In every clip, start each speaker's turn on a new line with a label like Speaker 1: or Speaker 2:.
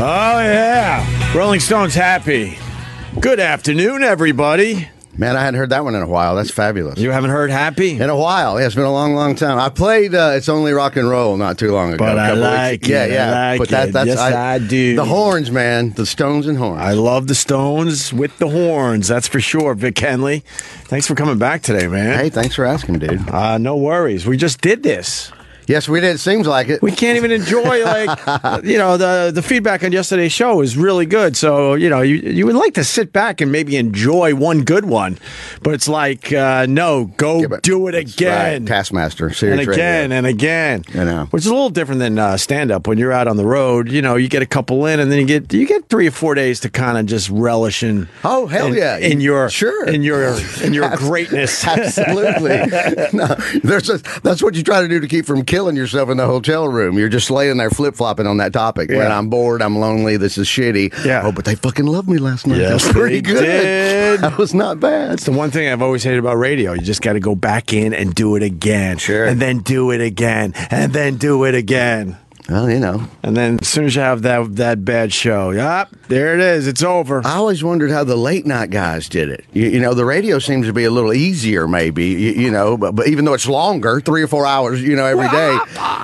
Speaker 1: Oh, yeah. Rolling Stone's happy. Good afternoon, everybody.
Speaker 2: Man, I hadn't heard that one in a while. That's fabulous.
Speaker 1: You haven't heard happy?
Speaker 2: In a while, yeah, it's been a long, long time. I played uh, "It's Only Rock and Roll" not too long ago.
Speaker 1: But
Speaker 2: a
Speaker 1: I
Speaker 2: couple weeks-
Speaker 1: like it,
Speaker 2: yeah,
Speaker 1: I
Speaker 2: yeah.
Speaker 1: like
Speaker 2: but that,
Speaker 1: it.
Speaker 2: that's
Speaker 1: Yes, I do.
Speaker 2: The horns, man, the Stones and horns.
Speaker 1: I love the Stones with the horns. That's for sure. Vic Henley, thanks for coming back today, man.
Speaker 2: hey, thanks for asking, dude.
Speaker 1: Uh, no worries. We just did this.
Speaker 2: Yes, we did. Seems like it.
Speaker 1: We can't even enjoy like you know the the feedback on yesterday's show was really good. So you know you you would like to sit back and maybe enjoy one good one, but it's like uh, no, go
Speaker 2: Yeah, but-
Speaker 1: do it
Speaker 2: That's
Speaker 1: again.
Speaker 2: right. Taskmaster,
Speaker 1: and
Speaker 2: serious
Speaker 1: again and again.
Speaker 2: I know.
Speaker 1: Which is a little different than uh, stand up. When you're out on the road, you know, you get a couple in, and then you get you get three or four days to kind of just relish in.
Speaker 2: Oh, hell
Speaker 1: in,
Speaker 2: yeah.
Speaker 1: In your
Speaker 2: Sure.
Speaker 1: in your in your greatness.
Speaker 2: Absolutely. no, there's a, that's what you try to do to keep from killing yourself in the hotel room. You're just laying there flip flopping on that topic. Man,
Speaker 1: Yeah.
Speaker 2: I'm bored. I'm lonely. This is shitty.
Speaker 1: Yeah.
Speaker 2: Oh, but they fucking loved me last night.
Speaker 1: Yes,
Speaker 2: that was pretty
Speaker 1: they
Speaker 2: good.
Speaker 1: did.
Speaker 2: That was not bad.
Speaker 1: It's the one thing I've always hated about radio. You just got to go back in and do it again,
Speaker 2: Sure.
Speaker 1: and then do it again, and then do it again.
Speaker 2: Well, you know,
Speaker 1: And then as soon as you have that that bad show, yep, there it is. It's over.
Speaker 2: I always wondered how the late night guys did it. You, you know, the radio seems to be a little easier, maybe. You, you know, but, but even though it's longer, three or four hours, you know, every day.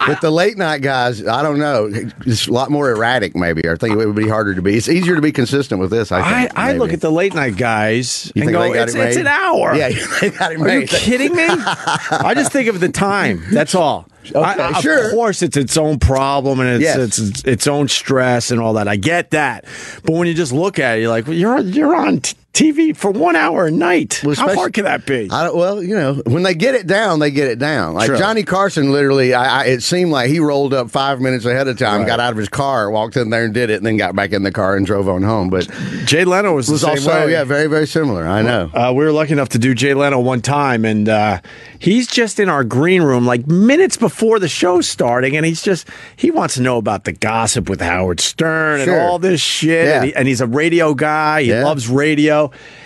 Speaker 2: But the late night guys, I don't know, it's a lot more erratic, maybe. I think it would be harder to be. It's easier to be consistent with this. I
Speaker 1: I,
Speaker 2: think,
Speaker 1: I look
Speaker 2: maybe.
Speaker 1: at the late night guys
Speaker 2: You
Speaker 1: and
Speaker 2: think
Speaker 1: go,
Speaker 2: they got
Speaker 1: it's,
Speaker 2: it
Speaker 1: it's
Speaker 2: made?
Speaker 1: an hour.
Speaker 2: Yeah, they got it
Speaker 1: Are you
Speaker 2: made.
Speaker 1: kidding me? I just think of the time. That's all. I- I-
Speaker 2: sure.
Speaker 1: Of course, it's its own problem and it's,
Speaker 2: Yes.
Speaker 1: it's its own stress and all that. I get that. But when you just look at it, you're like, well, you're you're on t- TV for one hour a night.
Speaker 2: Well,
Speaker 1: How
Speaker 2: especially-
Speaker 1: hard can that be?
Speaker 2: I don't, well, you know, when they get it down, they get it down. Like
Speaker 1: True.
Speaker 2: Johnny Carson, literally, I, I, it seemed like he rolled up five minutes ahead of time, got out of his car, walked in there and did it, and then got back in the car and drove on home. But
Speaker 1: Jay Leno was,
Speaker 2: it was
Speaker 1: the same
Speaker 2: also,
Speaker 1: way.
Speaker 2: yeah, very, very similar. I know.
Speaker 1: Uh, we were lucky enough to do Jay Leno one time, and uh, he's just in our green room like minutes before the show's starting, and he's just he wants to know about the gossip with Howard Stern
Speaker 2: Sure.
Speaker 1: and all this shit.
Speaker 2: Yeah.
Speaker 1: And, he- and he's a radio guy; he
Speaker 2: Yeah.
Speaker 1: loves radio.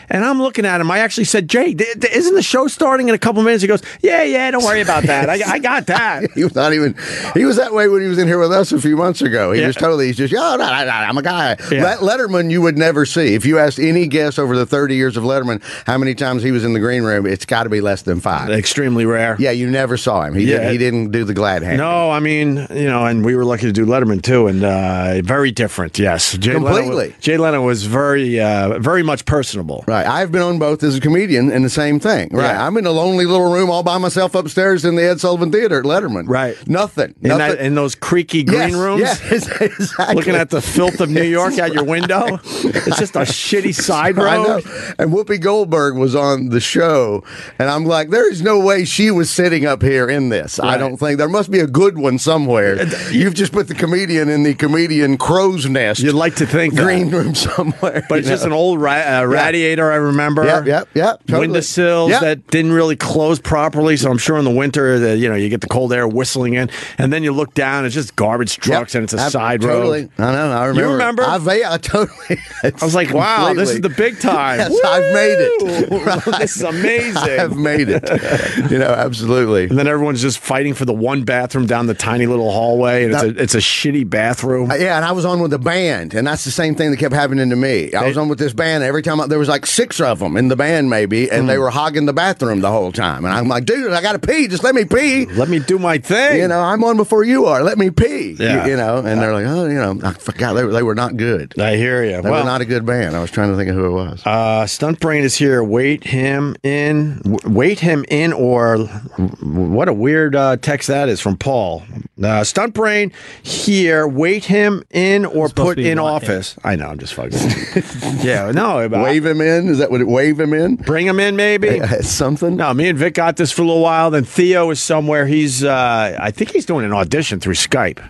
Speaker 1: And I'm looking at him. I actually said, "Jay, th- th- isn't the show starting in a couple minutes?" He goes, "Yeah, yeah, don't worry about that. I, I got that."
Speaker 2: He was not even. He was that way when he was in here with us a few months ago. He
Speaker 1: Yeah.
Speaker 2: was totally. He's just. Oh, no, no, no, I'm a guy.
Speaker 1: Yeah.
Speaker 2: Let, Letterman, you would never see if you asked any guest over the 30 years of Letterman how many times he was in the green room. It's got to be less than five.
Speaker 1: Extremely rare.
Speaker 2: yeah, you never saw him. He
Speaker 1: Yeah.
Speaker 2: didn't, he didn't do the glad hand.
Speaker 1: No, I mean, you know, and we were lucky to do Letterman too, and uh, very different. Yes, Jay Leno,
Speaker 2: Completely.
Speaker 1: was- Jay Leno was very, uh, very much personable.
Speaker 2: Right. I've been on both as a comedian and the same thing. Right.
Speaker 1: Yeah.
Speaker 2: I'm in a lonely little room all by myself upstairs in the Ed Sullivan Theater at Letterman.
Speaker 1: Right.
Speaker 2: Nothing.
Speaker 1: In,
Speaker 2: nothing.
Speaker 1: that, in those creaky green
Speaker 2: Yes,
Speaker 1: rooms,
Speaker 2: Yes, exactly.
Speaker 1: looking at the filth of New York out your window. It's just a shitty side road.
Speaker 2: I know. And Whoopi Goldberg was on the show, and I'm like, there is no way she was sitting up here in this. I
Speaker 1: Right. Uh,
Speaker 2: don't think there must be a good one somewhere. You've just put the comedian in the comedian crow's nest
Speaker 1: You'd like to think that.
Speaker 2: green room somewhere.
Speaker 1: But
Speaker 2: you
Speaker 1: it's just
Speaker 2: know?
Speaker 1: an old ra- uh, radiator, I remember.
Speaker 2: Yep, yep, yep, totally.
Speaker 1: Windowsills
Speaker 2: Yep.
Speaker 1: that didn't really close properly, so I'm sure in the winter that you know you get the cold air whistling in, and then you look down, it's just garbage trucks, and it's a
Speaker 2: Ab-
Speaker 1: side road.
Speaker 2: totally. I know. I remember.
Speaker 1: remember?
Speaker 2: I, va- I totally.
Speaker 1: I was like, wow, this is the big time.
Speaker 2: Yes, I've made it.
Speaker 1: Woo! This is amazing.
Speaker 2: I've made it. You know, absolutely.
Speaker 1: and then everyone's just fighting for the one bathroom down the tiny little hallway, and it's a it's a shitty bathroom.
Speaker 2: Uh, Yeah, and I was on with the band, and that's the same thing that kept happening to me. I was on with this band. Every time I, there was like six of them in the band, maybe, and
Speaker 1: Hmm.
Speaker 2: they were hogging the bathroom the whole time. And I'm like, dude, I got to pee. Just let me pee.
Speaker 1: Let me do my thing.
Speaker 2: You know, I'm on before you are. Let me pee. You-
Speaker 1: Yeah.
Speaker 2: You, know, and they're like, oh, you know, I forgot they, were- they were not good. They
Speaker 1: I hear you.
Speaker 2: were
Speaker 1: Well,
Speaker 2: not a good band. I was trying to think of who it was.
Speaker 1: uh, stunt brain is here. Wait him in. W- Wait him in. Or what a weird uh, text that is from Paul. Uh, stunt brain here. Wait him in or
Speaker 3: supposed
Speaker 1: put
Speaker 3: to be
Speaker 1: in
Speaker 3: want him.
Speaker 1: office. I know. I'm just fucking. yeah. No. I-
Speaker 2: wave him in. Is that what it? Wave him in.
Speaker 1: Bring him in, maybe.
Speaker 2: uh, Something.
Speaker 1: No, me and Vic got this for a little while. Then Theo is somewhere. He's, uh, I think he's doing an audition through Skype.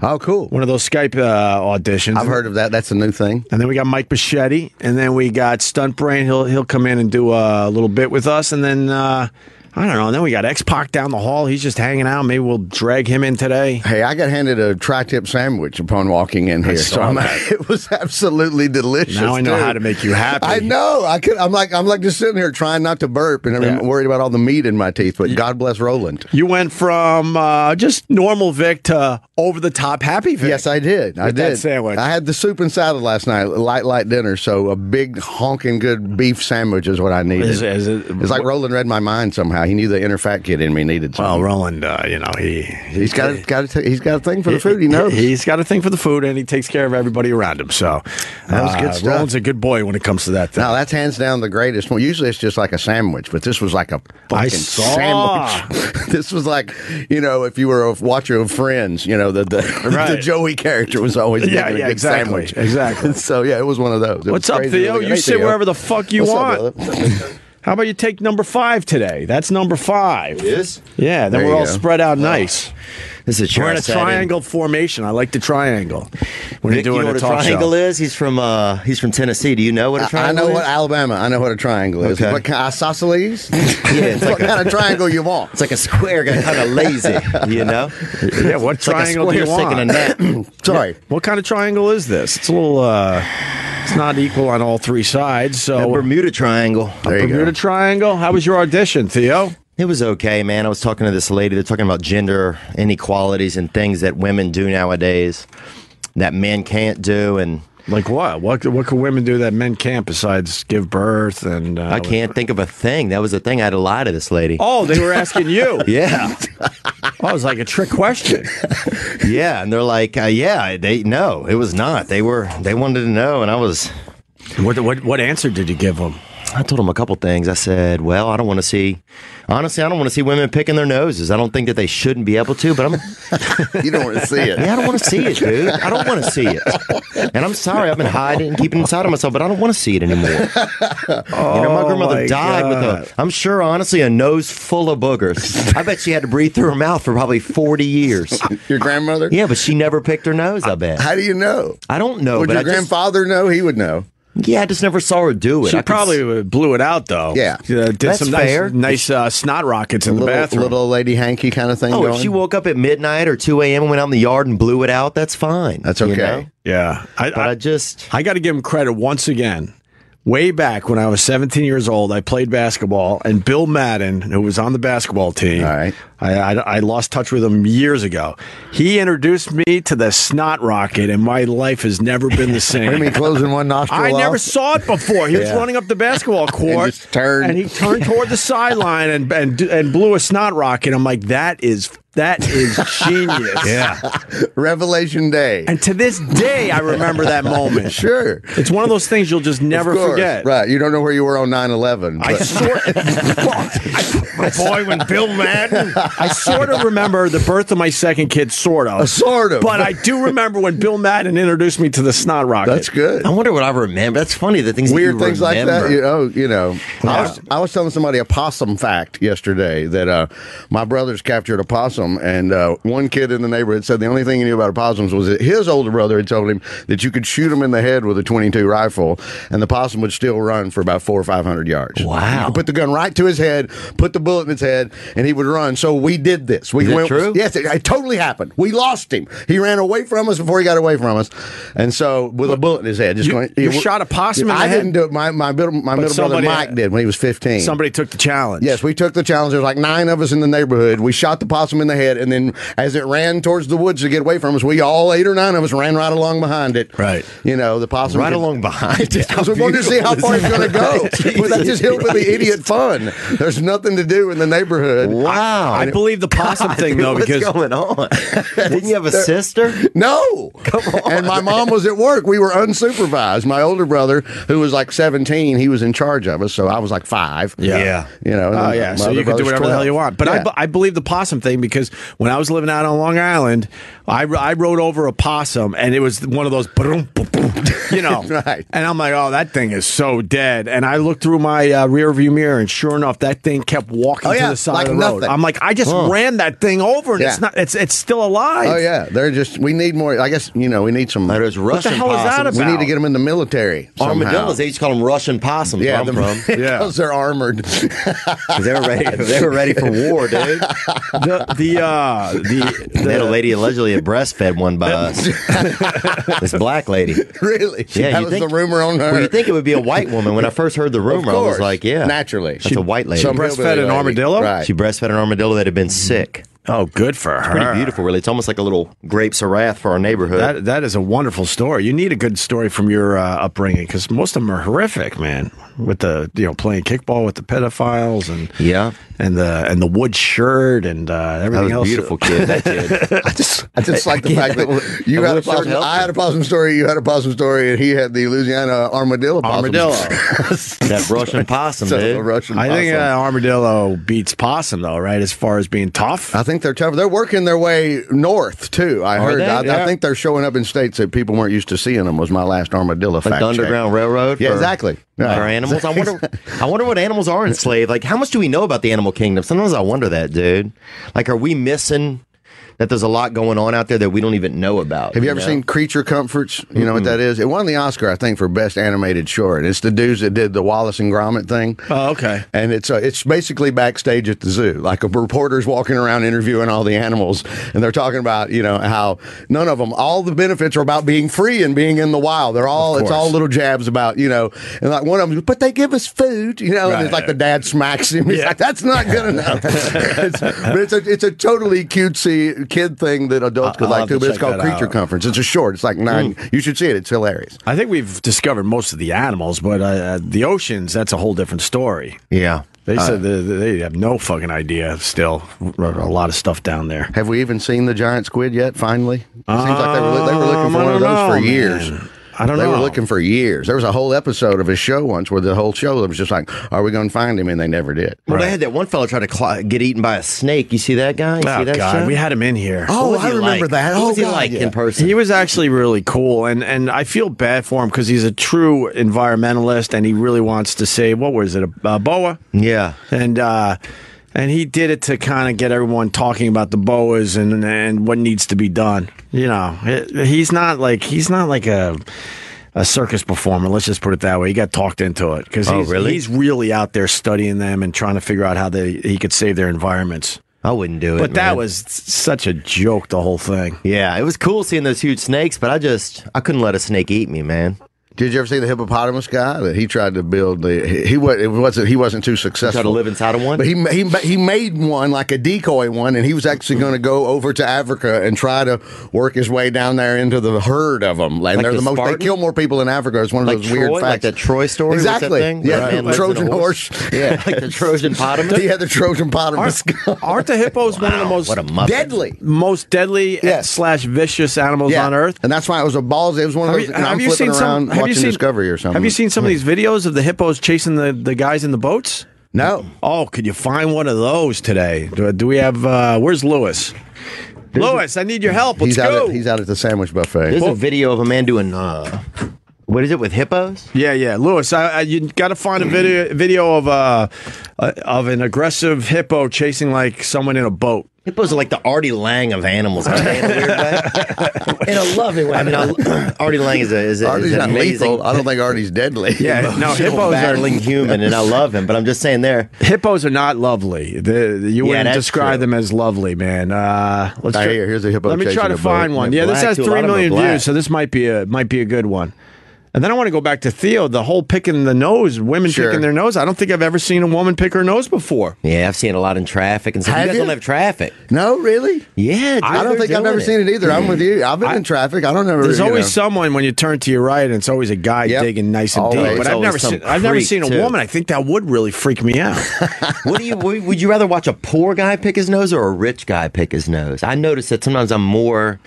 Speaker 2: Oh, cool.
Speaker 1: One of those Skype uh, auditions.
Speaker 2: I've heard of that. That's a new thing.
Speaker 1: And then we got Mike Bichetti, and then we got Stunt Brain. He'll he'll come in and do a little bit with us, and then uh, I don't know. And then we got X Pac down the hall. He's just hanging out. Maybe we'll drag him in today.
Speaker 2: Hey, I got handed a tri-tip sandwich upon walking in here, so
Speaker 1: saw
Speaker 2: I'm,
Speaker 1: that.
Speaker 2: it was absolutely delicious.
Speaker 1: Now I know
Speaker 2: dude.
Speaker 1: how to make you happy.
Speaker 2: I know. I could. I'm like. I'm like just sitting here trying not to burp, and I'm
Speaker 1: Yeah.
Speaker 2: worried about all the meat in my teeth. But God bless Roland.
Speaker 1: uh, You went from uh, just normal Vic to over the top happy Vic.
Speaker 2: Yes, I did. I
Speaker 1: With
Speaker 2: did.
Speaker 1: that sandwich.
Speaker 2: I had the soup and salad last night, light, light dinner. So a big honking good beef sandwich is what I needed.
Speaker 1: Is- is it-
Speaker 2: it's like Roland read my mind somehow. He knew the inner fat kid in me needed
Speaker 1: Well,
Speaker 2: something.
Speaker 1: Roland, uh, you know he
Speaker 2: he's got a, got a t- he's got a thing for the food. He knows.
Speaker 1: has got a thing for the food, and he takes care of everybody around him. So uh,
Speaker 2: That was good stuff.
Speaker 1: Roland's a good boy when it comes to that. Thing.
Speaker 2: No, that's hands down the greatest one. Usually it's just like a sandwich, but this was like a fucking
Speaker 1: I saw.
Speaker 2: sandwich. this was like, you know, if you were a watcher of Friends, you know, the the,
Speaker 1: Right.
Speaker 2: the Joey character was always
Speaker 1: Yeah,
Speaker 2: making a
Speaker 1: yeah,
Speaker 2: good
Speaker 1: exactly,
Speaker 2: sandwich.
Speaker 1: exactly.
Speaker 2: so yeah, it was one of those. It
Speaker 1: What's
Speaker 2: was
Speaker 1: up,
Speaker 2: crazy.
Speaker 1: Theo?
Speaker 2: Hey,
Speaker 1: You sit
Speaker 2: Theo.
Speaker 1: wherever the fuck you
Speaker 2: What's
Speaker 1: want.
Speaker 2: up, brother?
Speaker 1: How about you take number five today? That's number five.
Speaker 3: This?
Speaker 1: Yeah, then
Speaker 2: There
Speaker 1: we're
Speaker 2: you
Speaker 1: all
Speaker 2: go.
Speaker 1: spread out nice.
Speaker 3: This is a chair.
Speaker 1: We're in
Speaker 3: I
Speaker 1: a
Speaker 3: sat in.
Speaker 1: triangle formation. I like the triangle when you're
Speaker 3: Vic, you
Speaker 1: doing
Speaker 3: know what
Speaker 1: a
Speaker 3: a
Speaker 1: talk
Speaker 3: triangle
Speaker 1: show.
Speaker 3: is? He's from uh, he's from Tennessee. Do you know what a
Speaker 2: I
Speaker 3: triangle
Speaker 2: know
Speaker 3: is?
Speaker 2: what Alabama. I know what a triangle is.
Speaker 3: Okay.
Speaker 2: What kind isosceles?
Speaker 3: it's like
Speaker 2: what kind of triangle you want?
Speaker 3: It's like a square got kind of lazy, you know?
Speaker 1: Yeah, what
Speaker 3: It's like a
Speaker 1: triangle do
Speaker 3: square's
Speaker 1: you want?
Speaker 3: taking a nap.
Speaker 2: Sorry.
Speaker 1: What kind of triangle is this? It's a little. uh It's not equal on all three sides. So
Speaker 3: a Bermuda Triangle.
Speaker 2: There you go.
Speaker 1: Bermuda Triangle. How was your audition, Theo?
Speaker 3: It was okay, man. I was talking to this lady. They're talking about gender inequalities and things that women do nowadays that men can't do. And
Speaker 1: Like what? What what can women do that men can't besides give birth and? Uh,
Speaker 3: I can't think of a thing. That was the thing. I had to lie to this lady.
Speaker 1: Oh, they were asking you.
Speaker 3: Yeah.
Speaker 1: Oh, it was like a trick question.
Speaker 3: Yeah. And they're like, uh, yeah, they, no, it was not. They were, they wanted to know. And I was,
Speaker 1: what, what what answer did you give them?
Speaker 3: I told him a couple things. I said, "Well, I don't want to see. Honestly, I don't want to see women picking their noses. I don't think that they shouldn't be able to. But I'm.
Speaker 2: You don't want to see it.
Speaker 3: Yeah, I don't want to see it, dude. I don't want to see it. And I'm sorry, I've been hiding it and keeping it inside of myself, but I don't want to see it anymore.
Speaker 1: Oh.
Speaker 3: you know, my grandmother
Speaker 1: my
Speaker 3: died
Speaker 1: God.
Speaker 3: with a. I'm sure, honestly, a nose full of boogers. I bet she had to breathe through her mouth for probably 40 years.
Speaker 2: Your grandmother?
Speaker 3: Yeah, but she never picked her nose. I bet.
Speaker 2: How do you know?
Speaker 3: I don't know,
Speaker 2: Would
Speaker 3: but
Speaker 2: your
Speaker 3: I just,
Speaker 2: grandfather know? He would know.
Speaker 3: yeah, I just never saw her do it. I
Speaker 1: She
Speaker 3: could
Speaker 1: probably blew it out though.
Speaker 2: Yeah.
Speaker 1: Uh, did
Speaker 3: That's
Speaker 1: some nice,
Speaker 3: fair.
Speaker 1: nice uh, snot rockets in the
Speaker 2: little,
Speaker 1: bathroom.
Speaker 2: little old lady hanky kind of thing
Speaker 3: Oh,
Speaker 2: going.
Speaker 3: if she woke up at midnight or 2 a.m. and went out in the yard and blew it out, that's fine.
Speaker 2: That's
Speaker 3: you
Speaker 2: okay.
Speaker 3: know?
Speaker 1: yeah, I,
Speaker 3: But I,
Speaker 1: I,
Speaker 3: just,
Speaker 1: I got to give him credit once again. Way back when I was 17 years old, I played basketball, and Bill Madden, who was on the basketball team,
Speaker 2: All right.
Speaker 1: I, I, I lost touch with him years ago. He introduced me to the snot rocket, and my life has never been the same.
Speaker 2: What do you mean, closing one nostril?
Speaker 1: I
Speaker 2: off?
Speaker 1: never saw it before. He was
Speaker 2: Yeah.
Speaker 1: running up the basketball court,
Speaker 2: just turned.
Speaker 1: and he turned toward the sideline and, and and blew a snot rocket. I'm like, that is that is genius. yeah.
Speaker 2: Revelation Day.
Speaker 1: And to this day, I remember that moment.
Speaker 2: sure.
Speaker 1: It's one of those things you'll just never
Speaker 2: Of course.
Speaker 1: forget.
Speaker 2: Right. You don't know where you were on 9 11.
Speaker 1: I sort of, boy, when Bill Madden, I sort of remember the birth of my second kid, sort of,
Speaker 2: Uh, sort of.
Speaker 1: but I do remember when Bill Madden introduced me to the snot rocket.
Speaker 2: That's good.
Speaker 3: I wonder what I remember. That's funny, the things
Speaker 2: Weird
Speaker 3: that you
Speaker 2: things like
Speaker 3: remember.
Speaker 2: that. You know, you know. I, was, I was telling somebody a possum fact yesterday that uh, my brothers captured a possum, and uh, one kid in the neighborhood said the only thing he knew about possums was that his older brother had told him that you could shoot him in the head with a 22 rifle, and the possum would still run for about four or 500 yards.
Speaker 3: Wow.
Speaker 2: You could put the gun right to his head, put the bullet in his head, and he would run. So we did this. We
Speaker 3: Is that
Speaker 2: went.
Speaker 3: true?
Speaker 2: Yes, it, it totally happened. We lost him. He ran away from us before he got away from us, and so with a bullet in his head, just
Speaker 1: You-
Speaker 2: going.
Speaker 1: you
Speaker 2: it-
Speaker 1: shot a possum in
Speaker 2: I
Speaker 1: the head?
Speaker 2: didn't do it. My my middle, my middle brother
Speaker 1: somebody-
Speaker 2: Mike did when he was fifteen.
Speaker 1: Somebody took the challenge.
Speaker 2: Yes, we took the challenge. There was like nine of us in the neighborhood. We shot the possum in the head, and then as it ran towards the woods to get away from us, we all eight or nine of us ran right along behind it.
Speaker 1: Right.
Speaker 2: You know the possum
Speaker 3: Right
Speaker 2: could-
Speaker 3: along behind it.
Speaker 2: because we wanted to see how far it's going to go. But that's just hillbilly idiot fun. There's nothing to do in the neighborhood.
Speaker 3: Wow.
Speaker 1: I believe the possum thing though
Speaker 3: What's
Speaker 1: because
Speaker 3: going on? Didn't you have a sister?
Speaker 2: No. Come on. And my mom was at work. We were unsupervised. My older brother, who was like 17, he was in charge of us. So I was like five.
Speaker 1: Yeah. Yeah.
Speaker 2: You know. and
Speaker 1: Oh
Speaker 2: then
Speaker 1: yeah,
Speaker 2: my
Speaker 1: so
Speaker 2: other
Speaker 1: you can do
Speaker 2: brother's
Speaker 1: whatever the hell
Speaker 2: 12.
Speaker 1: you want. But I,
Speaker 2: Yeah.
Speaker 1: be- I believe the possum thing because when I was living out on Long Island, I, ro- I rode over a possum and it was one of those, ba-dum, ba-dum, you know,
Speaker 2: Right.
Speaker 1: And I'm like, oh, that thing is so dead. And I looked through my uh, rear view mirror, and sure enough, that thing kept walking
Speaker 2: Oh,
Speaker 1: to
Speaker 2: yeah,
Speaker 1: the side
Speaker 2: like
Speaker 1: of the road.
Speaker 2: nothing.
Speaker 1: I'm like, I just ran that thing over, and it's
Speaker 2: Yeah.
Speaker 1: not, it's it's still alive.
Speaker 2: Oh yeah, they're just. We need more. I guess you know we need some.
Speaker 3: That is Russian
Speaker 1: hell is that
Speaker 3: possums.
Speaker 1: about?
Speaker 2: We need to get them in the military. somehow.
Speaker 3: Armadillos. They used to call them Russian possums.
Speaker 2: Yeah,
Speaker 3: Yeah, where I'm
Speaker 2: the,
Speaker 3: from.
Speaker 1: Yeah.
Speaker 2: because they're armored.
Speaker 3: 'Cause they were ready. They were ready for war, dude.
Speaker 1: the the uh, the,
Speaker 3: They had a
Speaker 1: the
Speaker 3: lady allegedly had breastfed one by us. this black lady.
Speaker 2: really?
Speaker 3: Yeah,
Speaker 2: that
Speaker 3: you
Speaker 2: was
Speaker 3: think-
Speaker 2: the rumor on her.
Speaker 3: Well, you think it would be a white woman? When I first heard the
Speaker 2: Of
Speaker 3: rumor, I was
Speaker 2: course.
Speaker 3: like, "Yeah,
Speaker 2: naturally.
Speaker 3: That's a white lady.
Speaker 2: Some
Speaker 1: breastfed
Speaker 2: hillbilly
Speaker 1: an
Speaker 2: lady.
Speaker 1: armadillo?
Speaker 2: Right.
Speaker 3: She breastfed an armadillo that had been sick.
Speaker 1: Oh, good for her.
Speaker 3: Pretty beautiful, really. It's almost like a little grapes of wrath for our neighborhood.
Speaker 1: That that is a wonderful story. You need a good story from your uh, upbringing because most of them are horrific, man. With the you know playing kickball with the pedophiles and
Speaker 3: Yeah.
Speaker 1: and the and the wood shirt and uh,
Speaker 3: that
Speaker 1: everything
Speaker 3: was a
Speaker 1: else.
Speaker 3: beautiful kid. That kid.
Speaker 2: I just, I just like the fact that you
Speaker 3: I
Speaker 2: had a
Speaker 3: would've thought
Speaker 2: possum.
Speaker 3: helped
Speaker 2: I had a possum story. You had a possum story, and he had the Louisiana armadillo. Possum
Speaker 1: Armadillo.
Speaker 3: that Russian possum,
Speaker 2: So, a
Speaker 3: dude.
Speaker 2: Russian.
Speaker 1: I think uh,
Speaker 2: possum.
Speaker 1: armadillo beats possum though, right? As far as being tough.
Speaker 2: I think they're tough. They're working their way north too. I heard.
Speaker 3: they?
Speaker 2: I, I
Speaker 3: Yeah.
Speaker 2: think they're showing up in states that people weren't used to seeing them. Was my last armadillo
Speaker 3: like
Speaker 2: fact
Speaker 3: the
Speaker 2: check.
Speaker 3: Underground Railroad.
Speaker 2: Yeah,
Speaker 3: for-
Speaker 2: exactly.
Speaker 3: For
Speaker 2: Yeah.
Speaker 3: animals, I wonder. I wonder what animals are enslaved. Like, how much do we know about the animal kingdom? Sometimes I wonder that, dude. Like, are we missing that? There's a lot going on out there that we don't even know about.
Speaker 2: Have you ever
Speaker 3: know?
Speaker 2: seen Creature Comforts? You know what that is? It won the Oscar, I think, for best animated short. It's the dudes that did the Wallace and Gromit thing.
Speaker 1: Oh, okay.
Speaker 2: And it's uh, it's basically backstage at the zoo. Like a reporter's walking around interviewing all the animals, and they're talking about you know how none of them, all the benefits are about being free and being in the wild. They're all it's all little jabs about you know, and like one of them, but they give us food, you know. and it's
Speaker 1: Right.
Speaker 2: like the dad smacks him. He's
Speaker 1: Yeah.
Speaker 2: like, that's not good enough. it's, but it's a it's a totally cutesy kid thing that adults could
Speaker 1: I'll
Speaker 2: like
Speaker 1: have
Speaker 2: too.
Speaker 1: to
Speaker 2: But it's
Speaker 1: check
Speaker 2: called
Speaker 1: that
Speaker 2: Creature
Speaker 1: out. Hmm.
Speaker 2: Conference. It's a short. It's like nine. You should see it. It's hilarious.
Speaker 1: I think we've discovered most of the animals, but uh, uh, the oceans, that's a whole different story.
Speaker 3: Yeah. Uh,
Speaker 1: They said
Speaker 2: Uh.
Speaker 1: the, the- they have no fucking idea still. A lot of stuff down there.
Speaker 2: Have we even seen the giant squid yet? Finally, it seems like they were, they were looking
Speaker 1: Um,
Speaker 2: for
Speaker 1: I
Speaker 2: one of
Speaker 1: don't
Speaker 2: those for
Speaker 1: know,
Speaker 2: years.
Speaker 1: man. I don't
Speaker 2: They
Speaker 1: know.
Speaker 2: were looking for years. There was a whole episode of a show once where the whole show was just like, "Are we going to find him?" And they never did.
Speaker 3: Well, they had that one fellow try to claw, get eaten by a snake. You see that guy? You
Speaker 1: Oh
Speaker 3: see that
Speaker 1: God,
Speaker 3: shit?
Speaker 1: we had him in here.
Speaker 2: Oh,
Speaker 3: What was
Speaker 2: I
Speaker 3: he
Speaker 2: remember
Speaker 3: like?
Speaker 2: that.
Speaker 3: What
Speaker 2: Oh,
Speaker 3: was he
Speaker 2: God,
Speaker 3: like
Speaker 2: yeah.
Speaker 3: in person?
Speaker 1: He was actually really cool, and, and I feel bad for him because he's a true environmentalist, and he really wants to say what was it, a, a boa,
Speaker 3: yeah.
Speaker 1: and uh, and he did it to kind of get everyone talking about the boas and and what needs to be done. You know, He- he's not like he's not like a a circus performer. Let's just put it that way. He got talked into it because
Speaker 3: Oh,
Speaker 1: he's,
Speaker 3: really?
Speaker 1: he's really out there studying them and trying to figure out how they he could save their environments.
Speaker 3: I wouldn't do it.
Speaker 1: But that
Speaker 3: man.
Speaker 1: was such a joke, the whole thing.
Speaker 3: Yeah, it was cool seeing those huge snakes, but I just I couldn't let a snake eat me, man.
Speaker 2: Did you ever see the hippopotamus guy that he tried to build the? He, he was it wasn't he wasn't too
Speaker 3: Try
Speaker 2: successful.
Speaker 3: to live inside of one.
Speaker 2: But he, ma- he ma- he made one like a decoy one, and he was actually going to go over to Africa and try to work his way down there into the herd of them. And they're
Speaker 3: the
Speaker 2: the most
Speaker 3: Spartan?
Speaker 2: they kill more people in Africa. It's one of
Speaker 3: Like
Speaker 2: those weird
Speaker 3: Troy?
Speaker 2: facts.
Speaker 3: Like that Troy story? What's that
Speaker 2: Exactly.
Speaker 3: thing? Where a
Speaker 2: Yeah,
Speaker 3: man lives in a
Speaker 2: Trojan horse.
Speaker 3: horse?
Speaker 2: Yeah,
Speaker 3: like the Trojan
Speaker 2: he
Speaker 3: potamus.
Speaker 2: had the Trojan potamus.
Speaker 1: Aren't the hippos one of the most
Speaker 3: What a muffin.
Speaker 2: Deadly.
Speaker 1: most deadly
Speaker 2: Yes.
Speaker 1: slash vicious animals
Speaker 2: Yeah.
Speaker 1: on Earth?
Speaker 2: and that's why it was a balls. It was one of
Speaker 1: Have
Speaker 2: those.
Speaker 1: you,
Speaker 2: and I'm
Speaker 1: have you
Speaker 2: flipping
Speaker 1: seen
Speaker 2: around
Speaker 1: some? Have
Speaker 2: watching
Speaker 1: you seen
Speaker 2: Discovery or something?
Speaker 1: Have you seen some of these videos of the hippos chasing the, the guys in the boats?
Speaker 2: No.
Speaker 1: Oh, could you find one of those today? Do, do we have? Uh, where's Lewis? Lewis, I need your help. Let's
Speaker 2: he's out.
Speaker 1: go.
Speaker 2: At, he's out at the sandwich buffet.
Speaker 3: There's a video of a man doing uh, what is it with hippos?
Speaker 1: yeah, yeah, Lewis. I, I, you got to find a video video of uh, uh, of an aggressive hippo chasing like someone in a boat.
Speaker 3: Hippos are like the Artie Lang of animals. aren't they, in a weird way? In a loving way. I mean, I, Artie Lang is a is, a,
Speaker 2: Artie's
Speaker 3: is an
Speaker 2: not
Speaker 3: amazing.
Speaker 2: lethal. I don't think Artie's deadly.
Speaker 1: Yeah, no, hippos are
Speaker 3: battling human, and I love him. But I'm just saying, there.
Speaker 1: hippos are not lovely. The, the- you
Speaker 3: Yeah,
Speaker 1: wouldn't
Speaker 3: that's
Speaker 1: describe
Speaker 3: true.
Speaker 1: them as lovely, man. Uh, let's
Speaker 2: Now,
Speaker 1: try-
Speaker 2: here- here's a hippo
Speaker 1: Let me
Speaker 2: chasing
Speaker 1: try to
Speaker 2: a boat.
Speaker 1: find one.
Speaker 3: They're
Speaker 1: Yeah, this
Speaker 3: black,
Speaker 1: has
Speaker 3: too. A lot
Speaker 1: three
Speaker 3: of them are
Speaker 1: million
Speaker 3: black.
Speaker 1: views, so this might be a might be a good one. And then I want to go back to Theo. The whole picking the nose, women
Speaker 2: Sure.
Speaker 1: picking their nose. I don't think I've ever seen a woman pick her nose before.
Speaker 3: Yeah, I've seen a lot in traffic, and so
Speaker 2: Have
Speaker 3: you guys
Speaker 2: you?
Speaker 3: don't have traffic.
Speaker 2: No, really.
Speaker 3: Yeah, dude,
Speaker 2: I don't
Speaker 3: they're
Speaker 2: think I've
Speaker 3: doing
Speaker 2: ever seen it either. I'm with you. I've been
Speaker 1: I-
Speaker 2: in traffic. I don't ever.
Speaker 1: There's
Speaker 2: you
Speaker 1: always
Speaker 2: know.
Speaker 1: someone when you turn to your right, and it's always a guy
Speaker 2: Yep.
Speaker 1: digging nice and
Speaker 2: Always.
Speaker 1: deep. But
Speaker 3: It's
Speaker 1: I've
Speaker 3: always
Speaker 1: never
Speaker 3: some
Speaker 1: seen I've never
Speaker 3: creep,
Speaker 1: seen a
Speaker 3: too.
Speaker 1: woman. I think that would really freak me out.
Speaker 3: What do you would would you rather watch a poor guy pick his nose or a rich guy pick his nose? I notice that sometimes I'm more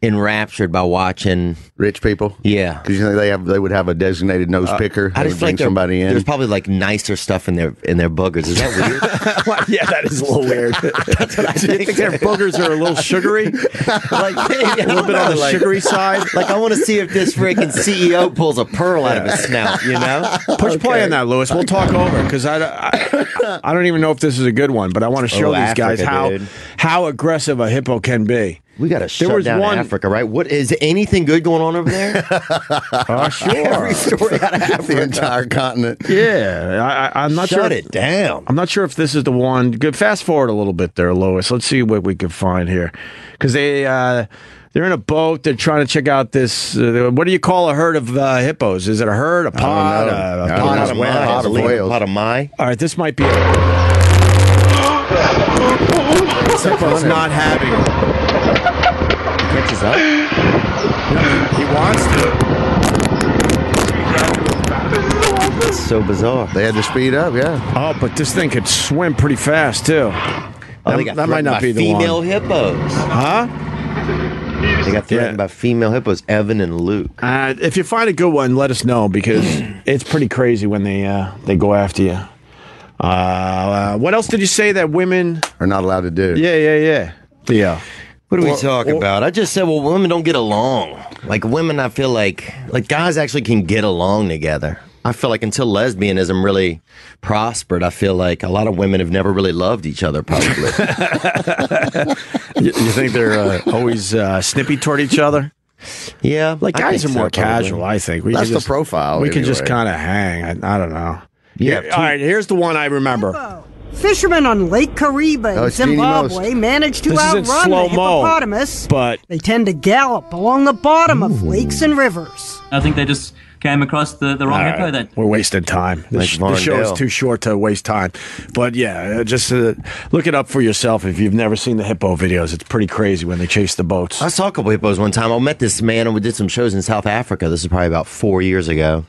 Speaker 3: enraptured by watching.
Speaker 2: rich people.
Speaker 3: Yeah. Uh,
Speaker 2: because you think they have they would have a designated nose picker.
Speaker 3: I
Speaker 2: They
Speaker 3: just feel
Speaker 2: would
Speaker 3: like
Speaker 2: bring
Speaker 3: there-
Speaker 2: somebody in.
Speaker 3: There's probably like nicer stuff in their in their boogers. Is that weird?
Speaker 1: yeah, that is a little weird. Do you think their boogers are a little sugary?
Speaker 3: like a
Speaker 1: A little bit on the sugary side.
Speaker 3: Like I want to see if this freaking CEO pulls a pearl out of his snout. You know?
Speaker 1: Push play on that, Lewis. We'll talk over because I, I, I don't even know if this is a good one, but I want to show
Speaker 3: Oh,
Speaker 1: these guys
Speaker 3: Africa,
Speaker 1: how
Speaker 3: dude.
Speaker 1: how aggressive a hippo can be.
Speaker 3: We got to shut
Speaker 1: was
Speaker 3: down
Speaker 1: one-
Speaker 3: Africa, right? What is anything good going on over there?
Speaker 1: Oh, sure.
Speaker 3: Every story out of
Speaker 2: the
Speaker 3: Africa.
Speaker 2: entire continent.
Speaker 1: yeah, I, I, I'm not sure.
Speaker 3: Shut
Speaker 1: if-
Speaker 3: it down.
Speaker 1: I'm not sure if this is the one. Good. Fast forward a little bit there, Lois. Let's see what we can find here, because they uh, they're in a boat. They're trying to check out this. Uh, what do you call a herd of uh, hippos? Is it a herd? A pod?
Speaker 2: know.
Speaker 1: A, a
Speaker 2: I don't
Speaker 1: pod
Speaker 2: know.
Speaker 1: of
Speaker 2: Pot of
Speaker 3: Pot of
Speaker 2: whales.
Speaker 3: my.
Speaker 1: All right, this might be. Sipho's not happy.
Speaker 3: Catches up.
Speaker 1: He wants to.
Speaker 3: It's so bizarre.
Speaker 2: They had to speed up, yeah.
Speaker 1: Oh, but this thing could swim pretty fast too.
Speaker 3: Oh,
Speaker 1: That-
Speaker 3: they got
Speaker 1: that might not
Speaker 3: threatened by
Speaker 1: be the
Speaker 3: female
Speaker 1: one.
Speaker 3: hippos.
Speaker 1: Huh?
Speaker 3: They got threatened
Speaker 1: Yeah.
Speaker 3: by female hippos. Evan and Luke.
Speaker 1: Uh, if you find a good one, let us know because it's pretty crazy when they uh, they go after you. Uh, uh, what else did you say that women?
Speaker 2: Are not allowed to do.
Speaker 1: Yeah, yeah, yeah. Theo.
Speaker 3: What are we
Speaker 1: Or-
Speaker 3: talking
Speaker 1: or-
Speaker 3: about? I just said, well, women don't get along. Like women, I feel like like guys actually can get along together. I feel like until lesbianism really prospered, I feel like a lot of women have never really loved each other. Probably.
Speaker 1: You, you think they're uh, always uh, snippy toward each other?
Speaker 3: yeah,
Speaker 1: Like
Speaker 3: I
Speaker 1: guys are
Speaker 3: think so,
Speaker 1: more
Speaker 3: probably.
Speaker 1: casual, I think. We
Speaker 2: That's
Speaker 1: can
Speaker 2: the profile,
Speaker 1: We can just
Speaker 2: anyway.
Speaker 1: kind of hang. I, I don't know.
Speaker 3: Yeah,
Speaker 1: Here- all right. Here's the one I remember.
Speaker 4: Hippo. Fishermen on Lake Kariba
Speaker 2: Oh,
Speaker 4: in
Speaker 2: it's Jeannie Most.
Speaker 4: Zimbabwe managed to
Speaker 1: This is in
Speaker 4: outrun
Speaker 1: slow
Speaker 4: the
Speaker 1: mo,
Speaker 4: hippopotamus,
Speaker 1: but-
Speaker 4: they tend to gallop along the bottom of lakes and rivers.
Speaker 5: I think they just came across the, the wrong
Speaker 1: All
Speaker 5: hippo
Speaker 1: right,
Speaker 5: that
Speaker 1: We're wasting time.
Speaker 3: Like
Speaker 1: This, this show is
Speaker 3: Varndale.
Speaker 1: too short to waste time. But yeah, uh, just uh, look it up for yourself if you've never seen the hippo videos. It's pretty crazy when they chase the boats.
Speaker 3: I saw a couple hippos one time. I met this man and we did some shows in South Africa. This is probably about four years ago.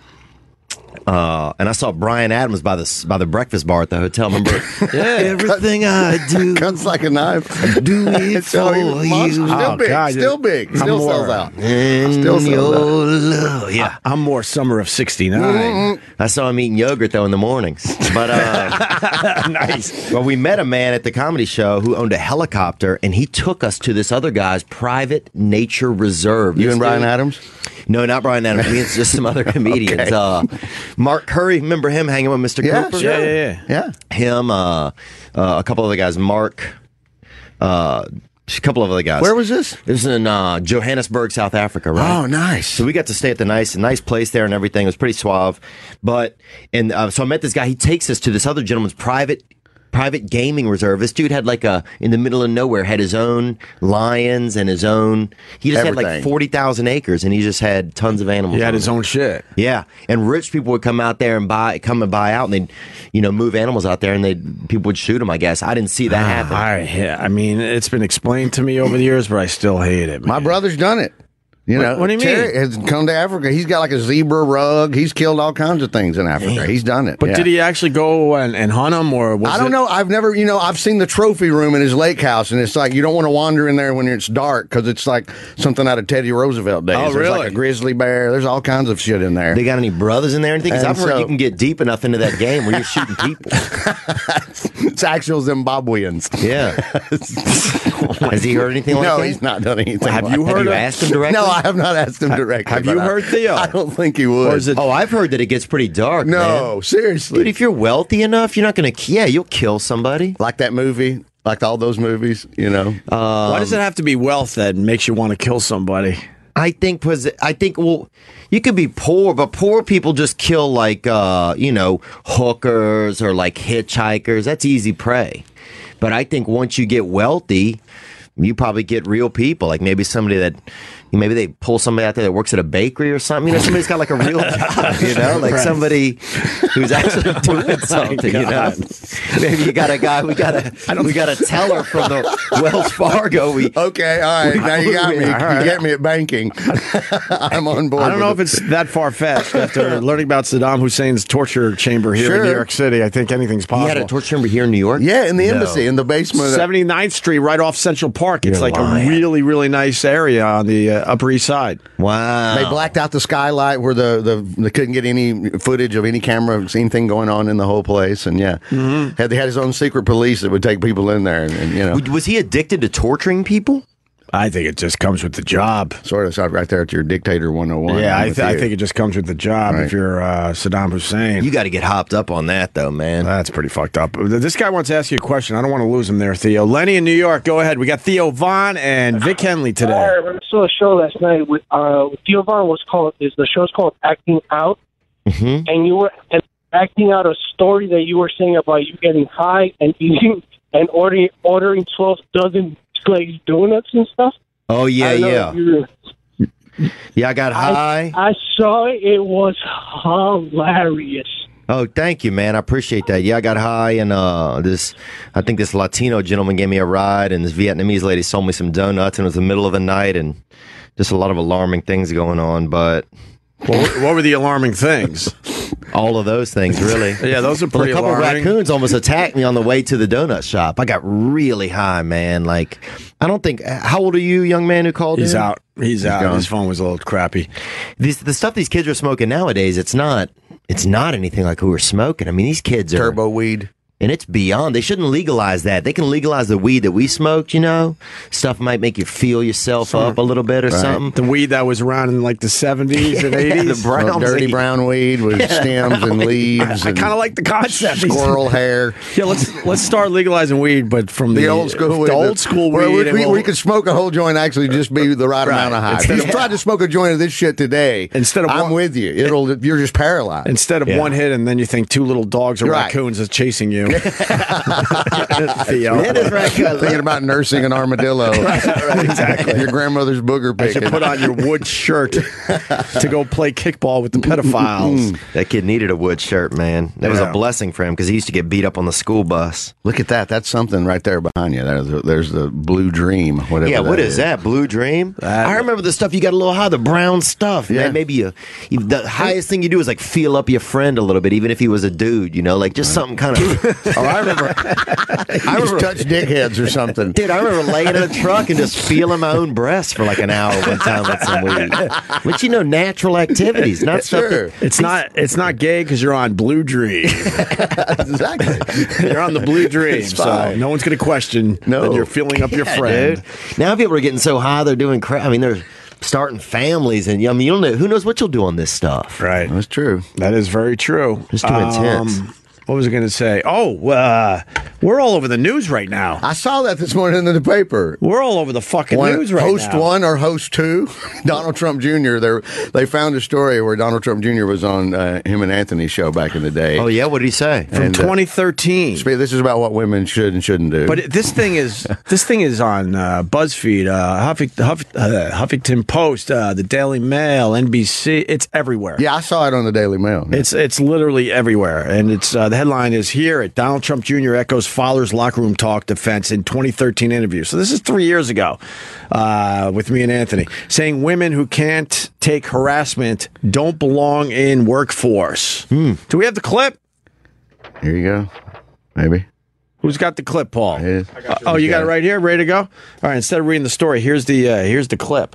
Speaker 3: Uh, and I saw Brian Adams by the s- by the breakfast bar at the hotel. Remember? everything I do,
Speaker 2: Cuts like a knife.
Speaker 3: do it
Speaker 2: It's all
Speaker 3: for
Speaker 2: even monster.
Speaker 3: you.
Speaker 2: Still
Speaker 1: Oh,
Speaker 2: big.
Speaker 1: God,
Speaker 2: still
Speaker 1: you're-
Speaker 2: big. Still
Speaker 1: I'm
Speaker 2: sells
Speaker 1: more-
Speaker 2: out.
Speaker 3: And
Speaker 2: Still sells
Speaker 3: your
Speaker 2: out.
Speaker 3: love. Yeah.
Speaker 1: I'm more summer of '69.
Speaker 3: I saw him eating yogurt though in the mornings. But uh, nice. Well, we met a man at the comedy show who owned a helicopter, and he took us to this other guy's private nature reserve.
Speaker 2: You
Speaker 3: This
Speaker 2: and Brian
Speaker 3: dude-
Speaker 2: Adams?
Speaker 3: No, not Brian Adams. We had just some other comedians. Uh, Mark Curry, remember him hanging with Mr.
Speaker 2: Yeah,
Speaker 3: Cooper?
Speaker 2: sure.
Speaker 1: Yeah, yeah, yeah.
Speaker 2: Yeah.
Speaker 3: Him, uh, uh, a couple other guys. Mark, uh, a couple of other guys.
Speaker 2: Where was this?
Speaker 3: It was in uh, Johannesburg, South Africa, right?
Speaker 2: Oh, nice.
Speaker 3: So we got to stay at the nice, nice place there and everything. It was pretty suave. But and uh, so I met this guy. He takes us to this other gentleman's private private gaming reserve. This dude had like a in the middle of nowhere had his own lions and his own. He just had
Speaker 2: Everything.
Speaker 3: like forty thousand acres and he just had tons of animals.
Speaker 1: He had
Speaker 3: on
Speaker 1: his
Speaker 3: it.
Speaker 1: own shit.
Speaker 3: Yeah, and rich people would come out there and buy, come and buy out, and they'd, you know, move animals out there, and they would people would shoot them. I guess I didn't see that happen.
Speaker 1: Ah, I, yeah, I mean, it's been explained to me over the years, but I still hate it.
Speaker 2: My
Speaker 1: man.
Speaker 2: brother's done it. You
Speaker 1: What-
Speaker 2: know,
Speaker 1: what do you
Speaker 2: Terry
Speaker 1: mean?
Speaker 2: has come to Africa. He's got like a zebra rug. He's killed all kinds of things in Africa. He's done it.
Speaker 1: But
Speaker 2: yeah.
Speaker 1: did he actually go and, and hunt him, or was
Speaker 2: I don't
Speaker 1: it-
Speaker 2: know. I've never, you know, I've seen the trophy room in his lake house, and it's like you don't want to wander in there when it's dark because it's like something out of Teddy Roosevelt days.
Speaker 1: Oh,
Speaker 2: There's
Speaker 1: really?
Speaker 2: like a grizzly bear. There's all kinds of shit in there.
Speaker 3: They got any brothers in there or anything? Because
Speaker 2: And
Speaker 3: I've heard
Speaker 2: so-
Speaker 3: you can get deep enough into that game where you're shooting people.
Speaker 2: It's actual Zimbabweans.
Speaker 3: Yeah. Has he heard anything like
Speaker 2: no,
Speaker 3: that?
Speaker 2: he's not done anything.
Speaker 3: Have
Speaker 2: like
Speaker 3: you
Speaker 2: that.
Speaker 3: heard of- asked him directly?
Speaker 2: No, I have not asked him directly.
Speaker 1: have you
Speaker 2: but I-
Speaker 1: heard Theo?
Speaker 2: I don't think he would.
Speaker 1: Or is it-
Speaker 3: Oh, I've heard that it gets pretty dark.
Speaker 2: no,
Speaker 3: man.
Speaker 2: seriously.
Speaker 3: dude. If you're wealthy enough, you're not gonna. Yeah, you'll kill somebody. Um,
Speaker 2: like that movie, like all those movies, you know.
Speaker 1: Why does it have to be wealth that makes you want to kill somebody?
Speaker 3: I think was. I think well, you could be poor, but poor people just kill like uh, you know hookers or like hitchhikers. That's easy prey. But I think once you get wealthy, you probably get real people. Like maybe somebody that. Maybe they pull somebody out there that works at a bakery or something. You know, somebody's got like a real job. You know, like somebody who's actually doing something. You know, maybe you got a guy. We got a we got a teller from the Wells Fargo. We
Speaker 2: okay, all right. Now you got me.
Speaker 1: All right.
Speaker 2: You got me at banking. I'm on board.
Speaker 1: I don't
Speaker 2: with
Speaker 1: know
Speaker 2: it.
Speaker 1: if it's that far fetched. After learning about Saddam Hussein's torture chamber here
Speaker 2: Sure.
Speaker 1: in New York City, I think anything's
Speaker 3: he had a
Speaker 1: possible.
Speaker 3: torture chamber here in New York.
Speaker 2: Yeah, in the embassy, in the basement.
Speaker 1: 79th Street, right off Central Park. It's like
Speaker 3: lying.
Speaker 1: a really, really nice area on the uh, Upper East Side.
Speaker 3: Wow.
Speaker 2: They blacked out the skylight where the, the they couldn't get any footage of any camera, anything going on in the whole place, and yeah, had they had his own secret police that would take people in there, and, and, you know,
Speaker 3: W- Was he addicted to torturing people?
Speaker 1: I think it just comes with the job.
Speaker 2: sort of sort of right there at your dictator one hundred and one.
Speaker 1: Yeah, I, th- I think it just comes with the job
Speaker 2: Right.
Speaker 1: if you're uh, Saddam Hussein.
Speaker 3: You got to get hopped up on that, though, man.
Speaker 1: That's pretty fucked up. This guy wants to ask you a question. I don't want to lose him there, Theo. Lenny in New York, go ahead. We got Theo Vaughn and Vic Henley today.
Speaker 6: I saw a show last night with uh with Theo Vaughn was called is the show's called Acting Out.
Speaker 2: Mm-hmm.
Speaker 3: Mhm.
Speaker 6: And you were and acting out a story that you were saying about you getting high and eating and ordering ordering twelve dozen glazed donuts and stuff.
Speaker 3: Oh yeah,
Speaker 6: I know
Speaker 3: yeah,
Speaker 6: you-
Speaker 3: yeah. I got high.
Speaker 6: I saw it, it was hilarious.
Speaker 3: Oh, thank you, man. I appreciate that. Yeah, I got high, and uh, this, I think this Latino gentleman gave me a ride, and this Vietnamese lady sold me some donuts, and it was the middle of the night, and just a lot of alarming things going on. But
Speaker 1: Well, what- what were the alarming things?
Speaker 3: all of those things, really.
Speaker 1: Yeah, those are
Speaker 3: Well,
Speaker 1: pretty
Speaker 3: a couple
Speaker 1: alarming.
Speaker 3: raccoons almost attacked me on the way to the donut shop. I got really high, man. Like, I don't think. How old are you, young man who called?
Speaker 1: He's
Speaker 3: in?
Speaker 1: out. He's out.
Speaker 2: gone.
Speaker 1: His phone was a little crappy.
Speaker 3: These, the stuff these kids are smoking nowadays, it's not. It's not anything like we were smoking. I mean, these kids are
Speaker 2: Turbo weed.
Speaker 3: and it's beyond. They shouldn't legalize that. They can legalize the weed that we smoked. You know, stuff might make you feel yourself up a little bit or something.
Speaker 1: The weed that was around in like the 70s and
Speaker 3: Yeah,
Speaker 1: 80s.
Speaker 3: the brown
Speaker 2: Well, dirty
Speaker 3: weed.
Speaker 2: brown weed with stems and leaves.
Speaker 1: I
Speaker 2: and
Speaker 1: kind of like the concept.
Speaker 2: squirrel hair.
Speaker 1: Yeah, let's let's start legalizing weed, but from the,
Speaker 2: The old school weed.
Speaker 1: the old school
Speaker 2: Where
Speaker 1: weed.
Speaker 2: We,
Speaker 1: and
Speaker 2: we,
Speaker 1: we'll-
Speaker 2: we could smoke a whole joint, actually, just be the right, amount of high.
Speaker 1: Instead
Speaker 2: if
Speaker 1: of-
Speaker 2: you tried to smoke a joint of this shit today,
Speaker 1: Instead of
Speaker 2: I'm
Speaker 1: one-
Speaker 2: with you. It'll you're just paralyzed.
Speaker 1: Instead of one hit, and then you think two little dogs or
Speaker 2: Right.
Speaker 1: raccoons are chasing you. Theo.
Speaker 3: That is right.
Speaker 2: Thinking about nursing an armadillo. exactly. Your grandmother's booger
Speaker 1: You should
Speaker 2: picking.
Speaker 1: put on your wood shirt to go play kickball with the pedophiles.
Speaker 3: That kid needed a wood shirt, man. That was a
Speaker 1: Yeah.
Speaker 3: blessing for him because he used to get beat up on the school bus.
Speaker 2: Look at that. That's something right there behind you. There's the, there's the blue dream. Whatever.
Speaker 3: Yeah, what
Speaker 2: that
Speaker 3: is that? Blue Dream? I remember the stuff you got a little high, the brown stuff.
Speaker 2: Yeah.
Speaker 3: Man. Maybe you, you, the highest thing you do is like feel up your friend a little bit, even if he was a dude, you know, like just something kind of.
Speaker 2: Oh, I remember. I just touched dickheads or something.
Speaker 3: Dude, I remember laying in a truck and just feeling my own breasts for like an hour one time with some weed. But you know, natural activities, not stuff.
Speaker 2: Sure.
Speaker 3: That,
Speaker 1: It's not it's not gay because you're on Blue Dream.
Speaker 2: Exactly.
Speaker 1: you're on the Blue Dream,
Speaker 2: It's
Speaker 1: so
Speaker 2: fine.
Speaker 1: no one's going to question
Speaker 2: No.
Speaker 1: that you're filling up your friend.
Speaker 3: dude. Now people are getting so high, they're doing crap. I mean, they're starting families, and I mean, you don't know who knows what you'll do on this stuff.
Speaker 1: Right.
Speaker 2: That's true.
Speaker 1: That is very true. Um,
Speaker 3: It's too intense.
Speaker 1: What was I going to say? Oh, uh, we're all over the news right now.
Speaker 2: I saw that this morning in the paper.
Speaker 1: We're all over the fucking
Speaker 2: One-
Speaker 1: news right
Speaker 2: host
Speaker 1: now.
Speaker 2: one or host two, Donald Trump Jr. They they found a story where Donald Trump Jr. was on uh, him and Anthony's show back in the day.
Speaker 3: Oh yeah, what did he say?
Speaker 1: from
Speaker 2: and, uh,
Speaker 1: 2013.
Speaker 2: This is about what women should and shouldn't do.
Speaker 1: But it- this thing is this thing is on uh, BuzzFeed, uh, Huffing, Huff, uh, Huffington Post, uh, the Daily Mail, NBC. It's everywhere.
Speaker 2: yeah, I saw it on the Daily Mail.
Speaker 1: It's it's literally everywhere, and it's uh, the headline is here at Donald Trump Jr. echoes Fowler's locker room talk defense in 2013 interview. So this is three years ago, uh, with me and Anthony saying women who can't take harassment don't belong in workforce. Do we have the clip?
Speaker 2: Hmm. Here you go. Maybe.
Speaker 1: Who's got the clip, Paul?
Speaker 2: Yeah.
Speaker 1: oh, you got it right here, ready to go. All right. Instead of reading the story, here's the uh, here's the clip.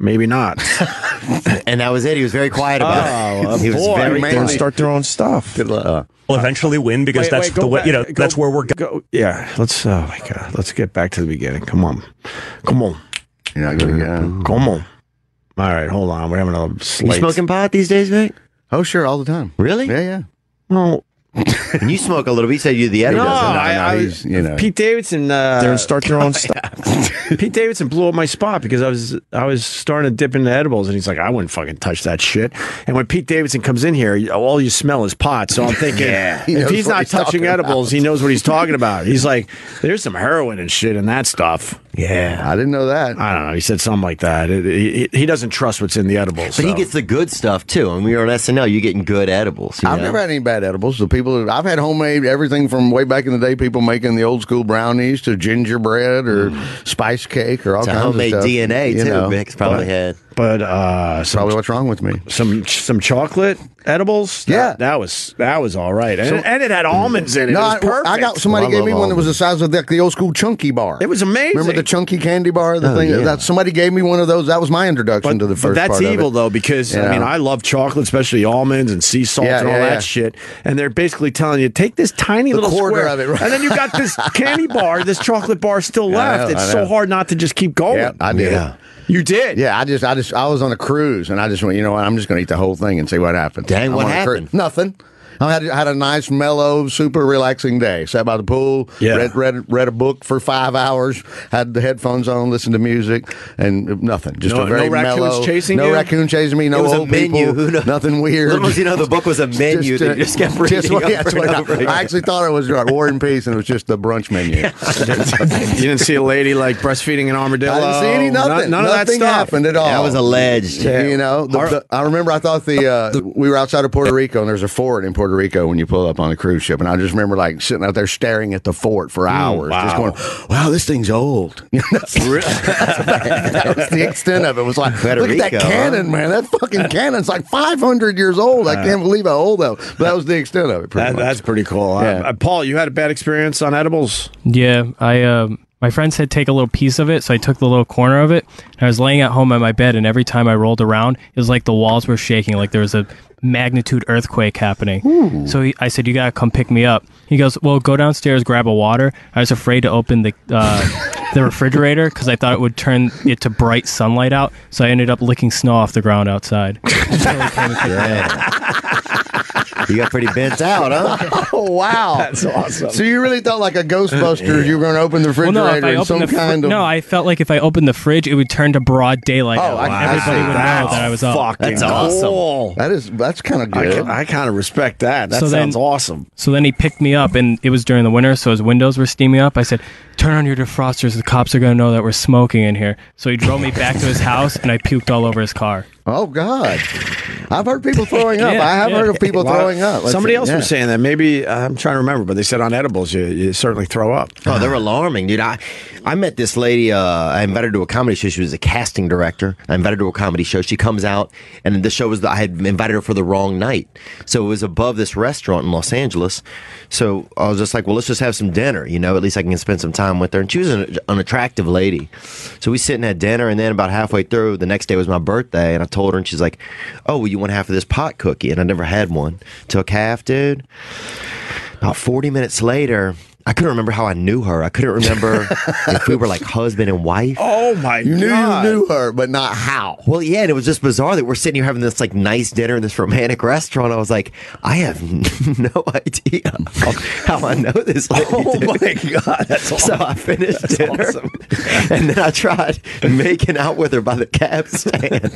Speaker 1: Maybe not.
Speaker 3: And that was it. He was very quiet about it. He was
Speaker 1: boy,
Speaker 3: very
Speaker 1: man.
Speaker 3: quiet.
Speaker 1: start their own stuff.
Speaker 2: Uh,
Speaker 7: will eventually win because
Speaker 1: Wait,
Speaker 7: that's
Speaker 1: wait, go
Speaker 7: the way you know
Speaker 1: back- go-
Speaker 7: that's where we're going.
Speaker 1: go. Yeah, let's. Oh my god, let's get back to the beginning. Come on, come on,
Speaker 2: you're not going to get it.
Speaker 1: come on. All right, hold on. We're having a
Speaker 3: You
Speaker 1: slight.
Speaker 3: smoking pot these days, Vic?
Speaker 2: Oh, sure, all the time.
Speaker 3: Really?
Speaker 2: Yeah, yeah.
Speaker 1: No,
Speaker 3: And you smoke a little bit. You said you're the editor.
Speaker 1: no. I,
Speaker 2: no,
Speaker 1: I
Speaker 2: he's,
Speaker 1: was,
Speaker 2: you know.
Speaker 1: Pete Davidson. Uh,
Speaker 8: start their own stuff.
Speaker 1: Pete Davidson blew up my spot because I was I was starting to dip into edibles, and he's like, I wouldn't fucking touch that shit. And when Pete Davidson comes in here, all you smell is pot. So I'm thinking,
Speaker 2: He
Speaker 1: if
Speaker 2: knows
Speaker 1: he's
Speaker 2: what
Speaker 1: not
Speaker 2: he's
Speaker 1: touching
Speaker 2: talking
Speaker 1: edibles, he knows what he's talking about. He's like, there's some heroin and shit in that stuff.
Speaker 3: Yeah.
Speaker 2: I didn't know that.
Speaker 1: I don't know. He said something like that. It, he, he doesn't trust what's in the edibles.
Speaker 3: But he
Speaker 1: so.
Speaker 3: gets the good stuff too. And we were on SNL. You're getting good edibles. you
Speaker 2: I've
Speaker 3: know?
Speaker 2: never had any bad edibles. The people that- I've had homemade everything from way back in the day, people making the old school brownies to gingerbread or spice cake or all
Speaker 3: Mm. It's a
Speaker 2: kinds
Speaker 3: homemade
Speaker 2: of stuff.
Speaker 3: DNA
Speaker 2: uh, you
Speaker 3: too.
Speaker 2: know.
Speaker 3: Vic's probably had.
Speaker 1: But uh, some
Speaker 2: Probably what's wrong with me.
Speaker 1: some some chocolate edibles. That-
Speaker 2: Yeah.
Speaker 1: that, was that was all right, and, and it had almonds in it. it
Speaker 2: I,
Speaker 1: was perfect.
Speaker 2: I got somebody
Speaker 3: Well, I
Speaker 2: gave me
Speaker 3: love
Speaker 2: one that was the size of the, the old school chunky bar.
Speaker 1: It was amazing.
Speaker 2: Remember the chunky candy bar? The thing
Speaker 3: Oh, yeah.
Speaker 2: that somebody gave me one of those. That was my introduction to the first.
Speaker 1: that's
Speaker 2: part of it.
Speaker 1: evil though, because
Speaker 2: You
Speaker 1: I mean,
Speaker 2: know?
Speaker 1: I love chocolate, especially almonds and sea salt
Speaker 2: Yeah,
Speaker 1: and all
Speaker 2: yeah,
Speaker 1: that
Speaker 2: yeah.
Speaker 1: shit. And they're basically telling you take this tiny little
Speaker 2: quarter
Speaker 1: square,
Speaker 2: of it, right.
Speaker 1: and then you got this candy bar, this chocolate bar still
Speaker 2: I
Speaker 1: left.
Speaker 2: know, I
Speaker 1: it's so
Speaker 2: know.
Speaker 1: hard not to just keep going.
Speaker 2: Yeah, I did. it.
Speaker 1: you did.
Speaker 2: Yeah, I just, I just, I was on a cruise, and I just went. You know what? I'm just going to eat the whole thing and see what happens.
Speaker 3: Dang,
Speaker 2: I'm
Speaker 3: what
Speaker 2: on a cru-
Speaker 3: happened?
Speaker 2: Nothing. I had, I had a nice, mellow, super relaxing day. Sat by the pool,
Speaker 1: Yeah.
Speaker 2: read, read read a book for five hours, had the headphones on, listened to music, and nothing. Just
Speaker 1: No-
Speaker 2: a very
Speaker 1: no raccoons
Speaker 2: mellow.
Speaker 1: chasing
Speaker 2: no
Speaker 1: you?
Speaker 2: raccoon chasing me. No
Speaker 3: It was a
Speaker 2: old
Speaker 3: menu.
Speaker 2: people.
Speaker 3: Who knows?
Speaker 2: Nothing weird.
Speaker 3: Little did you know the book was a menu that you just kept reading
Speaker 2: what-
Speaker 3: over
Speaker 2: yeah, that's
Speaker 3: and
Speaker 2: what I-
Speaker 3: over again.
Speaker 2: I actually thought it was like War and Peace, and it was just the brunch menu.
Speaker 1: You didn't see a lady like breastfeeding an armadillo.
Speaker 2: I didn't see any
Speaker 1: None-
Speaker 2: nothing.
Speaker 1: None, of that
Speaker 2: Nothing
Speaker 1: stuff.
Speaker 2: happened at all.
Speaker 3: That was alleged.
Speaker 2: You know, the,
Speaker 1: Our-
Speaker 2: the- I remember I thought the, uh, we were outside of Puerto Rico and there's a fort in Puerto Rico when you pull up on a cruise ship, and I just remember like sitting out there staring at the fort for hours, just
Speaker 1: wow.
Speaker 2: going, Mm, "Wow, this thing's old." That's- that was the extent of it. It Was like,
Speaker 3: Puerto
Speaker 2: look at that
Speaker 3: Rico, huh?
Speaker 2: cannon, man. That fucking cannon's like 500 years old. I can't believe how old that. Was. But that was the extent of it. Pretty
Speaker 1: That-
Speaker 2: much.
Speaker 1: that's pretty cool. Uh,
Speaker 2: Yeah.
Speaker 1: uh, Paul, you had a bad experience on edibles.
Speaker 7: Yeah, I um, my friend said take a little piece of it, so I took the little corner of it. And I was laying at home on my bed, and every time I rolled around, it was like the walls were shaking, like there was a magnitude earthquake happening. So he, I said, "You gotta come pick me up." He goes, "Well, go downstairs, grab a water." I was afraid to open the uh, the refrigerator because I thought it would turn it to bright sunlight out. So I ended up licking snow off the ground outside. Until he came and picked me up.
Speaker 3: You got pretty bent out, huh?
Speaker 2: oh wow, that's awesome. So you really thought like a Ghostbusters, you were going to open the
Speaker 7: Well,
Speaker 2: refrigerator
Speaker 7: no, if I
Speaker 2: and
Speaker 7: opened
Speaker 2: some
Speaker 7: the fr-
Speaker 2: kind of
Speaker 7: no, I felt like if I opened the fridge, it would turn to broad daylight.
Speaker 2: Oh,
Speaker 7: out.
Speaker 2: I- I
Speaker 7: everybody
Speaker 2: see.
Speaker 7: would know that I was up.
Speaker 1: fucking
Speaker 3: That's awesome.
Speaker 1: cool.
Speaker 2: That is that's kind of
Speaker 1: I,
Speaker 2: good.
Speaker 1: I kind of respect that. That
Speaker 7: So then-
Speaker 1: sounds awesome.
Speaker 7: So then he picked me up, and it was during the winter, so his windows were steaming up. I said, "Turn on your defrosters. The cops are gonna know that we're smoking in here." So he drove me back to his house, and I puked all over his car.
Speaker 2: oh God, I've heard people throwing up.
Speaker 7: Yeah,
Speaker 2: I have
Speaker 7: yeah.
Speaker 2: heard of people
Speaker 1: Wow.
Speaker 2: throwing up. Let's
Speaker 1: Somebody
Speaker 2: see,
Speaker 1: else
Speaker 2: yeah.
Speaker 1: was saying that. Maybe uh, I'm trying to remember, but they said on edibles you, you certainly throw up.
Speaker 3: Oh, they're alarming, dude. I, I met this lady. Uh, I invited her to a comedy show. She was a casting director. I invited her to a comedy show. She comes out, and the show was the, I had invited her for the wrong night, so it was above this restaurant in Los Angeles. So I was just like, well, let's just have some dinner, you know. At least I can spend some time with her. And she was an, an attractive lady, so we sit and had dinner. And then about halfway through, the next day was my birthday, and I told her, and she's like, oh, well, you want half of this pot cookie? And I never had one. Took half, dude. About 40 minutes later, I couldn't remember how I knew her. I couldn't remember if we were like husband and wife.
Speaker 1: Oh my
Speaker 2: You knew
Speaker 1: god!
Speaker 2: you knew her, but not how.
Speaker 3: Well, yeah, and it was just bizarre that we're sitting here having this like nice dinner in this romantic restaurant. I was like, I have no idea how I know this lady.
Speaker 1: Oh
Speaker 3: dude.
Speaker 1: my god! That's awesome.
Speaker 3: So I finished dinner, and then I tried making out with her by the cab stand,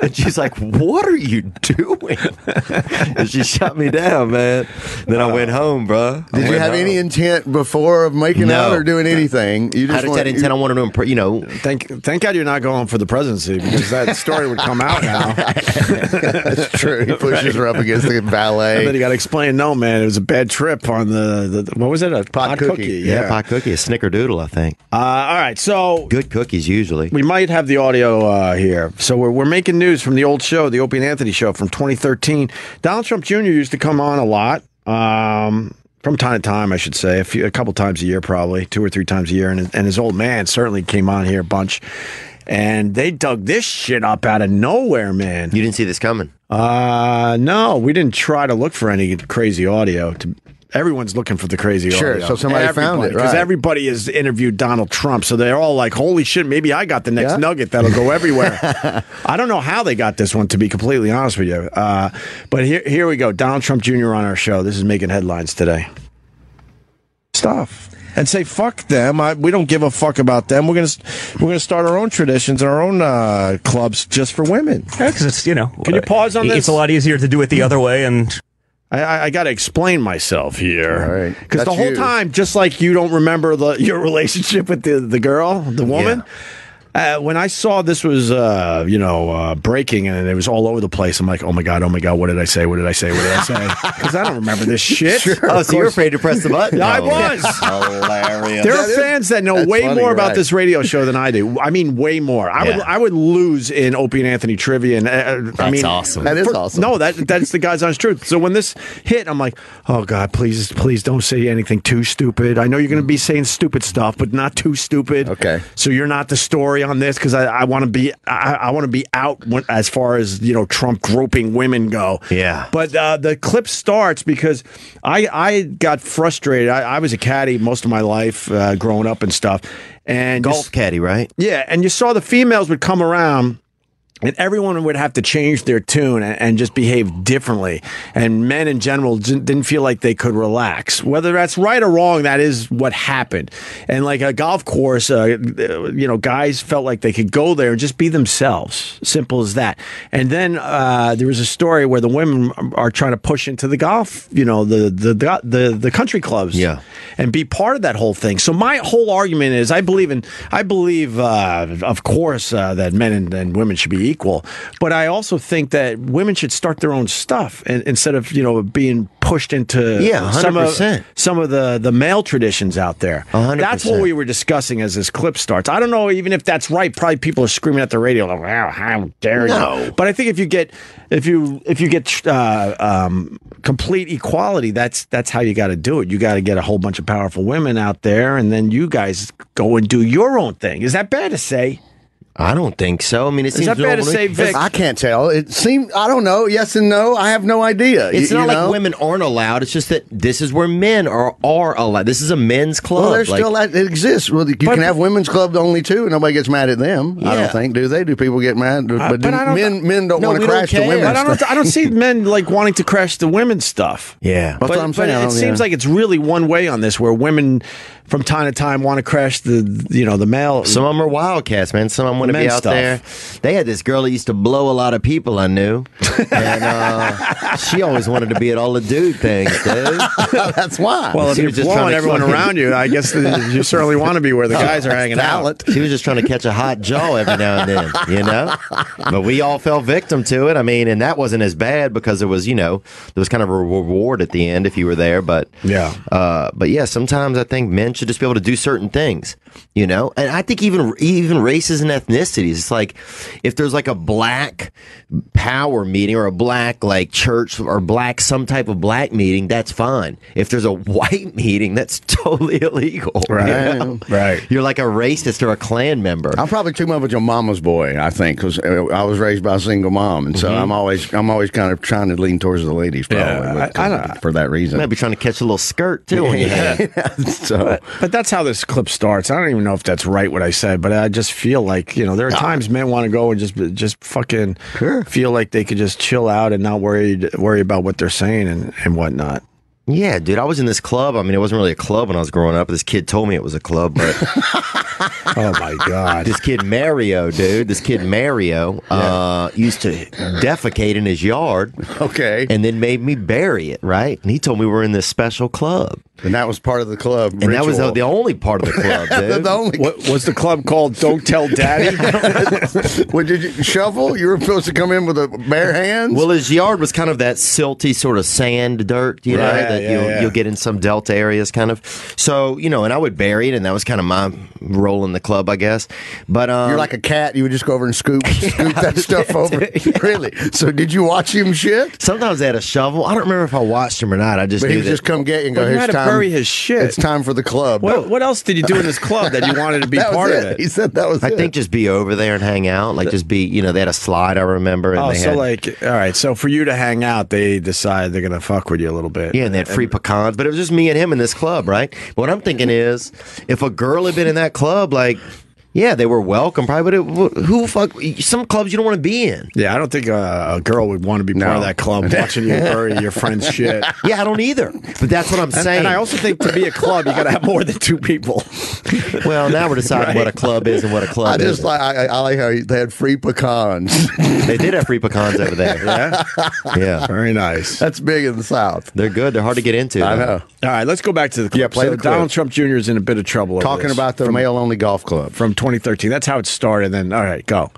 Speaker 3: and she's like, "What are you doing?" And she shut me down, man. Then I went home, bro. I
Speaker 2: Did you
Speaker 3: went
Speaker 2: have any
Speaker 3: home.
Speaker 2: intent before of making
Speaker 3: No.
Speaker 2: out or doing anything? You
Speaker 3: I just
Speaker 2: want-
Speaker 3: had intent. I wanted to impress, you know.
Speaker 1: Thank, thank God you're not going for the presidency because that story would come out now.
Speaker 2: That's true. He pushes her up against the
Speaker 1: And then
Speaker 2: valet.
Speaker 1: you got to explain. No, man, it was a bad trip on the, the what was it? A pot,
Speaker 2: cookie.
Speaker 3: Yeah, pot cookie, a snickerdoodle, I think.
Speaker 1: Uh, all right, so
Speaker 3: Good cookies usually.
Speaker 1: we might have the audio uh, here. So we're, we're making news from the old show, the Opie and Anthony show from 2013. Donald Trump Jr. used to come on a lot, um, from time to time, I should say, a, few, a couple times a year, probably two or three times a year. And, and his old man certainly came on here a bunch. And they dug this shit up out of nowhere, man.
Speaker 3: You didn't see this coming.
Speaker 1: Uh, no, we didn't try to look for any crazy audio. To, everyone's looking for the crazy
Speaker 2: Sure,
Speaker 1: audio.
Speaker 2: so somebody found it,
Speaker 1: because
Speaker 2: right.
Speaker 1: everybody has interviewed Donald Trump, so they're all like, "Holy shit, maybe I got the next
Speaker 2: Yeah.
Speaker 1: nugget that'll go everywhere." I don't know how they got this one, to be completely honest with you. Uh, but here, here we go. Donald Trump Jr. on our show. This is making headlines today.
Speaker 8: stuff and say fuck them. I, we don't give a fuck about them. We're gonna we're gonna start our own traditions and our own uh, clubs just for women.
Speaker 9: because it's you know.
Speaker 1: Can you pause on
Speaker 9: it-
Speaker 1: this? Hmm.
Speaker 9: It's a lot easier to do it the other way, and
Speaker 1: I, I, I got to explain myself
Speaker 2: All
Speaker 1: here,
Speaker 2: right.
Speaker 1: because the
Speaker 2: That's
Speaker 1: whole
Speaker 2: you.
Speaker 1: time, just like you don't remember the your relationship with the the girl, the woman. Uh, when I saw this was, uh, you know, uh, breaking and it was all over the place, I'm like, oh my god, oh my god, what did I say? What did I say? What did I say? Because I don't remember this shit.
Speaker 3: Oh, so you're afraid to press the button?
Speaker 1: Yeah, I
Speaker 3: Oh,
Speaker 1: was.
Speaker 3: Hilarious.
Speaker 1: There are fans that know
Speaker 2: that's
Speaker 1: way
Speaker 2: funny,
Speaker 1: more about
Speaker 2: right.
Speaker 1: this radio show than I do. I mean, way more. I would,
Speaker 3: Yeah.
Speaker 1: I would lose in Opie and Anthony trivia. And uh, I
Speaker 3: That's
Speaker 1: mean,
Speaker 3: awesome.
Speaker 2: That is
Speaker 1: for-
Speaker 2: awesome.
Speaker 1: No, that that's the guy's honest truth. So when this hit, I'm like, oh god, please, please don't say anything too stupid. I know you're going to be saying stupid stuff, but not too stupid.
Speaker 2: Okay.
Speaker 1: So you're not the story on this because I, I want to be I, I want to be out when, as far as you know Trump groping women go.
Speaker 3: Yeah.
Speaker 1: But uh, the clip starts because I I got frustrated. I, I was a caddy most of my life uh, growing up and stuff. And you
Speaker 3: Golf caddy, right?
Speaker 1: yeah, and you saw the females would come around and everyone would have to change their tune and, and just behave differently. And men in general j- didn't feel like they could relax. Whether that's right or wrong, that is what happened. And like a golf course, uh, you know, guys felt like they could go there and just be themselves. Simple as that. And then uh, there was a story where the women are trying to push into the golf, you know, the the the the, the country clubs,
Speaker 3: Yeah.
Speaker 1: and be part of that whole thing. So my whole argument is, I believe in, I believe, uh, of course, uh, that men and, and women should be equal, but I also think that women should start their own stuff and, instead of you know being pushed into
Speaker 3: Yeah,
Speaker 1: some of
Speaker 3: 100%.
Speaker 1: some of the the male traditions out there.
Speaker 3: hundred
Speaker 1: That's what
Speaker 3: percent.
Speaker 1: we were discussing as this clip starts. I don't know even if that's right. Probably people are screaming at the radio like, "Wow, how dare you!"
Speaker 3: No.
Speaker 1: But I think if you get if you if you get uh, um, complete equality, that's that's how you got to do it. You got to get a whole bunch of powerful women out there, and then you guys go and do your own thing. Is that bad to say?
Speaker 3: I don't think so. I mean, it
Speaker 1: Is
Speaker 3: seems
Speaker 1: that bad to say, Vic?
Speaker 2: I can't tell. It seemed I don't know. Yes and no. I have no idea.
Speaker 3: Uh, It's
Speaker 2: You-
Speaker 3: not
Speaker 2: you
Speaker 3: like
Speaker 2: know?
Speaker 3: women aren't allowed. It's just that this is where men are are allowed. This is a men's club.
Speaker 2: Well, there's
Speaker 3: Like,
Speaker 2: Oh, still that it exists. Well, you can have women's club only too, and nobody gets mad at them. I
Speaker 3: Yeah.
Speaker 2: don't think. Do they? Do people get mad? but
Speaker 1: but
Speaker 2: do-
Speaker 1: I don't-
Speaker 2: men men don't
Speaker 3: No,
Speaker 2: want
Speaker 3: we
Speaker 2: to
Speaker 3: don't
Speaker 2: crash
Speaker 3: care.
Speaker 2: the women's.
Speaker 1: But I don't. I don't see men like wanting to crash the women's stuff.
Speaker 3: yeah.
Speaker 2: That's
Speaker 1: but,
Speaker 2: what I'm
Speaker 1: but
Speaker 2: saying. I
Speaker 1: it
Speaker 2: don't-
Speaker 1: seems
Speaker 2: yeah.
Speaker 1: like it's really one way on this, where women from time to time want to crash the you know the male.
Speaker 3: Some of them are wildcats, man. Some of them want to be
Speaker 1: Men's
Speaker 3: out
Speaker 1: stuff.
Speaker 3: there. They had this girl that used to blow a lot of people I knew, and uh, she always wanted to be at all the dude things, dude.
Speaker 2: That's why.
Speaker 1: well, if
Speaker 3: She
Speaker 1: you're
Speaker 3: was just trying
Speaker 1: blowing
Speaker 3: to
Speaker 1: everyone
Speaker 3: fucking-
Speaker 1: around you, I guess that you certainly want to be where the guys are hanging out.
Speaker 3: She was just trying to catch a hot jaw every now and then, you know? But we all fell victim to it. I mean, and that wasn't as bad because it was, you know, there was kind of a reward at the end if you were there. But
Speaker 1: Yeah.
Speaker 3: uh, but yeah, sometimes I think men should just be able to do certain things, you know. And I think even even races and ethnicities. It's like if there's like a black power meeting or a black like church or black some type of black meeting, that's fine. If there's a white meeting, that's totally illegal. Right.
Speaker 1: Right.
Speaker 3: You're like a racist or a Klan member.
Speaker 2: I'm probably too much of a mama's boy. I think because I was raised by a single mom, and so I'm always I'm always kind of trying to lean towards the ladies, probably
Speaker 1: Mm-hmm. Yeah,
Speaker 2: with- uh,
Speaker 1: I- I don't-
Speaker 2: for that reason.
Speaker 3: Might be trying to catch a little skirt too. When you have it.
Speaker 2: so
Speaker 1: But that's how this clip starts. I don't even know if that's right what I said, but I just feel like you know there are times men want to go and just just fucking feel like they could just chill out and not worry worry about what they're saying and and whatnot.
Speaker 3: Yeah, dude. I was in this club. I mean, it wasn't really a club when I was growing up. This kid told me it was a club, but.
Speaker 1: Oh my god!
Speaker 3: this kid Mario, dude, this kid Mario uh, used to defecate in his yard
Speaker 2: okay, and,
Speaker 3: and then made me bury it, right? And he told me we're in this special club.
Speaker 2: that was part of the club,
Speaker 3: And that was the,
Speaker 2: ritual.
Speaker 3: the only part of the club, dude.
Speaker 2: the, the only.
Speaker 1: What was the club called? Don't tell daddy.
Speaker 2: What did you shovel? You were supposed to come in with a bare hands.
Speaker 3: Well, his yard was kind of that silty sort of sand dirt, you know,
Speaker 1: Right,
Speaker 3: that
Speaker 1: yeah,
Speaker 3: you'll,
Speaker 1: yeah.
Speaker 3: you'll get in some delta areas, kind of. So, you know, and I would bury it, and that was kind of my role in the club, I guess. But um,
Speaker 2: You're like a cat. You would just go over and scoop, scoop that stuff over. Really? So did you watch him shit?
Speaker 3: sometimes they had a shovel. I don't remember if I watched him or not. I just
Speaker 2: But
Speaker 3: knew
Speaker 2: he would
Speaker 3: that-
Speaker 2: just come get you and go.
Speaker 1: But you
Speaker 2: "It's
Speaker 1: had to
Speaker 2: time-
Speaker 1: bury his shit."
Speaker 2: It's time for the club.
Speaker 1: What, what else did you do in this club that you wanted to be
Speaker 2: that
Speaker 1: part
Speaker 2: was
Speaker 1: of it?
Speaker 2: He said that was.
Speaker 3: I
Speaker 2: it.
Speaker 3: think just be over there and hang out. Like just be, you know, they had a slide. I remember. And
Speaker 1: Oh,
Speaker 3: they
Speaker 1: so
Speaker 3: had,
Speaker 1: like, all right. So for you to hang out, they decide they're gonna fuck with you a little bit.
Speaker 3: yeah, and they had free pecans. But it was just me and him in this club, right? But what I'm thinking is, if a girl had been in that club, like, yeah, they were welcome, probably. But it, who fuck? Some clubs you don't want to be in.
Speaker 1: Yeah, I don't think uh, a, a girl would want to be part of that club watching you bury your friend's shit.
Speaker 3: Yeah, I don't either. But that's what I'm
Speaker 1: And,
Speaker 3: saying.
Speaker 1: and I also think to be a club, you got to have more than two people.
Speaker 3: well, now we're deciding what a club is and what a
Speaker 2: I
Speaker 3: club
Speaker 2: just
Speaker 3: is.
Speaker 2: like I, I like how they had free pecans.
Speaker 3: they did have free pecans over there. Yeah, yeah,
Speaker 1: Very nice.
Speaker 2: That's big in the South.
Speaker 3: they're good. They're hard to get into.
Speaker 2: I
Speaker 3: though.
Speaker 2: know.
Speaker 1: All right, let's go back to the clip.
Speaker 2: Yeah, play
Speaker 1: So
Speaker 2: the clip.
Speaker 1: Donald Trump Jr. is in a bit of trouble. over
Speaker 2: Talking
Speaker 1: this.
Speaker 2: about the male only golf club.
Speaker 1: from 2013. That's how it started. Then, all right, go.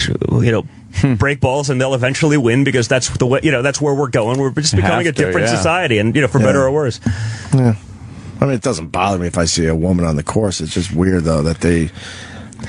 Speaker 1: Hmm.
Speaker 9: you know, break balls and they'll eventually win because that's the way, you know, that's where we're going. We're just becoming a
Speaker 8: have to,
Speaker 9: different
Speaker 8: yeah.
Speaker 9: society and, you know, for better or worse.
Speaker 8: I mean, it doesn't bother me if I see a woman on the course. It's just weird though that they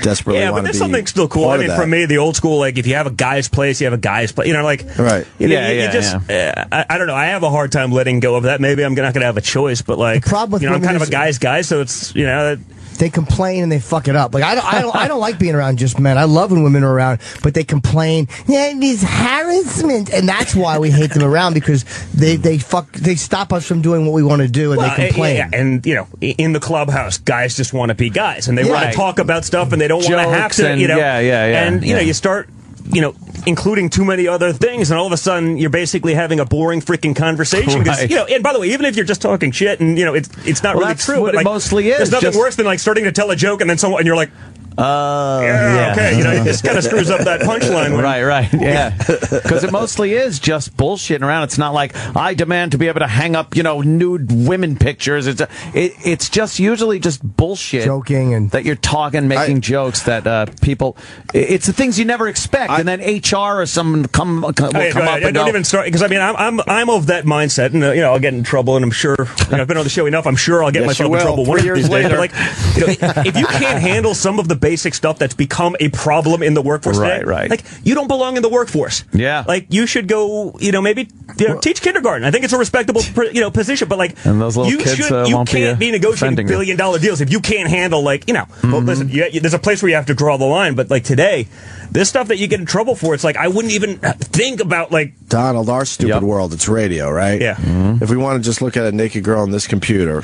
Speaker 8: desperately
Speaker 9: yeah, but
Speaker 8: want to
Speaker 9: there's
Speaker 8: be
Speaker 9: something still cool. I
Speaker 8: part of
Speaker 9: mean,
Speaker 8: that.
Speaker 9: for me, the old school, like if you have a guy's place, you have a guy's place. You know, like
Speaker 8: Right.
Speaker 9: You know,
Speaker 10: Yeah,
Speaker 9: you, you
Speaker 10: yeah,
Speaker 9: just, uh, I, I don't know. I have a hard time letting go of that. Maybe I'm not going to have a choice, but like,
Speaker 10: problem with
Speaker 9: you know, I'm
Speaker 10: women
Speaker 9: kind of
Speaker 10: is-
Speaker 9: a guy's guy, so it's you know, that-
Speaker 10: They complain and they fuck it up. Like I don't, I don't, I don't like being around just men. I love when women are around, but they complain. Yeah, these harassment, and that's why we hate them around because they they fuck they stop us from doing what we want to do, and
Speaker 9: Well,
Speaker 10: they
Speaker 9: yeah,
Speaker 10: complain.
Speaker 9: yeah, and you know, i- in the clubhouse, guys just want to be guys, and they want
Speaker 10: Right.
Speaker 9: to talk about stuff, and they don't want to have
Speaker 10: Jokes
Speaker 9: to.
Speaker 10: and-
Speaker 9: you know,
Speaker 10: yeah, yeah, yeah,
Speaker 9: And you know,
Speaker 10: yeah.
Speaker 9: you start you know, including too many other things, and all of a sudden you're basically having a boring freaking conversation. 'cause,
Speaker 11: Right.
Speaker 9: You know, and by the way, even if you're just talking shit, and you know, it's it's not
Speaker 11: Well,
Speaker 9: really
Speaker 11: that's
Speaker 9: true.
Speaker 11: what
Speaker 9: but
Speaker 11: it
Speaker 9: like,
Speaker 11: mostly is,
Speaker 9: There's nothing
Speaker 11: just-
Speaker 9: worse than like starting to tell a joke and then someone and you're like.
Speaker 10: Oh,
Speaker 11: Uh,
Speaker 9: yeah, okay. You know, it just kind of screws up that punchline. when-
Speaker 11: right, right. Yeah. Because it mostly is just bullshitting around. It's not like I demand to be able to hang up, you know, nude women pictures. It's a, it, it's just usually just bullshit.
Speaker 10: Joking and.
Speaker 11: That you're talking, making jokes that uh, people. i- It's the things you never expect. and then HR or someone come, come, will
Speaker 9: Hey,
Speaker 11: come
Speaker 9: I,
Speaker 11: up
Speaker 9: I
Speaker 11: and
Speaker 9: don't
Speaker 11: go,
Speaker 9: even start because I mean I'm, I'm I'm of that mindset, and uh, you know I'll get in trouble, and I'm sure you know, I've been on the show enough. I'm sure I'll get
Speaker 11: Yes,
Speaker 9: myself
Speaker 11: you
Speaker 9: in
Speaker 11: will.
Speaker 9: trouble one
Speaker 11: Three
Speaker 9: of
Speaker 11: years
Speaker 9: these days.
Speaker 11: later.
Speaker 9: But, Like, you know, if you can't handle some of the basic stuff that's become a problem in the workforce,
Speaker 11: Right,
Speaker 9: today,
Speaker 11: right.
Speaker 9: Like you don't belong in the workforce.
Speaker 11: Yeah.
Speaker 9: like you should go. You know, maybe you know, teach kindergarten. I think it's a respectable pr- you know position, but like
Speaker 11: And those little
Speaker 9: you
Speaker 11: kids,
Speaker 9: should,
Speaker 11: uh,
Speaker 9: you
Speaker 11: won't be,
Speaker 9: can't
Speaker 11: uh,
Speaker 9: be, negotiating
Speaker 11: defending you. Mm-hmm.
Speaker 9: billion dollar deals if you can't handle like you know. Well, listen, you, you- there's a place where you have to draw the line, but like today, this stuff that you get in trouble for, it's like I wouldn't even think about like
Speaker 8: Donald, our stupid world. It's radio, right? Yeah. If we want to just look at a naked girl on this computer,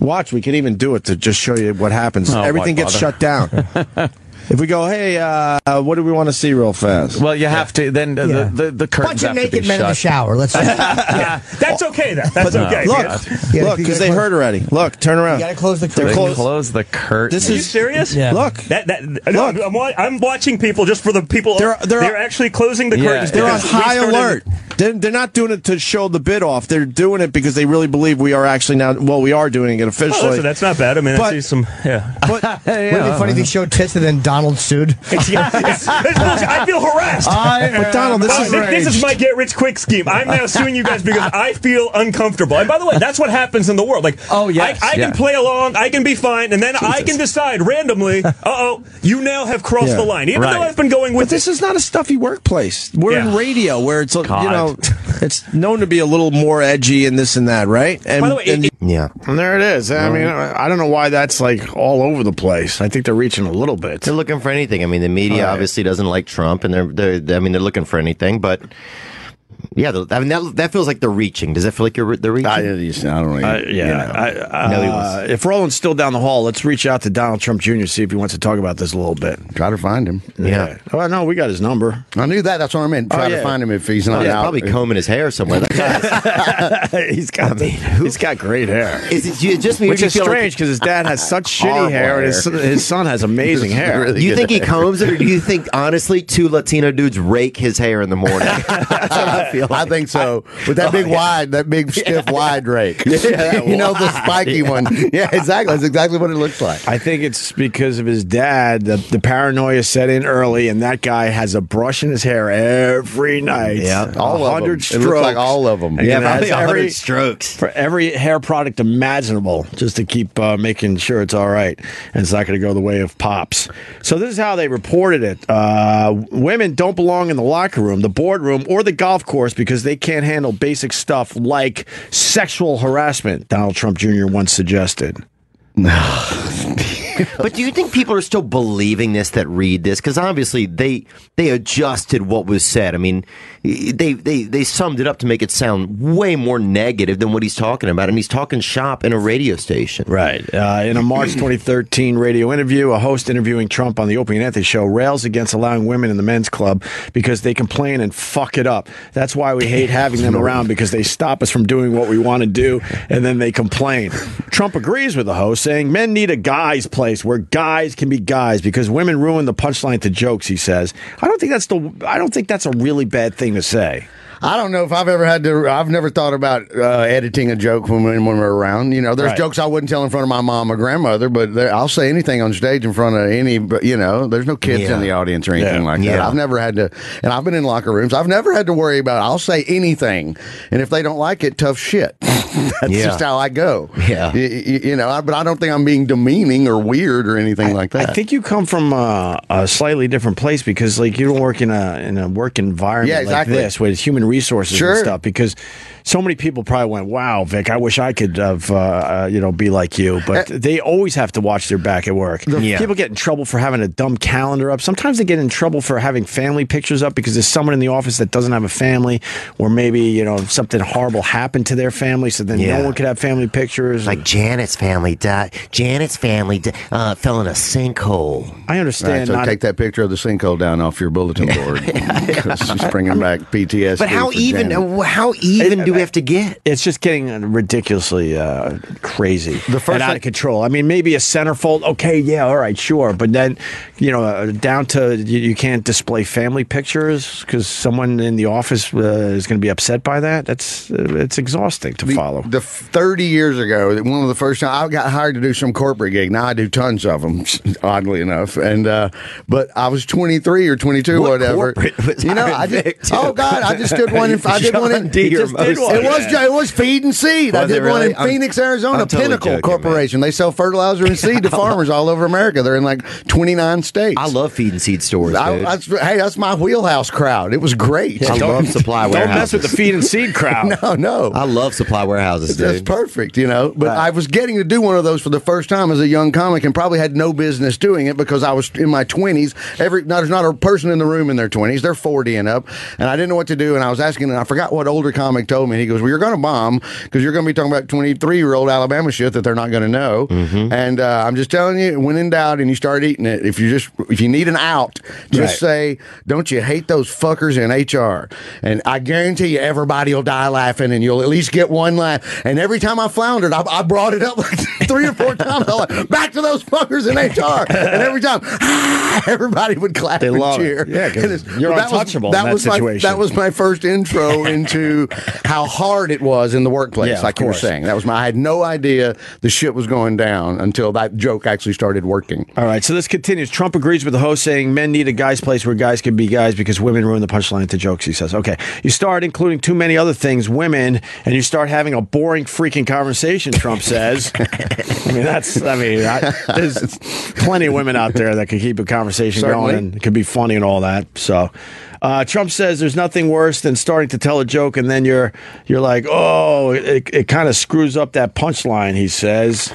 Speaker 8: watch. We can even do it to just show you what happens.
Speaker 11: Oh, why
Speaker 8: Everything gets
Speaker 11: bother?
Speaker 8: shut down. if we go, hey, uh, what do we want to see real fast?
Speaker 11: Well, you have to. Then uh,
Speaker 8: Yeah.
Speaker 11: the, the the curtains
Speaker 10: Bunch
Speaker 11: have
Speaker 10: of
Speaker 11: to be
Speaker 10: naked men in the
Speaker 11: shut.
Speaker 10: shower. Let's.
Speaker 9: That's okay, though. That's
Speaker 11: No.
Speaker 9: okay.
Speaker 11: uh, Look.
Speaker 8: Look,
Speaker 10: Yeah,
Speaker 8: look,
Speaker 10: you
Speaker 8: because
Speaker 10: gotta
Speaker 8: they
Speaker 10: close-
Speaker 8: heard already. Look, turn around.
Speaker 10: You gotta close the
Speaker 8: They're
Speaker 11: They
Speaker 8: close.
Speaker 11: close the curtain.
Speaker 8: This
Speaker 9: Are you
Speaker 8: is-
Speaker 9: serious?
Speaker 8: Yeah. Look.
Speaker 9: that, that, no, I'm, wa- I'm watching people just for the people. They're,
Speaker 8: they're-
Speaker 9: actually closing the
Speaker 11: Yeah.
Speaker 9: curtains.
Speaker 8: They're on
Speaker 9: because we
Speaker 8: high
Speaker 9: started-
Speaker 8: alert. They're, they're not doing it to show the bid off. They're doing it because they really believe we are actually now. Well, we are doing it
Speaker 9: Oh,
Speaker 8: officially.
Speaker 9: listen, that's not bad. I mean, I
Speaker 8: But-
Speaker 9: see some. Yeah.
Speaker 10: Would it be funny if he showed tits and then Donald sued?
Speaker 9: It's, yeah, it's- it's bullshit. I feel harassed.
Speaker 11: I
Speaker 8: But
Speaker 11: am
Speaker 8: Donald, this
Speaker 9: Oh,
Speaker 8: is
Speaker 9: thi- this,
Speaker 8: rage.
Speaker 9: is my get rich quick scheme. I'm now suing you guys because I feel uncomfortable. And by the way, that's what happens in the world. Like,
Speaker 11: Oh, yes,
Speaker 9: I, I
Speaker 11: yeah.
Speaker 9: can play along, I can be fine, and then I can decide randomly. Uh oh, you now have crossed
Speaker 8: Yeah.
Speaker 9: the line. Even
Speaker 11: Right.
Speaker 9: though I've been going
Speaker 8: But
Speaker 9: with
Speaker 8: this is not a stuffy workplace. We're in
Speaker 9: Yeah.
Speaker 8: radio, where it's a- you
Speaker 11: God.
Speaker 8: know, it's known to be a little more edgy and this and that, right? And,
Speaker 9: By the way,
Speaker 8: and-
Speaker 9: it-
Speaker 10: Yeah.
Speaker 1: And there it is. I mean, I don't know why that's like all over the place. I think they're reaching a little bit.
Speaker 3: They're looking for anything. I mean, the media obviously doesn't like Trump, and they're, they're I mean, they're looking for anything. But yeah, the- I mean, that, that feels like they're reaching. Does that feel like you're re- they're reaching?
Speaker 2: I, I don't know.
Speaker 1: Uh, yeah. I, uh,
Speaker 3: No, he was.
Speaker 1: If Roland's still down the hall, let's reach out to Donald Trump Jr. see if he wants to talk about this a little bit.
Speaker 2: Try to find him.
Speaker 3: yeah.
Speaker 1: Well, no, we got his number.
Speaker 2: I knew that. That's what I meant. Try
Speaker 1: yeah.
Speaker 2: to find him if he's
Speaker 3: Oh,
Speaker 2: not
Speaker 3: he's
Speaker 2: out.
Speaker 3: probably combing his hair somewhere. That guy-
Speaker 1: he's got. the- he's got great hair.
Speaker 3: is it you- just me? or
Speaker 1: Which
Speaker 3: do you
Speaker 1: is
Speaker 3: feel like-
Speaker 1: strange because his dad has such shitty
Speaker 2: Horrible
Speaker 1: hair, and his,
Speaker 2: hair.
Speaker 1: his son has amazing hair.
Speaker 2: really-
Speaker 3: do you
Speaker 2: good
Speaker 3: think he
Speaker 2: hair.
Speaker 3: combs it, or do you think honestly two Latino dudes rake his hair in the morning? That's what I feel
Speaker 2: I
Speaker 3: like.
Speaker 2: think so. With that big wide, that big stiff wide rake. you know the spiky one. Yeah, exactly. That's exactly what it looks like.
Speaker 1: I think it's because of his dad. The, the paranoia set in early, and that guy has a brush in his hair every night.
Speaker 3: Yeah.
Speaker 2: All of
Speaker 1: 100
Speaker 2: them. It looks like all of them.
Speaker 1: And
Speaker 3: yeah,
Speaker 1: it has
Speaker 3: probably a
Speaker 1: every-
Speaker 3: hundred strokes.
Speaker 1: for every hair product imaginable just to keep uh, making sure it's all right and it's not going to go the way of pops. So, this is how they reported it uh, women don't belong in the locker room, the boardroom, or the golf course because they can't handle basic stuff like sexual harassment, Donald Trump Jr. once suggested.
Speaker 3: But do you think people are still believing this that read this? Because obviously they they adjusted what was said. I mean, they, they they summed it up to make it sound way more negative than what he's talking about, and he's talking shop in a radio station.
Speaker 1: Right. Uh, in a March 2013 radio interview, a host interviewing Trump on the Opie and Anthony show rails against allowing women in the men's club because they complain and fuck it up. That's why we hate having them around because they stop us from doing what we want to do and then they complain. Trump agrees with the host, saying men need a guy's place where guys can be guys because women ruin the punchline to jokes. He says, I don't think that's the. I don't think that's a really bad thing to say.
Speaker 2: I don't know if I've ever had to. I've never thought about uh, editing a joke when when we're around. You know, there's
Speaker 1: Right.
Speaker 2: jokes I wouldn't tell in front of my mom or grandmother, but there, I'll say anything on stage in front of any. But you know, there's no kids
Speaker 3: Yeah.
Speaker 2: in the audience or anything
Speaker 1: Yeah.
Speaker 2: like that.
Speaker 3: Yeah.
Speaker 2: I've never had to, and I've been in locker rooms. I've never had to worry about. I'll say anything, and if they don't like it, tough shit. That's
Speaker 3: Yeah.
Speaker 2: just how I go.
Speaker 3: Yeah.
Speaker 2: Y- y- you, know. I, but I don't think I'm being demeaning or weird or anything like that.
Speaker 1: I think you come from uh, a slightly different place because, like, you don't work in a in a work environment
Speaker 2: Yeah, exactly.
Speaker 1: like this with human resources
Speaker 2: Sure.
Speaker 1: and stuff. Because so many people probably went, "Wow, Vic, I wish I could have, uh, uh, you know, be like you." But
Speaker 2: Eh.
Speaker 1: they always have to watch their back at work.
Speaker 3: Yeah.
Speaker 1: People get in trouble for having a dumb calendar up. Sometimes they get in trouble for having family pictures up because there's someone in the office that doesn't have a family, or maybe you know something horrible happened to their family, so then
Speaker 3: Yeah.
Speaker 1: no one could have family pictures.
Speaker 3: Like Janet's family died. Janet's family died. uh, fell in a sinkhole.
Speaker 1: I
Speaker 2: All right,
Speaker 1: understand.
Speaker 2: so
Speaker 3: not-
Speaker 2: take that picture of the sinkhole down off your bulletin board. Because She's bringing back PTSD.
Speaker 3: But how
Speaker 2: for
Speaker 3: even?
Speaker 2: Janet.
Speaker 3: uh, How even do we have to get?
Speaker 1: It's just getting ridiculously uh, crazy the
Speaker 2: first
Speaker 1: and out
Speaker 2: thing-
Speaker 1: of control. I mean, maybe a centerfold. Okay, yeah, all right, sure. But then, you know, uh, down to you, you can't display family pictures because someone in the office uh, is going to be upset by that. That's uh, it's exhausting to follow.
Speaker 2: The 30 years ago, one of the first time I got hired to do some corporate gig. Now I do tons of them, oddly enough. And uh, but I was 23 or 22
Speaker 3: What
Speaker 2: or whatever.
Speaker 3: corporate was
Speaker 2: you know, I
Speaker 3: hired
Speaker 2: did.
Speaker 3: Vic to?
Speaker 2: Oh God, I just did one. In, I did one
Speaker 3: John
Speaker 2: in.
Speaker 3: D.
Speaker 2: It just did
Speaker 3: Ramosi.
Speaker 2: one. It was
Speaker 3: Yeah.
Speaker 2: it was feed and seed. I
Speaker 3: Was it
Speaker 2: did one in
Speaker 3: really? I'm-
Speaker 2: Phoenix, Arizona.
Speaker 3: I'm totally
Speaker 2: Pinnacle
Speaker 3: joking, man.
Speaker 2: Corporation. They sell fertilizer and seed to farmers all over America. They're in like 29 states.
Speaker 3: I love feed and seed stores.
Speaker 2: I,
Speaker 3: dude.
Speaker 2: that's, hey, that's my wheelhouse crowd. It was great.
Speaker 3: I love supply
Speaker 1: Don't mess
Speaker 3: warehouses.
Speaker 1: with the feed and seed crowd.
Speaker 2: No, no.
Speaker 3: I love supply warehouses,
Speaker 2: That's
Speaker 3: dude.
Speaker 2: perfect, you know. But I was getting to do one of those for the first time as a young comic, and probably had no business doing it because I was in my twenties. Every no, there's not a person in the room in their twenties; they're forty and up. And I didn't know what to do, and I was asking, and I forgot what older comic told me. He goes, "Well, you're going to bomb because you're going to be talking about twenty three year old Alabama shit that they're not going to know." And uh, I'm just telling you, when in doubt, and you start eating it. If you just if you need an out, just
Speaker 1: Right.
Speaker 2: say, "Don't you hate those fuckers in HR?" And I guarantee you, everybody will die laughing, and you'll at least get one laugh. And every time I floundered, I, I brought it up like three or four times. I was like, "Back to those fuckers in HR!" And every time, everybody would clap
Speaker 1: They
Speaker 2: and
Speaker 1: love it.
Speaker 2: cheer.
Speaker 1: Yeah, 'cause
Speaker 2: And it's-
Speaker 1: you're
Speaker 2: but that was-
Speaker 1: untouchable in that
Speaker 2: was
Speaker 1: situation.
Speaker 2: My, that was my first intro into how hard it was in the workplace.
Speaker 1: Yeah, of
Speaker 2: like you were
Speaker 1: course.
Speaker 2: saying, that was my. I had no idea the shit was going down until that joke actually started working.
Speaker 1: All right, so this continues. Trump agrees with the host saying men need a guy's place where guys can be guys because women ruin the punchline to jokes, he says. Okay, you start including too many other things, women, and you start having a boring freaking conversation, Trump says. I mean, that's, I mean, I, there's plenty of women out there that could keep a conversation
Speaker 2: Certainly.
Speaker 1: going and it could be funny and all that. So, uh, Trump says there's nothing worse than starting to tell a joke and then you're, you're like, oh, it, it kind of screws up that punchline, he says.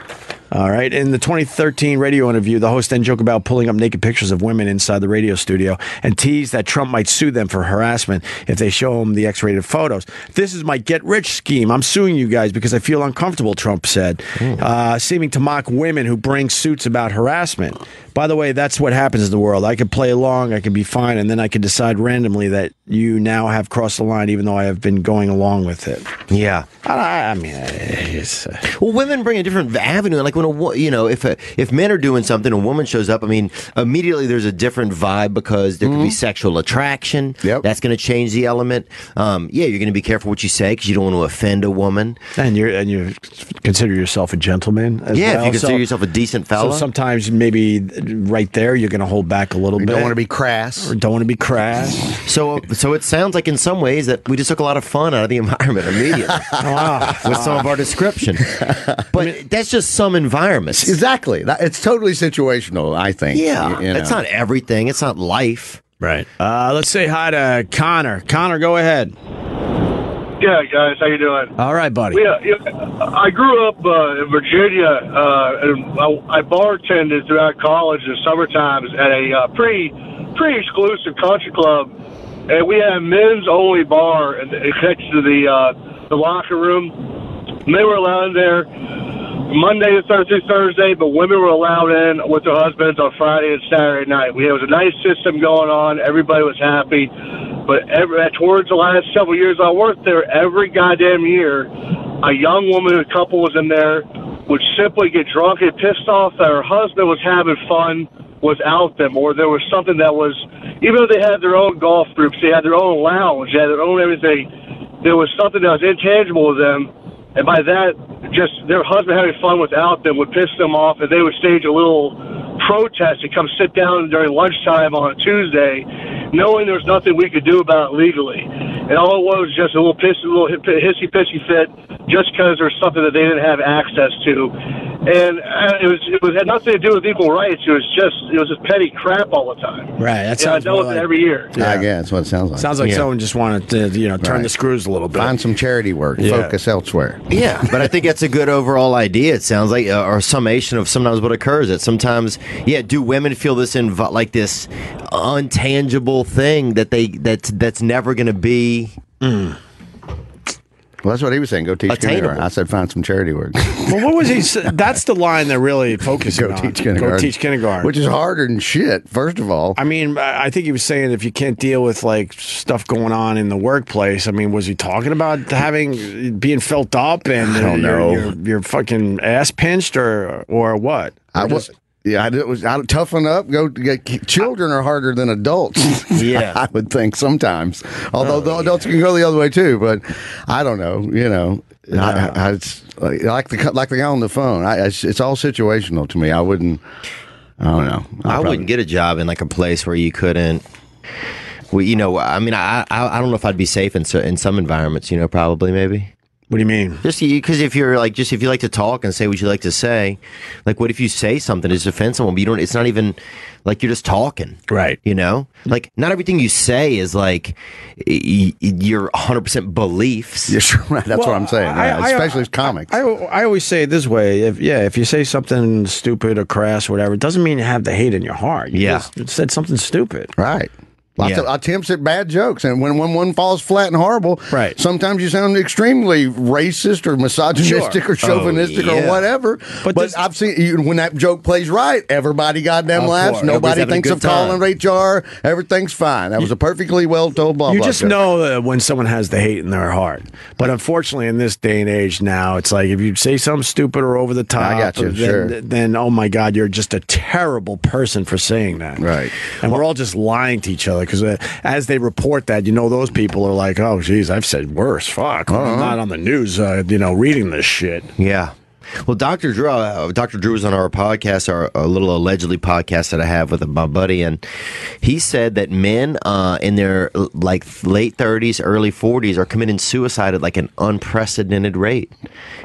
Speaker 1: All right. In the 2013 radio interview, the host then joked about pulling up naked pictures of women inside the radio studio and teased that Trump might sue them for harassment if they show him the X rated photos. This is my get rich scheme. I'm suing you guys because I feel uncomfortable, Trump said,
Speaker 3: Hmm.
Speaker 1: uh, seeming to mock women who bring suits about harassment. By the way, that's what happens in the world. I could play along, I could be fine, and then I could decide randomly that you now have crossed the line, even though I have been going along with it.
Speaker 3: Yeah.
Speaker 1: I, I mean, it's. uh,
Speaker 3: Well, women bring a different avenue. Like when a wo- you know if a, if men are doing something, a woman shows up. I mean, immediately there's a different vibe because there could
Speaker 2: Mm-hmm.
Speaker 3: be sexual attraction. Yep. that's going to change the element. Um, yeah, you're going to be careful what you say because you don't want to offend a woman.
Speaker 1: And you're and you consider yourself a gentleman. As
Speaker 3: yeah,
Speaker 1: well.
Speaker 3: if you consider
Speaker 1: So-
Speaker 3: yourself a decent fella.
Speaker 1: So sometimes maybe right there you're going to hold back a little
Speaker 2: You
Speaker 1: bit.
Speaker 2: don't want to be crass.
Speaker 1: Or don't want to be crass.
Speaker 3: So, so it sounds like in some ways that we just took a lot of fun out of the environment immediately
Speaker 1: Ah,
Speaker 3: with some of our description. But that's just some environments.
Speaker 2: Exactly. That- It's totally situational, I think.
Speaker 3: Yeah,
Speaker 2: Y- you know.
Speaker 3: it's not everything. It's not life.
Speaker 1: Right. Uh, let's say hi to Connor. Connor, go ahead.
Speaker 12: Yeah, guys, how you doing?
Speaker 1: All right, buddy.
Speaker 12: Yeah, yeah, I grew up uh, in Virginia, uh, and I, I bartended throughout college and summer times at a uh, pretty, pretty exclusive country club, and we had a men's only bar and next to the uh, the locker room. Men were allowed in there Monday to Thursday, Thursday, but women were allowed in with their husbands on Friday and Saturday night. We had it was a nice system going on. Everybody was happy. But every, towards the last several years I worked there, every goddamn year, a young woman, a couple was in there, would simply get drunk and pissed off that her husband was having fun without them, or there was something that was, even though they had their own golf groups, they had their own lounge, they had their own everything, there was something that was intangible to them and by that, just their husband having fun without them would piss them off, and they would stage a little protest and come sit down during lunchtime on a Tuesday, knowing there was nothing we could do about it legally. And all it was was just a little pissy, little hissy pissy fit, just because there's something that they didn't have access to. And uh, it was it was had nothing to do with equal rights. It was just it was just petty crap all the time.
Speaker 1: Right. That
Speaker 12: Yeah, I
Speaker 1: sounds
Speaker 12: dealt
Speaker 1: more
Speaker 12: with
Speaker 1: like-
Speaker 12: it every year.
Speaker 2: Yeah, I guess that's what it sounds like.
Speaker 1: Sounds like
Speaker 2: Yeah.
Speaker 1: someone just wanted to you know turn
Speaker 2: Right.
Speaker 1: the screws a little bit.
Speaker 2: Find some charity work.
Speaker 1: Yeah.
Speaker 2: Focus elsewhere.
Speaker 3: Yeah, but I think that's a good overall idea. It sounds like, uh, or summation of sometimes what occurs. That sometimes, yeah, do women feel this inv- like this
Speaker 1: Mm.
Speaker 3: untangible thing that they that's that's never going to be
Speaker 2: Well, that's what he was saying. Go teach kindergarten.
Speaker 1: Attainable.
Speaker 2: I said, find some charity work.
Speaker 1: Well, what was he? s- That's the line that really focuses
Speaker 2: Go
Speaker 1: on.
Speaker 2: teach kindergarten.
Speaker 1: Go teach kindergarten,
Speaker 2: Which is harder than shit. First of all,
Speaker 1: I mean, I I think he was saying if you can't deal with like stuff going on in the workplace. I mean, was he talking about having being felt up and
Speaker 2: I don't
Speaker 1: your-
Speaker 2: know.
Speaker 1: your- your fucking ass pinched or or what?
Speaker 2: I
Speaker 1: Or
Speaker 2: was.
Speaker 1: just-
Speaker 2: Yeah, I did- was. I toughen up. Go. Get, children are harder than adults.
Speaker 1: Yeah.
Speaker 2: I would think sometimes. Although the adults can go the other way too, but I don't know. You know, I, I, it's like like the like the guy on the phone. I, it's, it's all situational to me. I wouldn't. I don't know.
Speaker 3: I wouldn't get a job in like a place where you couldn't. Well, you know, I mean, I, I I don't know if I'd be safe in cer- in some environments. You know, probably maybe.
Speaker 1: What do you mean?
Speaker 3: Just because if you're like, just if you like to talk and say what you like to say, like, what if you say something to offend someone, but you don't? It's not even like you're just talking,
Speaker 1: right?
Speaker 3: You know, like not everything you say is like y- y- your 100 percent beliefs.
Speaker 2: Yeah, sure. That's
Speaker 1: Well,
Speaker 2: what I'm saying.
Speaker 1: I-
Speaker 2: yeah,
Speaker 1: I-
Speaker 2: especially as comics.
Speaker 1: I, I always say it this way if yeah if you say something stupid or crass or whatever it doesn't mean you have the hate in your heart you
Speaker 2: Yeah.
Speaker 1: just said something stupid
Speaker 2: right Lots
Speaker 1: Yeah.
Speaker 2: of attempts at bad jokes, and when, when one falls flat and horrible, right. Sometimes you sound extremely racist or misogynistic
Speaker 1: Sure.
Speaker 2: or chauvinistic
Speaker 1: Oh, yeah.
Speaker 2: or whatever. But, I've seen you- when that joke plays right, everybody goddamn
Speaker 1: Of
Speaker 2: laughs.
Speaker 1: course.
Speaker 2: Nobody
Speaker 1: Everybody's
Speaker 2: thinks of
Speaker 1: having a
Speaker 2: calling HR. Everything's fine. That was a perfectly well told blah
Speaker 1: you
Speaker 2: blah.
Speaker 1: just
Speaker 2: joke.
Speaker 1: know that when someone has the hate in their heart but unfortunately in this day and age now it's like if you say something stupid or over the top
Speaker 2: I got you,
Speaker 1: then,
Speaker 2: sure.
Speaker 1: then oh my god you're just a terrible person for saying that right and we're all just lying to each other because uh, as they report that you know those people are like oh geez I've said worse fuck
Speaker 2: Uh-huh.
Speaker 1: I'm not on the news uh, you know reading this shit
Speaker 3: Yeah. Well, Dr. Drew, uh, Dr. Drew was on our podcast, our, our little allegedly podcast that I have with my buddy, and he said that men uh, in their uh, like late 30s, early 40s are committing suicide at like an unprecedented rate.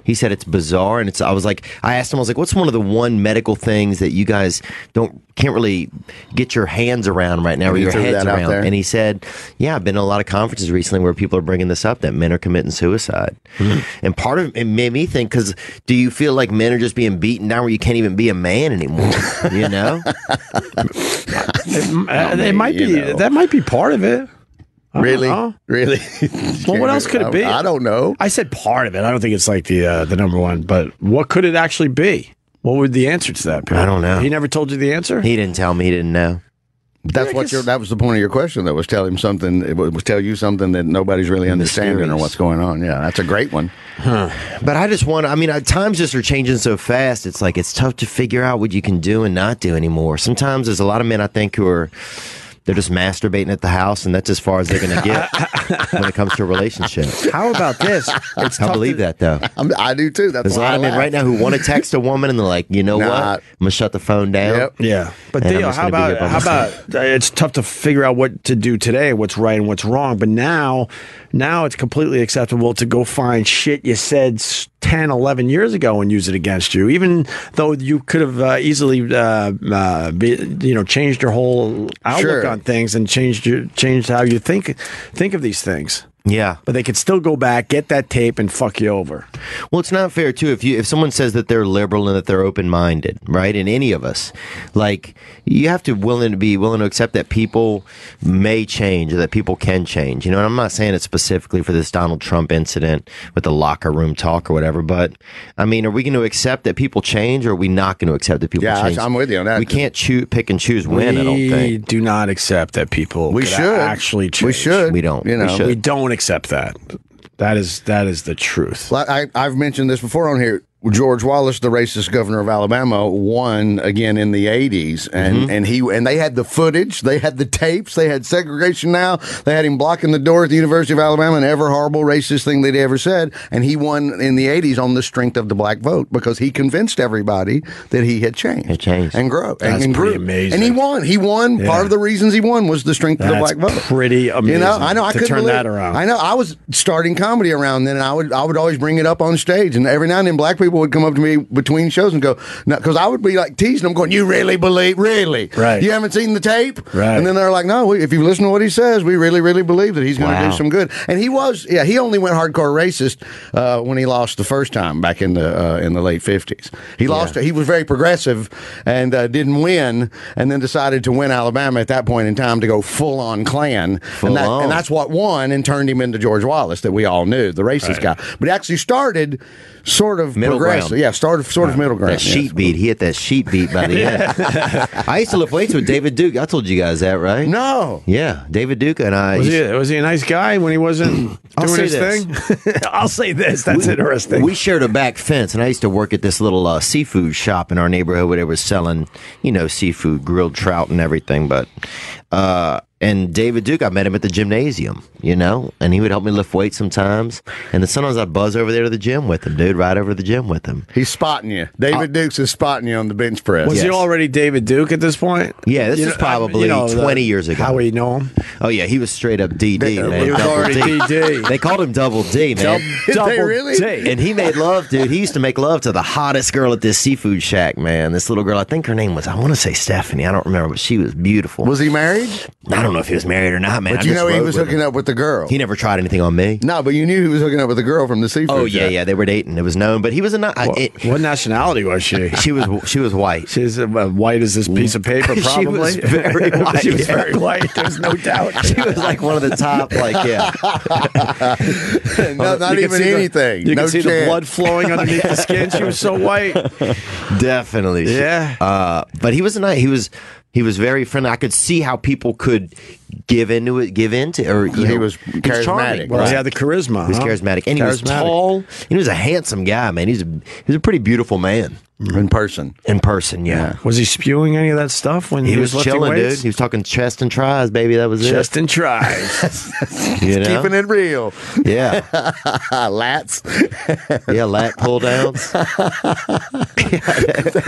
Speaker 3: He said it's bizarre, and it's. I was like, I asked him, I was like, what's one of the one medical things that you guys don't can't really get your hands around right now or
Speaker 2: You
Speaker 3: your
Speaker 2: threw
Speaker 3: heads
Speaker 2: that out
Speaker 3: around?
Speaker 2: there.
Speaker 3: And he said, "Yeah, I've been to a lot of conferences recently where people are bringing this up that men are committing suicide."
Speaker 1: Hmm.
Speaker 3: And part of it made me think because do you feel like men are just being beaten down where you can't even be a man anymore? You know,
Speaker 1: it, uh,
Speaker 3: maybe,
Speaker 1: it might be
Speaker 3: you know.
Speaker 1: that might be part of it I don't
Speaker 2: Really?
Speaker 1: know.
Speaker 2: Really?
Speaker 1: Well, what else could it be?
Speaker 2: I don't know.
Speaker 1: I said part of it. I don't think it's like the uh, the number one, but what could it actually be? What would the answer to that be?
Speaker 3: I don't know.
Speaker 1: He never told you the answer.
Speaker 3: He didn't tell me. He didn't know.
Speaker 2: That's
Speaker 1: Yeah, I
Speaker 2: what
Speaker 1: guess-
Speaker 2: your, that was the point of your question though was tell him something it was tell you something that nobody's really understanding or
Speaker 3: Mysterious.
Speaker 2: what's going on. Yeah, that's a great one.
Speaker 3: But I just want. I mean, I- times just are changing so fast. It's like it's tough to figure out what you can do and not do anymore. Sometimes there's a lot of men I think who are. They're just masturbating at the house, and that's as far as they're going to get when it comes to a relationship.
Speaker 1: How about this? It's
Speaker 3: I believe that though.
Speaker 2: I'm, I do too. That's
Speaker 3: There's a
Speaker 2: why
Speaker 3: lot
Speaker 2: I
Speaker 3: of men
Speaker 2: laugh.
Speaker 3: right now who want to text a woman and they're like, you know what? I'm gonna shut the phone down.
Speaker 1: Yeah. But
Speaker 3: And I'm
Speaker 1: Theo,
Speaker 3: just
Speaker 1: how
Speaker 3: gonna be
Speaker 1: about
Speaker 3: here by
Speaker 1: how
Speaker 3: myself.
Speaker 1: about uh, it's tough to figure out what to do today, what's right and what's wrong. But now, now it's completely acceptable to go find shit you said s- 10, 11 years ago and use it against you, even though you could have uh, easily, uh, uh, be, you know, changed your whole outlook
Speaker 2: Sure.
Speaker 1: on things and changed your changed how you think think of these things.
Speaker 3: Yeah.
Speaker 1: But they could still go back, get that tape, and fuck you over.
Speaker 3: Well, it's not fair too if you if someone says that they're liberal and that they're open minded, right? And any of us, like you have to willing to be willing to accept that people may change or that people can change. You know, and I'm not saying it specifically for this Donald Trump incident with the locker room talk or whatever, but I mean, are we going to accept that people change or are we not going to accept that people
Speaker 2: Yeah, I-
Speaker 3: change?
Speaker 2: I'm with you on that.
Speaker 3: We can't choose, pick and choose when. I don't
Speaker 1: We
Speaker 3: think.
Speaker 1: do not accept that people.
Speaker 3: We
Speaker 1: could
Speaker 3: should.
Speaker 1: actually change. We
Speaker 2: should.
Speaker 1: We
Speaker 3: don't.
Speaker 2: You
Speaker 1: we,
Speaker 2: know.
Speaker 1: don't accept that. That is that is the truth.
Speaker 2: Well, I, I've mentioned this before on here. George Wallace, the racist governor of Alabama, won again in the '80s, and and he and they had the footage, they had the tapes, they had segregation. Now they had him blocking the door at the University of Alabama, and ever horrible racist thing they'd ever said. And he won in the '80s on the strength of the black vote because he convinced everybody that he had changed,
Speaker 3: changed
Speaker 2: and grow,
Speaker 1: That's
Speaker 2: and, and grew.
Speaker 1: pretty amazing.
Speaker 2: And he won. He won.
Speaker 1: Yeah.
Speaker 2: Part of the reasons he won was the strength of
Speaker 1: That's
Speaker 2: the black vote.
Speaker 1: pretty amazing.
Speaker 2: You know, I know I
Speaker 1: to
Speaker 2: couldn't
Speaker 1: turn
Speaker 2: believe-
Speaker 1: that around.
Speaker 2: I know I was starting comedy around then, and I would I would always bring it up on stage, and every now and then black people people would come up to me between shows and go, because I would be like teasing them, going, "You really believe? Really?
Speaker 1: Right.
Speaker 2: You haven't seen the tape?
Speaker 1: Right.
Speaker 2: And then they're like, "No, we, if you listen to what he says, we really, really believe that he's going to
Speaker 1: Wow.
Speaker 2: do some good." And he was, yeah, he only went hardcore racist uh, when he lost the first time back in the uh, in the late fifties. He lost. He was very progressive and uh, didn't win, and then decided to win Alabama at that point in time to go full on Klan, and, that,
Speaker 3: Full-on.
Speaker 2: and that's what won and turned him into George Wallace that we all knew, the racist
Speaker 3: Right.
Speaker 2: guy. But he actually started sort of
Speaker 3: Middle
Speaker 2: progressive.
Speaker 3: ground.
Speaker 2: Yeah, started sort of middle ground.
Speaker 3: That sheet beat. He hit that sheet beat by the end. I used to lift weights with David Duke. I told you guys that, right?
Speaker 2: No.
Speaker 3: Yeah, David Duke and I.
Speaker 1: Was he, was he a nice guy when he wasn't
Speaker 3: I'll
Speaker 1: doing
Speaker 3: say
Speaker 1: his
Speaker 3: this.
Speaker 1: thing? I'll say this. That's
Speaker 3: We-
Speaker 1: interesting.
Speaker 3: We shared a back fence, and I used to work at this little uh, seafood shop in our neighborhood where they were selling, you know, seafood, grilled trout, and everything. But, uh, and David Duke, I met him at the gymnasium, you know, and he would help me lift weights sometimes. And then sometimes I'd buzz over there to the gym with him, dude, right over to the gym with him. Uh,
Speaker 2: He's spotting you. David Dukes is spotting you on the bench press.
Speaker 1: Was he already David Duke at this point?
Speaker 3: Yeah, this
Speaker 1: You
Speaker 3: is
Speaker 1: know, I- you
Speaker 3: probably
Speaker 1: know, the-
Speaker 3: 20 years ago.
Speaker 1: How we know him?
Speaker 3: Oh, yeah, he was straight up DD, man.
Speaker 1: he was
Speaker 3: Double
Speaker 1: already DD.
Speaker 3: They called him Double D, man.
Speaker 1: Did they really?
Speaker 3: And he made love, dude. He used to make love to the hottest girl at this seafood shack, man. This little girl, I think her name was, I want to say Stephanie. I don't remember, but she was beautiful. Was
Speaker 2: he married?
Speaker 3: I don't know if he was married or not, man.
Speaker 2: But
Speaker 3: I
Speaker 2: you
Speaker 3: just
Speaker 2: know he
Speaker 3: rode
Speaker 2: was
Speaker 3: with
Speaker 2: hooking
Speaker 3: him.
Speaker 2: up with the girl.
Speaker 3: He never tried anything on me.
Speaker 2: No, but you knew he was hooking up with a girl from the seafood.
Speaker 3: Oh yeah, yeah, they were dating. It was known, but he was a. Not,
Speaker 1: What, what nationality was she?
Speaker 3: She was she was white.
Speaker 1: She's uh, white as this piece of paper,
Speaker 3: She was
Speaker 1: probably.
Speaker 3: very white,
Speaker 1: she was
Speaker 3: yeah.
Speaker 1: very white. There's no doubt.
Speaker 3: she was like one of the top, like yeah.
Speaker 2: no, not
Speaker 1: You can
Speaker 2: even
Speaker 1: see the-
Speaker 2: anything.
Speaker 1: you
Speaker 2: no
Speaker 1: can see the
Speaker 2: chance.
Speaker 1: blood flowing underneath the skin. She was so white.
Speaker 3: Definitely. she-
Speaker 1: Yeah.
Speaker 3: Uh, but he was a nice. He was he was very friendly. I could see how people could give into it, give into, or you
Speaker 2: He
Speaker 3: know,
Speaker 2: was
Speaker 3: he
Speaker 2: charismatic.
Speaker 3: charming,
Speaker 1: Well, he
Speaker 3: right?
Speaker 1: had the charisma.
Speaker 3: He was
Speaker 1: huh?
Speaker 3: charismatic, and he was
Speaker 1: Charismatic.
Speaker 3: tall. And he was a handsome guy, man. He's a, he was a pretty beautiful man
Speaker 2: in person.
Speaker 3: In person, yeah.
Speaker 1: Was he spewing any of that stuff when
Speaker 3: He,
Speaker 1: he,
Speaker 3: was,
Speaker 1: lifting
Speaker 3: chilling, dude.
Speaker 1: weights?
Speaker 3: He was talking chest and tries, baby. That was
Speaker 1: Chest and tries.
Speaker 3: it. You know?
Speaker 2: Keeping it real.
Speaker 3: Yeah.
Speaker 2: Lats.
Speaker 3: yeah, lat pull downs.
Speaker 2: That's such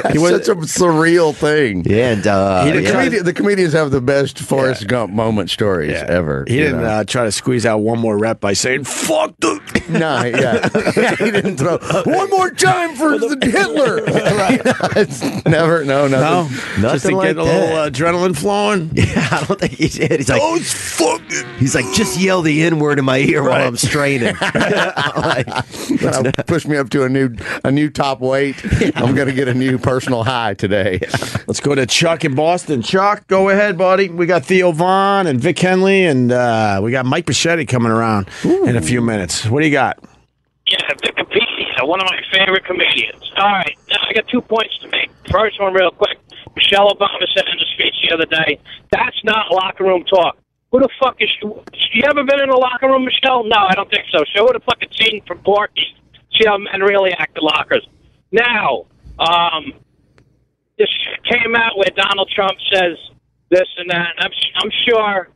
Speaker 2: a surreal thing.
Speaker 3: Yeah, and uh,
Speaker 2: The,
Speaker 3: yeah.
Speaker 2: comedian- the comedians have the best Forrest Gump moment stories ever.
Speaker 1: He
Speaker 2: you
Speaker 1: didn't
Speaker 2: know.
Speaker 1: uh, try to squeeze out one more rep by saying "fuck the."
Speaker 2: no, yeah. he didn't throw one more time for the Hitler. It's never, no,
Speaker 1: No,
Speaker 2: nothing.
Speaker 1: just to
Speaker 3: Nothing
Speaker 1: get
Speaker 3: like
Speaker 1: a little
Speaker 3: that.
Speaker 1: uh, adrenaline flowing.
Speaker 3: Yeah, I don't think he did. He's like,
Speaker 1: Those fucking.
Speaker 3: he's like, just yell the n word in my ear while I'm straining.
Speaker 2: Gonna push me up to a new a new top weight. I'm gonna get a new personal high today.
Speaker 1: Let's go to Chuck in Boston. Chuck, go ahead, buddy. We got Theo Vaughn and Vic Henley, and uh, we got Mike Pachetti coming around in a few minutes. What do you got?
Speaker 13: Pizza, one of my favorite comedians. All right, now I got two points to make. First one, real quick. Michelle Obama said in a speech the other day, "That's not locker room talk." Who the fuck is she? She ever been in a locker room, Michelle? No, I don't think so. She would have fucking seen from Porky. See how men really act in lockers. Now, um, this came out where Donald Trump says this and that. I'm I'm sure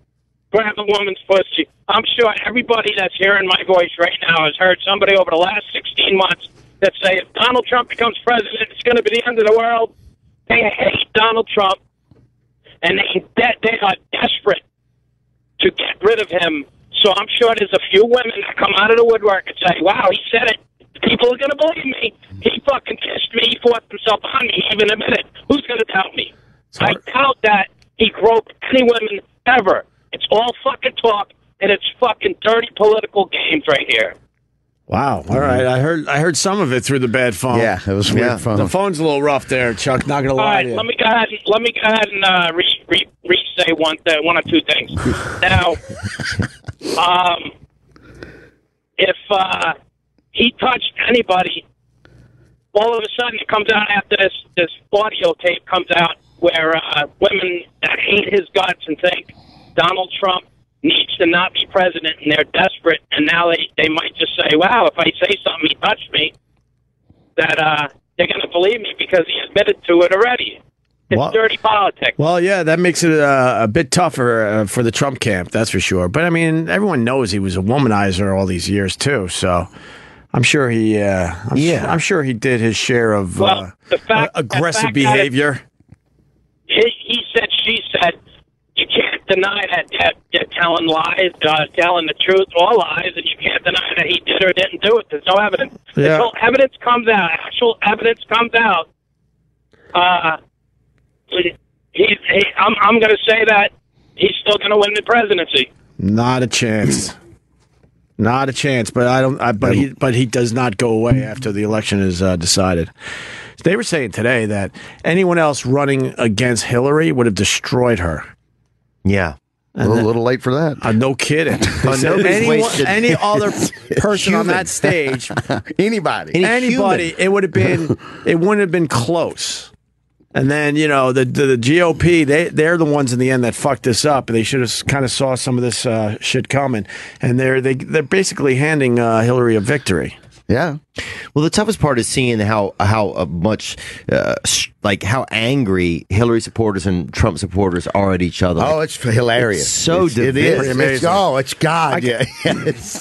Speaker 13: grab a woman's pussy. I'm sure everybody that's hearing my voice right now has heard somebody over the last 16 months that say if Donald Trump becomes president, it's going to be the end of the world. They hate Donald Trump, and they that they are desperate to get rid of him. So I'm sure there's a few women that come out of the woodwork and say, "Wow, he said it." People are going to believe me. He fucking kissed me. He forced himself on me. He even admitted. Who's going to doubt me? I doubt that he groped any women ever. It's all fucking talk, and it's fucking dirty political games right here.
Speaker 1: Wow. All right. I heard I heard some of it through the bad phone.
Speaker 2: Mm-hmm. Yeah, it was weird phone.
Speaker 1: The phone's a little rough there, Chuck. Not gonna
Speaker 13: All
Speaker 1: lie
Speaker 13: right,
Speaker 1: to you.
Speaker 13: let me go ahead. And, let me go ahead and uh, re, re, re say one thing, one or two things. now, um, if uh, he touched anybody, all of a sudden it comes out after this this audio tape comes out where uh, women that hate his guts and think Donald Trump needs to not be president, and they're desperate, and now they they might just say, "Wow, if I say something, he touched me." That uh, they're going to believe me because he admitted to it already. It's
Speaker 1: Well-
Speaker 13: dirty politics.
Speaker 1: Well, yeah, that makes it uh, a bit tougher uh, for the Trump camp, that's for sure. But I mean, everyone knows he was a womanizer all these years too, so I'm sure he. Uh, I'm yeah, I'm sure he did his share of uh,
Speaker 13: the fact,
Speaker 1: aggressive
Speaker 13: the fact that it-
Speaker 1: behavior.
Speaker 13: he, he said, she said. you can't deny that, that, that telling lies, uh, telling the truth or lies, and you can't deny that he did or didn't do it. There's no evidence.
Speaker 1: Yeah.
Speaker 13: Until evidence comes out, actual evidence comes out, uh, he, he, I'm, I'm going to say that he's still going to win the presidency.
Speaker 1: Not a chance. Not a chance. But I don't. I, but he. But he does not go away after the election is uh, decided. They were saying today that anyone else running against Hillary would have destroyed her. Uh,
Speaker 3: Yeah.
Speaker 2: A little, little late for that.
Speaker 1: no kidding.
Speaker 2: They said
Speaker 1: Anyone-
Speaker 2: anyone-
Speaker 1: any other person on that stage,
Speaker 2: anybody,
Speaker 1: anybody, it would have been. It wouldn't have been close. And then you know the the, the GOP, they they're the ones in the end that fucked this up. They should have kind of saw some of this uh, shit coming, and they're they they're basically handing uh, Hillary a victory.
Speaker 2: Yeah.
Speaker 3: Well, the toughest part is seeing how how uh, much uh, sh- like how angry Hillary supporters and Trump supporters are at each other.
Speaker 2: Oh, it's hilarious.
Speaker 3: It's so
Speaker 2: It's- it
Speaker 3: divisive.
Speaker 2: is. It's- oh, it's God. yeah.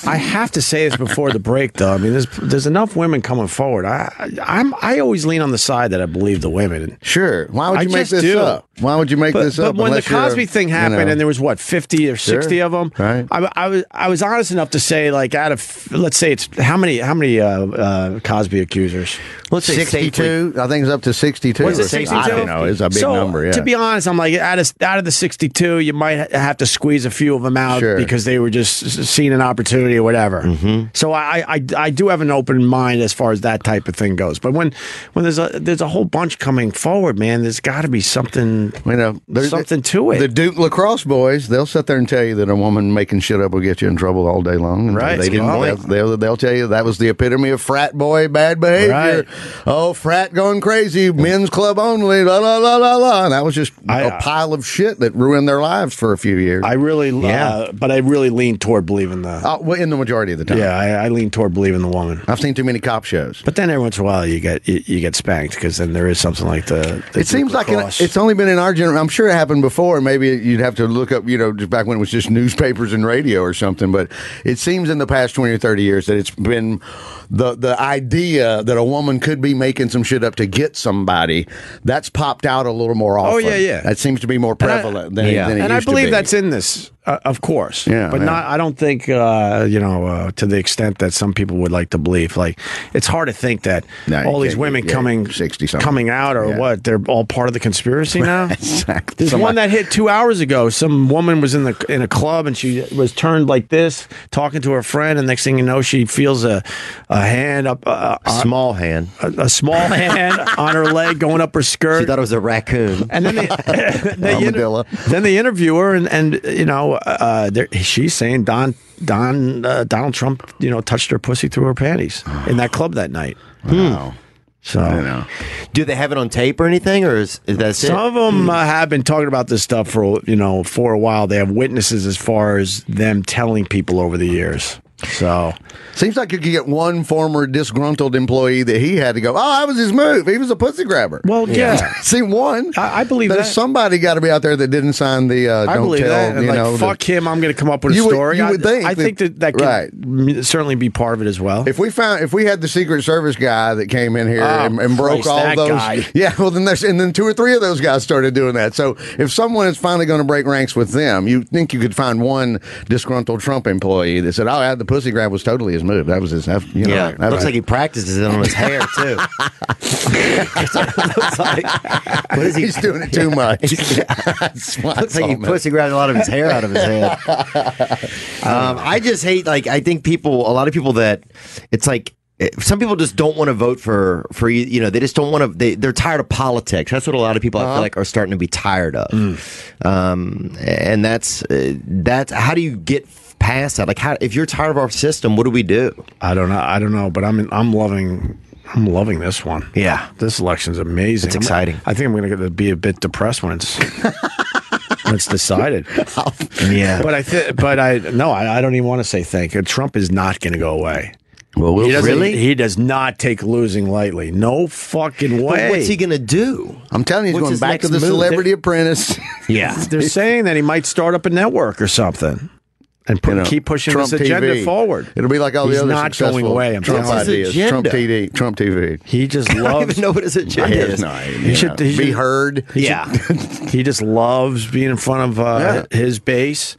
Speaker 1: I have to say this before the break, though. I mean, there's there's enough women coming forward. I I- I'm I always lean on the side that I believe the women.
Speaker 2: Sure. Why would
Speaker 1: I
Speaker 2: you make
Speaker 1: just
Speaker 2: this
Speaker 1: do.
Speaker 2: up? Why would you make
Speaker 1: But-
Speaker 2: this
Speaker 1: but
Speaker 2: up?
Speaker 1: when the
Speaker 2: unless you're,
Speaker 1: Cosby thing
Speaker 2: you know-
Speaker 1: happened, and there was what fifty or sixty
Speaker 2: Sure.
Speaker 1: of them,
Speaker 2: Right.
Speaker 1: I, I was I was honest enough to say like out of let's say it's how many how many uh, uh, Cosby accusers?
Speaker 3: Let's
Speaker 1: say
Speaker 2: 62. I think it's up to 62.
Speaker 1: Was it
Speaker 2: or something.
Speaker 1: 62?
Speaker 2: I don't know. It's a big
Speaker 1: So,
Speaker 2: number. Yeah.
Speaker 1: To be honest, I'm like out of out of the 62, you might ha- have to squeeze a few of them out
Speaker 2: Sure. Mm-hmm.
Speaker 1: because they were just s- seeing an opportunity or whatever. So I, I I do have an open mind as far as that type of thing goes. But when when there's a there's a whole bunch coming forward, man, there's got to be something.
Speaker 2: You know, there's
Speaker 1: something to it.
Speaker 2: The Duke lacrosse boys, they'll sit there and tell you that a woman making shit up will get you in trouble all day long. And
Speaker 1: Right.
Speaker 2: They didn't.
Speaker 1: Well,
Speaker 2: They'll, they'll, they'll tell you that was the epitome of frat boy bad behavior.
Speaker 1: Right.
Speaker 2: Oh, frat going crazy, men's club only, la la la la la. And that was just a pile of shit that ruined their lives for a few years.
Speaker 1: uh, I really, uh, but I really lean toward believing the.
Speaker 2: Uh, well, in the majority of the time.
Speaker 1: Yeah, I, I lean toward believing the woman.
Speaker 2: I've seen too many cop shows.
Speaker 1: But then every once in a while you get you, you get spanked because then there is something like the. the
Speaker 2: It seems like in-
Speaker 1: lacrosse.
Speaker 2: it's only been in our generation. I'm sure it happened before. Maybe you'd have to look up, you know, just back when it was just newspapers and radio or something. But it seems in the past 20 or 30 years that it's been the the idea that a woman could be making some shit up to get somebody that's popped out a little more often.
Speaker 1: Oh, yeah, yeah.
Speaker 2: That seems to be more
Speaker 1: And I-
Speaker 2: prevalent than, than it
Speaker 1: and I
Speaker 2: used to
Speaker 1: believe
Speaker 2: be.
Speaker 1: that's in this, uh, of course.
Speaker 2: Yeah,
Speaker 1: but
Speaker 2: yeah.
Speaker 1: not. I don't think uh, you know uh, to the extent that some people would like to believe. Like it's hard to think that
Speaker 2: No, you
Speaker 1: all these
Speaker 2: can't-
Speaker 1: women
Speaker 2: yeah,
Speaker 1: coming
Speaker 2: 60 something.
Speaker 1: coming out or
Speaker 2: Yeah.
Speaker 1: what they're all part of the conspiracy now.
Speaker 2: exactly.
Speaker 1: There's
Speaker 2: Somebody-
Speaker 1: one that hit two hours ago. Some woman was in the in a club and she was turned like this, talking to her friend, and next thing you know, she feels a a hand up uh,
Speaker 3: A
Speaker 1: on-
Speaker 3: small hand.
Speaker 1: a, a small hand on her leg going up her skirt.
Speaker 3: She thought it was a raccoon.
Speaker 1: And then they, they inter- then they interview her, and and you know, uh, they're- she's saying Don Don uh, Donald Trump, you know, touched her pussy through her panties in that club that night. Hmm.
Speaker 2: Wow.
Speaker 1: So
Speaker 3: Do they have it on tape or anything, or is, is that
Speaker 1: some of them uh, have been talking about this stuff for you know for a while. They have witnesses as far as them telling people over the years. So
Speaker 2: Seems like you could get one former disgruntled employee that he had to go, oh, that was his move. He was a pussy grabber.
Speaker 1: Well, yeah.
Speaker 2: See, one.
Speaker 1: I, I believe
Speaker 2: There's
Speaker 1: that.
Speaker 2: somebody got to be out there that didn't sign the uh,
Speaker 1: I
Speaker 2: don't
Speaker 1: believe
Speaker 2: tell.
Speaker 1: that. And
Speaker 2: you
Speaker 1: like,
Speaker 2: know, the-
Speaker 1: fuck him. I'm going to come up with a
Speaker 2: You would-
Speaker 1: story.
Speaker 2: you would
Speaker 1: I,
Speaker 2: think
Speaker 1: I think that
Speaker 2: that-
Speaker 1: that can
Speaker 2: right.
Speaker 1: m- certainly be part of it as well.
Speaker 2: if we found if we had the Secret Service guy that came in here
Speaker 1: Oh,
Speaker 2: and, and broke
Speaker 1: Christ,
Speaker 2: all
Speaker 1: that
Speaker 2: those,
Speaker 1: guy.
Speaker 2: yeah, well then there's and then two or three of those guys started doing that. So if someone is finally going to break ranks with them, you think you could find one disgruntled Trump employee that said, "Oh, yeah, the pussy grab was totally his move. That was his." That, you know,
Speaker 3: yeah,
Speaker 2: that-
Speaker 3: looks like he practices it on his hair too. Looks like- what is he?
Speaker 2: He's doing it too much. That's why I
Speaker 3: Looks like he
Speaker 2: told him.
Speaker 3: pussy grabbed a lot of his hair out of his head. Um, I just hate like I think people a lot of people that it's like eh, some people just don't want to vote for for you you know they just don't want to they they're tired of politics. That's what a lot of people I feel like are starting to be tired of. Um, and that's eh, that's how do you get past that? Like how if you're tired of our system, what do we do?
Speaker 1: I don't know. I don't know, but I'm I'm loving I'm loving this one.
Speaker 3: Yeah,
Speaker 1: this election's amazing.
Speaker 3: It's exciting.
Speaker 1: i I think I'm going to be a bit depressed when it's when it's decided.
Speaker 3: Yeah.
Speaker 1: but I th- but I no, I, I don't even want to say thank you. Trump is not going to go away.
Speaker 2: Well,
Speaker 1: he doesn't-
Speaker 3: Really?
Speaker 1: he does not take losing lightly. No fucking
Speaker 3: But
Speaker 1: way.
Speaker 3: what's he gonna do?
Speaker 2: I'm telling you, he's
Speaker 3: What's
Speaker 2: going
Speaker 3: his
Speaker 2: back to
Speaker 3: next
Speaker 2: the
Speaker 3: move?
Speaker 2: Celebrity Apprentice.
Speaker 3: Yeah.
Speaker 1: They're saying that he might start up a network or something. and put, keep pushing
Speaker 2: Trump
Speaker 1: this agenda
Speaker 2: TV.
Speaker 1: forward.
Speaker 2: It'll be like all
Speaker 1: He's
Speaker 2: the other
Speaker 1: not
Speaker 2: successful
Speaker 1: going away. I'm
Speaker 2: Trump
Speaker 1: telling you.
Speaker 2: ideas. Trump TV. Trump TV.
Speaker 1: He just
Speaker 2: I don't
Speaker 1: loves.
Speaker 2: even know what his agenda
Speaker 1: He
Speaker 2: is.
Speaker 1: does not.
Speaker 2: He should- he should- he
Speaker 1: yeah, he just loves being in front of uh, his base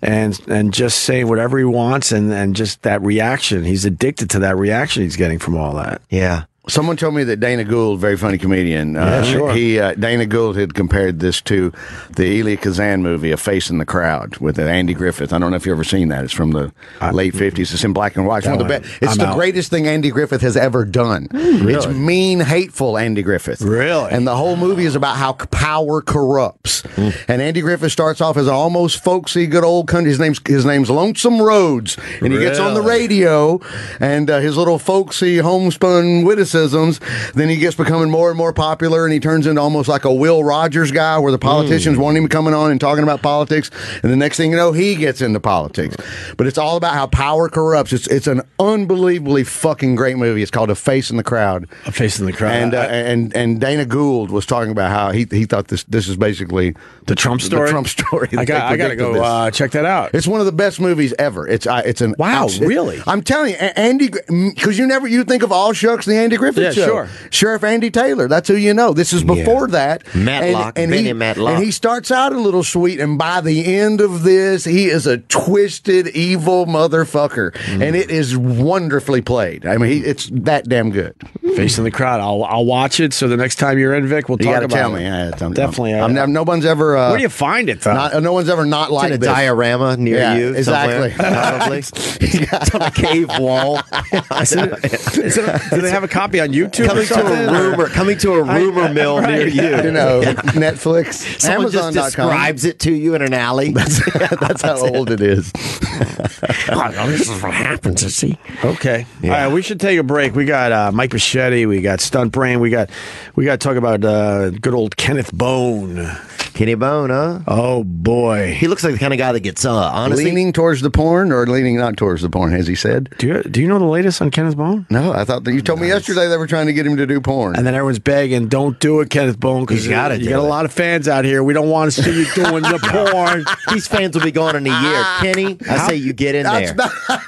Speaker 1: and and just saying whatever he wants and and just that reaction. He's addicted to that reaction he's getting from all that.
Speaker 3: Yeah.
Speaker 2: Someone told me that Dana Gould, very funny comedian, uh,
Speaker 1: Yeah, sure.
Speaker 2: he uh, Dana Gould had compared this to the Elia Kazan movie, A Face in the Crowd, with Andy Griffith. I don't know if you've ever seen that. It's from the late fifties. It's in black and white. It's, one of the
Speaker 1: No,
Speaker 2: be-
Speaker 1: I'm
Speaker 2: it's the
Speaker 1: out.
Speaker 2: greatest thing Andy Griffith has ever done. It's
Speaker 1: really?
Speaker 2: mean, hateful Andy Griffith. Really, and the whole movie is about how c- power corrupts.
Speaker 1: Hmm.
Speaker 2: And Andy Griffith starts off as an almost folksy, good old country. His name's his name's Lonesome Rhodes, and he gets on the
Speaker 1: Really?
Speaker 2: radio and uh, his little folksy homespun witticisms. Then he gets becoming more and more popular, and he turns into almost like a Will Rogers guy, where the politicians
Speaker 1: Hmm.
Speaker 2: want him coming on and talking about politics. And the next thing you know, he gets into politics. But it's all about how power corrupts. It's it's an unbelievably fucking great movie. It's called A Face in the Crowd.
Speaker 1: A Face in the Crowd.
Speaker 2: And uh, and and Dana Gould was talking about how he he thought this this is basically
Speaker 1: the Trump story?
Speaker 2: The Trump story.
Speaker 1: I got-
Speaker 2: They
Speaker 1: I gotta
Speaker 2: predicted
Speaker 1: go,
Speaker 2: this.
Speaker 1: uh, check that out.
Speaker 2: It's one of the best movies ever. It's uh, it's an
Speaker 1: Wow,
Speaker 2: it's-
Speaker 1: really?
Speaker 2: I'm telling you, A- Andy, because you never you think of all shucks the Andy Griffith
Speaker 1: Yeah,
Speaker 2: show,
Speaker 1: sure.
Speaker 2: Sheriff Andy Taylor. That's who you know. This is before that.
Speaker 3: Matlock, Benny
Speaker 2: he,
Speaker 3: Matlock.
Speaker 2: and he starts out a little sweet, and by the end of this, he is a twisted, evil motherfucker,
Speaker 1: Mm.
Speaker 2: and it is wonderfully played. I mean, he, it's that damn good.
Speaker 1: Facing the crowd, I'll I'll watch it. So the next time you're in Vic, we'll
Speaker 2: You
Speaker 1: talk
Speaker 2: gotta
Speaker 1: about
Speaker 2: tell
Speaker 1: it.
Speaker 2: me. Yeah, it's- I'm-
Speaker 1: Definitely.
Speaker 2: I'm-
Speaker 1: I-
Speaker 2: I'm- no one's ever. Uh,
Speaker 1: Where do you find it though?
Speaker 2: Not, no one's ever not like
Speaker 3: in a
Speaker 2: this.
Speaker 3: diorama near
Speaker 2: Yeah,
Speaker 3: you.
Speaker 2: Exactly.
Speaker 3: Somewhere, probably. it's on a cave wall.
Speaker 1: Is it- do they have a copy on YouTube? or
Speaker 3: coming to
Speaker 1: something,
Speaker 3: a
Speaker 1: or-
Speaker 3: rumor, coming to a rumor mill
Speaker 1: right,
Speaker 3: near you.
Speaker 2: You know,
Speaker 3: Yeah.
Speaker 2: Netflix,
Speaker 3: Someone just
Speaker 2: Amazon.com.
Speaker 3: describes it to you in an alley. That's,
Speaker 2: That's how old it is.
Speaker 1: this is what happens, you see. Okay. All right, we should take a break. We got uh, Mike Bichetti, we got Stunt Brain, we got we got to talk about uh, good old Kenneth Bone.
Speaker 3: Kenny Bone, huh?
Speaker 1: Oh boy,
Speaker 3: he looks like the kind of guy that gets uh, honestly.
Speaker 2: leaning towards the porn or leaning not towards the porn, as he said.
Speaker 1: Do you do you know the latest on Kenneth Bone?
Speaker 3: Oh,
Speaker 2: No, I thought that you told me yesterday they were trying to get him to do porn.
Speaker 1: And then everyone's begging, "Don't do it, Kenneth Bone," because
Speaker 3: He's
Speaker 1: you
Speaker 3: gotta
Speaker 1: you
Speaker 3: do
Speaker 1: got a
Speaker 3: it.
Speaker 1: lot of fans out here. We don't want to see you doing the porn.
Speaker 3: These fans will be gone in a year. Kenny, I say you get in there.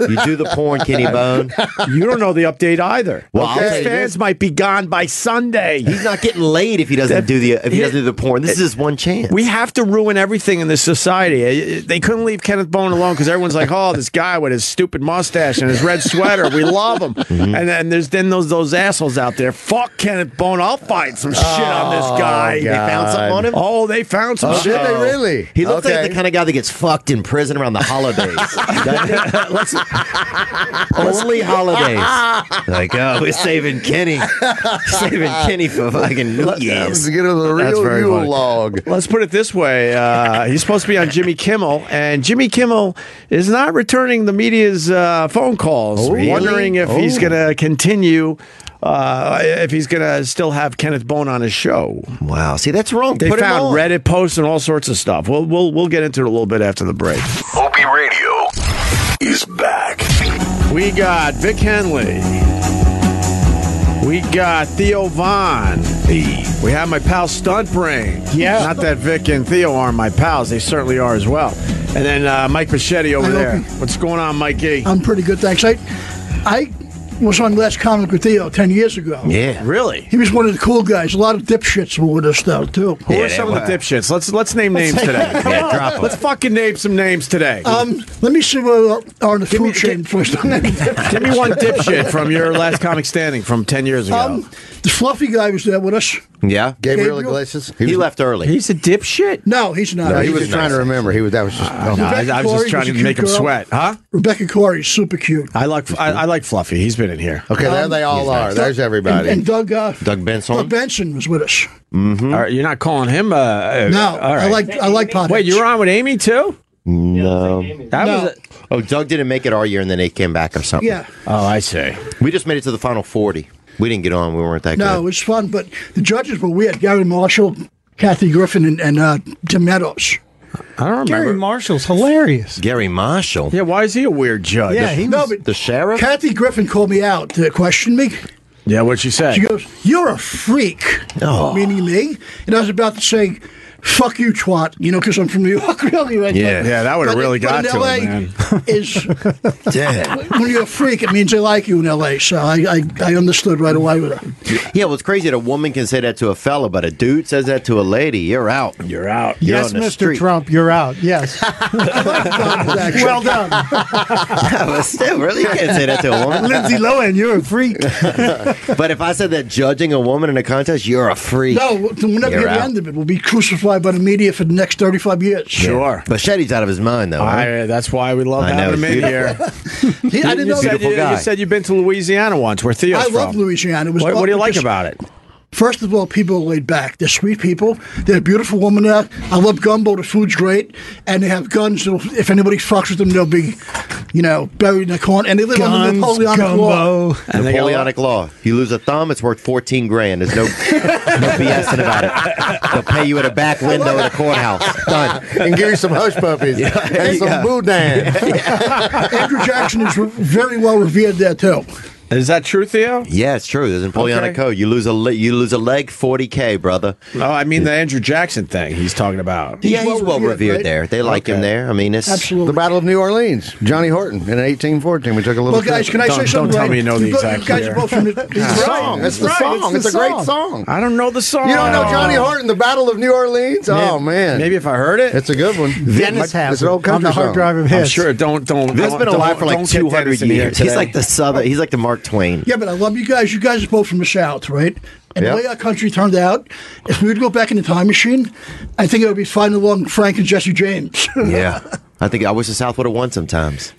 Speaker 3: you do the porn, Kenny Bone.
Speaker 1: You don't know the update either.
Speaker 3: Well, I'll tell
Speaker 1: His
Speaker 3: you
Speaker 1: fans might be gone by Sunday.
Speaker 3: He's not getting laid if he doesn't do the if he doesn't do the porn. This is his one chance.
Speaker 1: Eh, We have to ruin everything in this society. Eh, eh, They couldn't leave Kenneth Bone alone because everyone's like, "Oh, this guy with his stupid mustache and his red sweater, we love him."
Speaker 3: Mm-hmm.
Speaker 1: And then there's then those those assholes out there. Fuck Kenneth Bone. I'll find some shit on this
Speaker 3: Oh,
Speaker 1: guy.
Speaker 3: They found something on him?
Speaker 1: Oh, they found some shit.
Speaker 2: Did they really?
Speaker 3: He looks
Speaker 2: Okay.
Speaker 3: like the kind of guy that gets fucked in prison around the holidays. doesn't he? Only holidays. Like, oh, we're saving Kenny. saving Kenny for fucking New Year's.
Speaker 2: Get him the
Speaker 1: That's
Speaker 2: real
Speaker 1: very
Speaker 2: Yule
Speaker 1: funny.
Speaker 2: log.
Speaker 1: Let's put it this way: uh, he's supposed to be on Jimmy Kimmel, and Jimmy Kimmel is not returning the media's uh, phone calls,
Speaker 3: Oh, really?
Speaker 1: wondering if he's
Speaker 3: Oh.
Speaker 1: going to continue, uh, if he's going to still have Kenneth Bone on his show.
Speaker 3: Wow. See, that's wrong.
Speaker 1: They
Speaker 3: Put him on.
Speaker 1: found Reddit posts and all sorts of stuff. We'll we'll we'll get into it a little bit after the break.
Speaker 14: Opie Radio is back.
Speaker 1: We got Vic Henley. We got Theo Vaughn. We have my pal Stunt Brain. Yeah. Not that Vic and Theo aren't my pals. They certainly are as well. And then uh, Mike Pachetti over
Speaker 15: Hi,
Speaker 1: there.
Speaker 15: Opie.
Speaker 1: What's going on, Mikey?
Speaker 15: I'm pretty good, thanks. I, I was on Last Comic with Theo 10 years ago.
Speaker 3: Yeah.
Speaker 1: Really?
Speaker 15: He was one of the cool guys. A lot of dipshits were with us, though, too.
Speaker 1: Who are some of the dipshits? Let's let's name names today.
Speaker 15: Yeah,
Speaker 1: Come on.
Speaker 15: drop 'em.
Speaker 1: Let's fucking name some names today.
Speaker 15: Um, let me see where we are in the food chain first.
Speaker 1: Give me one dipshit from your last comic standing from ten years ago.
Speaker 15: Um, the fluffy guy was there with us.
Speaker 3: Yeah.
Speaker 2: Gabriel Iglesias.
Speaker 3: He left early.
Speaker 1: He's a dipshit.
Speaker 15: No, Oh, he's not.
Speaker 2: No, he
Speaker 15: He's
Speaker 2: was
Speaker 15: just
Speaker 2: trying to remember. He was that was just. oh,
Speaker 1: no,
Speaker 2: my-
Speaker 1: I, I was
Speaker 15: Uh, Corey
Speaker 1: just trying
Speaker 15: was a
Speaker 1: to
Speaker 15: cute
Speaker 1: make him
Speaker 15: girl.
Speaker 1: sweat, huh?
Speaker 15: Rebecca Corey's super cute.
Speaker 1: I like I, I like Fluffy. He's been in here.
Speaker 2: Okay, there they all are. There's
Speaker 15: And,
Speaker 2: everybody.
Speaker 15: and Doug, uh,
Speaker 3: Doug
Speaker 15: Doug
Speaker 3: Benson.
Speaker 15: Benson was with us.
Speaker 1: All right, you're not calling him. Uh, uh,
Speaker 15: No,
Speaker 1: all right.
Speaker 15: I like I like potheads.
Speaker 1: Wait, you were on with Amy too?
Speaker 3: No.
Speaker 1: That
Speaker 15: No.
Speaker 1: was. A,
Speaker 3: Oh, Doug didn't make it our year, and then they came back or something.
Speaker 15: Yeah.
Speaker 1: oh, I see.
Speaker 3: We just made it to the final forty. We didn't get on. We weren't that
Speaker 15: No, it
Speaker 3: good.
Speaker 15: was fun, but the judges were weird. Gary Marshall, Kathy Griffin, and, and uh, Tim Meadows.
Speaker 1: I don't remember.
Speaker 16: Gary Marshall's hilarious.
Speaker 3: Gary Marshall.
Speaker 1: Yeah, why is he a weird judge?
Speaker 15: Yeah, he No, was- but-
Speaker 3: the sheriff.
Speaker 15: Kathy Griffin called me out to question me.
Speaker 1: Yeah, what'd she say?
Speaker 15: She goes, "You're a freak,"
Speaker 1: Oh.
Speaker 15: meaning me. And I was about to say, fuck you, twat, you know, because I'm from New York, really. Right?
Speaker 1: Yeah.
Speaker 15: But-
Speaker 1: Yeah, that would've
Speaker 15: but-
Speaker 1: really
Speaker 15: but
Speaker 1: got
Speaker 15: in
Speaker 1: to him,
Speaker 15: LA
Speaker 1: man.
Speaker 15: Is,
Speaker 1: Yeah.
Speaker 15: when you're a freak, it means they like you in LA. So I, I, I understood right away with it.
Speaker 3: Yeah, well, it's crazy that a woman can say that to a fella, but a dude says that to a lady. You're out. You're out. You're
Speaker 16: yes,
Speaker 3: on the
Speaker 16: Mr.
Speaker 3: Street.
Speaker 16: Trump, you're out. Yes. well done.
Speaker 3: but still, really, you can't say that to a woman.
Speaker 16: Lindsay Lohan, you're a freak.
Speaker 3: but if I said that judging a woman in a contest, you're a freak.
Speaker 15: No, we'll never get
Speaker 3: You're
Speaker 15: the
Speaker 3: out.
Speaker 15: end of it. We'll be crucified by the media for the next 35 years.
Speaker 3: Yeah. But Shetty's out of his mind, though.
Speaker 1: I- that's why we love
Speaker 3: I know,
Speaker 1: having him in here.
Speaker 3: beautiful.
Speaker 15: He- I didn't
Speaker 1: you
Speaker 15: know
Speaker 1: said,
Speaker 15: that.
Speaker 1: you, you said you've been to Louisiana once, where Theo's
Speaker 15: I
Speaker 1: from.
Speaker 15: love Louisiana. It was
Speaker 1: What,
Speaker 15: fun
Speaker 1: what do you like
Speaker 15: because-
Speaker 1: about it?
Speaker 15: First of all, people are laid back. They're sweet people. They're a beautiful woman there. I love gumbo. The food's great, and they have guns. So if anybody fucks with them, they'll be, you know, buried in the corn. And they live under the
Speaker 3: Guns,
Speaker 15: Napoleonic law.
Speaker 3: And they got Napoleonic law. You lose a thumb, it's worth 14 grand. There's no, no BSing about it. They'll pay you at a back window at a courthouse. Done.
Speaker 2: And give you some hush puppies and some boudin.
Speaker 15: Andrew Jackson is very well revered there too.
Speaker 1: Is that true, Theo?
Speaker 3: Yeah, it's true. There's Napoleonic
Speaker 1: Okay.
Speaker 3: code. You lose a le- you lose a leg, 40k, brother.
Speaker 1: No, I mean the Andrew Jackson thing he's talking about.
Speaker 3: yeah, he's well revered there. They like him there. I mean, it's
Speaker 2: The Battle of New Orleans. Johnny Horton in 1814. We took a little.
Speaker 15: Well, guys, can
Speaker 2: trip.
Speaker 15: I say something? right? both- guys are both from the
Speaker 2: It's song. It's the song. It's, a great song.
Speaker 1: I don't know the song.
Speaker 2: You don't know Johnny Horton, The Battle of New Orleans? Oh man.
Speaker 1: Maybe if I heard it,
Speaker 2: it's a good one.
Speaker 3: Dennis
Speaker 2: It's
Speaker 3: has
Speaker 2: an old
Speaker 3: it. I'm
Speaker 2: country
Speaker 3: the hard
Speaker 2: song.
Speaker 3: drive of
Speaker 1: I'm
Speaker 3: his.
Speaker 1: sure. Don't don't.
Speaker 3: That's
Speaker 1: don't-
Speaker 3: been
Speaker 1: don't-
Speaker 3: alive for like
Speaker 1: don't get
Speaker 3: 200
Speaker 1: Dennis in here
Speaker 3: years. He's
Speaker 1: today.
Speaker 3: like the southern. He's like the Mark Twain.
Speaker 15: Yeah, but I love you guys. You guys are both from the South, right? And
Speaker 3: Yep.
Speaker 15: the way our country turned out, if we would go back in the time machine, I think it would be fighting along Frank and Jesse James.
Speaker 3: Yeah, I think I wish the South would have won sometimes.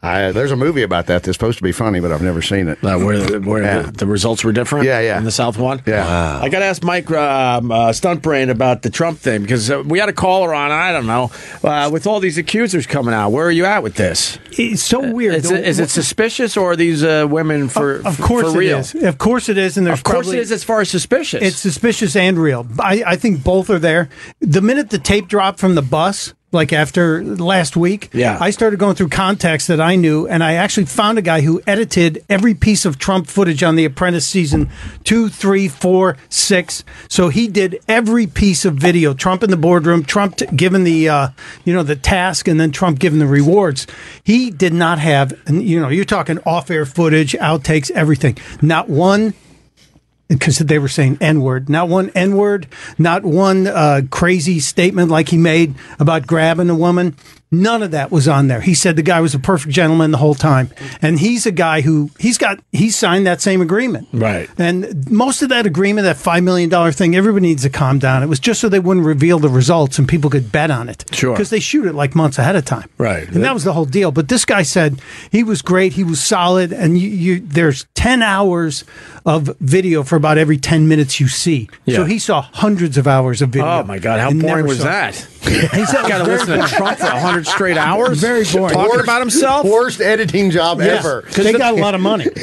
Speaker 2: I, there's a movie about that that's supposed to be funny, but I've never seen it.
Speaker 1: Uh, where where the, the results were different.
Speaker 2: Yeah, yeah.
Speaker 1: In the South one.
Speaker 2: Yeah.
Speaker 1: I got to ask Mike um, uh, Stuntbrain about the Trump thing because uh, we had a caller on. I don't know uh, with all these accusers coming out. Where are you at with this?
Speaker 16: It's so weird.
Speaker 1: Is it, is it suspicious or are these uh, women for
Speaker 16: Of course
Speaker 1: for real?
Speaker 16: it is. Of course it is. And there's
Speaker 1: Of course
Speaker 16: probably-
Speaker 1: it is. As far as suspicious,
Speaker 16: It's suspicious and real. I, I think both are there. The minute the tape dropped from the bus, like after last week,
Speaker 1: Yeah.
Speaker 16: I started going through contacts that I knew, and I actually found a guy who edited every piece of Trump footage on The Apprentice season two, three, four, six. So he did every piece of video: Trump in the boardroom, Trump t- given the uh, you know the task, and then Trump given the rewards. He did not have, and, you know, you're talking off-air footage, outtakes, everything. Not one because they were saying N word. Not one N word, not one uh, crazy statement like he made about grabbing a woman. None of that was on there. He said the guy was a perfect gentleman the whole time. And he's a guy who he's got, he signed that same agreement.
Speaker 1: Right.
Speaker 16: And most of that agreement, that $5 million thing, everybody needs to calm down. It was just so they wouldn't reveal the results and people could bet on it.
Speaker 1: Sure.
Speaker 16: Because they shoot it like months ahead of time.
Speaker 1: Right.
Speaker 16: And that was the whole deal. But this guy said he was great. He was solid. And you, you there's 10 hours of video for about every 10 minutes you see.
Speaker 1: Yeah.
Speaker 16: So he saw hundreds of hours of video.
Speaker 1: Oh my God! How
Speaker 16: And
Speaker 1: boring
Speaker 16: never
Speaker 1: was
Speaker 16: saw-
Speaker 1: that?
Speaker 16: He said it
Speaker 1: got to
Speaker 16: was
Speaker 1: listen
Speaker 16: very
Speaker 1: to
Speaker 16: boring.
Speaker 1: Trump for hundred straight hours.
Speaker 16: Very boring.
Speaker 1: Talking
Speaker 16: Worst-
Speaker 1: about himself.
Speaker 2: Worst editing job
Speaker 1: Yeah.
Speaker 2: ever.
Speaker 1: 'Cause the-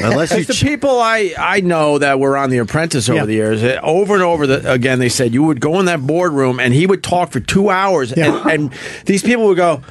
Speaker 3: Unless you
Speaker 1: Because the people I, I know that were on The Apprentice over
Speaker 16: Yeah.
Speaker 1: the years, eh, over and over the, again, they said you would go in that boardroom and he would talk for two hours, and, and these people would go,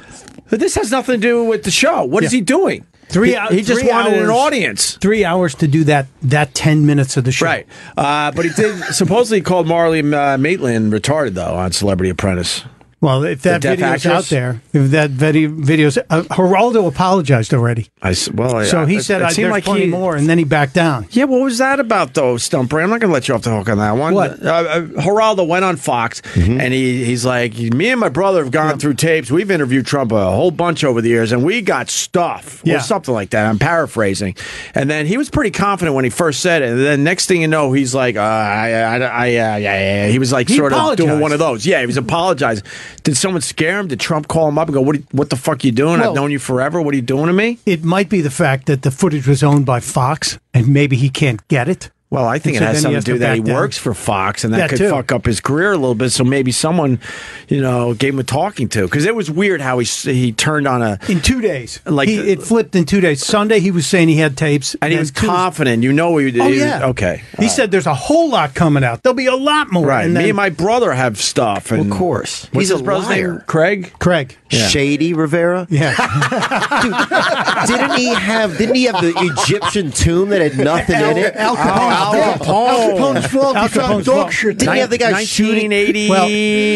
Speaker 1: "This has nothing to do with the show. What is
Speaker 16: Yeah.
Speaker 1: he doing?
Speaker 16: Three
Speaker 1: He,
Speaker 16: hou-
Speaker 1: he just
Speaker 16: three
Speaker 1: wanted an
Speaker 16: hours-
Speaker 1: audience."
Speaker 16: Three hours to do that that ten minutes of the show.
Speaker 1: Right, uh, but he did supposedly called Marley uh, Maitland retarded though on Celebrity Apprentice.
Speaker 16: Well, if
Speaker 1: The
Speaker 16: that
Speaker 1: deaf
Speaker 16: video's out
Speaker 1: actress?
Speaker 16: there, if that video video's uh, Geraldo apologized already.
Speaker 1: I s- well, I-
Speaker 16: so he
Speaker 1: Oh, it-
Speaker 16: said
Speaker 1: it
Speaker 16: I
Speaker 1: seemed
Speaker 16: there's
Speaker 1: like
Speaker 16: plenty
Speaker 1: he-
Speaker 16: more, and then he backed down.
Speaker 1: Yeah, what was that about though, Stumper? I'm not going to let you off the hook on that one. What? Uh, uh, Geraldo went on Fox,
Speaker 16: Mm-hmm.
Speaker 1: and he, he's like, "Me and my brother have gone through tapes. We've interviewed Trump a whole bunch over the years, and we got stuff
Speaker 16: Yeah.
Speaker 1: or something like that." I'm paraphrasing, and then he was pretty confident when he first said it. And then next thing you know, he's like, uh, "I, I, I, yeah, yeah, yeah." He was like,
Speaker 16: He
Speaker 1: sort of doing
Speaker 16: apologized.
Speaker 1: one of those. Yeah, he was apologizing. Did someone scare him? Did Trump call him up and go, "What? What the fuck you doing?
Speaker 16: Well-
Speaker 1: I've known you forever. What are you doing to me?"
Speaker 16: It might be the fact that the footage was owned by Fox, and maybe he can't get it.
Speaker 1: Well, I think
Speaker 16: And so
Speaker 1: it has
Speaker 16: then
Speaker 1: something
Speaker 16: has
Speaker 1: to do
Speaker 16: to
Speaker 1: that he
Speaker 16: back down.
Speaker 1: works for Fox, and that
Speaker 16: That
Speaker 1: could
Speaker 16: too.
Speaker 1: fuck up his career a little bit. So maybe someone, you know, gave him a talking to because it was weird how he s- he turned on a
Speaker 16: in two days.
Speaker 1: like
Speaker 16: He, it flipped in two days. Sunday he was saying he had tapes,
Speaker 1: and he
Speaker 16: then
Speaker 1: was
Speaker 16: Tuesday-
Speaker 1: confident. You know, he, he
Speaker 16: Oh
Speaker 1: was-
Speaker 16: yeah,
Speaker 1: okay,
Speaker 16: He said there's a whole lot coming out. There'll be a lot more.
Speaker 1: right.
Speaker 16: And
Speaker 1: Me
Speaker 16: then-
Speaker 1: and my brother have stuff, and of course, what's
Speaker 3: He's a
Speaker 1: his brother's name?
Speaker 3: liar.
Speaker 1: Craig.
Speaker 16: Craig.
Speaker 1: Yeah.
Speaker 3: Shady Rivera.
Speaker 16: Yeah.
Speaker 3: didn't he have? Didn't he have the Egyptian tomb that had nothing in it?
Speaker 16: Al
Speaker 3: Oh,
Speaker 15: Al Capone. Al Capone's fault. He found dog shit.
Speaker 1: Didn't you have the guy shooting? 1980,
Speaker 15: Well,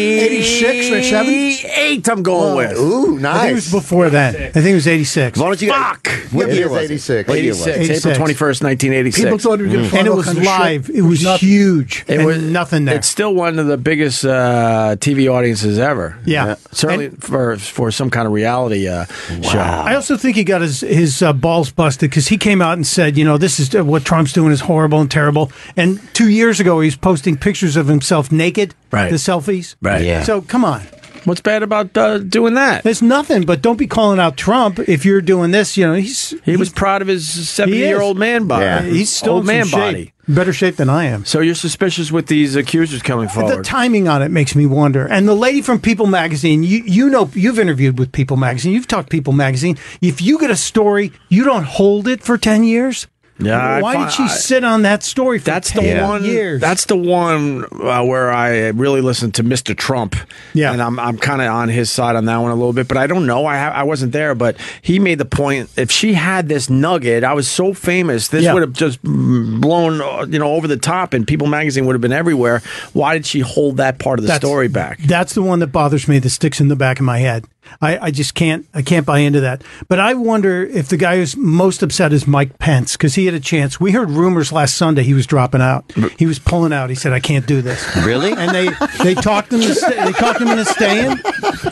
Speaker 15: 86 or 70?
Speaker 1: Eight, I'm going with.
Speaker 2: Ooh,
Speaker 16: I think it was before that. I think it was 86.
Speaker 1: Why don't you guys-
Speaker 16: Fuck!
Speaker 1: What year was it? 86. April 21st, 1986.
Speaker 16: People thought we
Speaker 1: Hmm.
Speaker 16: were gonna find Mm. And it all was kinds of shit. live. It was huge.
Speaker 1: It
Speaker 16: And
Speaker 1: was
Speaker 16: nothing there.
Speaker 1: It's still one of the biggest uh, TV audiences ever. Uh,
Speaker 16: Yeah.
Speaker 1: certainly for for some kind of reality uh, show.
Speaker 16: I also think he got his his uh, balls busted because he came out and said, you know, this is uh, what Trump's doing is horrible and terrible. And two years ago, he was posting pictures of himself naked,
Speaker 1: Right.
Speaker 16: The selfies,
Speaker 1: Right. Yeah.
Speaker 16: So come on,
Speaker 1: what's bad about uh, doing that?
Speaker 16: There's nothing, but don't be calling out Trump if you're doing this. You know, he's
Speaker 1: He was proud of his seventy-year-old man body.
Speaker 16: He's still
Speaker 1: old
Speaker 16: in
Speaker 1: man
Speaker 16: some shape.
Speaker 1: body.
Speaker 16: better shape than I am.
Speaker 1: So you're suspicious with these accusers coming
Speaker 16: The
Speaker 1: forward.
Speaker 16: timing on it makes me wonder. And the lady from People Magazine, you you know, you've interviewed with People Magazine, you've talked People Magazine. If you get a story, you don't hold it for ten years.
Speaker 1: Yeah, I
Speaker 16: Why
Speaker 1: fi-
Speaker 16: did she
Speaker 1: I-
Speaker 16: sit on that story for that's
Speaker 1: the one
Speaker 16: years?
Speaker 1: that's the one uh, where I really listened to Mr. Trump. Yeah, and I'm I'm kind of on his side on that one a little bit, but I don't know. I ha- I wasn't there, but he made the point. If she had this nugget, I was so famous. This
Speaker 16: Yeah.
Speaker 1: would have just mm, blown uh, you know over the top, and People Magazine would have been everywhere. Why did she hold that part of the
Speaker 16: That's-
Speaker 1: story back?
Speaker 16: That's the one that bothers me that sticks in the back of my head. I, I just can't I can't buy into that. But I wonder if the guy who's most upset is Mike Pence because he had a chance. We heard rumors last Sunday he was dropping out. He was pulling out. He said, "I can't do this."
Speaker 3: Really?
Speaker 16: And they they talked him to stay, they talked him into staying,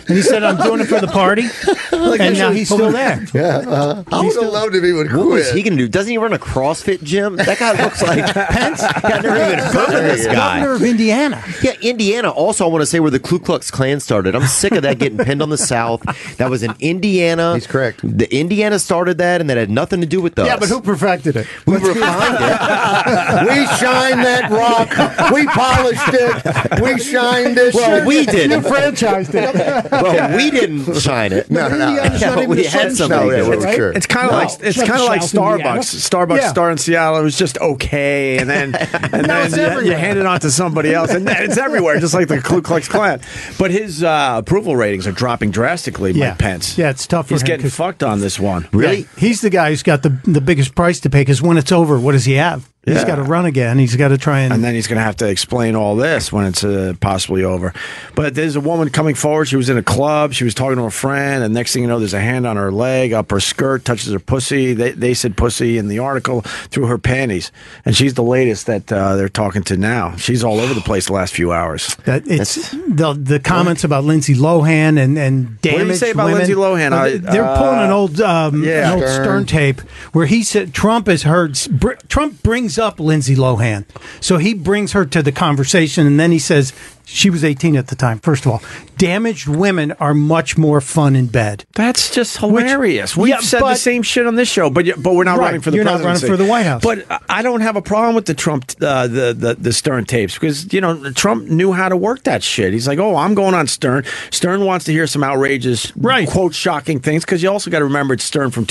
Speaker 16: and he said, "I'm doing it for the party." and now he's still there.
Speaker 2: Yeah, uh, I would have loved if he would
Speaker 3: What was
Speaker 2: quit.
Speaker 3: he gonna do? Doesn't he run a CrossFit gym? That guy looks like Pence. I never even heard of this guy.
Speaker 16: Governor of Indiana.
Speaker 3: Yeah, Indiana. Also, I want to say where the Ku Klux Klan started. I'm sick of that getting pinned on the South. That was in Indiana. He's correct. The Indiana started that, and that had nothing to do with us.
Speaker 17: Yeah, but who perfected it?
Speaker 3: We refined it.
Speaker 2: we shined that rock. We polished it. We shined this.
Speaker 3: Well,
Speaker 2: shit.
Speaker 3: we did.
Speaker 17: You franchised it.
Speaker 3: Well, we didn't shine it.
Speaker 2: No, no.
Speaker 3: Yeah,
Speaker 2: Not
Speaker 3: but
Speaker 2: even
Speaker 3: we
Speaker 2: the
Speaker 3: had
Speaker 2: sunshine.
Speaker 3: something.
Speaker 2: No, yeah, we're sure.
Speaker 1: It's kind of
Speaker 2: No.
Speaker 1: like it's
Speaker 2: It's like
Speaker 1: kind of like
Speaker 2: South
Speaker 1: Starbucks.
Speaker 2: Indiana.
Speaker 1: Starbucks
Speaker 2: Yeah.
Speaker 1: star in Seattle it was just okay, and then and
Speaker 2: Now
Speaker 1: then
Speaker 2: it's
Speaker 1: you- you,
Speaker 2: everywhere.
Speaker 1: hand it on to somebody else, and then it's everywhere, just like the Ku Klux Klan. But his uh, approval ratings are dropping drastically.
Speaker 16: Yeah.
Speaker 1: Mike Pence.
Speaker 16: Yeah, it's tough for
Speaker 1: He's
Speaker 16: him
Speaker 1: getting
Speaker 16: 'cause-
Speaker 1: fucked on this one.
Speaker 16: Yeah, he's the guy who's got the the biggest price to pay because when it's over, what does he have? He's
Speaker 1: Yeah.
Speaker 16: got to run again. He's got to try and
Speaker 1: And then he's going to have to explain all this when it's uh, possibly over. But there's a woman coming forward. She was in a club. She was talking to a friend. And next thing you know, there's a hand on her leg, up her skirt, touches her pussy. They, they said pussy in the article through her panties. And she's the latest that uh, they're talking to now. She's all over the place the last few hours.
Speaker 16: That it's the the comments about Lindsay Lohan and and
Speaker 1: did you
Speaker 16: damaged
Speaker 1: say about
Speaker 16: women.
Speaker 1: Lindsay Lohan?
Speaker 16: Uh,
Speaker 1: I-
Speaker 16: they- They're
Speaker 1: uh,
Speaker 16: pulling an old um,
Speaker 1: yeah.
Speaker 16: an old
Speaker 1: Stern.
Speaker 16: Stern. tape where he said Trump has heard s- br- Trump brings up Lindsay Lohan, so he brings her to the conversation, and then he says she was 18 at the time. First of all, damaged women are much more fun in bed.
Speaker 1: That's just hilarious. We've
Speaker 16: Yeah,
Speaker 1: said the
Speaker 16: but-
Speaker 1: same shit on this show, but y- but we're not
Speaker 16: Right.
Speaker 1: running for the
Speaker 16: You're not running
Speaker 1: presidency.
Speaker 16: for the White House.
Speaker 1: But I- I don't have a problem with the Trump uh, the, the the Stern tapes because you know Trump knew how to work that shit. He's like, oh, I'm going on Stern. Stern wants to hear some outrageous, right. quote shocking things because you also got to remember it's Stern from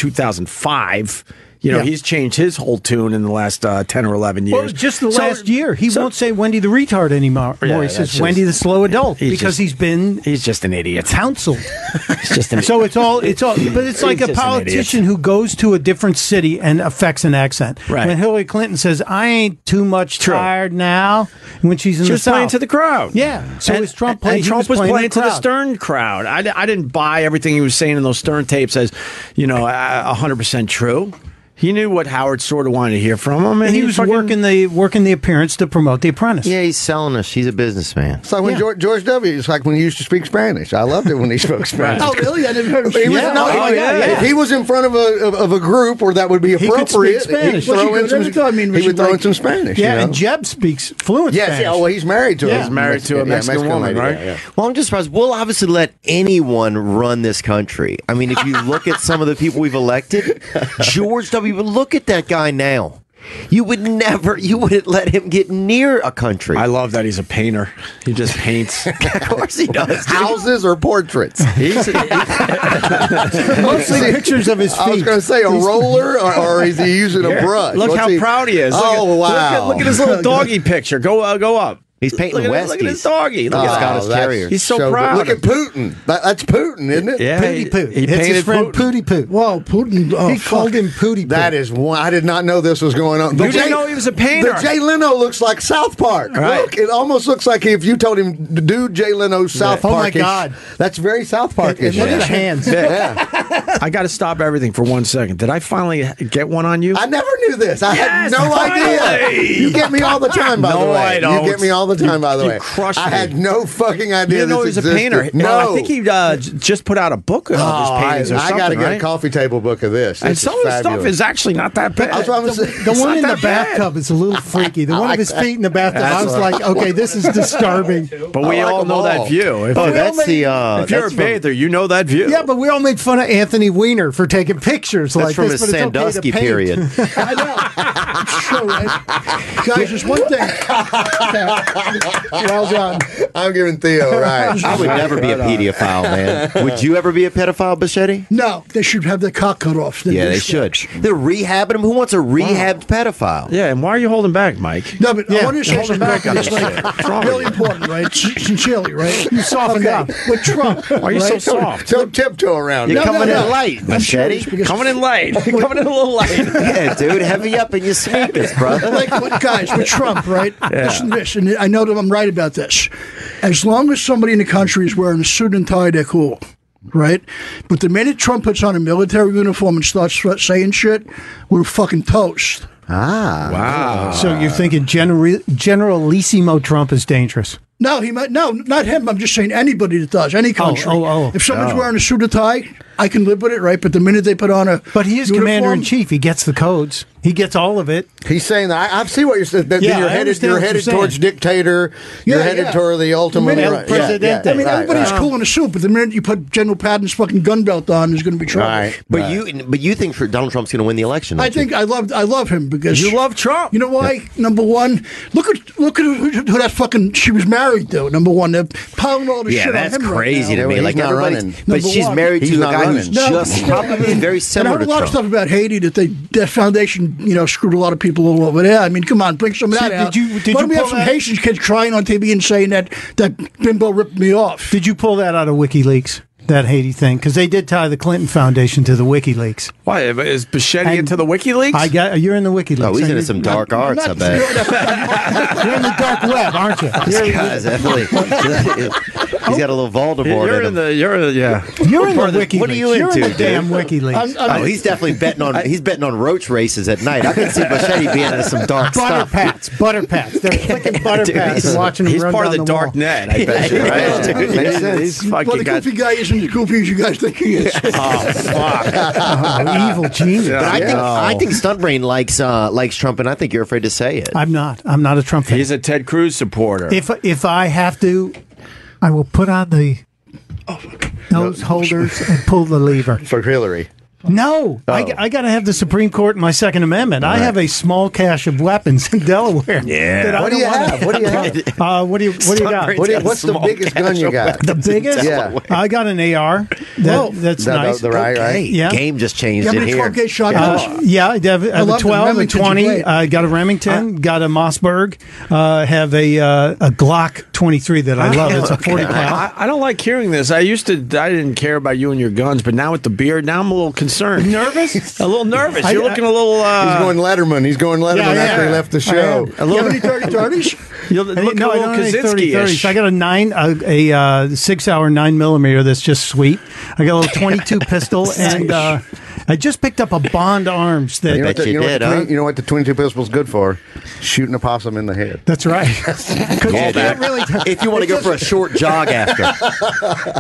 Speaker 1: 2005. You know,
Speaker 16: Yeah.
Speaker 1: he's changed his whole tune in the last uh, ten or eleven years.
Speaker 16: Well, just the
Speaker 1: So-
Speaker 16: last year, he won't say Wendy the retard anymore.
Speaker 1: Yeah,
Speaker 16: he
Speaker 1: that's
Speaker 16: says
Speaker 1: just-
Speaker 16: Wendy the slow adult
Speaker 1: he's
Speaker 16: because
Speaker 1: just-
Speaker 16: he's been
Speaker 1: he's just an idiot.
Speaker 16: counseled.
Speaker 1: just an-
Speaker 16: so it's all it's all, but it's like
Speaker 1: He's
Speaker 16: a
Speaker 1: just an idiot.
Speaker 16: politician who goes to a different city and affects an accent.
Speaker 1: Right.
Speaker 16: When Hillary Clinton says, "I ain't too much tired now," when she's in
Speaker 1: She
Speaker 16: the
Speaker 1: was
Speaker 16: South.
Speaker 1: playing to the crowd.
Speaker 16: Yeah. So
Speaker 1: And-
Speaker 16: is Trump
Speaker 1: and
Speaker 16: playing? he
Speaker 1: Trump was playing, to the
Speaker 16: crowd.
Speaker 1: Stern crowd. I, di- I didn't buy everything he was saying in those Stern tapes as, you know, a hundred percent true. He knew what Howard sort of wanted to hear from him, and
Speaker 16: And he
Speaker 1: he
Speaker 16: was
Speaker 1: fucking-
Speaker 16: working the working the appearance to promote The Apprentice.
Speaker 3: Yeah, he's selling us. He's a businessman.
Speaker 2: It's like when George, George W. It's like when he used to speak Spanish. I loved it when he spoke Spanish.
Speaker 15: Oh, really? I never heard of
Speaker 2: He was,
Speaker 15: Yeah.
Speaker 2: no,
Speaker 15: Oh,
Speaker 2: he-
Speaker 15: yeah, yeah.
Speaker 2: If he was in front of a of, of a group where that would be
Speaker 15: could speak
Speaker 2: appropriate,
Speaker 15: Spanish.
Speaker 2: he'd
Speaker 15: Was he
Speaker 2: throw in
Speaker 15: good
Speaker 2: some,
Speaker 15: at it, though? I mean, was
Speaker 2: he would
Speaker 15: he,
Speaker 2: throw in
Speaker 15: like-
Speaker 2: some Spanish.
Speaker 16: Yeah,
Speaker 2: you know?
Speaker 16: and Jeb speaks fluent
Speaker 2: Yes,
Speaker 16: Spanish.
Speaker 2: yeah. Well, he's married to
Speaker 16: Yeah.
Speaker 2: a
Speaker 16: He's
Speaker 1: married to a
Speaker 2: yeah,
Speaker 1: Mexican woman,
Speaker 2: lady,
Speaker 1: right?
Speaker 2: yeah, yeah.
Speaker 3: Well, I'm just surprised. We'll obviously let anyone run this country. I mean, if you look at some of the people we've elected, George W. But look at that guy now. You would never, you wouldn't let him get near a country. I
Speaker 1: love that he's a painter. He just paints. of
Speaker 3: course he does.
Speaker 2: Houses or portraits?
Speaker 3: He's
Speaker 2: Mostly
Speaker 16: pictures of his
Speaker 2: I was going to say a roller, or, or is he using a
Speaker 1: Here,
Speaker 2: brush?
Speaker 1: Look
Speaker 2: What's
Speaker 1: how
Speaker 2: he-
Speaker 1: proud he is. Look
Speaker 2: Oh
Speaker 1: at,
Speaker 2: wow!
Speaker 1: Look at, look at his little doggy picture. Go uh, go up.
Speaker 3: He's painting
Speaker 2: Look at his-
Speaker 3: Westies.
Speaker 2: look at his doggy. Look
Speaker 3: He's
Speaker 2: at-
Speaker 3: got his
Speaker 2: Oh, that's-
Speaker 3: carrier.
Speaker 2: he's so So proud look of at it. Putin. That, that's Putin, isn't it?
Speaker 18: Yeah,
Speaker 2: Pooty
Speaker 18: he-
Speaker 2: Pooh.
Speaker 18: he
Speaker 2: It's his
Speaker 18: painted
Speaker 2: friend
Speaker 15: Pooty Poo. Whoa, Putin. Oh,
Speaker 2: he called him Pooty Poo. That is one. I did not know this was going on.
Speaker 15: You didn't know he was a painter.
Speaker 2: The Jay Leno looks like South Park.
Speaker 15: Right.
Speaker 2: Look, it almost looks like if you told him to do Jay Leno's South
Speaker 15: Oh,
Speaker 2: Park.
Speaker 15: my God.
Speaker 2: That's very South Park.
Speaker 1: Yeah. I got to stop everything for one second. Did I finally get one on you?
Speaker 2: I never knew this. I
Speaker 1: Yes,
Speaker 2: had no
Speaker 1: finally!
Speaker 2: idea. You get me all the time, by
Speaker 1: No,
Speaker 2: the way.
Speaker 1: I don't.
Speaker 2: You get me all the time, by the
Speaker 1: You
Speaker 2: way.
Speaker 1: crush
Speaker 2: I
Speaker 1: me.
Speaker 2: had no fucking idea.
Speaker 1: You didn't know
Speaker 2: this
Speaker 1: he's a
Speaker 2: existed.
Speaker 1: painter.
Speaker 2: No,
Speaker 1: I think he uh, j- just put out a book of all
Speaker 2: Oh,
Speaker 1: his paintings
Speaker 2: I,
Speaker 1: or
Speaker 2: I
Speaker 1: something.
Speaker 2: gotta get a
Speaker 1: right?
Speaker 2: coffee table book of this.
Speaker 1: And
Speaker 2: This
Speaker 1: some of the stuff
Speaker 2: fabulous.
Speaker 1: is actually not that bad.
Speaker 2: That's what I'm saying.
Speaker 16: The
Speaker 2: It's
Speaker 16: one in
Speaker 2: not
Speaker 16: the
Speaker 2: that bad.
Speaker 16: bathtub is a little freaky. The
Speaker 2: I
Speaker 16: one
Speaker 2: like
Speaker 16: of his
Speaker 2: that.
Speaker 16: feet in the bathtub.
Speaker 2: That's
Speaker 16: I was
Speaker 2: what I-
Speaker 16: like, okay, this is disturbing.
Speaker 1: But we
Speaker 16: I like
Speaker 1: all
Speaker 16: them
Speaker 1: know that view. If,
Speaker 16: Oh,
Speaker 1: we
Speaker 16: that's
Speaker 1: all made-
Speaker 16: the, uh,
Speaker 1: if you're
Speaker 16: that's
Speaker 1: a
Speaker 16: from-
Speaker 1: bather, you know that view.
Speaker 16: Yeah, but we all made fun of Anthony Weiner for taking pictures
Speaker 1: That's
Speaker 16: like
Speaker 1: from
Speaker 16: this,
Speaker 1: his
Speaker 16: but it's okay to
Speaker 1: Sandusky
Speaker 16: paint.
Speaker 1: period.
Speaker 15: So, uh, guys, there's one thing. well done.
Speaker 2: I'm giving Theo right.
Speaker 3: I would never be a pedophile, man. Would you ever be a pedophile, Bichetti?
Speaker 15: No, they should have their cock cut off.
Speaker 3: Yeah, they should. They're rehabbing him. Who wants a rehabbed pedophile?
Speaker 1: Yeah, and why are you holding back, Mike?
Speaker 15: No, but I want to say
Speaker 1: Hold it
Speaker 15: something
Speaker 1: back on
Speaker 15: that's
Speaker 1: this
Speaker 15: like
Speaker 1: shit. What's wrong
Speaker 15: really
Speaker 1: with
Speaker 15: important, right? S- Sincerely, right?
Speaker 16: You softened up.
Speaker 15: With Trump.
Speaker 1: Why are you so
Speaker 15: right?
Speaker 1: soft?
Speaker 2: Don't tiptoe around.
Speaker 3: You're
Speaker 15: No,
Speaker 3: coming
Speaker 15: no, no.
Speaker 3: in light,
Speaker 15: I'm serious
Speaker 3: Bichetti.
Speaker 15: because-
Speaker 1: Coming in light. Coming in a little light.
Speaker 3: yeah, dude, heavy up in your sneakers, brother.
Speaker 15: like what guys with Trump, right?
Speaker 3: Yeah.
Speaker 15: Listen to this, and I know that I'm right about this. As long as somebody in the country is wearing a suit and tie, they're cool, right? But the minute Trump puts on a military uniform and starts s- saying shit, we're fucking toast.
Speaker 2: Ah,
Speaker 1: wow.
Speaker 16: So you're thinking General Generalissimo Trump is dangerous?
Speaker 15: No, he might. No, not him. I'm just saying anybody that does any country.
Speaker 16: oh, oh.
Speaker 15: If someone's
Speaker 16: Oh.
Speaker 15: wearing a suit and tie, I can live with it, right? But the minute they put on a
Speaker 16: But he is
Speaker 15: uniform-
Speaker 16: commander in chief. He gets the codes. He gets all of it.
Speaker 2: He's saying that. I, I see what you're saying. That
Speaker 16: Yeah,
Speaker 2: you're
Speaker 16: I
Speaker 2: headed.
Speaker 16: understand
Speaker 2: You're
Speaker 16: what
Speaker 2: headed
Speaker 16: you're
Speaker 2: towards
Speaker 16: saying.
Speaker 2: dictator. You're
Speaker 15: Yeah,
Speaker 2: headed
Speaker 15: yeah.
Speaker 2: toward the ultimate
Speaker 15: minute-
Speaker 2: right, yeah, yeah,
Speaker 15: I mean,
Speaker 2: right,
Speaker 15: everybody's
Speaker 2: right.
Speaker 15: cool in a suit, but the minute you put General Patton's fucking gun belt on, there's going to be trouble.
Speaker 3: But you, but you think Donald Trump's going to win the election?
Speaker 15: I
Speaker 3: don't you?
Speaker 15: think I love I love him because
Speaker 3: You
Speaker 1: love Trump.
Speaker 15: You know why? Number one, look at look at who, who that fucking she was married to. Number one, they're piling all this
Speaker 3: Yeah,
Speaker 15: shit
Speaker 3: that's
Speaker 15: on him
Speaker 3: crazy
Speaker 15: right
Speaker 3: to
Speaker 15: now.
Speaker 3: me. like everybody's, but
Speaker 15: Number
Speaker 3: she's
Speaker 15: one.
Speaker 3: married to a guy who's just probably very
Speaker 15: And I
Speaker 3: similar
Speaker 15: heard a
Speaker 3: to
Speaker 15: lot of stuff
Speaker 3: Trump.
Speaker 15: about Haiti that they that foundation you know screwed a lot of people all over there. I mean, come on, bring some of
Speaker 16: See,
Speaker 15: that
Speaker 16: did
Speaker 15: out.
Speaker 16: you- did
Speaker 15: why
Speaker 16: you
Speaker 15: do we have
Speaker 16: pull
Speaker 15: some
Speaker 16: that-
Speaker 15: Haitian kids crying on TV and saying that that bimbo ripped me off?
Speaker 16: Did you pull that out of WikiLeaks? That Haiti thing, because they did tie the Clinton Foundation to the WikiLeaks.
Speaker 1: Why is Bichetti
Speaker 16: And-
Speaker 1: into the WikiLeaks?
Speaker 16: I got you're in the WikiLeaks.
Speaker 3: Oh, he's
Speaker 16: So
Speaker 3: into
Speaker 16: you-
Speaker 3: some dark arts, I bet.
Speaker 16: You're in the dark web, aren't you?
Speaker 3: This guy's definitely. He's got a little Voldemort
Speaker 1: You're
Speaker 3: in
Speaker 1: in
Speaker 3: him.
Speaker 1: the. You're in- yeah.
Speaker 16: You're in the
Speaker 3: What are
Speaker 16: WikiLeaks.
Speaker 3: you
Speaker 16: You're in
Speaker 3: into,
Speaker 16: the
Speaker 3: dude?
Speaker 16: damn WikiLeaks.
Speaker 3: oh, he's definitely betting on. He's betting on roach races at night. I can see Machete being into some dark
Speaker 16: butter
Speaker 3: stuff.
Speaker 16: pats, butter pats. They're flicking butter
Speaker 3: Dude,
Speaker 16: pats,
Speaker 3: he's-
Speaker 16: and watching them
Speaker 1: he's
Speaker 16: run
Speaker 1: part of
Speaker 16: down
Speaker 1: the
Speaker 16: wall.
Speaker 1: dark net, I bet
Speaker 3: Yeah,
Speaker 1: you, right?
Speaker 3: yeah.
Speaker 1: Dude,
Speaker 3: Makes
Speaker 1: he's-
Speaker 3: sense.
Speaker 1: He's
Speaker 15: Well, the
Speaker 1: fucking got.
Speaker 15: goofy guy isn't as goofy as you guys think he is.
Speaker 1: Oh, fuck.
Speaker 16: Oh, evil genius.
Speaker 3: But I think I think Stuntbrain likes uh, likes Trump, and I think you're afraid to say it.
Speaker 16: I'm not. I'm not a Trump fan.
Speaker 1: He's a Ted Cruz supporter.
Speaker 16: If if I have to, I will put on the nose holders and pull the lever.
Speaker 2: Oh, For Hillary. Oh.
Speaker 16: No, I, got to have the Supreme Court and my Second Amendment. I have a small cache of weapons in Delaware.
Speaker 2: Yeah.
Speaker 16: that I
Speaker 2: What do
Speaker 16: don't
Speaker 2: you
Speaker 16: wanna-
Speaker 2: have? What do you have?
Speaker 16: Uh, what do you What do you got?
Speaker 2: What do you- what's the biggest gun you got?
Speaker 16: the biggest?
Speaker 2: Yeah.
Speaker 16: I got an AR. That,
Speaker 2: Whoa.
Speaker 16: that's
Speaker 2: The- the-
Speaker 16: nice.
Speaker 2: the right, right?
Speaker 16: Yeah.
Speaker 3: Game just changed
Speaker 15: Yeah,
Speaker 3: in
Speaker 15: but it's
Speaker 3: here.
Speaker 15: okay, Sean.
Speaker 16: Uh, yeah, I have
Speaker 15: I
Speaker 16: have a
Speaker 15: love the
Speaker 16: 12, a
Speaker 15: Remingtons
Speaker 16: 20.
Speaker 15: blade.
Speaker 16: I got a Remington, got a Mossberg, uh, have a uh, a Glock 23 that I love. It's a 40 pound.
Speaker 1: I, I don't like hearing this. I used to. I didn't care about you and your guns, but now with the beard, now I'm a little concerned.
Speaker 16: Nervous?
Speaker 1: a little nervous.
Speaker 16: I-
Speaker 1: You're looking a little. Uh,
Speaker 2: He's going Letterman. He's going Letterman
Speaker 16: Yeah,
Speaker 2: after he
Speaker 16: yeah.
Speaker 2: left the
Speaker 16: I am.
Speaker 1: a
Speaker 2: show.
Speaker 15: You have
Speaker 1: little.
Speaker 15: any dirty dirties?
Speaker 1: You're
Speaker 16: I
Speaker 1: looking
Speaker 16: didn't- no, I
Speaker 1: a little
Speaker 16: don't have any 30
Speaker 1: Kaczynski-ish.
Speaker 16: 30s. I got a nine, a, a uh, six hour nine millimeter that's just sweet. I got a little 22 pistol, and uh, I just picked up a Bond Arms. That
Speaker 2: You know, what
Speaker 3: bet
Speaker 2: the,
Speaker 3: you
Speaker 2: know what
Speaker 3: did,
Speaker 2: the
Speaker 3: huh?
Speaker 2: 20 you know what the 22 pistol's good for? Shooting a possum in the head.
Speaker 16: that's right. 'Cause
Speaker 3: Yeah,
Speaker 16: you can't really-
Speaker 3: dude. if you want to go for a short jog after,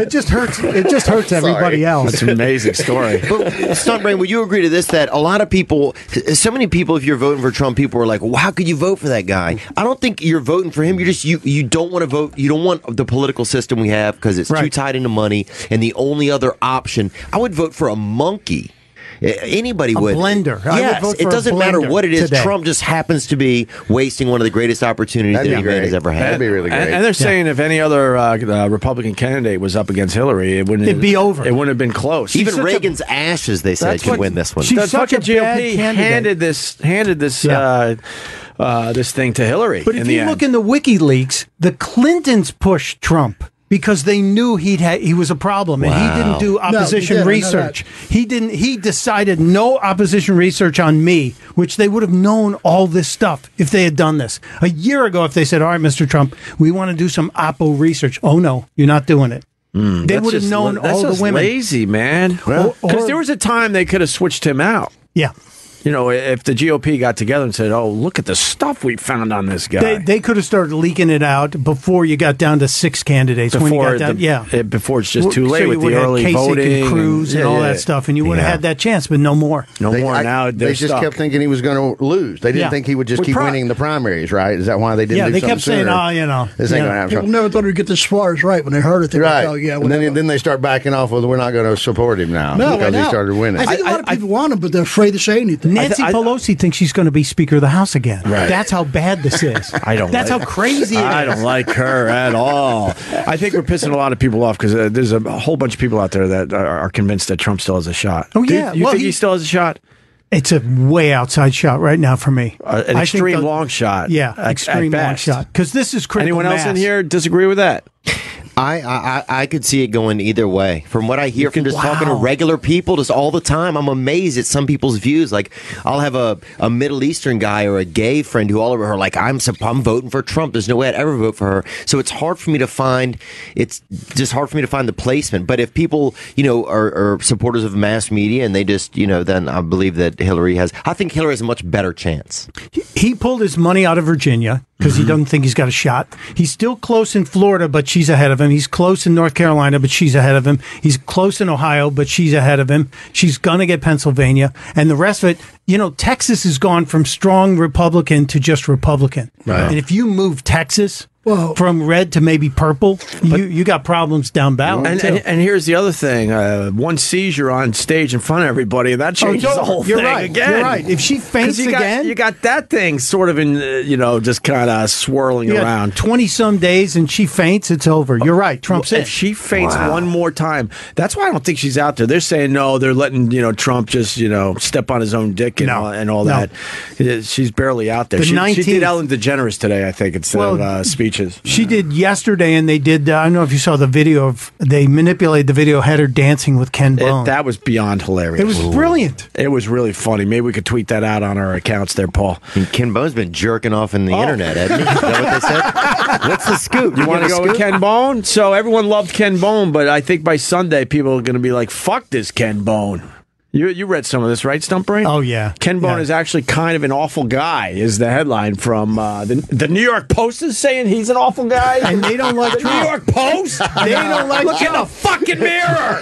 Speaker 16: it just hurts. It just hurts everybody else.
Speaker 1: That's an amazing story.
Speaker 3: But Stuntbrain, would you agree to this? That a lot of people, so many people, if you're voting for Trump, people are like, well, "How could you vote for that guy?" I don't think you're voting for him. You just you you don't want to vote. You don't want the political system we have because it's too tied into money. And the only other option, I would vote for a monkey. A- Anybody would
Speaker 17: blender. I would
Speaker 3: Yes,
Speaker 17: vote for
Speaker 3: it
Speaker 17: a
Speaker 3: doesn't matter
Speaker 17: blender
Speaker 3: what it is.
Speaker 17: today.
Speaker 3: Trump just happens to be wasting one of the greatest opportunities
Speaker 1: That'd
Speaker 3: that
Speaker 1: be
Speaker 3: any man
Speaker 1: great.
Speaker 3: has ever had.
Speaker 1: That'd be really And, and they're saying if any other uh, uh, Republican candidate was up against Hillary, it wouldn't
Speaker 3: It'd be
Speaker 1: over. It wouldn't have been close.
Speaker 3: Even Reagan's ashes, they said,
Speaker 1: That's
Speaker 3: could
Speaker 1: what-
Speaker 3: win this one.
Speaker 1: the fucking GOP handed this handed this uh, uh, this thing to Hillary.
Speaker 16: But
Speaker 1: in
Speaker 16: if
Speaker 1: the
Speaker 16: you
Speaker 1: end.
Speaker 16: look in the WikiLeaks, the Clintons pushed Trump because they knew he'd ha- he was a problem, and he
Speaker 17: Wow.
Speaker 16: didn't do
Speaker 17: No, he
Speaker 16: opposition
Speaker 17: didn't, I know
Speaker 16: research. He didn't. He decided no opposition research on me, which they would have known all this stuff if they had done this a year ago. If they said, "All right, Mr. Trump, we want to do some oppo research," oh no, you're not doing it.
Speaker 1: Mm,
Speaker 3: Hmm.
Speaker 16: they
Speaker 1: that's
Speaker 16: would have
Speaker 1: just
Speaker 16: known
Speaker 1: la- that's
Speaker 16: all the
Speaker 1: just
Speaker 16: women.
Speaker 1: Lazy man.
Speaker 16: Well-
Speaker 1: Because there was a time they could have switched him out.
Speaker 16: Yeah.
Speaker 1: You know, if the GOP got together and said, "Oh, look at the stuff we found on this guy,"
Speaker 16: They, they could have started leaking it out before you got down to six candidates. when you
Speaker 1: before
Speaker 16: got down,
Speaker 1: the-
Speaker 16: yeah,
Speaker 1: it- before it's just
Speaker 16: Well,
Speaker 1: too late
Speaker 16: so you
Speaker 1: with the
Speaker 16: would've had
Speaker 1: early
Speaker 16: Kasich
Speaker 1: voting
Speaker 16: and Cruz and,
Speaker 1: Yeah,
Speaker 16: all
Speaker 1: yeah.
Speaker 16: that stuff, and you would have
Speaker 1: Yeah.
Speaker 16: had that chance, but no more.
Speaker 1: No
Speaker 2: They-
Speaker 1: more
Speaker 2: I-
Speaker 1: now.
Speaker 2: They
Speaker 1: They're
Speaker 2: just
Speaker 1: stuck.
Speaker 2: kept thinking he was going to lose. They didn't
Speaker 1: Yeah.
Speaker 2: think he would just
Speaker 1: We
Speaker 2: keep
Speaker 1: pro-
Speaker 2: winning the primaries, right? Is that why they didn't?
Speaker 15: Yeah,
Speaker 2: do
Speaker 15: they
Speaker 2: something
Speaker 15: kept saying,
Speaker 2: sooner?
Speaker 15: "Oh, you know,
Speaker 2: this
Speaker 15: you
Speaker 2: ain't
Speaker 15: know,
Speaker 2: gonna
Speaker 15: people
Speaker 2: happen."
Speaker 15: never thought we'd get this far. Is right when they heard it, they were
Speaker 2: Right.
Speaker 15: like, "Oh yeah."
Speaker 2: and then, then they start backing off with, "We're not going to support him now
Speaker 15: No,
Speaker 2: because
Speaker 15: we're
Speaker 2: he
Speaker 15: not.
Speaker 2: started winning."
Speaker 15: I think a lot of people want him, but they're afraid to say anything.
Speaker 16: Nancy Pelosi thinks she's going to be Speaker of the House again.
Speaker 1: Right.
Speaker 16: That's how bad this is.
Speaker 1: I don't.
Speaker 16: That's
Speaker 1: like-
Speaker 16: how crazy it is.
Speaker 1: I don't like her at all. I think we're pissing a lot of people off because uh, there's a whole bunch of people out there that are, are convinced that Trump still has a shot.
Speaker 16: Oh
Speaker 1: Do you-
Speaker 16: yeah,
Speaker 1: you, think he still has a shot?
Speaker 16: It's a way outside shot right now for me.
Speaker 1: Uh,
Speaker 16: I
Speaker 1: an
Speaker 16: think
Speaker 1: extreme
Speaker 16: the-
Speaker 1: long shot.
Speaker 16: Yeah,
Speaker 1: at- at
Speaker 16: extreme long
Speaker 1: best.
Speaker 16: shot. Because this is critical
Speaker 1: Anyone else in
Speaker 16: mass.
Speaker 1: here disagree with that?
Speaker 3: I, I I- I could see it going either way. From what I hear from just talking to regular people just all the time, I'm amazed at some people's views. Like I'll have a, a Middle Eastern guy or a gay friend who all over her like I'm sup- I'm voting for Trump. There's no way I'd ever vote for her. So it's hard for me to find it's just hard for me to find the placement. But if people you know are, are supporters of mass media and they just you know then I believe that Hillary has. I think Hillary has a much better chance.
Speaker 16: He pulled his money out of Virginia because he doesn't think he's got a shot. He's still close in Florida, but she's ahead of him. He's close in North Carolina, but she's ahead of him. He's close in Ohio, but she's ahead of him. She's going to get Pennsylvania. And the rest of it, you know, Texas has gone from strong Republican to just Republican.
Speaker 17: Right.
Speaker 16: And if you move Texas from red to maybe purple, you, you got problems down ballot.
Speaker 1: And,
Speaker 16: too.
Speaker 1: and, and here's the other thing: uh, one seizure on stage in front of everybody, and that
Speaker 16: Oh,
Speaker 1: changes
Speaker 16: it's
Speaker 1: the
Speaker 16: over.
Speaker 1: whole
Speaker 16: You're
Speaker 1: thing
Speaker 16: right.
Speaker 1: again.
Speaker 16: You're right. If she
Speaker 1: 'Cause
Speaker 16: faints
Speaker 1: you got,
Speaker 16: again-
Speaker 1: you got that thing sort of in, uh, you know, just kind of swirling
Speaker 16: You got
Speaker 1: around.
Speaker 16: 20 some days and she faints, it's over. You're right. Trump's
Speaker 1: Well,
Speaker 16: in.
Speaker 1: if she faints
Speaker 16: Wow.
Speaker 1: one more time, that's why I don't think she's out there. They're saying no. They're letting you know Trump just you know step on his own dick and all, and all
Speaker 16: No.
Speaker 1: that. Uh, She's barely out there.
Speaker 16: The
Speaker 1: she, she
Speaker 16: 19th
Speaker 1: did Ellen DeGeneres today, I think, instead of uh, speeches.
Speaker 16: She did yesterday, and they did. Uh, I don't know if you saw the video of they manipulated the video, had her dancing with Ken Bone.
Speaker 1: It, that was beyond hilarious.
Speaker 16: It was brilliant.
Speaker 1: It was really funny. Maybe we could tweet that out on our accounts there, Paul. Oh.
Speaker 3: And Ken Bone's been jerking off in the internet, hasn't he? Is that what they said? What's the scoop?
Speaker 1: You want
Speaker 3: want
Speaker 1: to go with Ken Bone? So everyone loved Ken Bone, but I think by Sunday people are going to be like, "Fuck this Ken Bone." You you read some of this, right, Stump Brain?
Speaker 16: Oh yeah,
Speaker 1: Ken Bone is actually kind of an awful guy. Is the headline from uh, the the New York Post is saying he's an awful guy,
Speaker 16: and they don't like
Speaker 1: the New York Post.
Speaker 16: They don't like
Speaker 1: Look in the
Speaker 16: Trump.
Speaker 1: fucking mirror.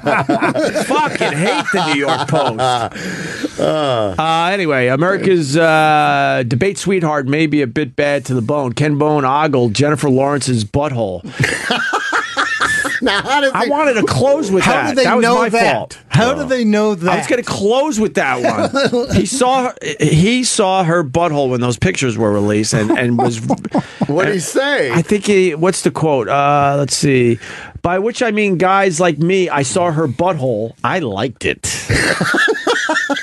Speaker 1: fucking hate the New York Post. Uh, anyway, America's uh, debate sweetheart may be a bit bad to the bone. Ken Bone ogled Jennifer Lawrence's butthole.
Speaker 2: now, how did
Speaker 1: I wanted to close with
Speaker 2: How
Speaker 1: that.
Speaker 2: do they
Speaker 1: that was
Speaker 2: know
Speaker 1: my
Speaker 2: that?
Speaker 1: fault.
Speaker 2: How do
Speaker 16: they know
Speaker 1: I was going to close with that one. he saw he saw her butthole when those pictures were released, and and was
Speaker 2: what did he say?
Speaker 1: I think he. What's the quote? Uh, let's see. By which I mean, guys like me, I saw her butthole. I liked it.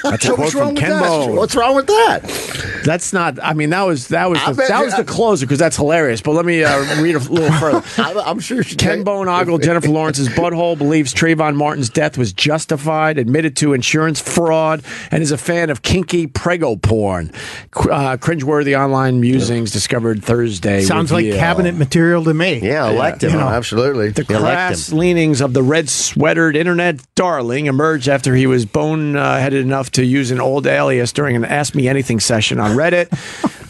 Speaker 1: That's a
Speaker 2: So
Speaker 1: quote
Speaker 2: what's wrong
Speaker 1: from
Speaker 2: with
Speaker 1: Ken
Speaker 2: that?
Speaker 1: Bone.
Speaker 2: What's wrong with that?
Speaker 1: That's not. I mean, that was that was
Speaker 2: I
Speaker 1: the,
Speaker 2: bet
Speaker 1: that
Speaker 2: you-
Speaker 1: was the closer because that's hilarious. But let me uh, read a little further.
Speaker 2: I'm, I'm sure she
Speaker 1: Ken Bone ogled Jennifer Lawrence's butthole, believes Trayvon Martin's death was justified, admitted to insurance fraud, and is a fan of kinky prego porn. Qu- Uh, cringeworthy online musings discovered Thursday.
Speaker 16: Sounds like
Speaker 1: reveal.
Speaker 16: cabinet material to me.
Speaker 3: Yeah,
Speaker 1: elected.
Speaker 16: You know,
Speaker 2: absolutely.
Speaker 1: The crass leanings of the red sweatered internet darling emerged after he was bone uh, headed enough to use an old alias during an Ask Me Anything session on Reddit.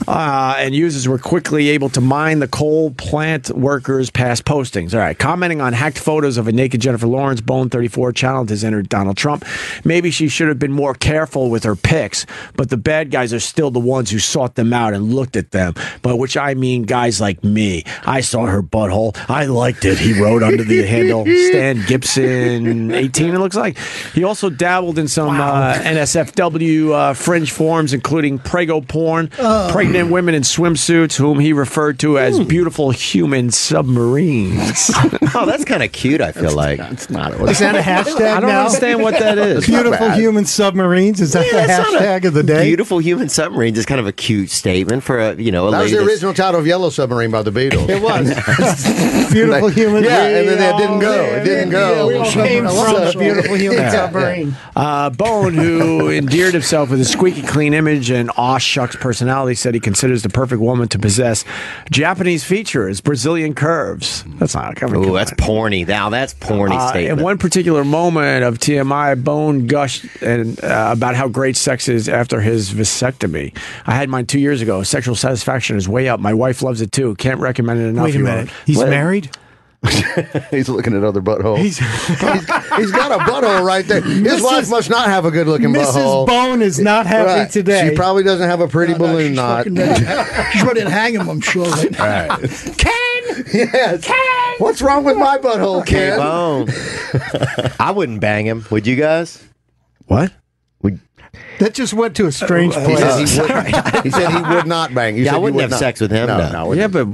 Speaker 1: uh, and users were quickly able to mine the coal plant workers' past postings. All right, commenting on hacked photos of a naked Jennifer Lawrence, Bone 34 challenged has entered Donald Trump. Maybe she should have been more careful with her picks, but the bad guys are still the ones who sought them out and looked at them. By which I mean guys like me. I saw her butthole. I liked it. He wrote under the handle Stan Gibson 18. It looks like he also dabbled in some uh, NSFW uh, fringe forms, including prego porn,
Speaker 15: Oh.
Speaker 1: pregnant women in swimsuits, whom he referred to as beautiful human submarines. oh,
Speaker 3: that's kind of cute. I feel like
Speaker 1: that's not.
Speaker 16: Is that a hashtag
Speaker 1: I don't
Speaker 16: now?
Speaker 1: understand what that is.
Speaker 16: Beautiful human submarines. Is that the hashtag of the day?
Speaker 3: Beautiful human submarines is kind of a cute statement for a you know a
Speaker 2: That was
Speaker 3: lady
Speaker 2: the
Speaker 3: that's-
Speaker 2: original title of Yellow Submarine by the Beatles. It was
Speaker 16: beautiful human.
Speaker 2: Yeah, and then it didn't go. It didn't
Speaker 1: Oh,
Speaker 2: go.
Speaker 16: we all came from a beautiful human
Speaker 1: Yeah.
Speaker 16: submarine.
Speaker 1: Uh, Bone, who endeared himself with a squeaky clean image and aw shucks personality, said he considers the perfect woman to possess Japanese features, Brazilian curves. That's not. I mean,
Speaker 3: Ooh,
Speaker 1: come
Speaker 3: that's
Speaker 1: on.
Speaker 3: porny. Now that's porny
Speaker 1: Uh,
Speaker 3: statement.
Speaker 1: in one particular moment of TMI, Bone gushed and, uh, about how great sex is after his vasectomy. I had mine two years ago. Sexual satisfaction is way up. My wife loves it too. Can't recommend it enough.
Speaker 2: Wait a
Speaker 1: he
Speaker 2: minute.
Speaker 1: wrote.
Speaker 2: He's
Speaker 1: Let-
Speaker 16: married?
Speaker 2: He's looking at other buttholes. He's,
Speaker 16: he's
Speaker 2: got a butthole right there. His wife must not have a good looking
Speaker 16: Mrs.
Speaker 2: butthole.
Speaker 16: Bone is not happy
Speaker 2: Right.
Speaker 16: today.
Speaker 2: She probably doesn't have a pretty balloon knot.
Speaker 15: She's ready to hang him, I'm sure. Right now.
Speaker 2: Ken! Yes. Ken! What's wrong with my butthole,
Speaker 3: Okay,
Speaker 2: Ken?
Speaker 3: bone. I wouldn't bang him. Would you guys?
Speaker 1: What?
Speaker 16: That just went to a strange
Speaker 2: He
Speaker 16: place.
Speaker 2: said he would- he said he would not bang. You
Speaker 3: Oh, yeah,
Speaker 2: said
Speaker 3: I
Speaker 2: you
Speaker 3: wouldn't
Speaker 2: would
Speaker 3: have
Speaker 2: not.
Speaker 3: sex with him.
Speaker 2: No,
Speaker 3: No,
Speaker 2: no,
Speaker 1: Yeah, but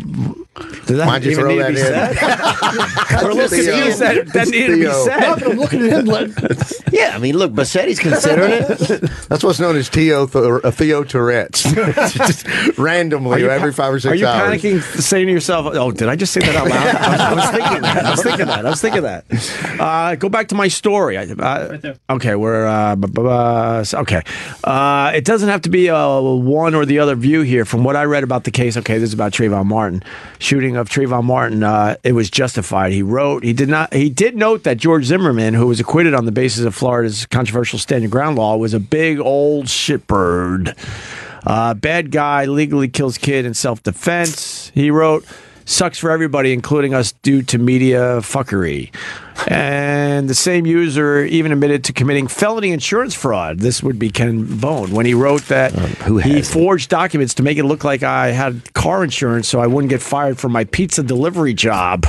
Speaker 1: does that
Speaker 2: Mind you
Speaker 1: even
Speaker 2: throw
Speaker 1: need to
Speaker 2: that
Speaker 1: be
Speaker 2: in.
Speaker 1: said? We're a little
Speaker 2: Theo.
Speaker 1: confused that that needed to be
Speaker 2: Theo.
Speaker 1: said.
Speaker 15: I'm looking at him like,
Speaker 3: Yeah, I mean, look, Bassetti's considering it.
Speaker 2: That's what's known as Theo, Th- uh, Theo Tourette's. Just randomly, every five or
Speaker 1: Are
Speaker 2: six
Speaker 1: you
Speaker 2: hours.
Speaker 1: panicking, saying to yourself, "Oh, did I just say that out loud?" I was, I was thinking that. I was thinking that. I was thinking that. Uh, go back to my story. I, I, Okay, we're uh, bu- bu- bu- so- okay. Uh, it doesn't have to be a one or the other view here. From what I read about the case, okay, this is about Trayvon Martin shooting of Trayvon Martin. Uh, it was justified. He wrote. He did not. He did note that George Zimmerman, who was acquitted on the basis of Florida's controversial stand your ground law, was a big old shitbird. Uh, bad guy legally kills kid in self defense. He wrote, sucks for everybody, including us, due to media fuckery. And the same user even admitted to committing felony insurance fraud. This would be Ken Bone when he wrote that he forged documents to make it look like I had car insurance so I wouldn't get fired from my pizza delivery job.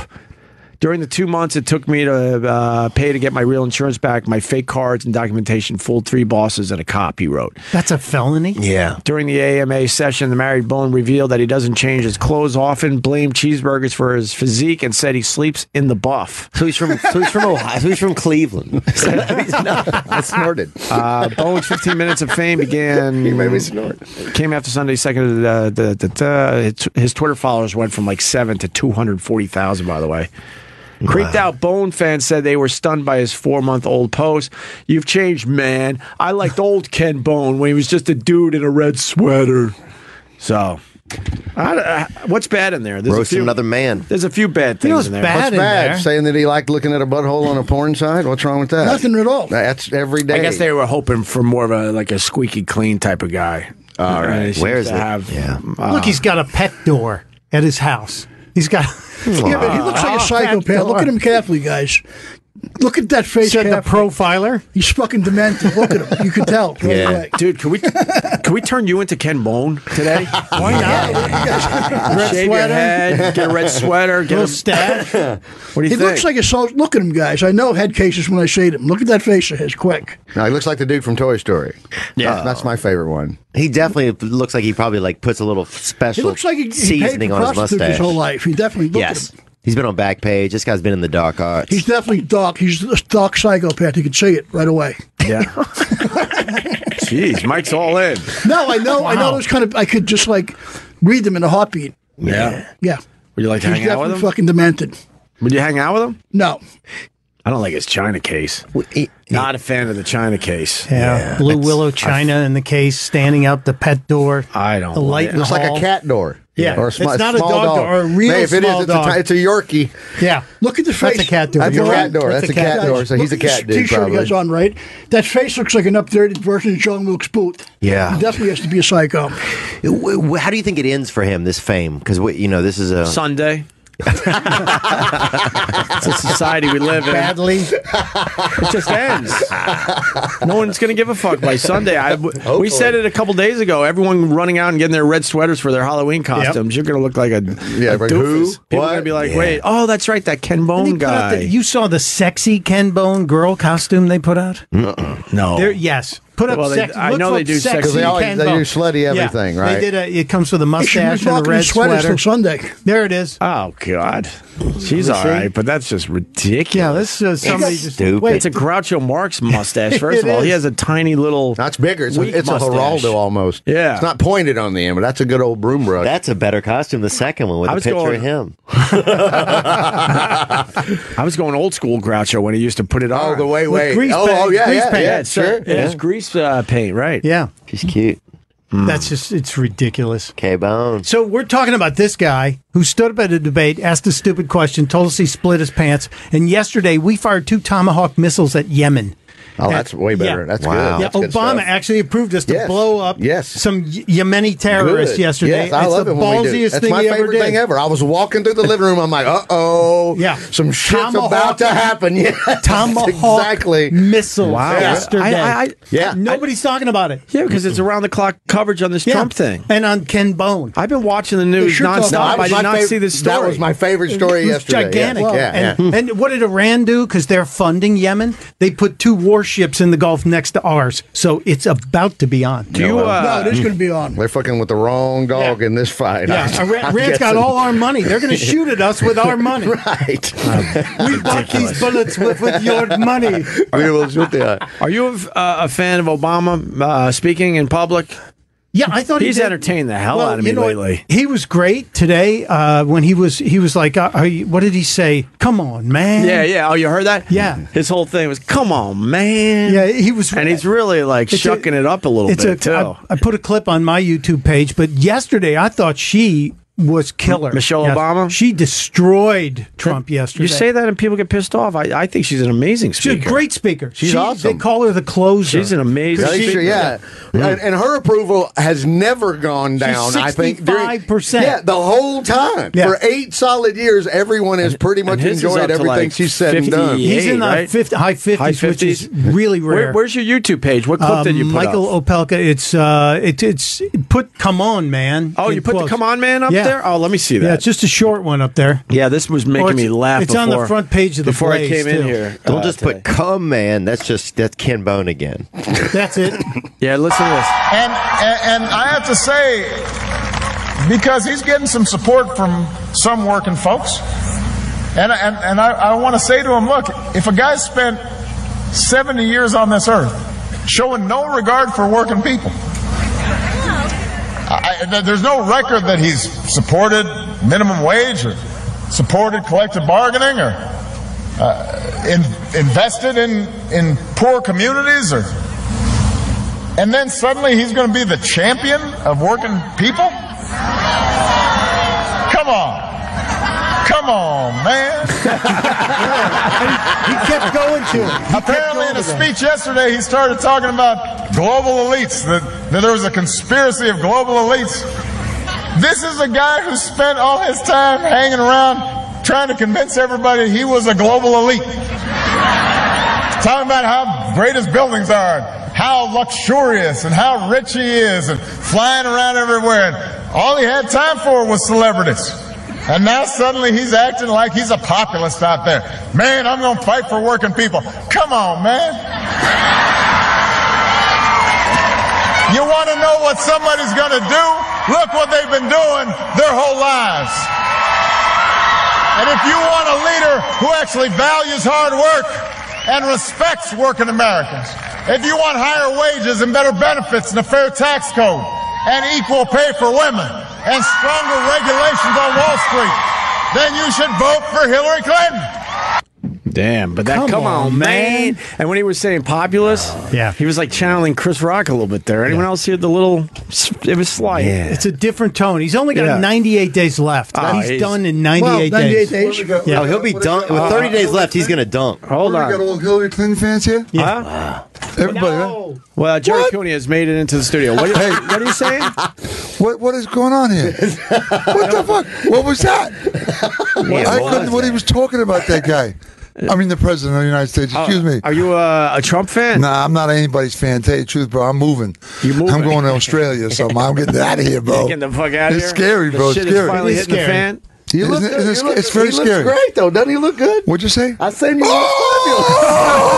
Speaker 1: During the two months it took me to uh, pay to get my real insurance back, my fake cards and documentation fooled three bosses and a cop, he wrote.
Speaker 16: That's a felony.
Speaker 1: Yeah. During the AMA session, the married Bone revealed that he doesn't change his clothes often, blamed cheeseburgers for his physique, and said he sleeps in the buff.
Speaker 3: So he's from so he's from Ohio. So he's from Cleveland.
Speaker 2: I snorted.
Speaker 1: Uh, Bone's 15 minutes of fame began.
Speaker 2: You made me snort.
Speaker 1: Came after Sunday second. Uh, da, da, da. His- His Twitter followers went from like seven to 240,000. By the way. Creeped out Bone fans said they were stunned by his four month old post. You've changed, man. I liked old Ken Bone when he was just a dude in a red sweater. So, I, I, what's bad in there? There's
Speaker 3: Roast
Speaker 1: a few,
Speaker 3: another man.
Speaker 1: There's a few bad things in there.
Speaker 2: What's bad? Saying that he liked looking at a butthole on a porn side? What's wrong with that?
Speaker 15: Nothing at all.
Speaker 2: That's every day.
Speaker 1: I guess they were hoping for more of a like a squeaky clean type of guy. Uh, All right,
Speaker 3: Where is it?
Speaker 1: yeah.
Speaker 16: Look, he's got a pet door at his house. He's got.
Speaker 15: yeah, but he looks like a psychopath.
Speaker 16: Pet
Speaker 15: Look at him carefully, guys. Look at that face.
Speaker 16: Said the
Speaker 15: carefully.
Speaker 16: profiler.
Speaker 15: He's fucking demented. Look at him. You can tell. right away.
Speaker 1: dude, can we can we turn you into Ken Bone today? Why not?
Speaker 15: Red
Speaker 1: Shave
Speaker 15: sweater.
Speaker 1: your head, get a red sweater, get a
Speaker 16: stash.
Speaker 1: what do you
Speaker 15: He
Speaker 1: think?
Speaker 15: looks like a sol Look at him, guys. I know head cases when I see them. Look at that face of his, quick.
Speaker 2: No, he looks like the dude from Toy Story.
Speaker 3: Yeah.
Speaker 2: That- that's my favorite one.
Speaker 3: He definitely looks like he probably like puts a little
Speaker 15: He
Speaker 3: special
Speaker 15: looks like he, he paid
Speaker 3: seasoning
Speaker 15: for
Speaker 3: on his
Speaker 15: prostitutes
Speaker 3: mustache.
Speaker 15: his whole life. He definitely. Look at him.
Speaker 3: yes, he's been on Backpage. This guy's been in the dark arts.
Speaker 15: He's definitely dark. He's a dark psychopath. You can see it right away.
Speaker 1: Yeah. Jeez, Mike's all in.
Speaker 15: No, I know. I know. Those kind of. I could just like read them in a heartbeat.
Speaker 1: Yeah.
Speaker 15: Yeah.
Speaker 1: Would you like to
Speaker 15: He's
Speaker 1: hang out with
Speaker 15: definitely
Speaker 1: him?
Speaker 15: fucking demented.
Speaker 1: Would you hang out with him?
Speaker 15: No.
Speaker 1: I don't like his China case. Not a fan of the China case.
Speaker 16: Yeah, Blue Willow China in the case, standing out the pet door.
Speaker 1: I don't.
Speaker 16: The light in the
Speaker 2: Looks like a
Speaker 16: hall.
Speaker 2: cat door.
Speaker 16: Yeah,
Speaker 2: or a
Speaker 16: it's
Speaker 2: smi-
Speaker 16: not a
Speaker 2: small
Speaker 16: dog door, a real
Speaker 2: hey, if it is,
Speaker 16: small
Speaker 2: it's
Speaker 16: dog.
Speaker 2: A ti- it's a Yorkie.
Speaker 16: Yeah,
Speaker 15: look at the face.
Speaker 2: That's a cat door. That's a cat door. That's a cat door. So he's a
Speaker 15: Look at
Speaker 2: cat
Speaker 15: this
Speaker 2: dude,
Speaker 15: T-shirt he
Speaker 2: probably.
Speaker 15: has on, right? That face looks like an updated version of John Wilkes Booth.
Speaker 3: Yeah.
Speaker 15: he definitely has to be a psycho.
Speaker 3: W- w- How do you think it ends for him? This fame, because you know this is a
Speaker 1: Sunday. it's a society we live in.
Speaker 10: Badly.
Speaker 1: It just ends. No one's going to give a fuck by Sunday. I, we
Speaker 2: Hopefully.
Speaker 1: said it a couple days ago. Everyone running out and getting their red sweaters for their Halloween costumes. You're going to look like a yeah.
Speaker 2: like, who?
Speaker 1: doofus. People are going to be like,
Speaker 2: Yeah.
Speaker 1: wait, oh, that's right, that Ken Bone
Speaker 16: Put out
Speaker 1: guy.
Speaker 16: the- you saw the sexy Ken Bone girl costume they put out?
Speaker 2: Uh-uh.
Speaker 1: no.
Speaker 16: There, yes. Put up
Speaker 1: Well, they-
Speaker 16: sex.
Speaker 1: I
Speaker 16: look
Speaker 1: know they
Speaker 16: up
Speaker 1: do
Speaker 16: sexy.
Speaker 1: sexy. Oh. They always-
Speaker 16: Ken
Speaker 1: they do
Speaker 16: Bone.
Speaker 1: slutty everything, right?
Speaker 16: They did a, it comes with a mustache and a red sweater.
Speaker 15: Sunday.
Speaker 16: There it is.
Speaker 1: Oh God, she's
Speaker 16: Let me
Speaker 1: all
Speaker 16: see.
Speaker 1: right, but that's just ridiculous.
Speaker 16: Yeah, this is somebody just-
Speaker 1: stupid.
Speaker 16: wait.
Speaker 1: It's a Groucho Marx mustache. First
Speaker 2: It
Speaker 1: of all, he
Speaker 2: is.
Speaker 1: has a tiny little.
Speaker 2: That's bigger. It's, a,
Speaker 1: weak
Speaker 2: it's a
Speaker 1: mustache.
Speaker 2: Geraldo almost.
Speaker 1: Yeah.
Speaker 2: It's not pointed on the end, but that's a good old broom brush.
Speaker 3: That's a better costume. The second one with
Speaker 1: I
Speaker 3: a
Speaker 1: was
Speaker 3: picture
Speaker 1: going-
Speaker 3: of him.
Speaker 1: I was going old school Groucho when he used to put it on.
Speaker 2: the way, With way- grease oh, paint. oh, yeah, Grease yeah, paint. yeah,
Speaker 1: It's, uh,
Speaker 2: sure,
Speaker 1: it's
Speaker 2: yeah.
Speaker 1: grease uh, paint, right? Hmm.
Speaker 16: Yeah.
Speaker 3: She's cute.
Speaker 16: That's just, it's ridiculous.
Speaker 3: K Bone.
Speaker 16: So we're talking about this guy who stood up at a debate, asked a stupid question, told us he split his pants, and yesterday we fired two Tomahawk missiles at Yemen.
Speaker 2: Oh, that's way better. That's good.
Speaker 16: Yeah,
Speaker 2: That's good
Speaker 16: Obama
Speaker 2: stuff.
Speaker 16: actually approved us to
Speaker 2: Yes.
Speaker 16: blow up
Speaker 2: Yes.
Speaker 16: some Y- Yemeni terrorists
Speaker 2: Good.
Speaker 16: yesterday.
Speaker 2: Yes, I
Speaker 16: it's
Speaker 2: love
Speaker 16: the
Speaker 2: it when we do.
Speaker 16: ballsiest
Speaker 2: it. That's
Speaker 16: thing
Speaker 2: my
Speaker 16: he
Speaker 2: favorite
Speaker 16: ever did.
Speaker 2: thing ever. I was walking through the living room. I'm like, uh oh, yeah, some shit's
Speaker 16: Tomahawk-
Speaker 2: about to happen. Yeah,
Speaker 16: Tomahawk
Speaker 2: exactly.
Speaker 16: Missiles
Speaker 1: Wow.
Speaker 16: yesterday.
Speaker 1: I- I- I-
Speaker 2: Yeah.
Speaker 16: nobody's talking about it.
Speaker 1: Yeah, because it's around the clock coverage on this Trump thing.
Speaker 16: And on Ken Bone,
Speaker 1: I've been watching the news
Speaker 16: sure talk
Speaker 1: nonstop.
Speaker 16: about it.
Speaker 1: I
Speaker 16: My
Speaker 1: did not
Speaker 16: fav-
Speaker 1: see this
Speaker 2: that
Speaker 1: story.
Speaker 2: was my favorite story
Speaker 16: It was
Speaker 2: yesterday.
Speaker 16: Gigantic.
Speaker 2: Yeah, yeah,
Speaker 16: and,
Speaker 2: yeah.
Speaker 16: and what did Iran do? Because they're funding Yemen. They put two warships in the Gulf next to ours, so it's about to be on.
Speaker 1: Do you, uh,
Speaker 15: no, it is going to be on.
Speaker 2: They're fucking with the wrong dog in this fight.
Speaker 16: Yeah,
Speaker 2: I-
Speaker 16: Iran,
Speaker 2: I'm
Speaker 16: Iran's got
Speaker 2: guessing.
Speaker 16: all our money. They're going to shoot at us with our money.
Speaker 2: right.
Speaker 16: We bought these bullets with, with your money.
Speaker 2: We will shoot the
Speaker 1: Are you a, uh, a fan of Obama uh, speaking in public?
Speaker 16: Yeah, I thought he
Speaker 1: He's
Speaker 16: did.
Speaker 1: entertained the hell
Speaker 16: Well,
Speaker 1: out of
Speaker 16: you
Speaker 1: me
Speaker 16: know what?
Speaker 1: lately.
Speaker 16: He was great today uh, when he was he was like, uh, are you, what did he say? Come on, man.
Speaker 1: Yeah, yeah. Oh, you heard that?
Speaker 16: Yeah.
Speaker 1: His whole thing was, "Come on, man."
Speaker 16: Yeah, he was-
Speaker 1: and he's really
Speaker 16: It's
Speaker 1: like
Speaker 16: a-
Speaker 1: shucking it up a little bit too.
Speaker 16: I, I put a clip on my YouTube page, but yesterday I thought she was killer.
Speaker 1: Michelle
Speaker 16: Yes.
Speaker 1: Obama?
Speaker 16: She destroyed Trump yesterday.
Speaker 1: you say that, and people get pissed off. I, I think she's an amazing
Speaker 16: She's
Speaker 1: speaker.
Speaker 16: a great speaker.
Speaker 2: She's
Speaker 16: She- They
Speaker 2: awesome.
Speaker 16: call her the closer.
Speaker 1: She's an amazing.
Speaker 2: Yeah,
Speaker 1: speaker.
Speaker 2: sure, yeah. And, and her approval has never gone down. I think during-
Speaker 16: 65%.
Speaker 2: Yeah, the whole time
Speaker 16: Yeah.
Speaker 2: for eight solid years, everyone has pretty much
Speaker 1: his is up
Speaker 2: enjoyed
Speaker 1: to,
Speaker 2: everything
Speaker 1: like,
Speaker 2: she said and done.
Speaker 1: 58.
Speaker 16: He's in the
Speaker 1: right?
Speaker 16: 50, high, 50s,
Speaker 1: High
Speaker 16: which is
Speaker 1: 50s?
Speaker 16: really rare.
Speaker 1: Where, where's your YouTube page? What clip did you
Speaker 16: Um,
Speaker 1: put
Speaker 16: Michael
Speaker 1: up?
Speaker 16: Opelka. It's uh, it, it's put "Come On, Man."
Speaker 1: Oh,
Speaker 16: in
Speaker 1: you put
Speaker 16: quotes.
Speaker 1: the "Come On Man" up
Speaker 16: Yeah.
Speaker 1: there. Oh, let me see that.
Speaker 16: Yeah, it's just a short one up there.
Speaker 1: Yeah, this was
Speaker 16: Or
Speaker 1: making
Speaker 16: it's-
Speaker 1: me laugh.
Speaker 16: it's on the
Speaker 1: before-
Speaker 16: front page of the
Speaker 1: before
Speaker 16: Blaze,
Speaker 1: I came in
Speaker 16: too.
Speaker 1: here.
Speaker 3: Don't
Speaker 1: uh,
Speaker 3: just
Speaker 1: today.
Speaker 3: put "come man." That's just that's Ken Bone again.
Speaker 16: That's it.
Speaker 1: Yeah, listen to this.
Speaker 19: And, and and I have to say, because he's getting some support from some working folks, and and and I, I want to say to him, look, if a guy spent 70 years on this earth showing no regard for working people, I, I- there's no record that he's supported minimum wage or supported collective bargaining or uh, in, invested in in poor communities or. And then suddenly he's going to be the champion of working people? Come on. Come on, man.
Speaker 16: He kept going to it. He kept
Speaker 19: Apparently, in a
Speaker 16: going to it.
Speaker 19: speech yesterday, he started talking about global elites, that, that there was a conspiracy of global elites. This is a guy who spent all his time hanging around trying to convince everybody he was a global elite. Talking about how great his buildings are, and how luxurious, and how rich he is, and flying around everywhere. And all he had time for was celebrities. And now suddenly he's acting like he's a populist out there. Man, I'm going to fight for working people. Come on, man. You want to know what somebody's going to do? Look what they've been doing their whole lives. And if you want a leader who actually values hard work and respects working Americans, if you want higher wages and better benefits and a fair tax code and equal pay for women and stronger regulations on Wall Street, then you should vote for Hillary Clinton.
Speaker 1: Damn, but that come,
Speaker 16: Come
Speaker 1: on,
Speaker 16: on,
Speaker 1: man. And when he was saying populous, yeah, he was like channeling Chris Rock a little bit there. Anyone else hear the little? It was slight.
Speaker 16: It's a different tone. He's only got
Speaker 1: Yeah.
Speaker 16: 98 days left.
Speaker 1: Oh,
Speaker 16: he's,
Speaker 1: he's-
Speaker 16: done in
Speaker 1: Well,
Speaker 16: 98 days.
Speaker 1: 98 days.
Speaker 16: Yeah.
Speaker 3: Oh, he'll be done. With 30 days left, he's going to dunk.
Speaker 1: Hold
Speaker 16: on.
Speaker 1: on.
Speaker 16: got
Speaker 1: old Hillary Clinton fans here? Yeah. Everybody, Well, Jerry Cooney has made it into the studio. What,
Speaker 20: Hey.
Speaker 1: what are you saying?
Speaker 20: What what is going on here? what the fuck? What was that? I
Speaker 1: what
Speaker 20: couldn't.
Speaker 1: was
Speaker 20: What he was talking about? That guy. I mean, the president of the United States. Excuse me.
Speaker 1: Uh, Are you a, a Trump fan?
Speaker 20: Nah, I'm not anybody's fan. Tell you the truth, bro. I'm moving. You moving? I'm going to Australia or something. I'm getting out of here, bro.
Speaker 1: Getting the fuck out of
Speaker 20: It's
Speaker 1: here?
Speaker 20: scary,
Speaker 1: The
Speaker 20: bro.
Speaker 1: shit
Speaker 20: it's
Speaker 1: is
Speaker 20: scary.
Speaker 1: finally It is hitting the scary. fan?
Speaker 20: He looks,
Speaker 1: Isn't it-
Speaker 20: it's,
Speaker 1: he looks-
Speaker 20: it's very
Speaker 1: he looks
Speaker 20: scary.
Speaker 1: great,
Speaker 20: though. Doesn't he look good? What'd you say? I seen you. Oh!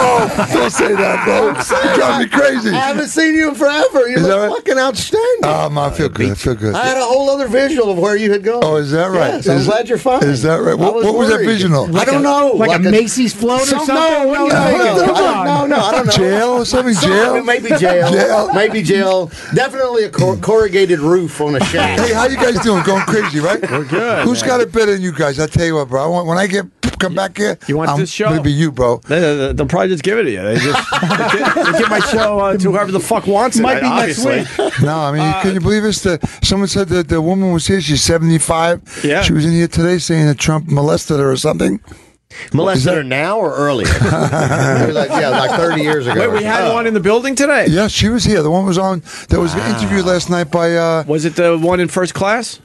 Speaker 20: Don't say that, bro. You drive me crazy.
Speaker 2: I haven't seen you in forever. You
Speaker 20: Is that
Speaker 2: look
Speaker 20: right?
Speaker 2: fucking outstanding.
Speaker 20: Oh, man, I feel good. I feel good.
Speaker 2: I had a whole other visual of where you had gone.
Speaker 20: Oh, is that right?
Speaker 2: Yes, I'm
Speaker 20: Is-
Speaker 2: glad you're fine.
Speaker 20: Is that right?
Speaker 2: I
Speaker 20: What,
Speaker 2: was
Speaker 20: what was that
Speaker 2: worried.
Speaker 20: visional?
Speaker 2: I don't know.
Speaker 16: float
Speaker 2: or something? What do you think? I don't- no, no, I don't know.
Speaker 20: Jail or something?
Speaker 2: Some-
Speaker 20: Jail?
Speaker 2: Maybe jail.
Speaker 20: Jail.
Speaker 2: Maybe jail. Definitely a cor- corrugated roof on a shack.
Speaker 20: Hey, how you guys doing? Going crazy, right? We're
Speaker 1: good.
Speaker 20: Who's
Speaker 1: man.
Speaker 20: got it better than you guys? I tell you what, bro. I want, when I get come back here,
Speaker 1: You want
Speaker 20: I'm,
Speaker 1: this show?
Speaker 20: Maybe you, bro.
Speaker 1: They, they, they'll probably just give it to you. They just they give, they give my show uh, to whoever the fuck wants it. obviously. Uh,
Speaker 20: no, I mean, can you believe this? The, someone said that the woman was here. She's 75.
Speaker 1: Yeah.
Speaker 20: She was in here today saying that Trump molested her or something.
Speaker 3: Molested
Speaker 20: Is
Speaker 3: her now or earlier? Oh,
Speaker 20: that-
Speaker 3: Maybe like, yeah, like 30 years ago. Wait, we had
Speaker 1: one in the building today?
Speaker 20: Oh. Yeah, she was here. The one was on, that was interviewed last night by. Uh,
Speaker 1: was it the one in first class?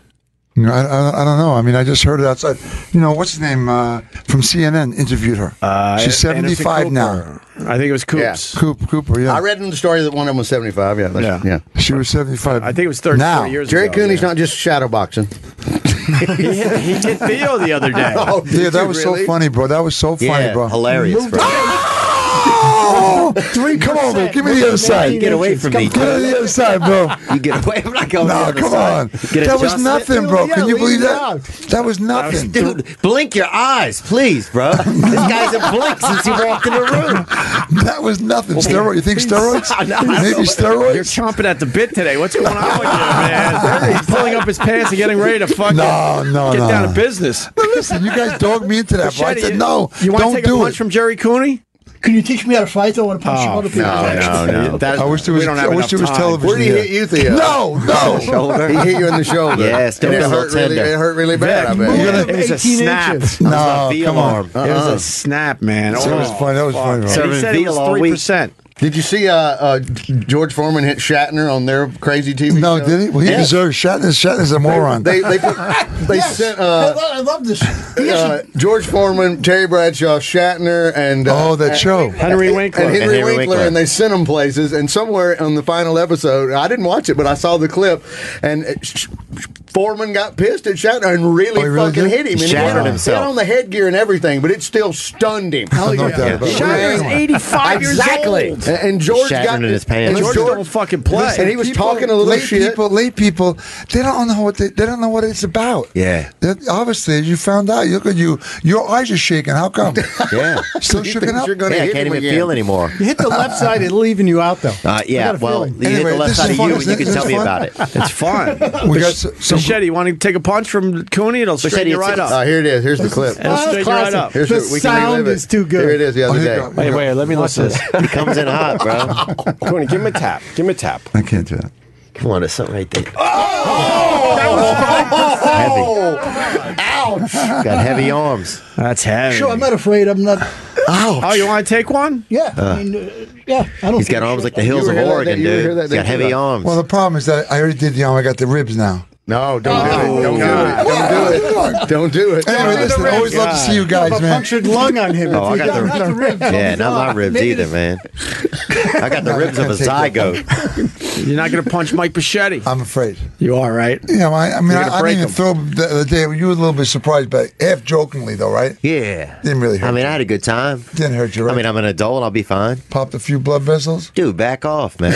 Speaker 20: You know, I, I, I don't know. I mean, I just heard it outside. You know, what's his name uh, from CNN interviewed her. Uh, She's
Speaker 1: Anderson
Speaker 20: 75 now.
Speaker 1: Cooper. I think it was Coops.
Speaker 20: Coop, Cooper, yeah.
Speaker 2: I read in the story that one of them was 75. Yeah, that's, yeah.
Speaker 20: She was 75.
Speaker 1: I think it was 30,
Speaker 20: Now.
Speaker 1: 40 years
Speaker 2: Jerry
Speaker 1: ago.
Speaker 2: Cooney's not just shadow boxing.
Speaker 1: he, hit, he hit Theo the other day.
Speaker 2: Oh, did
Speaker 20: yeah, that
Speaker 2: you
Speaker 20: was
Speaker 2: really?
Speaker 20: so funny, bro. That was so funny,
Speaker 3: Yeah,
Speaker 20: bro.
Speaker 3: hilarious, bro.
Speaker 20: Oh! Come on, man. Give me the other side.
Speaker 3: Get away from me.
Speaker 20: Give me the other side, bro.
Speaker 3: You get away. I'm not going
Speaker 20: No,
Speaker 3: the other
Speaker 20: come
Speaker 3: side.
Speaker 20: on.
Speaker 3: Get
Speaker 20: That was
Speaker 3: adjusted.
Speaker 20: nothing, bro.
Speaker 3: Yeah,
Speaker 20: Can you
Speaker 3: leave
Speaker 20: believe
Speaker 3: it
Speaker 20: that?
Speaker 3: out.
Speaker 20: That was nothing.
Speaker 3: Dude, blink your eyes, please, bro. This guy's a blink since he walked in the room.
Speaker 20: That was nothing. Steroid. You think steroids? Maybe steroids?
Speaker 1: You're chomping at the bit today. What's going on with you, man? He's pulling up his pants and getting ready to fucking
Speaker 20: No, no,
Speaker 1: get
Speaker 20: no.
Speaker 1: down to business.
Speaker 20: But listen, you guys dogged me into that, bro. I
Speaker 1: Machete,
Speaker 20: said,
Speaker 1: you-
Speaker 20: no,
Speaker 1: you wanna
Speaker 20: don't
Speaker 1: take a
Speaker 20: do
Speaker 1: punch
Speaker 20: it.
Speaker 1: from Jerry Cooney?
Speaker 15: Can you teach me how to fight? I want to
Speaker 2: Oh,
Speaker 15: punch some other people.
Speaker 20: I wish there was,
Speaker 1: we don't
Speaker 20: I
Speaker 1: have
Speaker 20: wish
Speaker 1: enough
Speaker 20: there was
Speaker 1: time.
Speaker 20: television.
Speaker 2: Where did he
Speaker 20: here.
Speaker 2: hit you, Theo?
Speaker 20: No, no.
Speaker 2: Shoulder. He hit you in the shoulder.
Speaker 3: Yes,
Speaker 2: And
Speaker 3: don't
Speaker 2: it
Speaker 3: be so
Speaker 2: hurt really.
Speaker 3: tender.
Speaker 2: It hurt really bad. I
Speaker 20: Vic,
Speaker 2: bet.
Speaker 20: move
Speaker 2: Yeah.
Speaker 1: It was a
Speaker 20: 18
Speaker 1: snap.
Speaker 20: inches.
Speaker 1: It was
Speaker 20: No,
Speaker 1: a veal
Speaker 20: come on.
Speaker 1: arm. It was
Speaker 2: Uh-uh.
Speaker 1: a snap, man.
Speaker 20: That
Speaker 2: Oh,
Speaker 20: was funny. That was funny, bro.
Speaker 1: So he said he was three percent.
Speaker 2: Did you see uh, uh, George Foreman hit Shatner on their crazy TV?
Speaker 20: No,
Speaker 2: show?
Speaker 20: did he? Well, he
Speaker 2: Yeah.
Speaker 20: deserves Shatner. Shatner's a moron.
Speaker 2: They they put, they sent uh,
Speaker 15: I, I love this.
Speaker 2: uh, George Foreman, Terry Bradshaw, Shatner, and uh,
Speaker 20: oh, that
Speaker 2: and-
Speaker 20: show.
Speaker 1: Henry Winkler.
Speaker 2: And Henry,
Speaker 3: And Henry
Speaker 2: Winkler,
Speaker 3: Winkler.
Speaker 2: and they sent him places. And somewhere on the final episode, I didn't watch it, but I saw the clip, and it- Sh- Sh- Foreman got pissed at Shatner and really
Speaker 20: Oh, he really
Speaker 2: fucking
Speaker 20: did?
Speaker 2: hit him. And
Speaker 3: Shattered
Speaker 2: he hit,
Speaker 3: himself.
Speaker 2: hit on the headgear and everything, but it still stunned him.
Speaker 20: Oh, no doubt about it.
Speaker 1: Shatner's 85 years
Speaker 2: exactly.
Speaker 1: old.
Speaker 2: And, and George
Speaker 3: Shattered
Speaker 2: got
Speaker 3: in his pants.
Speaker 2: and
Speaker 1: George
Speaker 2: George-
Speaker 1: don't fucking play.
Speaker 2: and he was talking a little
Speaker 20: late
Speaker 2: shit.
Speaker 20: people, late people, they don't know what they, they don't know what it's about.
Speaker 3: Yeah.
Speaker 20: They're- obviously, you found out. Look at you. Your eyes are shaking. How come?
Speaker 3: Yeah.
Speaker 20: Still
Speaker 2: He
Speaker 20: shaking
Speaker 2: thinks
Speaker 20: up.
Speaker 2: you're gonna
Speaker 3: Yeah, I
Speaker 2: hit
Speaker 3: can't
Speaker 2: him
Speaker 3: even
Speaker 2: again.
Speaker 3: feel anymore.
Speaker 16: You hit the left side, it's leaving you out, though.
Speaker 3: Uh, yeah,
Speaker 16: I got a
Speaker 3: well,
Speaker 16: feeling.
Speaker 3: you hit
Speaker 20: Anyway,
Speaker 3: the left
Speaker 20: this
Speaker 3: side
Speaker 20: is
Speaker 3: of
Speaker 20: fun.
Speaker 3: you and
Speaker 20: Isn't
Speaker 3: you can
Speaker 20: this
Speaker 3: tell me
Speaker 20: fun?
Speaker 3: about it.
Speaker 1: It's fun.
Speaker 20: We
Speaker 1: Mach-
Speaker 20: got some- some-
Speaker 1: Machete, you want to take a punch from Cooney? It'll straighten you right
Speaker 2: Uh,
Speaker 1: up.
Speaker 2: here it is. Here's the clip.
Speaker 1: It'll straighten you right up.
Speaker 2: Here's
Speaker 16: The
Speaker 2: we can
Speaker 16: sound
Speaker 2: relive it.
Speaker 16: is too good.
Speaker 2: Here it is the
Speaker 20: Oh,
Speaker 2: other
Speaker 20: here
Speaker 2: day.
Speaker 20: you go.
Speaker 1: Wait, wait, let me listen to this.
Speaker 3: He comes in hot, bro.
Speaker 1: Cooney, give him a tap. Give him a tap.
Speaker 20: I can't do Ah! that.
Speaker 3: Come on, it's something right there.
Speaker 2: Oh! Ouch!
Speaker 3: Got heavy arms.
Speaker 1: That's heavy.
Speaker 15: Sure, I'm not afraid. I'm not.
Speaker 1: Oh, you want to take one?
Speaker 15: Yeah, I mean, uh, yeah. I don't.
Speaker 3: He's
Speaker 15: think-
Speaker 3: got arms like the hills
Speaker 2: were
Speaker 3: of
Speaker 2: here that
Speaker 3: Oregon,
Speaker 2: day- you were here
Speaker 3: dude.
Speaker 2: that
Speaker 3: He's
Speaker 2: day
Speaker 3: got
Speaker 2: too,
Speaker 3: heavy
Speaker 2: though.
Speaker 3: arms.
Speaker 20: Well, the problem is that I already did the arm. I got the ribs now.
Speaker 2: No, don't
Speaker 1: Oh,
Speaker 2: do it. Don't
Speaker 1: God.
Speaker 2: do it. Don't do it. Don't do it.
Speaker 20: Anyway,
Speaker 1: the
Speaker 20: listen.
Speaker 1: ribs.
Speaker 20: Always love to see you guys,
Speaker 16: a
Speaker 20: man.
Speaker 16: punctured lung on him.
Speaker 3: Oh, I
Speaker 16: If
Speaker 3: got
Speaker 16: you-
Speaker 3: the-
Speaker 16: not ribs.
Speaker 3: yeah, not my ribs
Speaker 16: Maybe
Speaker 3: either, man. I got the ribs of a
Speaker 20: Take that.
Speaker 3: zygote.
Speaker 1: You're not going to punch Mike Machete.
Speaker 20: I'm afraid.
Speaker 1: You are, right?
Speaker 20: Yeah, well, I, I mean,
Speaker 1: You're
Speaker 20: I,
Speaker 1: gonna
Speaker 20: I
Speaker 1: break
Speaker 20: didn't even throw the other day. You were a little bit surprised, but half jokingly, though, right?
Speaker 3: Yeah.
Speaker 20: Didn't really hurt.
Speaker 3: I mean, I had a good time.
Speaker 20: Didn't hurt you, right?
Speaker 3: I mean, I'm an adult. I'll be fine.
Speaker 20: popped a few blood vessels.
Speaker 3: Dude, back off, man.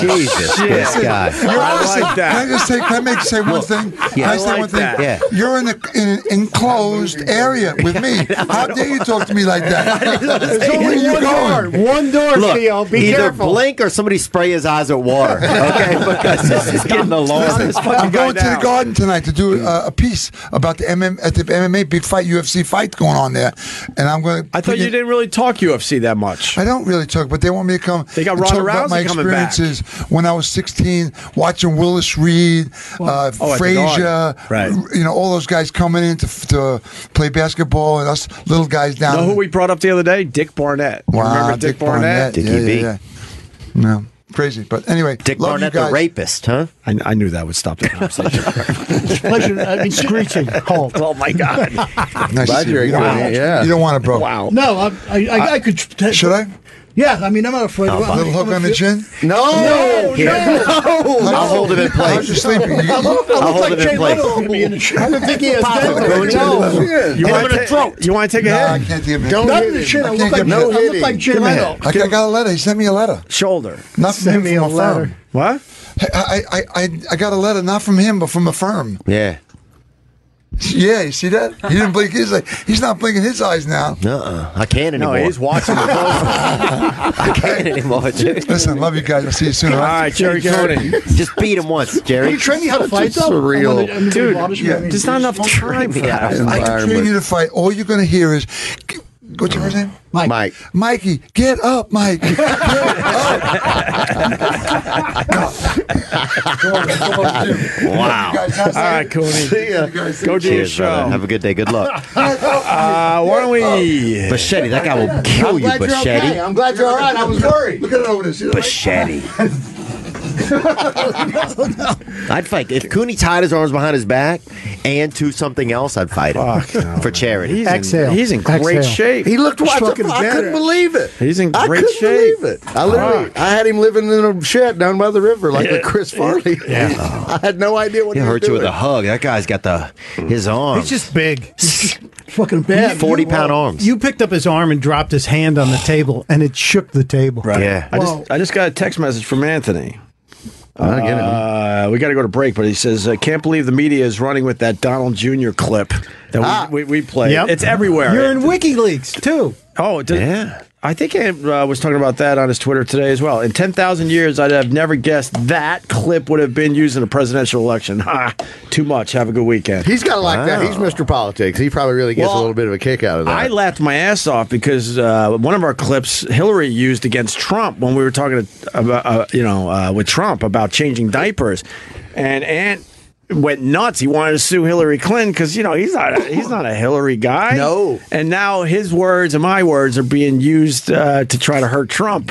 Speaker 3: Jesus, this guy.
Speaker 20: Oh,
Speaker 1: I
Speaker 20: Listen, Can I
Speaker 1: like that.
Speaker 20: just say, can I make say one thing?
Speaker 3: Yeah,
Speaker 20: I
Speaker 3: I
Speaker 20: said
Speaker 3: like
Speaker 20: one thing.
Speaker 3: that. Yeah.
Speaker 20: You're in, a, in an enclosed area with me. How dare you talk to me like that? There's only one door.
Speaker 10: One door,
Speaker 3: Look,
Speaker 10: Theo. Be
Speaker 3: either
Speaker 10: careful.
Speaker 3: blink or somebody spray his eyes with water. Okay, because this is getting alarming.
Speaker 20: Listen, I'm going to the garden tonight to do uh, a piece about the MM at the MMA big fight UFC fight going on there, and I'm going. to
Speaker 1: I thought you didn't really talk UFC that much.
Speaker 20: I don't really talk, but they want me to come.
Speaker 1: They got
Speaker 20: and
Speaker 1: Ronda
Speaker 20: talk about
Speaker 1: Rousey
Speaker 20: my
Speaker 1: coming back.
Speaker 20: experiences when I was 16, watching Willis Reed, uh,
Speaker 1: Oh, at the
Speaker 20: Frazier,
Speaker 1: Garden. Right.
Speaker 20: You know, all those guys coming in to, f- to play basketball, and us little guys down.
Speaker 1: know who we brought up the other day? Dick Barnett. You
Speaker 20: Wow,
Speaker 1: remember Dick, Barnett?
Speaker 20: Yeah, yeah, yeah. No, crazy. But anyway, Dick love
Speaker 1: Barnett
Speaker 20: you
Speaker 1: the
Speaker 20: guys.
Speaker 3: rapist, huh?
Speaker 1: I, I knew that would stop the conversation.
Speaker 16: Pleasure. I mean, screeching. Halt.
Speaker 1: Oh my God.
Speaker 20: Nice
Speaker 21: Glad
Speaker 20: to see
Speaker 21: you're
Speaker 20: you. You don't
Speaker 21: here.
Speaker 20: want-
Speaker 21: Yeah.
Speaker 20: You don't want it, bro.
Speaker 1: Wow.
Speaker 15: No, I, I, I, I could.
Speaker 20: oh. Should I?
Speaker 15: Yeah, I mean, I'm not afraid.
Speaker 20: A
Speaker 15: of
Speaker 20: little hook on the chin?
Speaker 3: No,
Speaker 15: no,
Speaker 3: Here.
Speaker 15: no.
Speaker 3: I'll hold it in place.
Speaker 20: How's your sleeping? You-
Speaker 15: I look, I look
Speaker 3: I'll hold
Speaker 15: like
Speaker 3: it in
Speaker 15: Jay
Speaker 3: place.
Speaker 15: Leno gonna be in the show.
Speaker 20: I don't think he has
Speaker 15: Pop-
Speaker 20: No.
Speaker 1: You
Speaker 20: Hit
Speaker 1: wanna
Speaker 20: him in the
Speaker 1: ta-
Speaker 20: throat.
Speaker 1: You want to take a
Speaker 20: Nah,
Speaker 1: hit?
Speaker 20: I can't give him.
Speaker 15: Don't Not in the hit chin. him. I look like- I look like Jay
Speaker 20: Jim
Speaker 15: Leno.
Speaker 20: I, I got a letter. He sent me a letter.
Speaker 1: Shoulder.
Speaker 20: Not from
Speaker 10: Sent
Speaker 20: him,
Speaker 10: me
Speaker 20: from
Speaker 10: a letter.
Speaker 20: firm.
Speaker 1: What?
Speaker 20: I, I, I, I got a letter not from him, but from a firm.
Speaker 3: Yeah.
Speaker 20: Yeah, you see that? He didn't blink his. He's not blinking his eyes now.
Speaker 3: Uh-uh. I can't
Speaker 1: No,
Speaker 3: anymore.
Speaker 1: he's watching the
Speaker 3: I can't anymore, dude.
Speaker 20: Listen, love you guys. I'll see you soon.
Speaker 1: All right, Jerry Coney.
Speaker 3: Just beat him once, Jerry.
Speaker 15: Can you train me how to fight though?
Speaker 21: surreal.
Speaker 15: I'm gonna- I'm gonna-
Speaker 20: Dude, yeah,
Speaker 1: There's not enough time for that.
Speaker 20: I can train you to fight. All you're going to hear is, what's your first name?
Speaker 15: Mike.
Speaker 21: Mike.
Speaker 20: Mikey, get up, Mike. Get up.
Speaker 3: Wow.
Speaker 1: All right, Cooney.
Speaker 21: See ya.
Speaker 1: Go do your
Speaker 3: Cheers, brother.
Speaker 1: show.
Speaker 3: Have a good day. Good luck.
Speaker 1: Uh, why don't we?
Speaker 3: Bashetti, that guy will kill Oh, you,
Speaker 21: Glad you're okay.
Speaker 3: Bashetti.
Speaker 21: I'm glad you're all right. I was worried.
Speaker 20: Look at it over there. See that?
Speaker 3: Bashetti. I'd fight. If Cooney tied his arms behind his back and to something else, I'd fight him
Speaker 1: Fuck no.
Speaker 3: for charity.
Speaker 1: He's
Speaker 10: Exhale.
Speaker 1: In, he's in great
Speaker 10: Exhale.
Speaker 1: shape.
Speaker 21: He looked
Speaker 15: He's
Speaker 21: what the
Speaker 15: fucking
Speaker 21: fuck? I couldn't
Speaker 15: badass.
Speaker 21: believe it.
Speaker 1: He's in
Speaker 21: I
Speaker 1: great
Speaker 21: couldn't
Speaker 1: shape.
Speaker 21: believe it. I literally, I had him living in a shed down by the river, like with Chris Farley. I had no idea what
Speaker 3: He
Speaker 21: he, was
Speaker 3: hurt you
Speaker 21: doing.
Speaker 3: with a hug. That guy's got the his arm.
Speaker 16: He's just big.
Speaker 15: Fucking bad.
Speaker 3: 40 pound arms.
Speaker 16: You picked up his arm and dropped his hand on the table, and it shook the table.
Speaker 1: Right.
Speaker 3: Yeah.
Speaker 1: I just, I just got a text message from Anthony.
Speaker 21: I don't get it.
Speaker 1: Uh, we got to go to break, but he says, I can't believe the media is running with that Donald Jr. clip that we,
Speaker 15: Ah.
Speaker 1: we, we play.
Speaker 16: Yep.
Speaker 1: It's everywhere.
Speaker 16: You're in WikiLeaks too.
Speaker 1: oh, it does- I think Ant uh, was talking about that on his Twitter today as well. In 10,000 years, I'd have never guessed that clip would have been used in a presidential election. Ha! Too much. Have a good weekend.
Speaker 21: He's got to like that. He's Mr. Politics. He probably really gets a
Speaker 1: Well,
Speaker 21: little bit of a kick out of that.
Speaker 1: I laughed my ass off because uh, one of our clips Hillary used against Trump when we were talking to, about uh, you know uh, with Trump about changing diapers, and Ant went nuts. He wanted to sue Hillary Clinton because you know he's not a, he's not a Hillary guy.
Speaker 21: No.
Speaker 1: and now his words and my words are being used uh, to try to hurt Trump.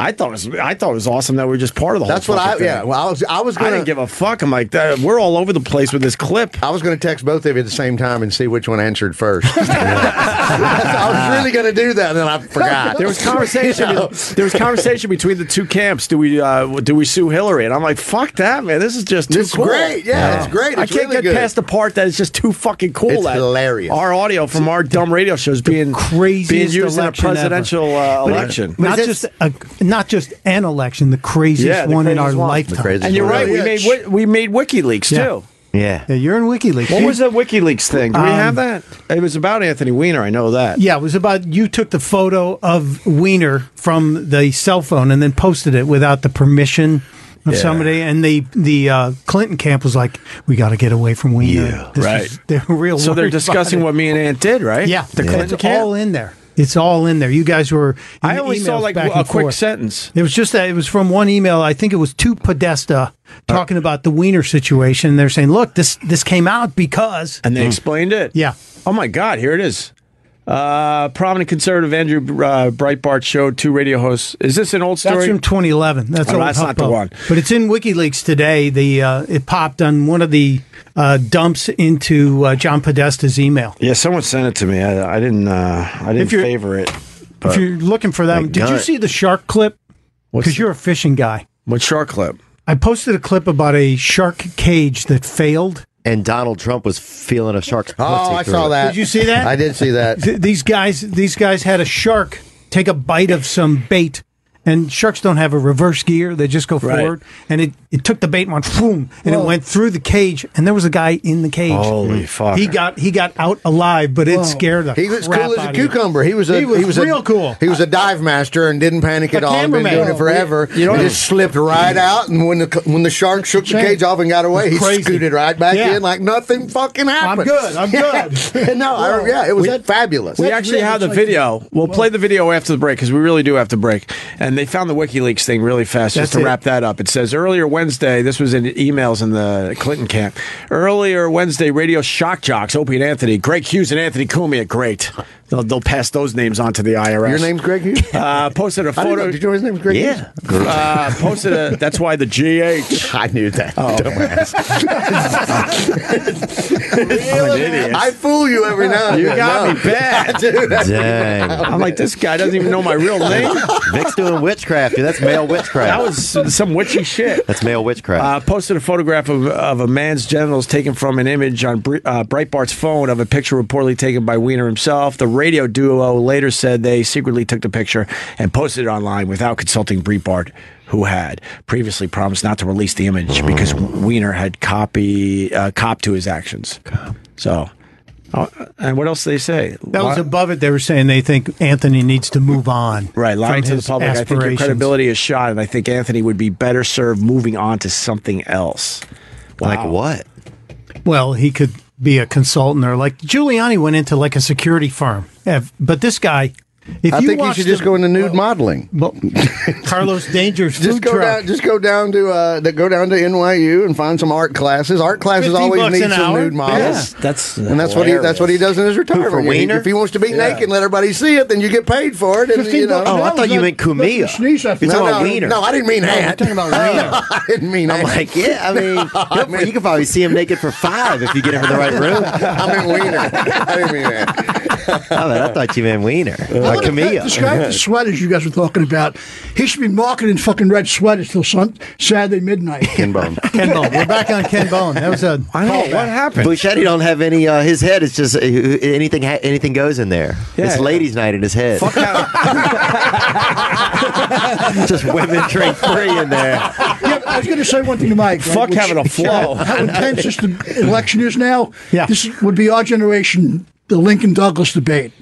Speaker 1: I thought it was, I thought it was awesome that we were just part of the whole.
Speaker 21: Mm-hmm. That's what
Speaker 1: fucking
Speaker 21: I.
Speaker 1: thing.
Speaker 21: Yeah. Well, I was. I was
Speaker 1: I
Speaker 21: gonna.
Speaker 1: didn't give a fuck. I'm like, that, we're all over the place with this clip.
Speaker 21: I was going to text both of you at the same time and see which one answered first.
Speaker 13: Ah.
Speaker 21: I was really going to do that, and then I forgot.
Speaker 1: There was conversation. There was conversation between the two camps. Do we uh, do we sue Hillary? And I'm like, fuck that, man. This is just too
Speaker 21: It's
Speaker 1: cool.
Speaker 21: great. Yeah, it's great.
Speaker 1: I
Speaker 21: It's
Speaker 1: can't
Speaker 21: really
Speaker 1: get
Speaker 21: good.
Speaker 1: past the part that it's just too fucking cool.
Speaker 21: It's
Speaker 1: that
Speaker 21: hilarious.
Speaker 1: Our audio from our dumb radio shows being
Speaker 16: craziest
Speaker 1: being used in a
Speaker 16: election
Speaker 1: presidential uh,
Speaker 16: But it-
Speaker 1: election.
Speaker 16: not just a, not just an election, the craziest
Speaker 1: Yeah, the
Speaker 16: one in our
Speaker 1: craziest one.
Speaker 16: lifetime.
Speaker 21: The craziest
Speaker 1: and you're
Speaker 21: one.
Speaker 1: right. We made Wi- we made WikiLeaks
Speaker 16: Yeah.
Speaker 1: too.
Speaker 3: Yeah.
Speaker 16: Yeah, you're in WikiLeaks.
Speaker 1: What
Speaker 16: You-
Speaker 1: was the WikiLeaks thing? Do we
Speaker 16: Um,
Speaker 1: have that? It was about Anthony Weiner. I know that.
Speaker 16: Yeah, it was about you took the photo of Wiener from the cell phone and then posted it without the permission of
Speaker 1: Yeah.
Speaker 16: somebody. And the the uh, Clinton camp was like, "We got to get away from Wiener."
Speaker 1: Yeah,
Speaker 16: This
Speaker 1: right.
Speaker 16: is- they're real.
Speaker 1: So they're
Speaker 16: worried about
Speaker 1: discussing
Speaker 16: it.
Speaker 1: what me and Ant did, right?
Speaker 16: Yeah,
Speaker 1: the Clinton
Speaker 16: it's
Speaker 1: camp.
Speaker 16: all in there. It's all in there. You guys were. in
Speaker 1: I
Speaker 16: the
Speaker 1: only saw
Speaker 16: emails
Speaker 1: like
Speaker 16: back
Speaker 1: a
Speaker 16: and
Speaker 1: quick
Speaker 16: forth.
Speaker 1: sentence.
Speaker 16: It was just that it was from one email. I think it was to Podesta talking about the Wiener situation. They're saying, "Look, this this came out because."
Speaker 1: And they explained it.
Speaker 16: Hmm. Yeah.
Speaker 1: Oh my God, here it is. Uh, prominent conservative Andrew uh, Breitbart showed two radio hosts. Is this an old story?
Speaker 16: That's from 2011. That's,
Speaker 1: Oh,
Speaker 16: old
Speaker 1: that's not the
Speaker 16: HuffPo.
Speaker 1: one.
Speaker 16: But it's in WikiLeaks today. The uh, it popped on one of the uh, dumps into uh, John Podesta's email.
Speaker 1: yeah, someone sent it to me. I, I didn't. Uh, I didn't
Speaker 16: If you're-
Speaker 1: favor it.
Speaker 16: If
Speaker 1: Uh,
Speaker 16: you're looking for that,
Speaker 3: my
Speaker 16: one, did you
Speaker 3: God.
Speaker 16: see the shark clip? Because you're a fishing guy.
Speaker 1: What shark clip?
Speaker 16: I posted a clip about a shark cage that failed.
Speaker 3: And Donald Trump was feeling a shark's pussy.
Speaker 21: Oh, I
Speaker 3: through
Speaker 21: saw
Speaker 3: it.
Speaker 21: that.
Speaker 16: Did you see that?
Speaker 21: I did see that.
Speaker 16: Th- these guys, these guys had a shark take a bite of some bait, and sharks don't have a reverse gear; they just go
Speaker 1: Right.
Speaker 16: forward, and it it took the bait and went boom, and it went through the cage, and there was a guy in the cage.
Speaker 1: Holy fuck.
Speaker 16: He got he got out alive, but it
Speaker 2: Whoa.
Speaker 16: scared the
Speaker 2: He was
Speaker 16: crap
Speaker 2: cool as
Speaker 16: out
Speaker 2: a
Speaker 16: of me.
Speaker 2: cucumber. He was a
Speaker 16: he was, real
Speaker 2: a,
Speaker 16: cool.
Speaker 2: He was a dive master and didn't panic at
Speaker 16: A
Speaker 2: all. He'd Been
Speaker 16: cameraman.
Speaker 2: doing it forever.
Speaker 16: You
Speaker 2: You
Speaker 16: know-
Speaker 2: just slipped right out, and when the cl- when the shark shook the cage off and got away, he
Speaker 16: Crazy.
Speaker 2: scooted right back
Speaker 16: Yeah.
Speaker 2: in like nothing fucking happened.
Speaker 16: good, I'm good.
Speaker 2: no, I, yeah, it was that fabulous.
Speaker 1: We actually have the video. We'll play the video after the break because we really do have to break. And they found the WikiLeaks thing really fast.
Speaker 2: That's
Speaker 1: Just to
Speaker 2: it.
Speaker 1: wrap that up, it says earlier Wednesday. This was in emails in the Clinton camp. Earlier Wednesday, radio shock jocks Opie and Anthony, Greg Hughes, and Anthony Cumia. Great. They'll, they'll pass those names on to the IRS.
Speaker 2: Your name's Greg Hughes.
Speaker 1: Uh, posted a
Speaker 2: I didn't know-
Speaker 1: photo.
Speaker 2: did you know his name was Greg Hughes?
Speaker 1: Yeah. Uh, posted a. That's why the GH. I knew that. Oh, okay. I'm an idiot.
Speaker 2: I fool you every now and
Speaker 1: You
Speaker 2: then.
Speaker 1: got
Speaker 2: No.
Speaker 1: me bad.
Speaker 2: I do.
Speaker 3: Dang.
Speaker 1: I'm like, this guy doesn't even know my real name.
Speaker 3: Vic's doing witchcraft. Dude, that's male witchcraft.
Speaker 1: That was some witchy shit.
Speaker 3: that's male witchcraft.
Speaker 1: Uh, posted a photograph of, of a man's genitals taken from an image on Br- uh, Breitbart's phone of a picture reportedly taken by Wiener himself. The radio duo later said they secretly took the picture and posted it online without consulting Breitbart, who had previously promised not to release the image because Wiener had copy uh, cop to his actions. So, oh, and what else did they say?
Speaker 16: That was
Speaker 1: Li-
Speaker 16: above it. They were saying they think Anthony needs to move on.
Speaker 1: Right, lying
Speaker 16: from
Speaker 1: to the
Speaker 16: his
Speaker 1: public. I think your
Speaker 16: aspirations.
Speaker 1: credibility is shot, and I think Anthony would be better served moving on to something else. Like
Speaker 3: what?
Speaker 16: Well, he could be a consultant or like Giuliani went into like a security firm. Yeah, But this guy, if
Speaker 2: I
Speaker 16: you
Speaker 2: think you
Speaker 16: watch
Speaker 2: should
Speaker 16: the-
Speaker 2: just go into nude modeling.
Speaker 16: Carlos Danger's food
Speaker 2: Just go
Speaker 16: truck.
Speaker 2: down. Just go down to uh, the, go down to NYU and find some art classes. Art classes
Speaker 16: 15
Speaker 2: always
Speaker 16: bucks
Speaker 2: need
Speaker 16: an
Speaker 2: some
Speaker 16: hour?
Speaker 2: nude models.
Speaker 16: Yeah.
Speaker 1: That's
Speaker 2: and that's what he that's what he does in his retirement.
Speaker 3: for
Speaker 2: If he-
Speaker 3: Wiener?
Speaker 2: If he wants to be
Speaker 3: Yeah.
Speaker 2: naked and let everybody see it, then you get paid for it. And,
Speaker 3: 15
Speaker 2: you know,
Speaker 3: bucks an Oh, I hour thought is you not- meant Kumea. nothing to sneeze at. You're
Speaker 2: no,
Speaker 3: talking about
Speaker 2: no,
Speaker 3: Wiener.
Speaker 2: No, I didn't mean
Speaker 3: No, we're
Speaker 2: hat.
Speaker 3: talking about Wiener.
Speaker 2: No, I didn't mean
Speaker 3: I'm
Speaker 2: hat.
Speaker 3: like, yeah, I mean,
Speaker 2: No, I
Speaker 3: you'll- you can probably see him naked for five if you get him in the right room.
Speaker 2: I meant wiener. I didn't mean that.
Speaker 3: Oh, man, I thought you meant wiener.
Speaker 15: How
Speaker 3: Uh,
Speaker 15: about that- Describe the
Speaker 3: Camilla.
Speaker 15: sweaters you guys were talking about. He should be marketing fucking red sweaters till sun- Saturday midnight.
Speaker 2: Ken Bone.
Speaker 16: Ken Bone. We're back on Ken Bone. That was a
Speaker 1: I know
Speaker 16: callback.
Speaker 1: what happened.
Speaker 3: Buschetti don't have any. Uh, his head is just uh, anything. Ha- anything goes in there.
Speaker 1: Yeah.
Speaker 3: it's ladies' night in his head. Fuck just women drink free in there.
Speaker 15: yeah, I was going to say one thing to Mike. right, uh,
Speaker 1: Fuck having a flow.
Speaker 15: How intense this the election is now. Yeah. This would be our generation, the Lincoln Douglas debate.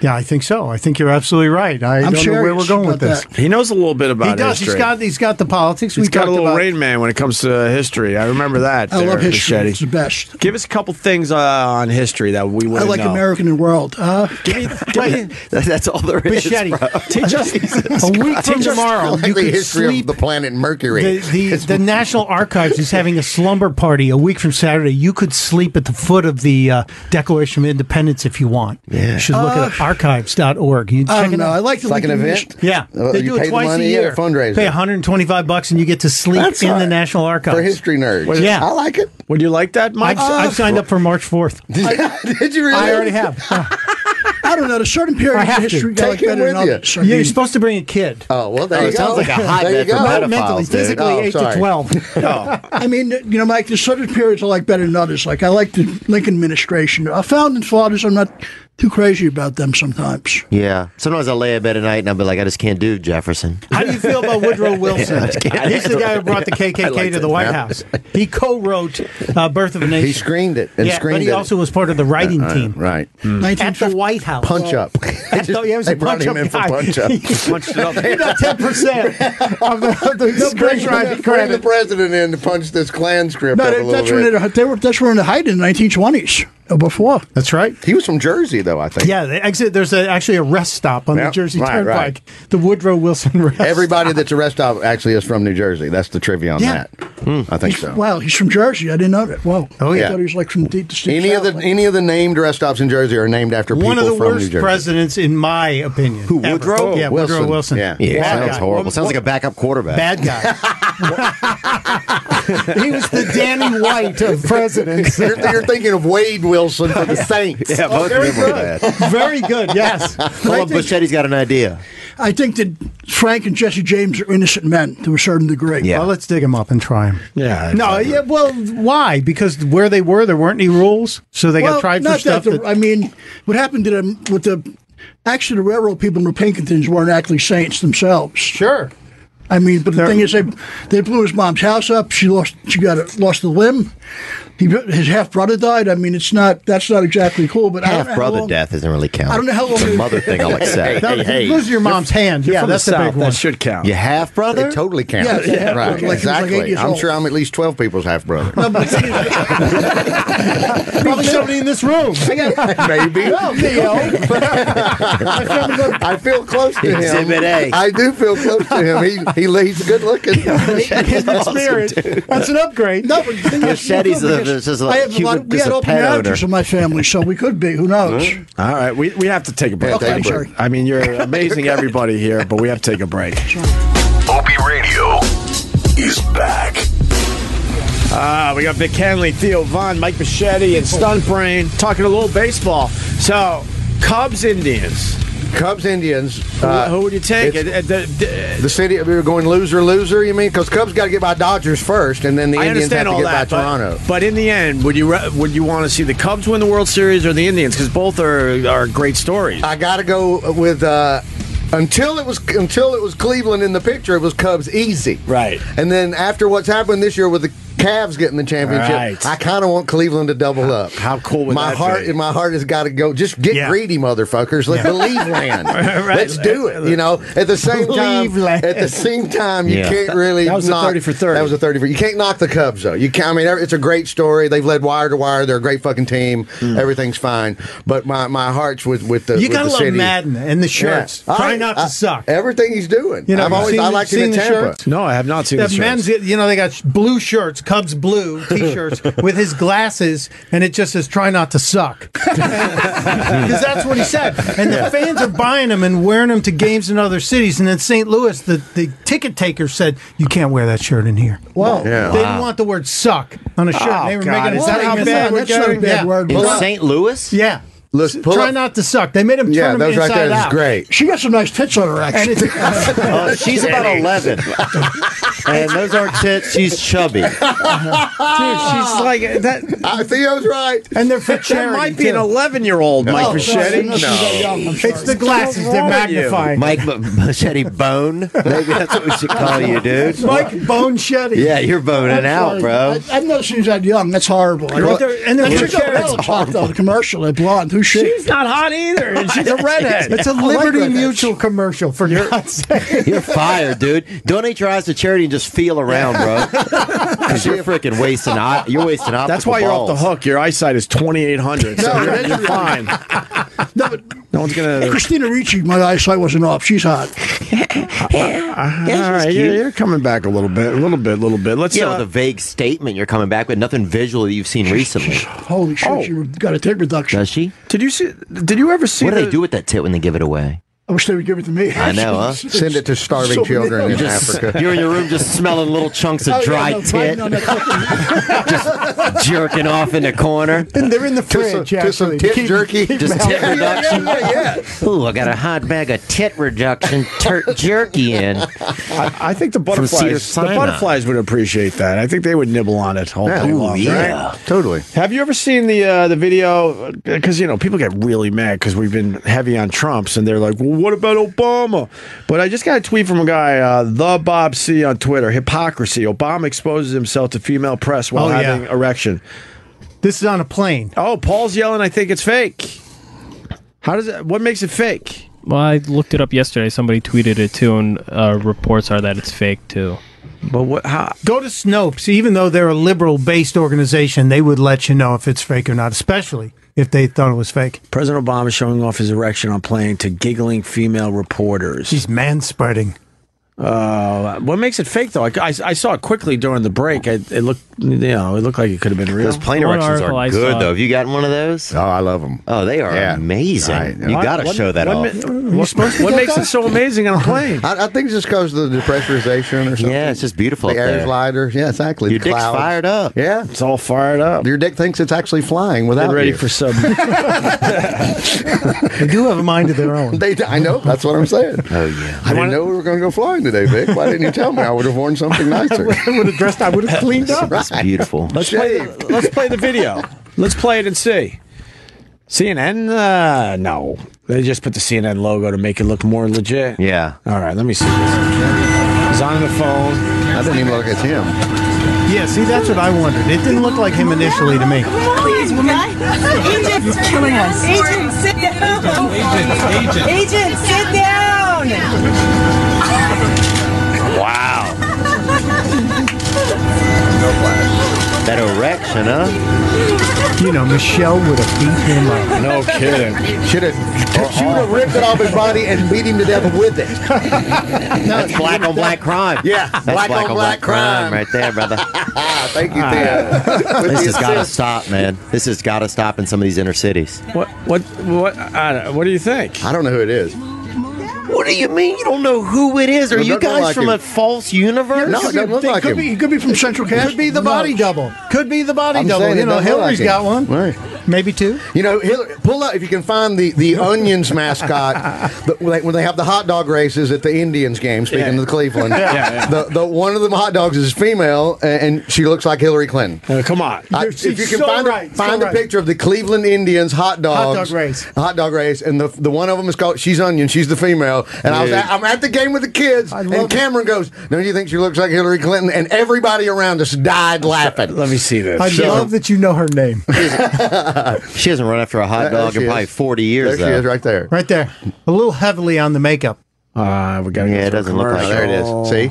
Speaker 16: Yeah, I think so. I think you're absolutely right. I
Speaker 15: I'm
Speaker 16: don't know where
Speaker 15: serious
Speaker 16: we're going with
Speaker 15: about
Speaker 16: this.
Speaker 1: He knows a little bit about
Speaker 16: He does.
Speaker 1: history.
Speaker 16: He's got. He's got the politics.
Speaker 1: He's
Speaker 16: we
Speaker 1: got a
Speaker 16: talked
Speaker 1: little
Speaker 16: about.
Speaker 1: Rain Man when it comes to history. I remember that.
Speaker 15: I
Speaker 1: there,
Speaker 15: love history.
Speaker 1: Machete.
Speaker 15: It's the best.
Speaker 1: Give us a couple things uh, on history that we
Speaker 15: I
Speaker 1: wouldn't
Speaker 15: like
Speaker 1: know.
Speaker 15: American and World. Uh,
Speaker 3: That's all there is.
Speaker 16: Bichetti.
Speaker 3: bro.
Speaker 1: Teach us.
Speaker 16: A week from tomorrow,
Speaker 2: Like
Speaker 16: you
Speaker 2: the
Speaker 16: could
Speaker 2: history
Speaker 16: sleep
Speaker 2: of the planet Mercury.
Speaker 16: The, the, the National Archives is having a slumber party a week from Saturday. You could sleep at the foot of the uh, Declaration of Independence if you want. You should look at archives.org. You
Speaker 15: I
Speaker 16: check
Speaker 15: don't
Speaker 16: it
Speaker 15: know.
Speaker 16: out.
Speaker 15: I like the
Speaker 2: It's like an
Speaker 15: Lincoln
Speaker 2: event.
Speaker 16: Yeah,
Speaker 2: Uh,
Speaker 16: they
Speaker 2: you
Speaker 16: do
Speaker 2: pay
Speaker 16: it
Speaker 2: the
Speaker 16: twice
Speaker 2: money
Speaker 16: a
Speaker 2: at a
Speaker 16: year.
Speaker 2: fundraiser.
Speaker 16: Pay 125 bucks and you get to sleep
Speaker 2: That's
Speaker 16: in
Speaker 2: all
Speaker 16: the
Speaker 2: right.
Speaker 16: National Archives.
Speaker 2: for history nerds.
Speaker 16: Yeah.
Speaker 2: I like it.
Speaker 1: Would you like that, Mike?
Speaker 16: I've, I've signed up for March 4th.
Speaker 2: Did you really?
Speaker 16: I already have.
Speaker 15: I don't know. There's certain
Speaker 16: I
Speaker 15: periods of
Speaker 16: have to.
Speaker 15: history I like
Speaker 2: Take him
Speaker 15: better than
Speaker 2: with you.
Speaker 15: others. I
Speaker 16: Yeah, you're
Speaker 15: mean,
Speaker 16: supposed to bring a kid.
Speaker 2: Oh well, there
Speaker 3: Oh,
Speaker 2: you
Speaker 3: it
Speaker 2: go.
Speaker 3: sounds like a
Speaker 2: there
Speaker 3: hotbed
Speaker 2: you
Speaker 3: for
Speaker 2: go.
Speaker 3: pedophiles,
Speaker 16: mentally,
Speaker 3: dude.
Speaker 16: physically,
Speaker 2: Oh,
Speaker 16: 8
Speaker 2: sorry.
Speaker 16: to 12.
Speaker 15: I mean, you know, Mike, there's certain periods I like better than others. Like I like the Lincoln administration. Our founding fathers, I'm not too crazy about them sometimes.
Speaker 3: Yeah. Sometimes I lay in bed at night and I'll be like, I just can't do Jefferson.
Speaker 16: How do you feel about Woodrow Wilson?
Speaker 3: Yeah.
Speaker 16: He's the guy who brought the
Speaker 2: I
Speaker 16: KKK
Speaker 2: liked
Speaker 16: to the
Speaker 2: it.
Speaker 16: White
Speaker 2: Yeah.
Speaker 16: House. He co-wrote uh, Birth of a Nation.
Speaker 2: He screened it and
Speaker 16: yeah,
Speaker 2: screened
Speaker 16: but he
Speaker 2: it.
Speaker 16: also was part of the writing team
Speaker 2: Right. Hmm.
Speaker 16: at the White House.
Speaker 2: Punch up.
Speaker 16: At the- yeah, it was
Speaker 2: they
Speaker 16: a
Speaker 2: brought
Speaker 16: punch
Speaker 2: him
Speaker 16: up
Speaker 2: in for
Speaker 16: guy.
Speaker 2: punch up.
Speaker 1: Punched it up.
Speaker 16: He got ten percent of the, of the
Speaker 2: Bring,
Speaker 16: script writing
Speaker 2: the- bring the
Speaker 16: credit.
Speaker 2: president in to punch this Klan script
Speaker 15: No,
Speaker 2: up a
Speaker 15: that-
Speaker 2: little
Speaker 15: that's
Speaker 2: bit.
Speaker 15: when it, they were. That's when the height in the 1920s or before.
Speaker 16: That's right.
Speaker 2: he was from Jersey, though. I think.
Speaker 16: Yeah, the exit. There's a, actually a rest stop on
Speaker 2: Yeah,
Speaker 16: the Jersey
Speaker 2: right,
Speaker 16: Turnpike.
Speaker 2: right.
Speaker 16: The Woodrow Wilson rest.
Speaker 2: Everybody that's a rest stop actually is from New Jersey. That's the trivia on
Speaker 16: Yeah.
Speaker 2: that. I think so.
Speaker 15: Wow, he's from Jersey. I didn't know that. Wow.
Speaker 16: Oh,
Speaker 15: I
Speaker 2: yeah.
Speaker 15: thought he was like from deep. deep
Speaker 2: Any of the
Speaker 15: south.
Speaker 2: any of the named rest stops in Jersey are named after
Speaker 16: One of
Speaker 2: people
Speaker 16: the
Speaker 2: from New
Speaker 16: worst
Speaker 2: Jersey.
Speaker 16: presidents, in my opinion. Who
Speaker 3: Woodrow?
Speaker 16: Yeah, Woodrow Wilson.
Speaker 2: Yeah.
Speaker 3: Yeah,
Speaker 16: Bad
Speaker 3: sounds
Speaker 16: guy.
Speaker 3: horrible.
Speaker 16: What-
Speaker 3: sounds like a backup quarterback.
Speaker 16: Bad guy. he was the Danny White of presidents.
Speaker 2: You're, you're thinking of Wade Wilson for the Saints.
Speaker 3: Yeah, both
Speaker 2: very
Speaker 3: of them were
Speaker 2: good.
Speaker 3: bad.
Speaker 16: Oh, Very good. Yes.
Speaker 3: Well, Buschetti's got an idea.
Speaker 15: I think that Frank and Jesse James are innocent men to a certain degree.
Speaker 16: Well, let's dig him up and try him.
Speaker 1: Yeah.
Speaker 16: No, yeah. Well, why? Because where they were, there weren't any rules, so they
Speaker 15: well,
Speaker 16: got tried for
Speaker 15: not
Speaker 16: stuff.
Speaker 15: that.
Speaker 16: That,
Speaker 15: the- I mean, what happened to them with the actually the railroad people in the Pinkingtons weren't actually saints themselves.
Speaker 16: sure.
Speaker 15: I mean, but the thing is, they they blew his mom's house up. She lost she got a, lost a limb. He, his half brother died. I mean, it's not that's not exactly cool. But I don't know
Speaker 3: Half
Speaker 15: how
Speaker 3: brother
Speaker 15: long-
Speaker 3: death doesn't really count.
Speaker 15: I don't know how long
Speaker 3: The
Speaker 15: we-
Speaker 3: mother thing I'll accept.
Speaker 16: That- losing your mom's hand.
Speaker 3: you're
Speaker 16: Yeah,
Speaker 3: from
Speaker 16: that's
Speaker 3: the
Speaker 16: the big
Speaker 3: South.
Speaker 16: one.
Speaker 1: That should count.
Speaker 3: Your half brother?
Speaker 2: It totally counts.
Speaker 16: Yeah, yeah, yeah.
Speaker 2: right.
Speaker 16: Like he was like
Speaker 2: exactly.
Speaker 16: eight years
Speaker 2: I'm
Speaker 16: old.
Speaker 2: sure I'm at least 12 people's half brother.
Speaker 10: Probably somebody in this room. I got-
Speaker 2: Maybe.
Speaker 10: No, Theo.
Speaker 2: I feel close to him.
Speaker 10: Exhibit A.
Speaker 2: I do feel close to him. He, he he's good looking.
Speaker 10: He's awesome, dude.
Speaker 16: That's an upgrade.
Speaker 15: No, but the thing is,
Speaker 3: Machetes
Speaker 15: no,
Speaker 3: are-
Speaker 15: because
Speaker 3: this is
Speaker 15: I
Speaker 3: like
Speaker 15: have a lot,
Speaker 3: Cuban-
Speaker 15: we
Speaker 3: this is
Speaker 15: had
Speaker 3: a
Speaker 15: open
Speaker 3: pet owner.
Speaker 15: marriages in my family, so we could be. Who knows?
Speaker 1: All right, we, we have to take a break.
Speaker 15: Okay,
Speaker 1: Thank you.
Speaker 15: sorry.
Speaker 1: I mean, you're amazing everybody here, but we have to take a break.
Speaker 14: Opie Radio is back.
Speaker 1: Uh, we got Vic Henley, Theo Vaughn, Mike Machete, and Stunt Brain talking a little baseball. So, Cubs, Indians.
Speaker 2: Cubs, Indians.
Speaker 1: who would you take?
Speaker 2: it's-
Speaker 1: Uh, the- the-
Speaker 2: The city, we were going loser, loser, you mean? Because Cubs got to get by Dodgers first, and then the
Speaker 1: I
Speaker 2: Indians
Speaker 1: understand
Speaker 2: have to
Speaker 1: all
Speaker 2: get
Speaker 1: that,
Speaker 2: by Toronto.
Speaker 1: But, but in the end, would you re- would you want to see the Cubs win the World Series or the Indians? Because both are are great stories.
Speaker 2: I got to go with uh, until it was until it was Cleveland in the picture. It was Cubs easy,
Speaker 1: right?
Speaker 2: And then after what's happened this year with the Cavs getting the championship,
Speaker 1: Right.
Speaker 2: I kind of want Cleveland to double up.
Speaker 1: How cool would
Speaker 2: my
Speaker 1: that
Speaker 2: heart
Speaker 1: be?
Speaker 2: and my heart has got to go. Just get
Speaker 1: Yeah.
Speaker 2: greedy, motherfuckers. Let
Speaker 1: Yeah.
Speaker 2: believe land.
Speaker 1: Right.
Speaker 2: Let's do it. You know, at the same time,
Speaker 1: Believe land.
Speaker 2: at the same time, you
Speaker 1: Yeah.
Speaker 2: can't really.
Speaker 1: That was a
Speaker 2: knock-
Speaker 1: 30 for 30.
Speaker 2: That was a thirty for. You can't knock the Cubs though. You can't. I mean, it's a great story. They've led wire to wire. They're a great fucking team. Everything's fine. But my my heart's with with the
Speaker 16: You
Speaker 2: with
Speaker 16: gotta
Speaker 2: the
Speaker 16: love
Speaker 2: city.
Speaker 16: Madden and the shirts.
Speaker 2: I-
Speaker 16: Try not to
Speaker 2: I-
Speaker 16: suck.
Speaker 2: Everything he's doing.
Speaker 16: You know,
Speaker 2: I've
Speaker 16: you've
Speaker 2: always
Speaker 16: seen
Speaker 2: I
Speaker 16: the-
Speaker 2: liked him
Speaker 16: seen
Speaker 2: in
Speaker 16: the
Speaker 2: Tampa.
Speaker 16: shirts?
Speaker 1: No, I have not seen
Speaker 16: The
Speaker 1: the
Speaker 16: men's,
Speaker 1: men's.
Speaker 16: you know, they got sh- blue shirts, Cubs blue t-shirts with his glasses, and it just says "Try not to suck," because that's what he said. And the fans are buying them and wearing them to games in other cities. And in St. Louis, the, the ticket taker said, "You can't wear that shirt in here." Well,
Speaker 2: Yeah.
Speaker 16: they
Speaker 2: Wow.
Speaker 16: didn't want the word "suck" on a shirt.
Speaker 2: Oh,
Speaker 16: they were
Speaker 2: God.
Speaker 16: making it
Speaker 2: Is that
Speaker 16: sound
Speaker 2: how
Speaker 16: like
Speaker 2: bad
Speaker 16: a-
Speaker 2: we're getting?
Speaker 16: yeah.
Speaker 2: Bad word. In Pull up. St.
Speaker 3: Louis,
Speaker 16: yeah.
Speaker 2: Let's pull
Speaker 16: Try
Speaker 2: up-
Speaker 16: not to suck. They made him
Speaker 2: Yeah,
Speaker 16: turn
Speaker 2: those
Speaker 16: them
Speaker 2: right
Speaker 16: inside
Speaker 2: there is
Speaker 16: out.
Speaker 2: great.
Speaker 15: She got some nice tits on her,
Speaker 16: And
Speaker 15: actually.
Speaker 16: it's,
Speaker 3: Oh, she's about 11. and those aren't tits. She's chubby.
Speaker 16: Uh-huh.
Speaker 1: Dude, she's like that.
Speaker 2: I, Theo's right.
Speaker 16: uh, and they're for
Speaker 1: That
Speaker 16: charity.
Speaker 1: might be an
Speaker 16: too.
Speaker 1: 11 year old Mike
Speaker 16: Oh,
Speaker 1: Machete.
Speaker 16: no, she's that young. I'm sorry. It's the glasses.
Speaker 1: What's
Speaker 16: They're
Speaker 1: wrong with you?
Speaker 16: magnifying.
Speaker 3: Mike M- Machete Bone. Maybe that's what we should call you, dude.
Speaker 16: Mike Bone Shetty.
Speaker 3: Yeah, you're boning
Speaker 15: I'm
Speaker 3: out,
Speaker 15: sorry.
Speaker 3: bro.
Speaker 15: I, I've never seen that young. That's horrible. I
Speaker 16: Well,
Speaker 15: don't-
Speaker 16: they're- and they're
Speaker 15: that
Speaker 16: for
Speaker 15: chick over there
Speaker 16: charity.
Speaker 15: looks hot, though, the commercial. They're blonde. Who's she?
Speaker 1: She's not hot either, and she's a redhead.
Speaker 16: It's a Liberty Mutual commercial for God's sake.
Speaker 3: You're fired, dude. Donate your eyes to charity and just feel around, bro. Because you're freaking wasting. Eye- you're wasting.
Speaker 1: That's why you're off the hook. Your eyesight is 2,800. So
Speaker 15: No,
Speaker 1: you're,
Speaker 15: that's
Speaker 1: you're fine. No one's gonna.
Speaker 15: Christina Ricci, my eyesight wasn't off. She's hot.
Speaker 1: Uh, All right, you're, you're coming back a little bit, a little bit, a little bit. Let's.
Speaker 3: Yeah,
Speaker 1: uh,
Speaker 3: with a vague statement you're coming back with, nothing visual that you've seen recently.
Speaker 16: Oh,
Speaker 15: Holy shit, she got a tit reduction.
Speaker 3: Does she?
Speaker 1: did you see? Did you ever see?
Speaker 3: What do
Speaker 1: the-
Speaker 3: they do with that tit when they give it away?
Speaker 15: I wish they would give it to me.
Speaker 3: I know, huh?
Speaker 2: Send it to starving
Speaker 15: So
Speaker 2: children
Speaker 15: many of
Speaker 2: in
Speaker 15: them.
Speaker 2: Africa.
Speaker 3: You're in your room just smelling little chunks
Speaker 15: Oh,
Speaker 3: of
Speaker 15: yeah,
Speaker 3: dry
Speaker 15: no, right,
Speaker 3: tit,
Speaker 15: no, no,
Speaker 3: jerking off in the corner.
Speaker 16: And they're in the
Speaker 2: To some,
Speaker 16: fridge,
Speaker 2: to some
Speaker 16: actually.
Speaker 2: tit
Speaker 16: Keep-
Speaker 2: jerky.
Speaker 16: keep
Speaker 3: Just
Speaker 16: mouth-
Speaker 3: tit reduction.
Speaker 2: yeah, yeah.
Speaker 3: Ooh, I got a hot bag of tit reduction turt jerky in.
Speaker 1: I, I think the
Speaker 3: Cedar
Speaker 1: butterflies. The
Speaker 3: Sinai.
Speaker 1: butterflies would appreciate that. I think they would nibble on it all day
Speaker 3: Ooh,
Speaker 1: long.
Speaker 3: yeah.
Speaker 1: right?
Speaker 2: Totally.
Speaker 1: Have you ever seen the uh, the video? Because you know people get really mad because we've been heavy on Trump's, and they're like, "Well, what about Obama?" But I just got a tweet from a guy, uh, the Bob C on Twitter. Hypocrisy. Obama exposes himself to female press while
Speaker 16: Oh, yeah.
Speaker 1: having erection.
Speaker 16: This is on a plane.
Speaker 1: Oh, Paul's yelling. I think it's fake. How does it? What makes it fake?
Speaker 7: Well, I looked it up yesterday. Somebody tweeted it too, and uh, reports are that it's fake too.
Speaker 1: But what? How?
Speaker 16: Go to Snopes. Even though they're a liberal-based organization, they would let you know if it's fake or not, especially if they thought it was fake.
Speaker 1: President Obama showing off his erection on plane to giggling female reporters.
Speaker 16: He's manspreading.
Speaker 1: Uh, what makes it fake though? I, I, I saw it quickly during the break. I, it looked, you know, it looked like it could have been real.
Speaker 3: Those plane
Speaker 7: One
Speaker 3: erections
Speaker 7: article
Speaker 3: are
Speaker 7: I
Speaker 3: good,
Speaker 7: saw.
Speaker 3: though. Have you gotten one of those?
Speaker 2: Oh, I love them.
Speaker 3: Oh, they are
Speaker 2: Yeah.
Speaker 3: amazing.
Speaker 2: Right.
Speaker 3: You
Speaker 2: What-
Speaker 3: got to
Speaker 1: What-
Speaker 3: show that
Speaker 1: what
Speaker 3: off.
Speaker 1: ma- what-
Speaker 15: supposed to
Speaker 1: what
Speaker 15: get
Speaker 1: makes
Speaker 15: that?
Speaker 1: it so amazing on a plane?
Speaker 2: I, I think it's just because of the depressurization or something.
Speaker 3: Yeah, it's just beautiful
Speaker 2: The
Speaker 3: up
Speaker 2: air
Speaker 3: there.
Speaker 2: slider. Yeah, exactly.
Speaker 3: Your
Speaker 2: The
Speaker 3: dick's
Speaker 2: clouds.
Speaker 3: fired up.
Speaker 2: Yeah.
Speaker 1: It's all fired up.
Speaker 2: Your dick thinks it's actually flying without
Speaker 1: Get ready
Speaker 2: you.
Speaker 1: for some.
Speaker 16: They do have a mind of their own.
Speaker 2: They, I know. That's what I'm saying.
Speaker 3: Oh yeah.
Speaker 2: I didn't know we were going to go flying today, Vic. Why didn't you tell me? I would have worn something nicer.
Speaker 16: would have dressed. I would have cleaned up.
Speaker 3: It's beautiful.
Speaker 1: let's play. The, let's play the video. Let's play it and see. CNN? Uh, no, they just put the CNN logo to make it look more legit.
Speaker 3: Yeah.
Speaker 1: All right, let me see this. He's on the phone. I
Speaker 2: didn't even look at him.
Speaker 16: Yeah, see, that's what I wondered. It didn't look like him initially to me.
Speaker 13: Please, woman. Agent, you're killing us. Agent, sit down.
Speaker 16: Agent, agent.
Speaker 13: Agent, sit down.
Speaker 3: Wow. That erection, huh?
Speaker 16: You know, Michelle would have beat him up.
Speaker 1: No kidding.
Speaker 2: Should have. She would have ripped it off his body and beat him to death with it.
Speaker 3: That's black on black crime.
Speaker 2: Yeah,
Speaker 3: That's
Speaker 2: black on black crime.
Speaker 3: right there, brother.
Speaker 2: Thank you, Theo. With
Speaker 3: this
Speaker 2: the
Speaker 3: has got to
Speaker 2: assist.
Speaker 3: stop, man. This has got to stop in some of these inner cities.
Speaker 1: What? What? What? I don't, Uh, what do you think?
Speaker 2: I don't know who it is.
Speaker 3: What do you mean? You don't know who it is? Are
Speaker 2: It
Speaker 3: you
Speaker 2: doesn't look
Speaker 3: guys
Speaker 2: like
Speaker 3: from
Speaker 2: him.
Speaker 3: a false universe?
Speaker 2: No, it doesn't look like
Speaker 15: could
Speaker 2: him.
Speaker 15: Be, he could be from Central Cash.
Speaker 16: Could be the body double. Could be the body
Speaker 2: I'm
Speaker 16: double.
Speaker 2: saying
Speaker 16: You
Speaker 2: it
Speaker 16: know,
Speaker 2: doesn't look
Speaker 16: Hillary's
Speaker 2: like
Speaker 16: got
Speaker 2: him.
Speaker 16: one.
Speaker 2: Right.
Speaker 16: Maybe two.
Speaker 2: You know, Hillary, pull up if you can find the, the Onions mascot the, when, they, when they have the hot dog races at the Indians game. Speaking
Speaker 1: Yeah.
Speaker 2: of the Cleveland,
Speaker 1: Yeah, yeah.
Speaker 2: The, the one of the hot dogs is female a- and she looks like Hillary Clinton.
Speaker 1: Uh, come on.
Speaker 2: I- if
Speaker 1: She's
Speaker 2: you can
Speaker 1: so
Speaker 2: find,
Speaker 1: right, so
Speaker 2: find a
Speaker 1: right.
Speaker 2: picture of the Cleveland Indians hot dogs,
Speaker 1: dog race.
Speaker 2: hot dog race, and the the one of them is called She's Onion, she's the female. And I was
Speaker 1: Dude.
Speaker 2: at, I'm at the game with the kids, and Cameron goes, "Don't you think she looks like Hillary Clinton?" And everybody around us died laughing.
Speaker 1: Let me see this.
Speaker 16: I love that you know her name.
Speaker 3: She hasn't run after a hot
Speaker 2: There
Speaker 3: dog
Speaker 2: she
Speaker 3: in probably
Speaker 2: is.
Speaker 3: 40 years,
Speaker 2: There she
Speaker 3: though.
Speaker 2: is, right there.
Speaker 16: Right there. A little heavily on the makeup.
Speaker 1: Uh, we got.
Speaker 3: Yeah, it doesn't look like
Speaker 2: There it is. See.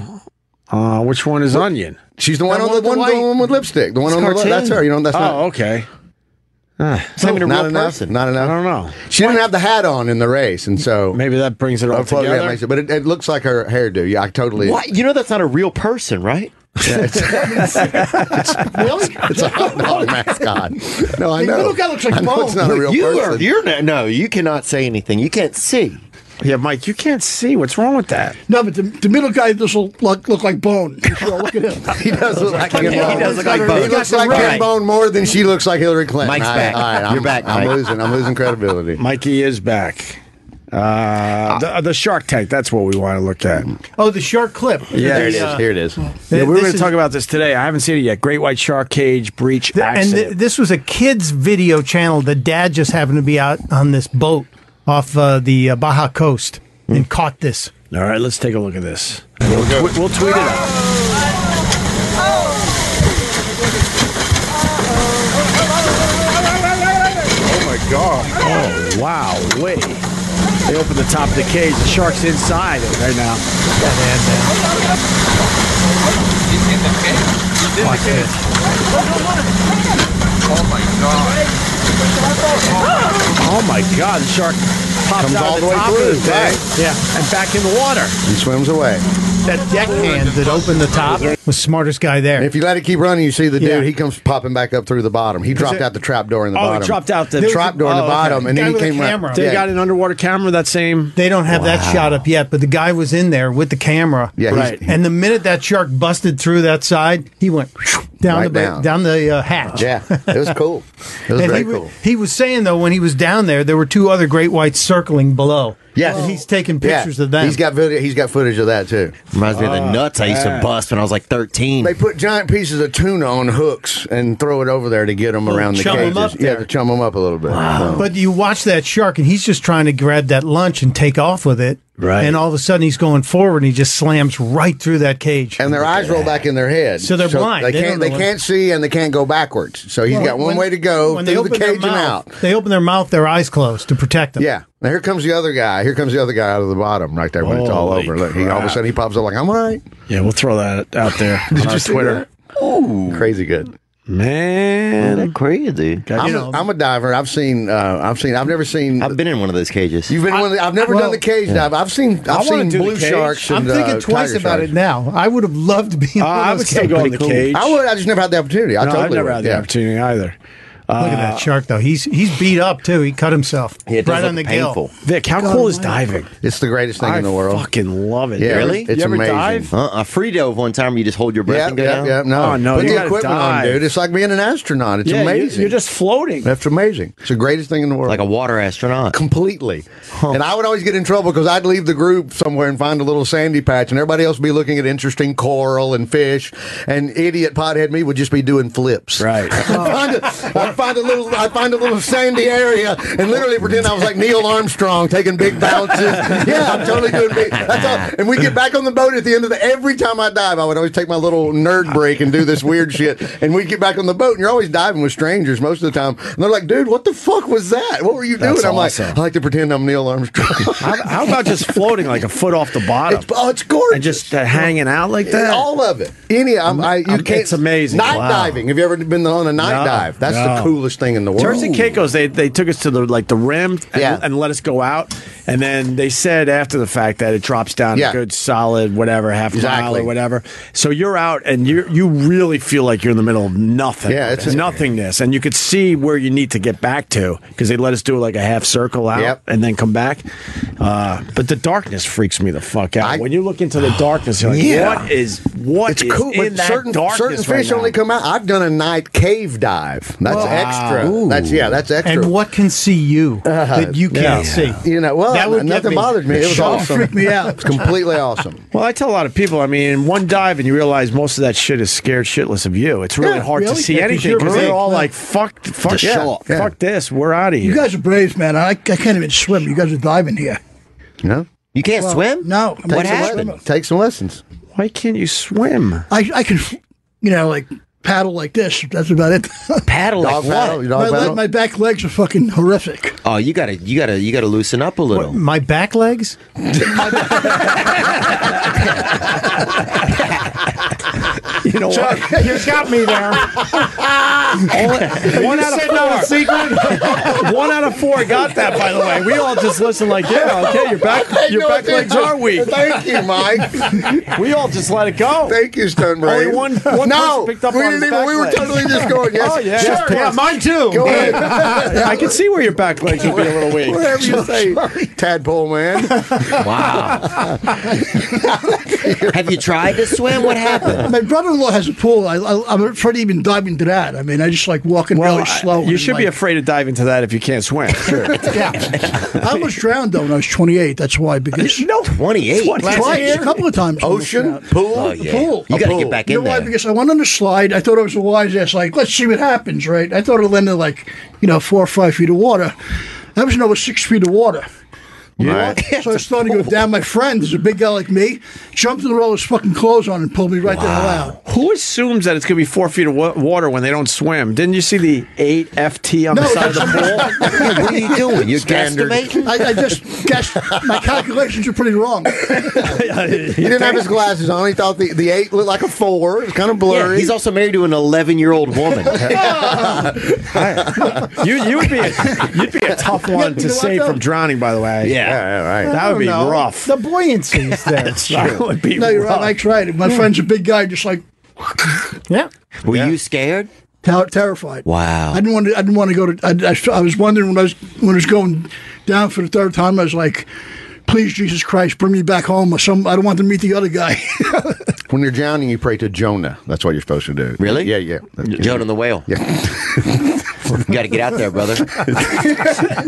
Speaker 1: Uh, which one is Onion?
Speaker 2: She's the one
Speaker 16: That
Speaker 2: on the
Speaker 16: one
Speaker 2: one,
Speaker 16: with the
Speaker 2: the one with lipstick. The one on the left. That's her. You know that's
Speaker 1: oh,
Speaker 2: not.
Speaker 1: okay. Ah,
Speaker 3: It's not even a
Speaker 2: not
Speaker 3: real
Speaker 2: enough.
Speaker 3: person.
Speaker 2: Not enough.
Speaker 1: I don't know.
Speaker 2: She didn't have the hat on in the race, and so
Speaker 1: Maybe that brings it all
Speaker 2: Oh, well, yeah,
Speaker 1: together.
Speaker 2: makes it- but it, it looks like her hairdo. Yeah, I totally.
Speaker 3: What? You know that's not a real person, right?
Speaker 2: Really? It's a hot
Speaker 3: Oh,
Speaker 2: dog mascot. No, I
Speaker 15: The
Speaker 2: know.
Speaker 15: little guy looks like
Speaker 2: I know
Speaker 15: Bones.
Speaker 2: it's not a real
Speaker 3: you
Speaker 2: person.
Speaker 3: Are, you're not, no, you cannot say anything. You can't see.
Speaker 1: yeah, Mike, you can't see. What's wrong with that?
Speaker 15: No, but the, the middle guy doesn't look, look like Bone. Michelle, look at him.
Speaker 2: He does look like Ken
Speaker 3: He does
Speaker 2: Bone.
Speaker 3: look like Bone.
Speaker 2: He looks
Speaker 3: He's got some
Speaker 2: like Ken
Speaker 3: right.
Speaker 2: Bone more than she looks like Hillary Clinton.
Speaker 3: Mike's
Speaker 2: All
Speaker 3: back.
Speaker 2: all
Speaker 3: You're
Speaker 2: I'm,
Speaker 3: back,
Speaker 2: I'm
Speaker 3: Mike.
Speaker 2: losing. I'm losing credibility.
Speaker 1: Mikey is back. Uh, the, the Shark Tank. That's what we want to look at.
Speaker 16: Oh, the shark clip.
Speaker 1: Yeah,
Speaker 2: There it is.
Speaker 16: Uh,
Speaker 2: Here it is.
Speaker 1: Yeah, we were
Speaker 16: this
Speaker 1: going to
Speaker 16: is-
Speaker 1: talk about this today. I haven't seen it yet. Great White Shark Cage Breach
Speaker 16: Th- and
Speaker 1: Accident.
Speaker 16: th- this was a kids' video channel. The dad just happened to be out on this boat off uh, the uh, Baja coast
Speaker 2: Hmm.
Speaker 16: and caught this.
Speaker 1: All right, let's take a look at this. We'll, tw- we'll tweet it out.
Speaker 12: Oh my god.
Speaker 1: Oh, wow. Way. They opened the top of the cage. The shark's inside it right now.
Speaker 12: Watch this. Oh my god.
Speaker 1: Oh, my God. The shark pops
Speaker 2: Comes
Speaker 1: out
Speaker 2: all
Speaker 1: of
Speaker 2: the way
Speaker 1: top
Speaker 2: through.
Speaker 1: of the thing.
Speaker 2: Right.
Speaker 1: Yeah, and back in the water.
Speaker 2: He swims away.
Speaker 16: That deckhand that opened the top was smartest guy
Speaker 2: And
Speaker 16: there.
Speaker 2: if you let it keep running, you see the dude.
Speaker 16: Yeah.
Speaker 2: He comes popping back up through the bottom. He dropped
Speaker 1: it-
Speaker 2: out the trap door in the
Speaker 1: Oh, he
Speaker 2: bottom.
Speaker 1: dropped out the-
Speaker 2: the trap door in the
Speaker 1: Oh, okay.
Speaker 2: bottom, and
Speaker 16: Guy
Speaker 2: then he
Speaker 16: with a
Speaker 2: came
Speaker 16: camera.
Speaker 2: right.
Speaker 1: They
Speaker 2: yeah.
Speaker 1: got an underwater camera that same.
Speaker 16: They don't have that shot up yet, but the guy was in there with the camera.
Speaker 2: Yeah, he's-
Speaker 1: Right.
Speaker 16: And the minute that shark busted through that side, he went down
Speaker 2: Right
Speaker 16: the ba-
Speaker 2: down.
Speaker 16: down. the uh, hatch.
Speaker 2: Yeah, it was cool. It was
Speaker 16: and
Speaker 2: very
Speaker 16: he, wa-
Speaker 2: cool.
Speaker 16: he was saying though when he was down there, there were two other great whites circling below.
Speaker 2: Yes.
Speaker 16: And he's taking
Speaker 2: Oh. Yeah.
Speaker 16: pictures of them.
Speaker 2: He's got video. He's got footage of that too.
Speaker 3: Reminds me of the nuts I used to
Speaker 1: man.
Speaker 3: bust when I was like 13.
Speaker 2: They put giant pieces of tuna on hooks and throw it over there to get them around the
Speaker 16: chum 'em
Speaker 2: cages.
Speaker 16: up
Speaker 2: yeah,
Speaker 16: there.
Speaker 2: to chum them up a little bit. So-
Speaker 16: But you watch that shark, and he's just trying to grab that lunch and take off with it.
Speaker 1: Right.
Speaker 16: And all of a sudden, he's going forward, and he just slams right through that cage.
Speaker 2: and their eyes roll back in their head,
Speaker 16: So they're blind.
Speaker 2: They
Speaker 16: They
Speaker 2: can't.
Speaker 16: don't know
Speaker 2: They
Speaker 16: what-
Speaker 2: can't see and they can't go backwards. So he's
Speaker 16: Well,
Speaker 2: got one
Speaker 16: when-
Speaker 2: way to go
Speaker 16: when they
Speaker 2: through the
Speaker 16: open their
Speaker 2: cage and
Speaker 16: mouth-
Speaker 2: out.
Speaker 16: They open their mouth, their eyes closed to protect them.
Speaker 2: Yeah. Now here comes the other guy. Here comes the other guy out of the bottom right there when it's all
Speaker 1: Holy
Speaker 2: over. Look, he all of a
Speaker 1: crap.
Speaker 2: sudden he pops up like I'm all right.
Speaker 1: Yeah, we'll throw that out there on our
Speaker 2: see
Speaker 1: Twitter.
Speaker 2: Crazy good.
Speaker 1: Man.
Speaker 3: That's crazy.
Speaker 2: I'm, a, I'm a diver. I've seen. Uh, I've seen. I've never seen.
Speaker 3: I've been in one of those cages.
Speaker 2: You've been in one. Of the, I've never
Speaker 16: well,
Speaker 2: done the cage dive. I've seen. I've
Speaker 1: I wanna
Speaker 2: seen
Speaker 1: do the
Speaker 2: blue
Speaker 1: cage.
Speaker 2: sharks.
Speaker 16: I'm
Speaker 2: And,
Speaker 16: thinking
Speaker 2: uh,
Speaker 16: twice
Speaker 2: tiger
Speaker 16: about
Speaker 2: sharks.
Speaker 16: it now. I would have loved to be in
Speaker 1: Uh,
Speaker 16: one
Speaker 1: I
Speaker 16: of
Speaker 1: would
Speaker 16: those
Speaker 1: still go in
Speaker 16: cages.
Speaker 1: the cage.
Speaker 2: I would. I just never had the opportunity. I
Speaker 1: no,
Speaker 2: totally
Speaker 1: I've never
Speaker 2: would.
Speaker 1: had the
Speaker 2: yeah.
Speaker 1: opportunity either. Uh,
Speaker 16: Look at that shark, though. He's he's beat up too. He cut himself
Speaker 3: Yeah, it does
Speaker 16: right on the
Speaker 3: look
Speaker 16: gill.
Speaker 3: painful.
Speaker 1: Vic, how cool is diving?
Speaker 2: It's the greatest thing
Speaker 1: I
Speaker 2: in the world.
Speaker 1: fucking love it.
Speaker 2: Yeah,
Speaker 1: Really?
Speaker 2: it's
Speaker 1: you ever
Speaker 2: amazing.
Speaker 1: dive?
Speaker 3: Uh, a free dove one time where you just hold your breath
Speaker 2: Yeah,
Speaker 3: and go
Speaker 2: yeah,
Speaker 3: down.
Speaker 2: yeah. No,
Speaker 1: Oh, no,
Speaker 2: Put
Speaker 1: you
Speaker 2: the
Speaker 1: gotta
Speaker 2: equipment on,
Speaker 1: dive.
Speaker 2: dude. It's like being an astronaut. It's
Speaker 1: Yeah,
Speaker 2: amazing.
Speaker 1: You, are just floating.
Speaker 2: That's amazing. It's the greatest thing in the world.
Speaker 3: Like a water astronaut.
Speaker 2: completely. And I would always get in trouble because I'd leave the group somewhere and find a little sandy patch, and everybody else would be looking at interesting coral and fish, and idiot pothead me would just be doing flips.
Speaker 1: Right.
Speaker 2: I'd find, a, I'd find a little, I find a little sandy area and literally pretend I was like Neil Armstrong taking big bounces. yeah, I'm totally doing big. That's all. And we get back on the boat at the end of the. Every time I dive, I would always take my little nerd break and do this weird shit. And we get back on the boat, and you're always diving with strangers most of the time. And they're like, "Dude, what the fuck was that? What were you doing?"
Speaker 1: That's
Speaker 2: I'm
Speaker 1: awesome.
Speaker 2: like, "I like to pretend I'm Neil Armstrong." how,
Speaker 1: How about just floating like a foot off the bottom?
Speaker 2: It's, oh, it's gorgeous.
Speaker 1: And just uh, hanging out like that.
Speaker 2: All of it. Any, I'm, I, you
Speaker 1: Um,
Speaker 2: can't.
Speaker 1: it's amazing.
Speaker 2: Night
Speaker 1: Wow.
Speaker 2: diving. Have you ever been on a night
Speaker 1: No,
Speaker 2: dive? That's the
Speaker 1: no.
Speaker 2: coolest thing in the world.
Speaker 1: Turks and Caicos, they, they took us to the like the rim and,
Speaker 2: Yeah.
Speaker 1: and let us go out, and then they said after the fact that it drops down
Speaker 2: Yeah.
Speaker 1: a good solid whatever half mile
Speaker 2: Exactly.
Speaker 1: or whatever. So you're out and you you really feel like you're in the middle of nothing.
Speaker 2: Yeah, it's-
Speaker 1: nothingness, and you could see where you need to get back to because they let us do like a half circle out
Speaker 2: Yep.
Speaker 1: and then come back. Uh, but the darkness freaks me the fuck out when you look into the darkness. You're like,
Speaker 2: Yeah.
Speaker 1: what is what
Speaker 2: it's
Speaker 1: is
Speaker 2: cool,
Speaker 1: in
Speaker 2: but
Speaker 1: that
Speaker 2: certain
Speaker 1: darkness
Speaker 2: certain
Speaker 1: right
Speaker 2: fish
Speaker 1: now?
Speaker 2: only come out. I've done a night cave dive. That's
Speaker 1: Wow.
Speaker 2: extra.
Speaker 1: Ooh.
Speaker 2: That's yeah, that's extra. Uh,
Speaker 16: And what can see you that you can't
Speaker 1: yeah.
Speaker 16: see?
Speaker 2: You know, well,
Speaker 16: That would get
Speaker 2: nothing
Speaker 16: me.
Speaker 2: bothered me. It was
Speaker 1: Sure.
Speaker 2: awesome.
Speaker 1: Freaked me out.
Speaker 2: It's completely awesome.
Speaker 1: Well, I tell a lot of people. I mean, in one dive, and you realize most of that shit is scared shitless of you. It's really
Speaker 15: Yeah,
Speaker 1: hard
Speaker 15: really?
Speaker 1: to see
Speaker 15: Yeah, 'cause
Speaker 1: anything
Speaker 15: you're
Speaker 1: because they're
Speaker 15: brave.
Speaker 1: all
Speaker 15: Yeah.
Speaker 1: like, "Fuck, fuck,
Speaker 15: Just
Speaker 1: yeah,
Speaker 15: show up. Yeah.
Speaker 1: fuck this, we're out of here."
Speaker 15: You guys are brave, man. I, I can't even swim. You guys are diving here.
Speaker 2: No,
Speaker 3: you can't
Speaker 15: Well,
Speaker 3: swim.
Speaker 15: No. I'm
Speaker 3: what
Speaker 15: not a
Speaker 3: happened?
Speaker 15: swimmer.
Speaker 2: Take some lessons.
Speaker 1: Why can't you swim?
Speaker 15: I, I can, you know, like paddle like this. That's about it.
Speaker 3: paddle
Speaker 2: Dog like paddle, what? dog
Speaker 15: my, leg-
Speaker 2: paddle?
Speaker 15: my back legs are fucking horrific.
Speaker 3: Oh, you gotta, you gotta, you gotta loosen up a little.
Speaker 16: My back legs?
Speaker 1: You know what?
Speaker 22: You got me there.
Speaker 1: one out of four. one out of four got that. By the way, we all just listen like, "Yeah, okay, your back,
Speaker 2: I
Speaker 1: your
Speaker 2: know
Speaker 1: back
Speaker 2: it
Speaker 1: legs
Speaker 2: did.
Speaker 1: are weak."
Speaker 2: Thank you, Mike.
Speaker 1: We all just let it go.
Speaker 2: Thank you, Stonebray.
Speaker 1: Only one- one
Speaker 2: no,
Speaker 1: person picked up
Speaker 2: we
Speaker 1: on
Speaker 2: didn't
Speaker 1: his
Speaker 2: even.
Speaker 1: back
Speaker 2: We were
Speaker 1: leg.
Speaker 2: totally just going. Yes,
Speaker 1: Oh, yeah.
Speaker 2: yes,
Speaker 1: Sure, yeah,
Speaker 2: yes.
Speaker 1: mine
Speaker 22: too.
Speaker 2: Go ahead.
Speaker 1: I can see where your back legs would be a little weak.
Speaker 2: Whatever you say, tadpole man.
Speaker 3: Wow. Have you tried to swim? What happened?
Speaker 15: My brother-in-law has a pool. I, I, I'm afraid of even diving to that. I mean, I just like walking really slow.
Speaker 1: You
Speaker 15: and,
Speaker 1: should be
Speaker 15: like-
Speaker 1: afraid of diving to that if you can't swim. Sure.
Speaker 15: I almost drowned though when I was 28. That's why because
Speaker 1: no,
Speaker 3: 28.
Speaker 15: twice, a couple of times. I almost
Speaker 2: Ocean,
Speaker 15: drowned.
Speaker 2: pool,
Speaker 3: Oh,
Speaker 15: The
Speaker 3: yeah.
Speaker 15: pool.
Speaker 3: You
Speaker 15: The
Speaker 3: gotta
Speaker 15: pool.
Speaker 3: get back
Speaker 15: you
Speaker 3: in
Speaker 15: know why?
Speaker 3: there.
Speaker 15: Because I went on the slide. I thought it was a wise ass. Like, let's see what happens, right? I thought it'll end in like, you know, four or five feet of water. I was in over six feet of water.
Speaker 2: Yeah.
Speaker 15: So I started to go down. My friend, there's a big guy like me, jumped in with all his fucking clothes on and pulled me right the hell out.
Speaker 1: Ah. Who assumes that it's going to be four feet of wa- water when they don't swim? Didn't you see the eight FT on the side of the pool?
Speaker 3: what are you doing? You're
Speaker 2: Standard.
Speaker 3: guesstimating?
Speaker 15: I, I just guess my calculations are pretty wrong.
Speaker 2: He didn't have his glasses on. He thought the, the eight looked like a four. It was kind of blurry.
Speaker 3: Yeah, he's also married to an 11 year old woman.
Speaker 1: you you would be a, you'd be a tough one to save from drowning. By the way,
Speaker 2: yeah, all right.
Speaker 1: that would be
Speaker 16: I don't know.
Speaker 1: rough.
Speaker 16: The buoyancy's there.
Speaker 1: That would be
Speaker 15: No, you're right.
Speaker 1: rough.
Speaker 15: Mike's right. My friend's a big guy, just like
Speaker 16: yeah.
Speaker 3: Were you scared?
Speaker 15: ter- terrified.
Speaker 3: Wow.
Speaker 15: I didn't want to. I didn't want to go to. I, I, I was wondering when I was when I was going down for the third time. I was like, "Please, Jesus Christ, bring me back home." Or some. I don't want to meet the other guy.
Speaker 2: When you're drowning, you pray to Jonah. That's what you're supposed to do.
Speaker 3: Really?
Speaker 2: Yeah, yeah.
Speaker 3: Jonah the whale.
Speaker 2: Yeah.
Speaker 3: You got to get out there, brother.
Speaker 15: you guys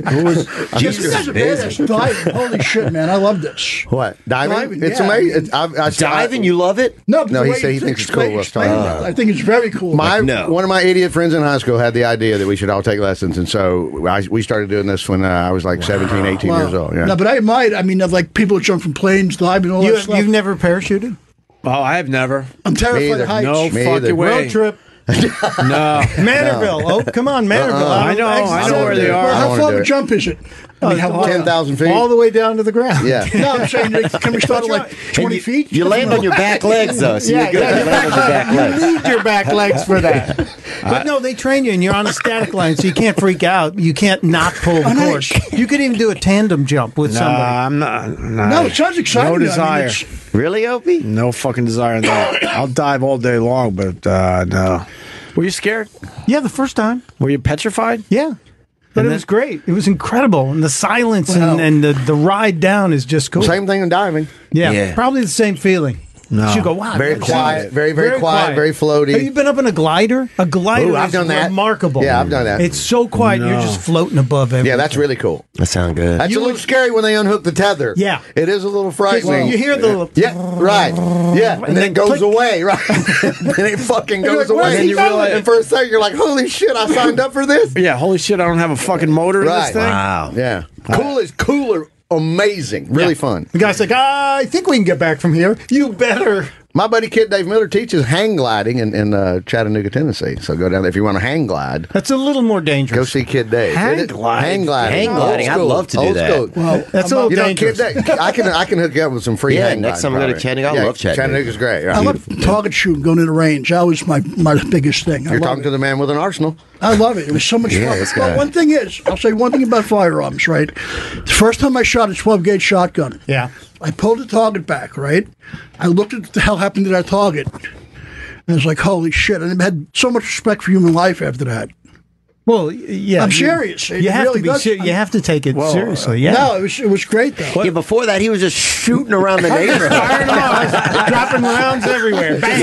Speaker 15: are
Speaker 3: busy.
Speaker 15: badass diving. Holy shit, man! I love this.
Speaker 2: What diving?
Speaker 15: Diving,
Speaker 2: it's
Speaker 15: yeah.
Speaker 2: amazing. I, I, I,
Speaker 3: Diving, you love it?
Speaker 15: No, but
Speaker 2: No,
Speaker 15: the
Speaker 2: he
Speaker 15: way
Speaker 2: said he
Speaker 15: you
Speaker 2: thinks it's
Speaker 15: explain-
Speaker 2: cool. Let's talk
Speaker 15: explain
Speaker 2: about
Speaker 15: it, I think it's very cool.
Speaker 2: My
Speaker 3: no.
Speaker 2: one of my idiot friends in high school had the idea that we should all take lessons, and so I, we started doing this when uh, I was like 17, 18
Speaker 15: Wow.
Speaker 2: years old. Yeah.
Speaker 15: No, but I might. I mean, like people jump from planes, diving, all
Speaker 16: You
Speaker 15: that stuff.
Speaker 16: have, you've never parachuted?
Speaker 1: Oh, I have never.
Speaker 15: I'm terrified
Speaker 2: either.
Speaker 15: of heights.
Speaker 1: No
Speaker 2: Me
Speaker 1: fucking
Speaker 2: either.
Speaker 1: way.
Speaker 16: Road trip.
Speaker 1: No.
Speaker 16: Manorville. Oh, come on, Manorville.
Speaker 1: I know, I know where they
Speaker 2: Uh-uh. I
Speaker 15: Well,
Speaker 2: don't
Speaker 1: are.
Speaker 15: how
Speaker 2: wanna
Speaker 15: far
Speaker 2: do
Speaker 15: of a
Speaker 2: it.
Speaker 15: jump is it? I mean, how high?
Speaker 2: Ten thousand feet.
Speaker 16: All the way down to the ground.
Speaker 2: yeah.
Speaker 15: No, I'm saying, like, can we start at like 20
Speaker 3: you,
Speaker 15: feet?
Speaker 3: You land on your back legs, though, so
Speaker 16: Yeah,
Speaker 3: you're good.
Speaker 16: yeah,
Speaker 3: You
Speaker 16: your
Speaker 3: land on your
Speaker 16: back
Speaker 3: back
Speaker 16: leg.
Speaker 3: legs.
Speaker 16: You need your back legs for that. But no, they train you, and you're on a static line, so you can't freak out. You can't not pull the cord. You could even do a tandem jump with
Speaker 1: Nah,
Speaker 16: somebody.
Speaker 1: I'm not. Nah.
Speaker 15: No, it sounds exciting.
Speaker 1: No
Speaker 15: I mean,
Speaker 1: desire.
Speaker 15: it's-
Speaker 3: Really, Opie?
Speaker 1: no fucking desire in that. I'll dive all day long, but uh, no. Were you scared?
Speaker 16: Yeah, the first time.
Speaker 1: Were you petrified?
Speaker 16: Yeah. But it was great. It was incredible. And the silence and, and the, the ride down is just cool.
Speaker 2: Same thing in diving.
Speaker 16: Yeah,
Speaker 3: Yeah.
Speaker 16: Probably the same feeling.
Speaker 1: No.
Speaker 16: She'd go, wow.
Speaker 21: Very
Speaker 16: I've never
Speaker 21: quiet,
Speaker 16: seen it."
Speaker 21: very, very quiet, very floaty.
Speaker 16: Have you been up in a glider? A glider
Speaker 21: Ooh, I've
Speaker 16: is
Speaker 21: done that.
Speaker 16: remarkable.
Speaker 21: Yeah, I've done that.
Speaker 16: It's so quiet, you're
Speaker 21: No.
Speaker 16: just floating above everything.
Speaker 21: Yeah, that's really cool.
Speaker 3: That sounds good.
Speaker 21: That's a little scary when they unhook the tether.
Speaker 16: Yeah.
Speaker 21: It is a little frightening.
Speaker 16: you hear the-
Speaker 21: Yeah, right. Yeah, and, then it goes away, right? and it fucking
Speaker 1: You're
Speaker 21: goes
Speaker 1: like,
Speaker 21: away.
Speaker 1: where's he
Speaker 21: And, you
Speaker 1: going?
Speaker 21: realize, and for a second, you're like, holy shit, I signed up for this?
Speaker 1: Yeah, holy shit, I don't have a fucking motor in this
Speaker 21: Right.
Speaker 1: thing.
Speaker 21: Wow. Yeah. Cool is cooler, amazing, really fun.
Speaker 16: The Uh, guy's like, I think we can get back from here. You better.
Speaker 21: My buddy Kid Dave Miller teaches hang gliding in, in uh, Chattanooga, Tennessee. So go down there if you want to hang glide.
Speaker 16: That's a little more dangerous.
Speaker 21: Go see Kid Dave.
Speaker 16: Hang
Speaker 21: It is-
Speaker 16: gliding?
Speaker 21: Hang gliding.
Speaker 16: Hang
Speaker 21: Old
Speaker 16: gliding. I'd
Speaker 21: school.
Speaker 16: love to do
Speaker 21: Old
Speaker 16: that.
Speaker 21: School.
Speaker 16: Well, That's a little
Speaker 21: you know, Kid
Speaker 16: dangerous.
Speaker 21: Dave, I can I can hook you up with some free
Speaker 3: Yeah,
Speaker 21: hang
Speaker 3: next
Speaker 21: gliding
Speaker 3: time I go to
Speaker 21: probably.
Speaker 3: Chattanooga, I love Chattanooga.
Speaker 21: Chattanooga's great.
Speaker 15: I love target shooting, going into the range. That was my, my biggest thing. I
Speaker 21: You're
Speaker 15: love
Speaker 21: talking to the man with an arsenal.
Speaker 15: I love it. It was so much
Speaker 21: Yeah,
Speaker 15: fun.
Speaker 21: this guy.
Speaker 15: But one thing is, I'll say one thing about firearms, right? The first time I shot a 12 gauge shotgun,
Speaker 16: yeah,
Speaker 15: I pulled the target back, right? I looked at what the hell happened to that target. And I was like, holy shit. And I had so much respect for human life after that.
Speaker 16: Well, yeah.
Speaker 15: I'm
Speaker 16: you-
Speaker 15: serious. It
Speaker 16: you have
Speaker 15: really
Speaker 16: to be
Speaker 15: does-
Speaker 16: ser- you have to take it
Speaker 15: Well, uh,
Speaker 16: seriously. Oh, Yeah.
Speaker 15: No, it was, it was great, though.
Speaker 3: Yeah, before that, he was just shooting around the neighborhood.
Speaker 16: dropping rounds everywhere.
Speaker 3: Bang.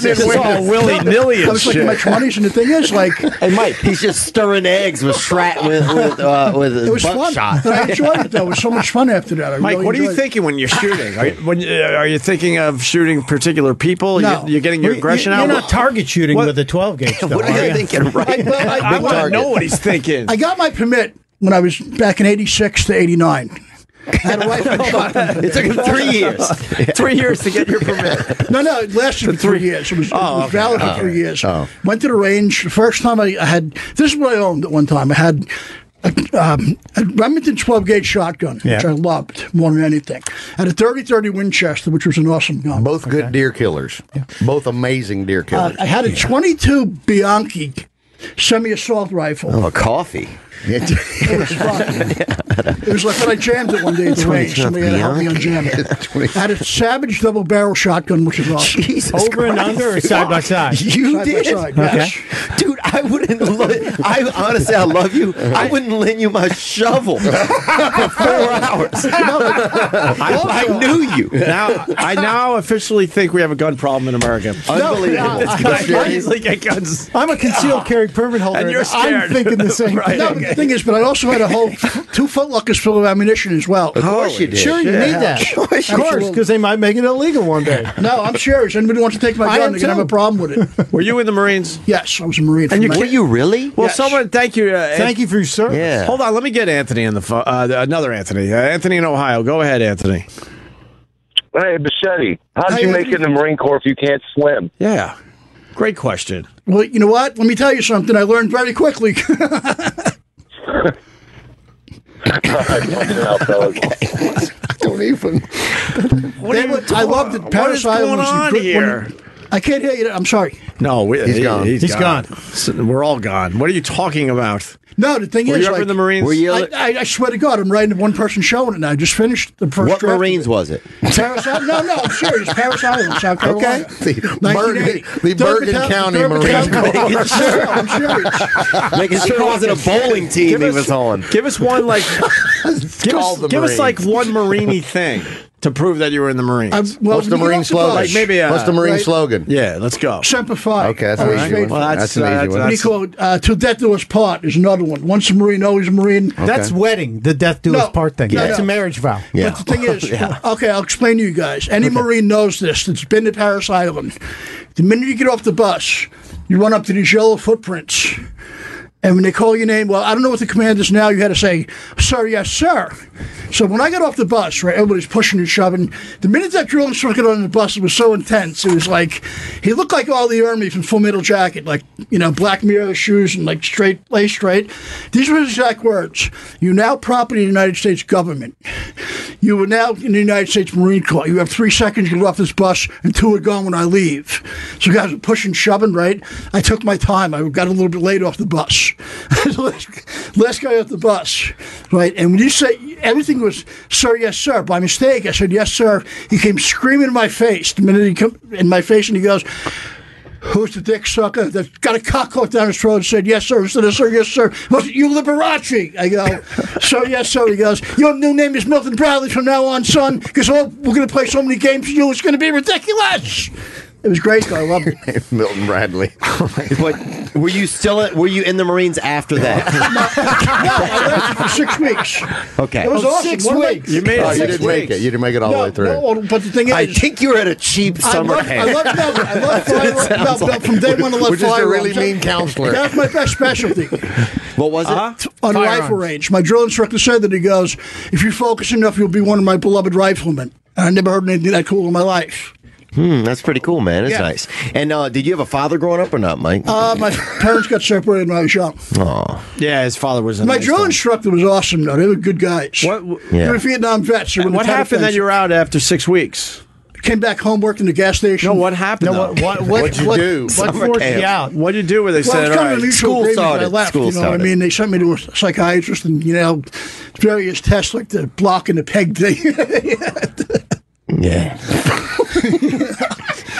Speaker 3: This guy's just all willy-nilly and
Speaker 15: I was like in my
Speaker 3: shit.
Speaker 15: 20s, and the thing is, like,
Speaker 3: Hey, Mike, he's just stirring eggs with strat with with, uh, with
Speaker 15: it was fun.
Speaker 3: buckshot.
Speaker 15: I enjoyed it, though. It was so much fun after that. I
Speaker 1: Mike,
Speaker 15: really
Speaker 1: what are you
Speaker 15: enjoyed it.
Speaker 1: thinking when you're shooting? Are you, when, uh, are you thinking of shooting particular people?
Speaker 16: No.
Speaker 1: You, are getting your aggression
Speaker 16: you're
Speaker 1: out.
Speaker 16: not target shooting with a 12 gauge.
Speaker 1: What are you thinking, right? I, want to know what he's thinking.
Speaker 15: I got my permit when I was back in 86 to 89. I had a rifle and shotgun.
Speaker 3: It took him three years. Three years to get your permit.
Speaker 15: No, no, it lasted for three, years. It was, it
Speaker 2: Oh,
Speaker 16: Oh,
Speaker 15: was valid for three years. Went to the range. The first time I, I had, this is what I owned at one time. I had a, um, a Remington 12 gauge shotgun, which
Speaker 21: Yeah.
Speaker 15: I loved more than anything. I had a 30 30 Winchester, which was an awesome gun.
Speaker 21: Both good deer killers. Both amazing deer
Speaker 15: Uh,
Speaker 21: killers.
Speaker 15: I had a 22 Bianchi semi assault rifle.
Speaker 3: Oh, coffee.
Speaker 15: It was fun. It was like when I jammed it one day at the range. Somebody had to help me unjam it. I had a Savage double barrel shotgun, which is awesome.
Speaker 16: Over and under or side by side?
Speaker 3: You
Speaker 15: Side by
Speaker 3: did,
Speaker 15: side, yes.
Speaker 3: dude. I wouldn't. Li- I honestly, I love you. I wouldn't lend you my shovel for four hours. I, I knew you.
Speaker 1: now, I now officially think we have a gun problem in America.
Speaker 16: Unbelievable.
Speaker 1: This guy- he's like, I guns.
Speaker 16: I'm a concealed carry permit holder.
Speaker 1: And you're
Speaker 16: I'm
Speaker 1: scared.
Speaker 16: thinking the same
Speaker 1: Right.
Speaker 16: thing.
Speaker 15: No, but the thing is, but I also had a whole two foot lockers full of ammunition as well. Of
Speaker 21: course you did.
Speaker 16: Sure, you need that. Of course, because they might make it illegal one day.
Speaker 15: No, I'm serious. Anybody wants to take my
Speaker 16: I
Speaker 15: gun,
Speaker 16: am
Speaker 15: they're going to
Speaker 16: too.
Speaker 15: have a problem with it.
Speaker 1: Were you in the Marines?
Speaker 15: Yes, I was a Marine.
Speaker 1: And you-
Speaker 15: from
Speaker 1: were
Speaker 3: you really?
Speaker 1: Well,
Speaker 15: Yes.
Speaker 1: someone, thank you. Uh,
Speaker 16: Thank you for your service.
Speaker 1: Yeah. Hold on, let me get Anthony on the phone. Uh, another Anthony. Uh, Anthony in Ohio. Go ahead, Anthony.
Speaker 4: Hey, Bichetti, how'd you make it in the Marine Corps if you can't swim?
Speaker 1: Yeah. Great question.
Speaker 15: Well, you know what? Let me tell you something I learned very quickly.
Speaker 21: I don't even.
Speaker 15: They were- I loved it. Paris
Speaker 1: what is
Speaker 15: Island
Speaker 1: going
Speaker 15: was the
Speaker 1: on
Speaker 15: gr- one-
Speaker 1: here?
Speaker 15: I can't hear you. I'm sorry.
Speaker 1: No, we,
Speaker 15: He's gone. He's
Speaker 1: So we're all gone. What are you talking about?
Speaker 15: No, the thing
Speaker 1: Were
Speaker 15: is,
Speaker 1: you ever
Speaker 15: like,
Speaker 1: in the Marines? Were you-
Speaker 15: I, I, I swear to God, I'm writing one person showing it now. I just finished the first.
Speaker 3: What
Speaker 15: draft of
Speaker 3: Marines
Speaker 15: it.
Speaker 3: was it?
Speaker 15: Paris Island? No, no, I'm serious. Paris Island, South Carolina.
Speaker 21: The
Speaker 15: 1980.
Speaker 21: Bergen- the
Speaker 15: Durban
Speaker 21: Bergen
Speaker 15: Town-
Speaker 21: County
Speaker 15: Durban
Speaker 21: Marine
Speaker 15: Town-
Speaker 21: Corps.
Speaker 15: I'm serious, I'm serious.
Speaker 3: Making sure it wasn't a bowling team
Speaker 1: Give
Speaker 3: he
Speaker 1: us-
Speaker 3: was on.
Speaker 1: Give us one like give us,
Speaker 3: called the
Speaker 1: give us
Speaker 3: Marines.
Speaker 1: like one Marini thing to prove that you were in the Marines.
Speaker 15: I'm- Um, well, What's the you Marine lost the slogan?
Speaker 1: Like maybe uh,
Speaker 21: What's the Marine
Speaker 1: right?
Speaker 21: slogan?
Speaker 1: Yeah, let's go.
Speaker 15: Semper Fi.
Speaker 21: Okay, that's an
Speaker 15: Always
Speaker 21: easy one.
Speaker 15: faithful.
Speaker 21: Well, that's- That's an easy that's- one.
Speaker 15: Uh, What do you call it? Uh, Till death do us part is another one. Once a Marine, always a Marine.
Speaker 16: That's wedding, the death do
Speaker 15: No,
Speaker 16: us part thing.
Speaker 15: no,
Speaker 16: That's
Speaker 15: no.
Speaker 16: a marriage vow.
Speaker 15: But the thing is, okay, I'll explain to you guys. Any Marine knows this that's been to Paris Island. The minute you get off the bus, you run up to these yellow footprints. And when they call your name, well, I don't know what the command is now. You had to say, sir, yes, sir. So when I got off the bus, right, everybody's pushing and shoving. The minute that drill instructor got on the bus, it was so intense. It was like, he looked like all the army from Full Metal Jacket, like, you know, black mirror shoes and like straight, lace straight. These were his exact words. You now property of the United States government. You were now in the United States Marine Corps. You have three seconds to get off this bus, and two are gone when I leave. So guys were pushing, shoving, right? I took my time. I got a little bit late off the bus. I was the last, last guy off the bus, right? And when you say everything was, sir, yes, sir, by mistake, I said, yes, sir. He came screaming in my face the minute he come in my face, and he goes, Who's the dick sucker that got a cock hooked down his throat and said, Yes, sir, sir, sir, yes, sir. Was it you, Liberace? I go, So, yes, sir. He goes, Your new name is Milton Bradley from now on, son, because we're going to play so many games with you, it's going to be ridiculous. It was great, though. I loved it.
Speaker 3: Milton Bradley. but were you still at, were you in the Marines after that?
Speaker 15: for six weeks.
Speaker 3: Okay.
Speaker 15: It was
Speaker 3: Oh,
Speaker 15: awesome.
Speaker 3: six
Speaker 15: What am I-
Speaker 3: weeks. You made it
Speaker 2: Oh, you
Speaker 3: six
Speaker 2: didn't make
Speaker 3: weeks.
Speaker 2: it. You didn't make it all the way through.
Speaker 15: No, well, Oh, but the thing is,
Speaker 2: I think
Speaker 3: you were at a cheap
Speaker 2: summer
Speaker 15: I love,
Speaker 2: camp.
Speaker 15: I love, no, I love
Speaker 2: That's what it
Speaker 15: fireworks.
Speaker 2: sounds
Speaker 15: No, no,
Speaker 2: like.
Speaker 15: from day one, I love
Speaker 2: We're just a really
Speaker 15: fireworks.
Speaker 2: mean counselor.
Speaker 15: That's my best specialty.
Speaker 3: What was it?
Speaker 1: Uh-huh.
Speaker 15: on
Speaker 2: Firearms.
Speaker 15: rifle range. My drill instructor said that he goes, "If you focus enough, you'll be one of my beloved riflemen." And I never heard anything that cool in my life.
Speaker 3: Hmm, that's pretty cool, man. It's
Speaker 15: Yeah.
Speaker 3: nice. And uh, did you have a father growing up or not, Mike?
Speaker 15: Uh, my parents got separated when I was young.
Speaker 3: oh.
Speaker 1: Yeah, his father was.
Speaker 15: My drill instructor was awesome though; they were good guys. What?
Speaker 1: Yeah.
Speaker 15: They were Vietnam vets. who were in the
Speaker 1: What
Speaker 15: Tet
Speaker 1: happened that
Speaker 15: Offensive.
Speaker 1: you were out after six weeks?
Speaker 15: Came back home, worked in the gas station.
Speaker 1: No, what happened?
Speaker 15: No,
Speaker 1: though?
Speaker 15: what- what- What'd you what- do? what
Speaker 1: What
Speaker 15: forced you
Speaker 1: out?
Speaker 15: out?
Speaker 1: What'd you do? Where they
Speaker 15: well,
Speaker 1: said,
Speaker 15: it was
Speaker 1: "All
Speaker 15: kind of
Speaker 1: right,
Speaker 15: an unusual
Speaker 1: school
Speaker 15: agreement when I
Speaker 1: started."
Speaker 15: left, you know what I mean? They sent me to a psychiatrist and, you know, various tests like the block and the peg thing.
Speaker 3: Yeah.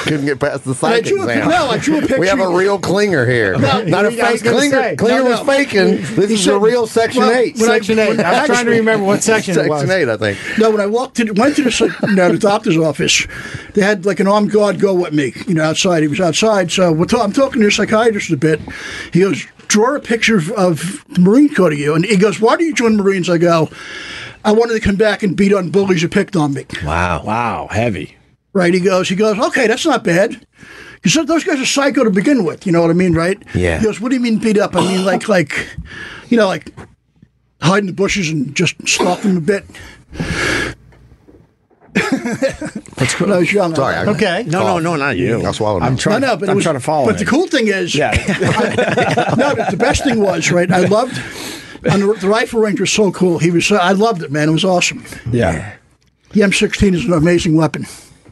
Speaker 2: Couldn't get past the
Speaker 15: I
Speaker 2: psych
Speaker 15: drew a-
Speaker 2: exam.
Speaker 15: no, I drew a picture.
Speaker 2: We have a real clinger here.
Speaker 15: No,
Speaker 2: Not a
Speaker 15: I was
Speaker 2: fake
Speaker 15: gonna
Speaker 2: clinger.
Speaker 15: say. No,
Speaker 2: clinger was
Speaker 15: no.
Speaker 2: faking. This
Speaker 15: He
Speaker 2: is
Speaker 15: said-
Speaker 2: a real Section
Speaker 15: well,
Speaker 2: 8.
Speaker 15: when I- when I-
Speaker 2: Section 8, I think.
Speaker 15: No, when I walked to, went to the, psych- you know, the doctor's office, they had like an armed guard go at me, you know, outside. He was outside. So we're ta- I'm talking to the psychiatrist a bit. He goes, draw a picture of, of the Marine Corps to you. And he goes, why do you join the Marines? I go, I wanted to come back and beat on bullies who picked on me.
Speaker 3: Wow.
Speaker 1: Wow. Heavy.
Speaker 15: Right? He goes, he goes, okay, that's not bad. He said, those guys are psycho to begin with. You know what I mean, right?
Speaker 3: Yeah.
Speaker 15: He goes, what do you mean beat up? I mean, like, like, you know, like hide in the bushes and just slap them a bit. That's cool. I was young.
Speaker 2: Sorry. I-
Speaker 15: Okay.
Speaker 23: No, no, no, not you.
Speaker 2: I swallowed
Speaker 23: I'm
Speaker 2: it.
Speaker 23: trying.
Speaker 15: no, no, but it
Speaker 23: I'm
Speaker 15: was-
Speaker 23: trying to follow.
Speaker 15: But the
Speaker 23: him.
Speaker 15: cool thing is,
Speaker 23: Yeah.
Speaker 15: no, but the best thing was, right, I loved, and the, the rifle range was so cool. He was, so, I loved it, man. It was awesome.
Speaker 1: Yeah.
Speaker 15: The M16 is an amazing weapon.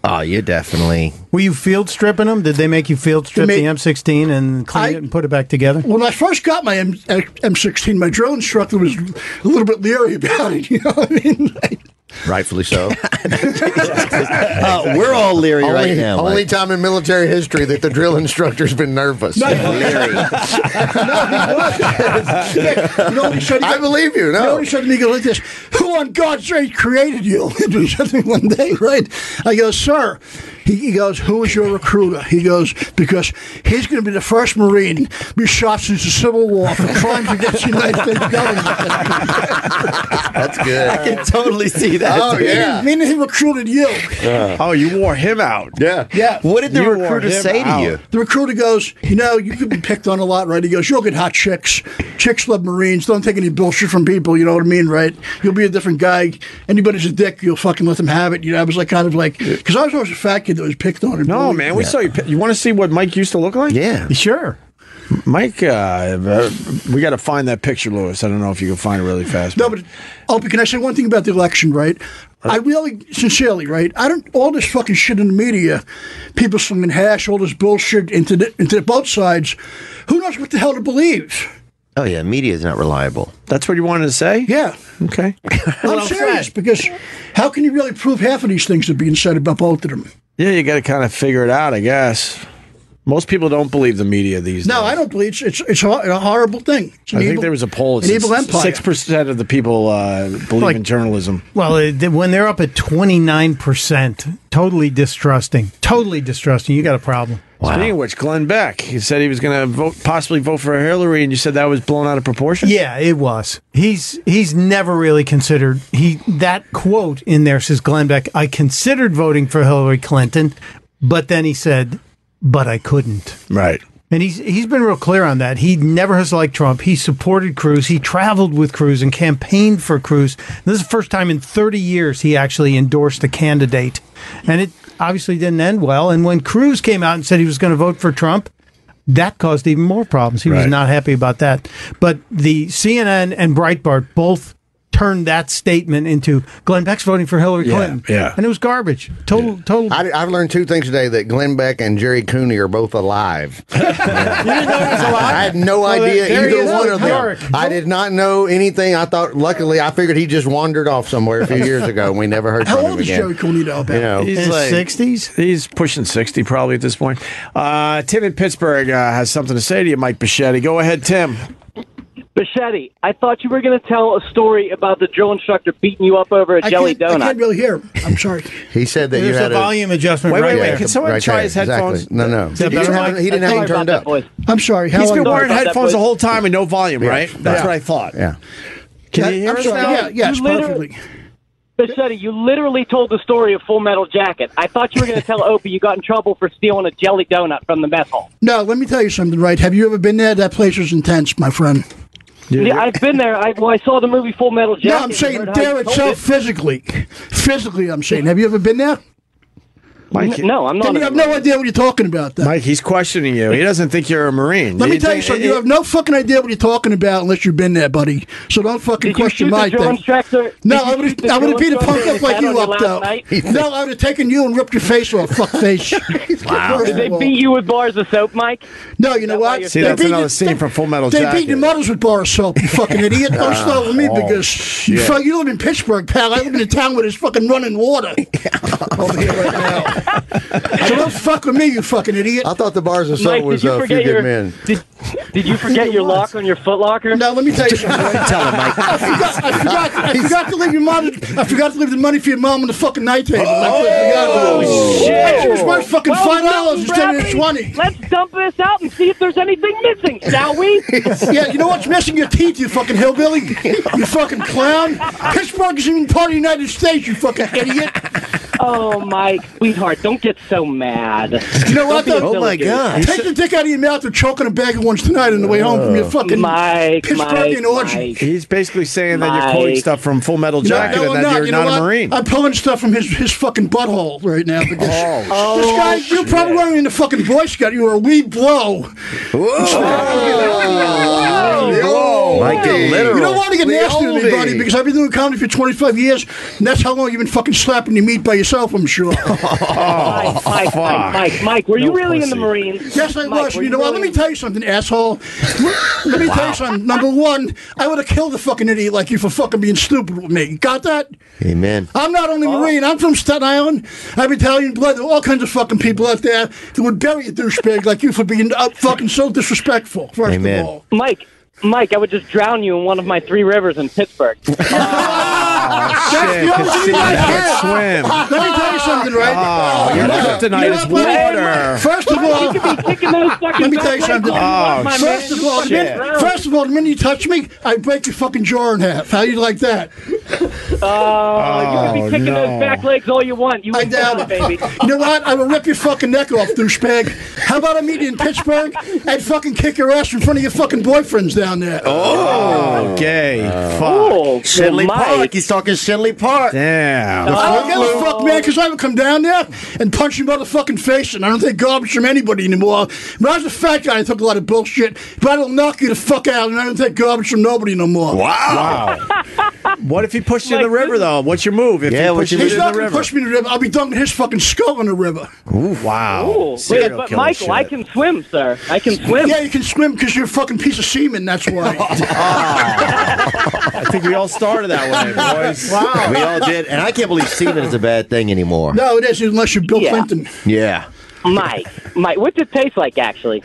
Speaker 3: Oh, you definitely.
Speaker 16: Were you field stripping them? Did they make you field strip
Speaker 15: made-
Speaker 16: the M16 and clean
Speaker 15: I-
Speaker 16: it and put it back together?
Speaker 15: When I first got my M- M16, my drill instructor was a little bit leery about it. You know what I mean?
Speaker 2: Rightfully so.
Speaker 3: Uh, we're all leery
Speaker 2: only,
Speaker 3: right now.
Speaker 2: Only
Speaker 3: Mike.
Speaker 2: time in military history that the drill instructor's been nervous.
Speaker 15: No, he- you know what he said?
Speaker 2: I believe you.
Speaker 15: You know
Speaker 2: No.
Speaker 15: what he said to me? He goes like this, who on God's earth created you? he said to me one day, right? I go, sir. He, he goes, who is your recruiter? He goes, because he's going to be the first Marine to be shot since the Civil War for crimes against the United States government.
Speaker 2: That's good.
Speaker 3: I can totally see that.
Speaker 2: Oh,
Speaker 3: dude.
Speaker 2: yeah.
Speaker 15: Meaning he recruited you.
Speaker 1: Oh, you wore him out.
Speaker 2: Yeah.
Speaker 15: Yeah.
Speaker 3: What did the
Speaker 1: You wore
Speaker 3: recruiter
Speaker 1: him
Speaker 3: say to
Speaker 1: out.
Speaker 3: you?
Speaker 15: The recruiter goes, you know, you could be picked on a lot, right? He goes, you'll get hot chicks. Chicks love Marines. Don't take any bullshit from people. You know what I mean, right? You'll be a different guy. Anybody's a dick. You'll fucking let them have it. You know, I was like, kind of like, because I was always a fat kid that was picked on. and
Speaker 1: No,
Speaker 15: bullied.
Speaker 1: man, we saw you. You want to see what Mike used to look like?
Speaker 3: Yeah.
Speaker 1: Sure. Mike, uh, uh, we got to find that picture, Lewis. I don't know if you can find it really fast.
Speaker 15: No, but Opie, can I say one thing about the election, right? I really, sincerely, right? I don't, all this fucking shit in the media, people slinging hash, all this bullshit into, the, into both sides. Who knows what the hell to believe?
Speaker 3: Oh yeah, media is not reliable.
Speaker 1: That's what you wanted to say?
Speaker 15: Yeah.
Speaker 1: Okay.
Speaker 15: I'm serious because how can you really prove half of these things are being said about both of them?
Speaker 1: Yeah, you got to kind of figure it out, I guess. Most people don't believe the media these
Speaker 15: No,
Speaker 1: days.
Speaker 15: I don't believe it's it's, it's a a horrible thing. It's an
Speaker 1: I think
Speaker 15: evil-
Speaker 1: there was a poll.
Speaker 15: An evil empire.
Speaker 1: Six percent of the people uh, believe
Speaker 16: Like-
Speaker 1: in journalism.
Speaker 16: Well, it, they- when they're up at 29%, totally distrusting, totally distrusting, you got a problem.
Speaker 1: Speaking of which, Glenn Beck, he said he was going to vote, possibly vote for Hillary, and you said that was blown out of proportion.
Speaker 16: Yeah, it was. He's he's never really considered he that quote in there says Glenn Beck, I considered voting for Hillary Clinton, but then he said, But I couldn't.
Speaker 1: Right.
Speaker 16: And he's he's been real clear on that. He never has liked Trump. He supported Cruz. He traveled with Cruz and campaigned for Cruz. This is the first time in 30 years he actually endorsed a candidate, and it obviously didn't end well. And when Cruz came out and said he was going to vote for Trump, that caused even more problems. He was
Speaker 1: Right.
Speaker 16: not happy about that. But the CNN and Breitbart both turned that statement into Glenn Beck's voting for Hillary
Speaker 2: Yeah,
Speaker 16: Clinton.
Speaker 2: yeah.
Speaker 16: And it was garbage. Total, total.
Speaker 2: I, I've learned two things today that Glenn Beck and Jerry Cooney are both alive. I had no
Speaker 16: Well, there-
Speaker 2: idea
Speaker 16: there he
Speaker 2: either
Speaker 16: is
Speaker 2: one
Speaker 16: with
Speaker 2: of them.
Speaker 16: Mark.
Speaker 2: I did not know anything. I thought, luckily, I figured he just wandered off somewhere a few years ago, and we never heard
Speaker 15: How
Speaker 2: from him
Speaker 15: old is
Speaker 2: again.
Speaker 15: Jerry Cooney now?
Speaker 2: You know.
Speaker 16: sixties.
Speaker 1: He's pushing sixty probably at this point. Uh, Tim in Pittsburgh uh, has something to say to you, Mike Bichetti. Go ahead, Tim.
Speaker 13: Bichetti, I thought you were going to tell a story about the drill instructor beating you up over a
Speaker 15: I
Speaker 13: jelly
Speaker 15: can't, I can't
Speaker 13: donut.
Speaker 15: really hear. him. I'm sorry.
Speaker 2: He said that you
Speaker 15: There's
Speaker 2: had
Speaker 15: a volume adjustment
Speaker 1: Wait,
Speaker 15: right
Speaker 1: wait, wait!
Speaker 15: there.
Speaker 1: Can someone
Speaker 2: Right
Speaker 1: try
Speaker 2: there,
Speaker 1: his headphones?
Speaker 2: exactly. No, no.
Speaker 1: Did
Speaker 2: Did
Speaker 1: you
Speaker 2: you
Speaker 1: turn-
Speaker 2: have- he didn't have him turned up.
Speaker 15: I'm sorry. How
Speaker 1: He's
Speaker 15: long
Speaker 1: been
Speaker 15: ago
Speaker 1: wearing
Speaker 15: was that,
Speaker 1: headphones the
Speaker 15: boy?
Speaker 1: whole time and no volume,
Speaker 15: Yeah.
Speaker 1: right? That's
Speaker 15: Yeah.
Speaker 1: what I thought.
Speaker 2: Yeah.
Speaker 1: Can
Speaker 15: Yeah,
Speaker 1: you hear
Speaker 15: I'm
Speaker 1: us
Speaker 15: sorry.
Speaker 1: now?
Speaker 15: Yeah, yes,
Speaker 13: You literally-
Speaker 15: perfectly.
Speaker 13: Bichetti, you literally told the story of Full Metal Jacket. I thought you were going to tell Opie you got in trouble for stealing a jelly donut from the mess hall.
Speaker 15: No, let me tell you something. Right? Have you ever been there? That place was intense, my friend.
Speaker 13: Yeah, I've been there. I, well, I saw the movie Full Metal Jacket.
Speaker 15: No, I'm saying
Speaker 13: and heard how
Speaker 15: there
Speaker 13: you told
Speaker 15: itself
Speaker 13: it.
Speaker 15: physically. Physically, I'm saying. Have you ever been there?
Speaker 1: Mike,
Speaker 13: N- no, I'm not
Speaker 15: Then you
Speaker 13: a-
Speaker 15: have no idea what you're talking about. Then.
Speaker 1: Mike, he's questioning you. He doesn't think you're a Marine.
Speaker 15: Let
Speaker 1: You
Speaker 15: me tell you
Speaker 1: think-
Speaker 15: something.
Speaker 1: it-
Speaker 15: You have no fucking idea what you're talking about unless you've been there, buddy. So don't fucking
Speaker 13: Did you
Speaker 15: question
Speaker 13: shoot the
Speaker 15: my
Speaker 13: drill
Speaker 15: thing.
Speaker 13: instructor?
Speaker 15: No,
Speaker 13: Did you
Speaker 15: I would
Speaker 13: shoot the
Speaker 15: have I would
Speaker 13: drill
Speaker 15: have beat a
Speaker 13: instructor
Speaker 15: punk
Speaker 13: in
Speaker 15: up
Speaker 13: his
Speaker 15: like
Speaker 13: head on
Speaker 15: you
Speaker 13: your
Speaker 15: up
Speaker 13: last
Speaker 15: though.
Speaker 13: night?
Speaker 15: No, I would have taken you and ripped your face off, fuck face.
Speaker 1: Wow.
Speaker 13: Did they beat you with bars of soap, Mike?
Speaker 15: No, you know what?
Speaker 1: See,
Speaker 15: They
Speaker 1: that's
Speaker 15: beat
Speaker 1: another
Speaker 15: the-
Speaker 1: scene from Full Metal
Speaker 15: They
Speaker 1: Jacket.
Speaker 15: beat your mothers with bar of soap, you fucking idiot. Don't start with me
Speaker 1: Oh,
Speaker 15: because you,
Speaker 1: shit.
Speaker 15: fuck, you live in Pittsburgh, pal. I live in a town where there's fucking running water. Over here right now. So don't fuck with me, you fucking idiot.
Speaker 2: I thought the bars of
Speaker 13: Mike,
Speaker 2: soap
Speaker 13: did
Speaker 2: was
Speaker 13: you
Speaker 2: uh, a few
Speaker 13: forget your-
Speaker 2: good men.
Speaker 13: Did you forget your lock on your footlocker?
Speaker 15: No, let me tell you something. right?
Speaker 13: tell him, Mike.
Speaker 15: I forgot, I forgot, I forgot to leave your mom. I forgot to leave the money for your mom on the fucking night table. Oh,
Speaker 13: shit.
Speaker 15: She was worth fucking
Speaker 13: Well,
Speaker 15: five
Speaker 13: no,
Speaker 15: dollars instead of
Speaker 13: Robbie,
Speaker 15: twenty.
Speaker 13: Let's dump this out and see if there's anything missing, shall we?
Speaker 15: yeah, you know what's missing? Your teeth, you fucking hillbilly. You fucking clown. Pittsburgh isn't even part of the United States, you fucking idiot.
Speaker 13: Oh, Mike, sweetheart, don't get so mad.
Speaker 15: You know what, Oh,
Speaker 13: Don't
Speaker 15: though?
Speaker 13: be Oh a silly dude.
Speaker 15: Take the dick out of your mouth and choking a bag of ones tonight on the way home
Speaker 13: Oh.
Speaker 15: from your fucking
Speaker 13: Mike,
Speaker 15: Pittsburghian
Speaker 13: Mike,
Speaker 15: orgy.
Speaker 1: He's basically saying that you're
Speaker 15: Mike.
Speaker 1: quoting stuff from Full Metal
Speaker 15: No,
Speaker 1: Jacket
Speaker 15: no, I'm
Speaker 1: and that
Speaker 15: not.
Speaker 1: you're
Speaker 15: You know
Speaker 1: not
Speaker 15: what?
Speaker 1: a Marine.
Speaker 15: I'm pulling stuff from his, his fucking butthole right now because
Speaker 1: Oh,
Speaker 15: this guy, you probably weren't in the fucking Boy Scout. You were a wee blow.
Speaker 2: Whoa. Mike, get
Speaker 15: You
Speaker 2: literal.
Speaker 15: don't want to get
Speaker 2: Wee
Speaker 15: nasty with me,
Speaker 2: oldie.
Speaker 15: buddy, because I've been doing comedy for 25 years, and that's how long you've been fucking slapping your meat by yourself, I'm sure.
Speaker 1: Oh,
Speaker 13: Mike, Mike, Mike, Mike, Mike, were you really in the Marines?
Speaker 15: Yes, I
Speaker 13: Mike,
Speaker 15: was.
Speaker 13: were
Speaker 15: You, know what?
Speaker 13: really-
Speaker 15: Let me tell you something, asshole. Let me tell you something. Number one, I would have killed a fucking idiot like you for fucking being stupid with me. Got that?
Speaker 3: Amen.
Speaker 15: I'm not only Marine. I'm from Staten Island. I have Italian blood. There are all kinds of fucking people out there that would bury a douchebag like you for being uh, fucking so disrespectful. First
Speaker 3: Amen.
Speaker 15: of all,
Speaker 13: Mike, Mike, I would just drown you in one of my three rivers in Pittsburgh.
Speaker 15: That's the only thing I
Speaker 1: can swim.
Speaker 15: Let me tell you something, right?
Speaker 1: your kryptonite is water.
Speaker 15: First of all, let me tell you
Speaker 13: back legs
Speaker 15: something.
Speaker 13: off my
Speaker 15: first
Speaker 13: man.
Speaker 15: of all, the
Speaker 13: Shit.
Speaker 15: minute, first of all, the minute you touch me, I break your fucking jaw in half. How you like that?
Speaker 13: Oh, you could be kicking
Speaker 15: no.
Speaker 13: those back legs all you want. You
Speaker 15: I
Speaker 13: would
Speaker 15: doubt it,
Speaker 13: baby.
Speaker 15: You know what? I will rip your fucking neck off, douchebag. How about I meet you in Pittsburgh and fucking kick your ass in front of your fucking boyfriends down there?
Speaker 1: Oh, gay.
Speaker 13: Oh,
Speaker 1: Fuck.
Speaker 3: Shenley
Speaker 15: Mike.
Speaker 3: Park. He's talking Shenley Park.
Speaker 1: Damn.
Speaker 15: I don't give a fuck, man, because I would come down there and punch your motherfucking face, and I don't take garbage from anybody anymore. When I was a fat guy, I took a lot of bullshit, but I don't knock you the fuck out, and I don't take garbage from nobody no
Speaker 13: Oh,
Speaker 15: more.
Speaker 1: Wow. what if he pushed you in the river, though? What's your move? If he pushed you
Speaker 15: He's
Speaker 1: in the
Speaker 15: not going to
Speaker 1: river.
Speaker 15: push me in the river. I'll be dunking his fucking skull in the river.
Speaker 1: Ooh, wow.
Speaker 13: Ooh, wait,
Speaker 1: Serial
Speaker 13: but
Speaker 1: killer
Speaker 13: Michael, I
Speaker 1: shit.
Speaker 13: can swim, sir. I can swim.
Speaker 15: Yeah, you can swim because you're a fucking piece of semen, that's why.
Speaker 1: Ah. I think we all started that way, boys.
Speaker 3: Wow. We all did. And I can't believe semen is a bad thing anymore.
Speaker 15: no, it isn't unless you're Bill
Speaker 13: Yeah.
Speaker 15: Clinton.
Speaker 3: Yeah.
Speaker 13: Mike, Mike, what's it taste like, actually?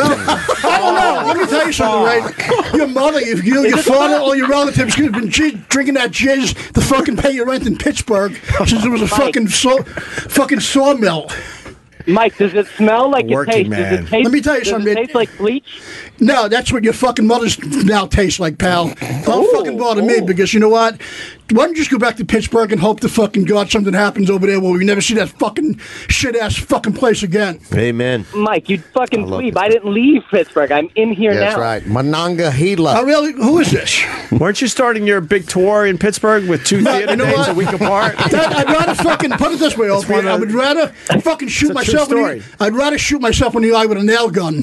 Speaker 15: I don't know. Let me tell you something, right? Your mother, your, your, your father, all your relatives could have been jizz, drinking that jizz to fucking pay your rent in Pittsburgh since it was a fucking saw, fucking sawmill.
Speaker 13: Mike, does it smell like it tastes?
Speaker 15: Working
Speaker 13: Does
Speaker 15: man.
Speaker 13: it taste,
Speaker 15: Let me tell you
Speaker 13: does
Speaker 15: something.
Speaker 13: It taste like bleach.
Speaker 15: No, that's what your fucking mother's now tastes like, pal. Don't fucking bother me because you know what? why don't you just go back to Pittsburgh and hope to fucking God something happens over there where we never see that fucking shit ass fucking place again?
Speaker 3: Amen.
Speaker 5: Mike, you fucking leave. I didn't leave Pittsburgh. I'm in here now.
Speaker 2: That's right. Mananga Hila.
Speaker 15: Oh, really? Who is this?
Speaker 1: Weren't you starting your big tour in Pittsburgh with two theater
Speaker 15: you know
Speaker 1: days
Speaker 15: what?
Speaker 1: a week apart?
Speaker 15: That- I'd rather fucking put it this way,
Speaker 1: It's
Speaker 15: Opie.
Speaker 1: one of-
Speaker 15: I would rather fucking shoot
Speaker 1: It's a
Speaker 15: myself. In
Speaker 1: true
Speaker 15: the,
Speaker 1: story.
Speaker 15: I'd rather shoot myself in the eye with a nail gun.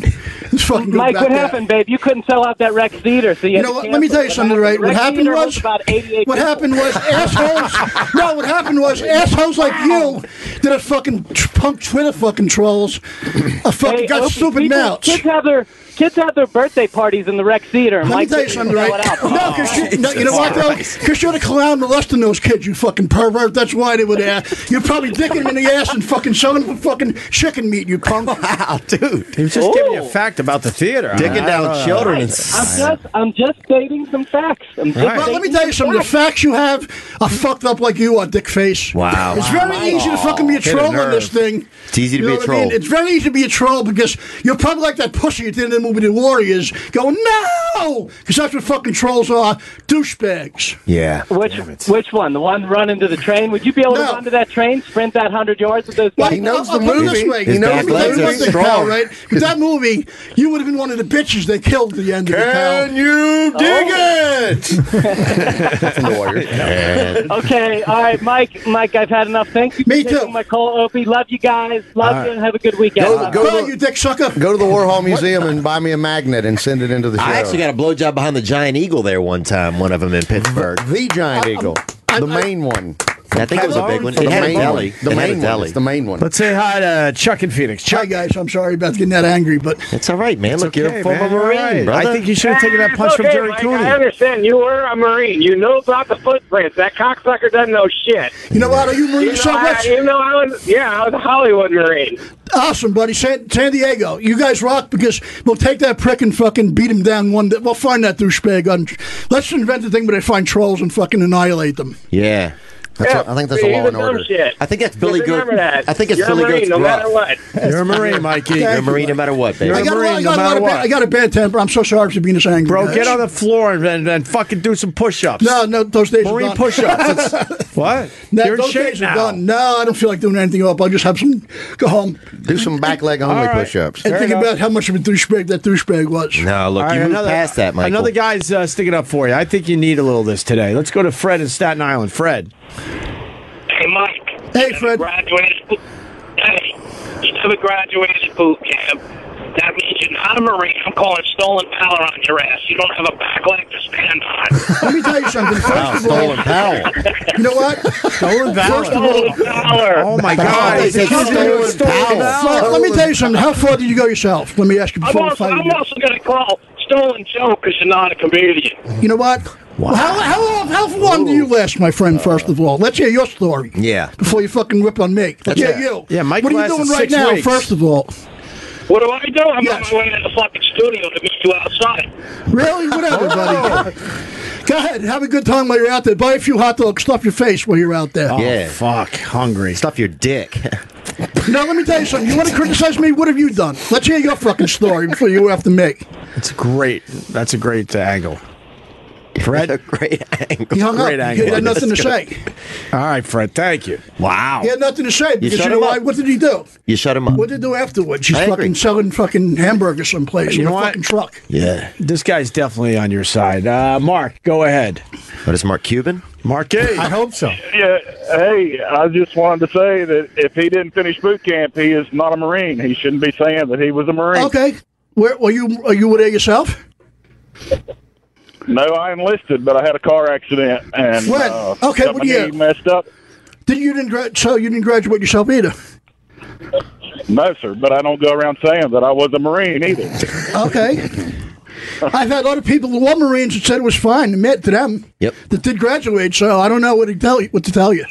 Speaker 15: Let's fucking go
Speaker 5: Mike,
Speaker 15: back
Speaker 5: what
Speaker 15: there.
Speaker 5: happened, babe? You couldn't sell out that Rex Theater, so you,
Speaker 15: You
Speaker 5: had
Speaker 15: know
Speaker 5: to
Speaker 15: what? Let me
Speaker 5: cancel.
Speaker 15: tell you something, right? What
Speaker 5: Rex
Speaker 15: happened
Speaker 5: Theater
Speaker 15: was
Speaker 5: about 88
Speaker 15: what
Speaker 5: people.
Speaker 15: happened was assholes. no, what happened was assholes like you that are fucking tr- punk Twitter fucking trolls. I fucking
Speaker 5: Hey,
Speaker 15: got
Speaker 5: Opie,
Speaker 15: stupid
Speaker 5: people-
Speaker 15: mouths.
Speaker 5: Kids have their kids have their birthday parties in the Rex Theater. and
Speaker 15: Let me
Speaker 5: Mike
Speaker 15: tell you
Speaker 5: didn't
Speaker 15: something,
Speaker 5: sell
Speaker 15: right?
Speaker 5: it out. Oh.
Speaker 15: No, because you, no, you know what though? Because you're the clown molesting those kids, you fucking pervert. That's why they were there. You're probably dicking them in the ass and fucking selling them fucking chicken meat, you punk. Oh. Wow, dude.
Speaker 1: He was just giving you a fact about the theater. I- I don't know.
Speaker 5: I'm just, I'm just stating some facts. I'm just
Speaker 15: Well, let me
Speaker 5: stating
Speaker 15: tell you something. The facts you have are fucked up like you are, dick face.
Speaker 3: Wow.
Speaker 15: It's very
Speaker 3: Wow.
Speaker 15: easy to fucking be a
Speaker 3: Hit a
Speaker 15: troll on
Speaker 3: nerve.
Speaker 15: this thing.
Speaker 3: It's easy to
Speaker 15: You
Speaker 3: be
Speaker 15: know
Speaker 3: a
Speaker 15: what I mean?
Speaker 3: troll.
Speaker 15: It's very easy to be a troll because you're probably like that pussy at the end of the movie The Warriors going, no! Because that's what fucking trolls are douchebags.
Speaker 3: Yeah.
Speaker 5: Which which one? The one running to the train? Would you be able to run to that train, sprint that hundred yards with those? guys?
Speaker 15: Well, I'll- I'll uh, put it this way. You know, if you did one thing, pal, right? With that movie, you would have been one of the bitches they killed at the end of the Oh. pal.
Speaker 2: Can you dig
Speaker 15: it?
Speaker 5: okay, all right, Mike. Mike, I've had enough. Thank you. Me for too. My call, Opie. Love you guys. Love
Speaker 2: All
Speaker 5: you, and have a good weekend.
Speaker 2: Go, go to the,
Speaker 15: you dick sucker.
Speaker 2: Go to the Warhol Museum and buy me a magnet and send it into the show.
Speaker 3: I actually got a blowjob behind the giant eagle there one time. One of them in Pittsburgh.
Speaker 2: the giant eagle, the main one.
Speaker 3: I think it was a big one.
Speaker 2: The
Speaker 3: It had a
Speaker 2: main one.
Speaker 3: deli.
Speaker 2: The
Speaker 3: It had a
Speaker 2: main one.
Speaker 3: deli.
Speaker 2: It's the main one.
Speaker 1: Let's say hi to Chuck and Phoenix.
Speaker 15: Hi, guys. I'm sorry about getting that angry, but.
Speaker 3: It's all right, man. Look, you're a former
Speaker 1: man. You're
Speaker 3: Marine,
Speaker 1: all right.
Speaker 3: brother.
Speaker 1: I think you should have taken that
Speaker 13: It's
Speaker 1: punch from
Speaker 13: okay,
Speaker 1: Jerry
Speaker 13: Mike,
Speaker 1: Cooney.
Speaker 13: I understand. You were a Marine. You know about the footprints. That cocksucker doesn't know shit.
Speaker 15: You know what? Are you Marine
Speaker 13: You know, I-
Speaker 15: subjects?
Speaker 13: you know, I was, yeah, I was a Hollywood Marine.
Speaker 15: Awesome, buddy. San, San Diego, you guys rock because we'll take that prick and fucking beat him down one day. We'll find that douchebag. On, let's invent the thing where they find trolls and fucking annihilate them.
Speaker 3: Yeah.
Speaker 2: That's a- I think that's a
Speaker 13: he's
Speaker 2: law
Speaker 13: a
Speaker 2: and
Speaker 13: dumb
Speaker 2: order.
Speaker 13: shit.
Speaker 3: I think that's Billy
Speaker 13: Just remember
Speaker 3: Goat-
Speaker 13: that.
Speaker 3: I think it's
Speaker 13: You're
Speaker 3: Billy
Speaker 13: a Marine,
Speaker 3: Goat's
Speaker 13: no matter
Speaker 3: gruff.
Speaker 13: what.
Speaker 1: You're a Marine, Mikey.
Speaker 3: You're a Marine no matter what, baby.
Speaker 1: You're
Speaker 15: I
Speaker 1: a
Speaker 15: got, a, I,
Speaker 1: Marine no
Speaker 15: got a lot
Speaker 1: matter
Speaker 15: of bad, I
Speaker 1: what.
Speaker 15: got a bad temper. I'm so sorry for being this angry.
Speaker 1: Bro,
Speaker 15: guys.
Speaker 1: get on the floor and, and, and fucking do some push-ups.
Speaker 15: No, no, those days are
Speaker 1: Marine
Speaker 15: gone.
Speaker 1: push-ups. It's- what?
Speaker 15: That,
Speaker 1: You're in
Speaker 15: those
Speaker 1: shape
Speaker 15: days are
Speaker 1: now.
Speaker 15: done. No, I don't feel like doing anything up. I'll just have some, go home.
Speaker 2: Do some back leg only
Speaker 1: All right.
Speaker 2: push-ups.
Speaker 15: And
Speaker 1: Fair
Speaker 15: think
Speaker 1: enough.
Speaker 15: about how much of a douchebag that douchebag was.
Speaker 3: No, look,
Speaker 1: All right,
Speaker 3: you moved past that, Michael.
Speaker 1: Another guy's uh, sticking up for you. I think you need a little of this today. Let's go to Fred in Staten Island. Fred.
Speaker 13: Hey, Mike.
Speaker 15: Hey, Fred.
Speaker 13: Graduated. Hey, you never graduated boot camp. That means you're not a Marine. I'm calling stolen valor on your ass. You don't have a back leg to stand on.
Speaker 15: Let me tell you something. First
Speaker 13: Wow,
Speaker 15: of all,
Speaker 13: stolen
Speaker 2: power.
Speaker 15: You know what? Stolen
Speaker 13: valor.
Speaker 15: First of all,
Speaker 1: Oh my God!
Speaker 15: They
Speaker 1: They said
Speaker 15: killed
Speaker 1: stolen
Speaker 15: you.
Speaker 1: power.
Speaker 15: Fred, Let me tell you something. How far did you go yourself? Let me ask you
Speaker 13: I'm
Speaker 15: before I
Speaker 13: also,
Speaker 15: fight
Speaker 13: I'm
Speaker 15: you.
Speaker 13: also going to call stolen joke because you're not a comedian.
Speaker 15: You know what? Well, How, how, how long do you last, my friend, first of all? Let's hear your story.
Speaker 3: Yeah.
Speaker 15: Before you fucking rip on me. Let's
Speaker 3: That's
Speaker 15: hear
Speaker 3: right.
Speaker 15: you.
Speaker 3: Yeah, Mike
Speaker 15: What are you
Speaker 3: lasted
Speaker 15: doing right
Speaker 3: six
Speaker 15: now,
Speaker 3: weeks.
Speaker 15: first of all?
Speaker 13: What do I do? I'm on my way to the fucking studio to meet you outside.
Speaker 15: Really? Whatever, buddy.
Speaker 3: Oh.
Speaker 15: Go ahead. Have a good time while you're out there. Buy a few hot dogs. Stuff your face while you're out there.
Speaker 3: yeah.
Speaker 1: Oh, Fuck. Hungry.
Speaker 3: Stuff your dick.
Speaker 15: Now, let me tell you something. You want to criticize me? What have you done? Let's hear your fucking story before you have to make.
Speaker 1: That's great. That's a great uh, angle. Fred,
Speaker 3: great angle.
Speaker 15: He hung
Speaker 1: great
Speaker 15: up.
Speaker 1: angle.
Speaker 15: He had nothing to
Speaker 1: That's good.
Speaker 15: say.
Speaker 1: All right, Fred. Thank you.
Speaker 3: Wow.
Speaker 15: He had nothing to say because
Speaker 3: shut
Speaker 15: you know
Speaker 3: him
Speaker 15: why?
Speaker 3: up.
Speaker 15: What did he do?
Speaker 3: You shut him up.
Speaker 15: What did he do afterwards? He's
Speaker 1: I
Speaker 15: fucking
Speaker 1: agree.
Speaker 15: selling fucking hamburgers someplace
Speaker 1: You
Speaker 15: in
Speaker 1: know
Speaker 15: a
Speaker 1: what?
Speaker 15: fucking truck.
Speaker 3: Yeah.
Speaker 1: This guy's definitely on your side. Uh, Mark, go ahead.
Speaker 3: What is Mark Cuban?
Speaker 1: Mark A. I
Speaker 15: hope so.
Speaker 6: Yeah, hey, I just wanted to say that if he didn't finish boot camp, he is not a Marine. He shouldn't be saying that he was a Marine.
Speaker 15: Okay. Where were you? Are you there yourself?
Speaker 6: No, I enlisted, but I had a car accident and
Speaker 15: When?
Speaker 6: uh,
Speaker 15: Okay,
Speaker 6: got
Speaker 15: what
Speaker 6: my
Speaker 15: year?
Speaker 6: knee messed up.
Speaker 15: Did you didn't gra- so you didn't graduate yourself either?
Speaker 6: No, sir, but I don't go around saying that I was a Marine either.
Speaker 15: Okay. I've had other people who were Marines that said it was fine. Admit to them.
Speaker 3: Yep.
Speaker 15: That did graduate, so I don't know what to tell you. What to tell you?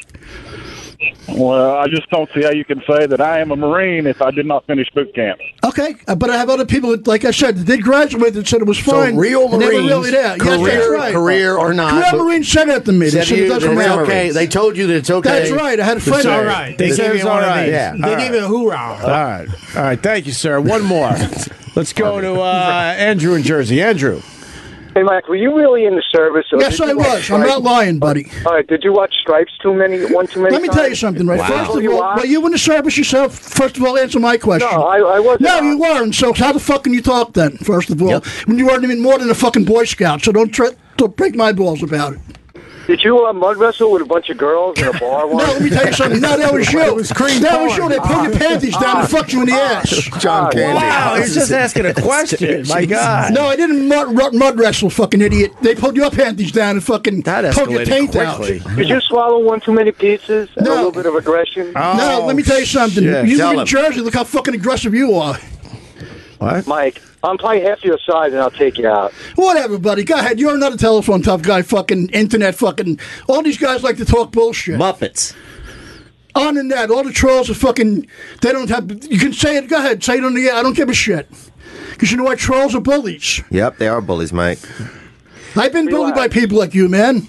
Speaker 6: well, I just don't see how you can say that I am a Marine if I did not finish boot camp.
Speaker 15: Okay, uh, but I have other people, that, like I said, that did graduate that said it was fine.
Speaker 2: real
Speaker 15: and they were
Speaker 2: Marines,
Speaker 15: really there. yes, that's
Speaker 2: career-
Speaker 15: right.
Speaker 2: career or not,
Speaker 15: Career Marines said that to me. They
Speaker 2: Said
Speaker 15: said
Speaker 2: you-
Speaker 15: it doesn't
Speaker 2: it's
Speaker 15: matter.
Speaker 2: okay. They told you that it's okay.
Speaker 15: That's right. I had a
Speaker 2: to
Speaker 15: friend.
Speaker 2: say
Speaker 15: All
Speaker 2: it.
Speaker 15: right. They
Speaker 2: This
Speaker 15: gave
Speaker 2: is
Speaker 15: you one of these.
Speaker 2: Yeah.
Speaker 15: They gave it a hoorah.
Speaker 1: All right. All right. Thank you, sir. One more. Let's go to uh, Andrew in Jersey. Andrew.
Speaker 13: Hey, Mike, were you really in the service? or
Speaker 15: Yes,
Speaker 13: did
Speaker 15: I
Speaker 13: you watch
Speaker 15: was. I'm
Speaker 13: Stripes?
Speaker 15: not lying, buddy.
Speaker 13: All right, did you watch Stripes too many, one too many
Speaker 15: Let me
Speaker 13: times?
Speaker 15: tell you something, right? First of
Speaker 13: You
Speaker 15: all,
Speaker 13: are?
Speaker 15: were you in the service yourself? First of all, answer my question.
Speaker 13: No, I- I wasn't.
Speaker 15: No, you weren't. So how the fuck can you talk then? First of all, when you weren't even more than a fucking Boy Scout, so don't try don't break my balls about it.
Speaker 13: Did you uh, mud wrestle with a bunch of girls in a bar once?
Speaker 15: Let me tell you something. No, that was you.
Speaker 13: It was cream
Speaker 15: that was you.
Speaker 13: corn.
Speaker 15: They pull your panties down and fuck you in the ass.
Speaker 2: John Candy.
Speaker 20: Ah. Wow, he's just asking a question. My God.
Speaker 15: No, I didn't mud, mud, mud wrestle, fucking idiot. They pulled your panties down and fucking pulled your
Speaker 13: escalated
Speaker 15: taint
Speaker 13: quickly.
Speaker 15: out.
Speaker 13: Did you swallow one too many pieces and a little bit of aggression?
Speaker 15: no, let me tell you something.
Speaker 13: Oh, shit.
Speaker 15: You
Speaker 13: Tell
Speaker 15: live in
Speaker 13: him.
Speaker 15: Jersey. Look how fucking aggressive you are.
Speaker 13: Mike, I'm probably half your size and I'll take you out.
Speaker 15: Whatever, buddy. Go ahead. You're another telephone tough guy. Fucking internet. Fucking all these guys like to talk bullshit.
Speaker 3: Muppets.
Speaker 15: On and that. All the trolls are fucking. They don't have. You can say it. Go ahead. Say it on the air. I don't give a shit. Because you know what? Trolls are bullies.
Speaker 3: Yep, they are bullies, Mike.
Speaker 15: I've been bullied by people like you, man.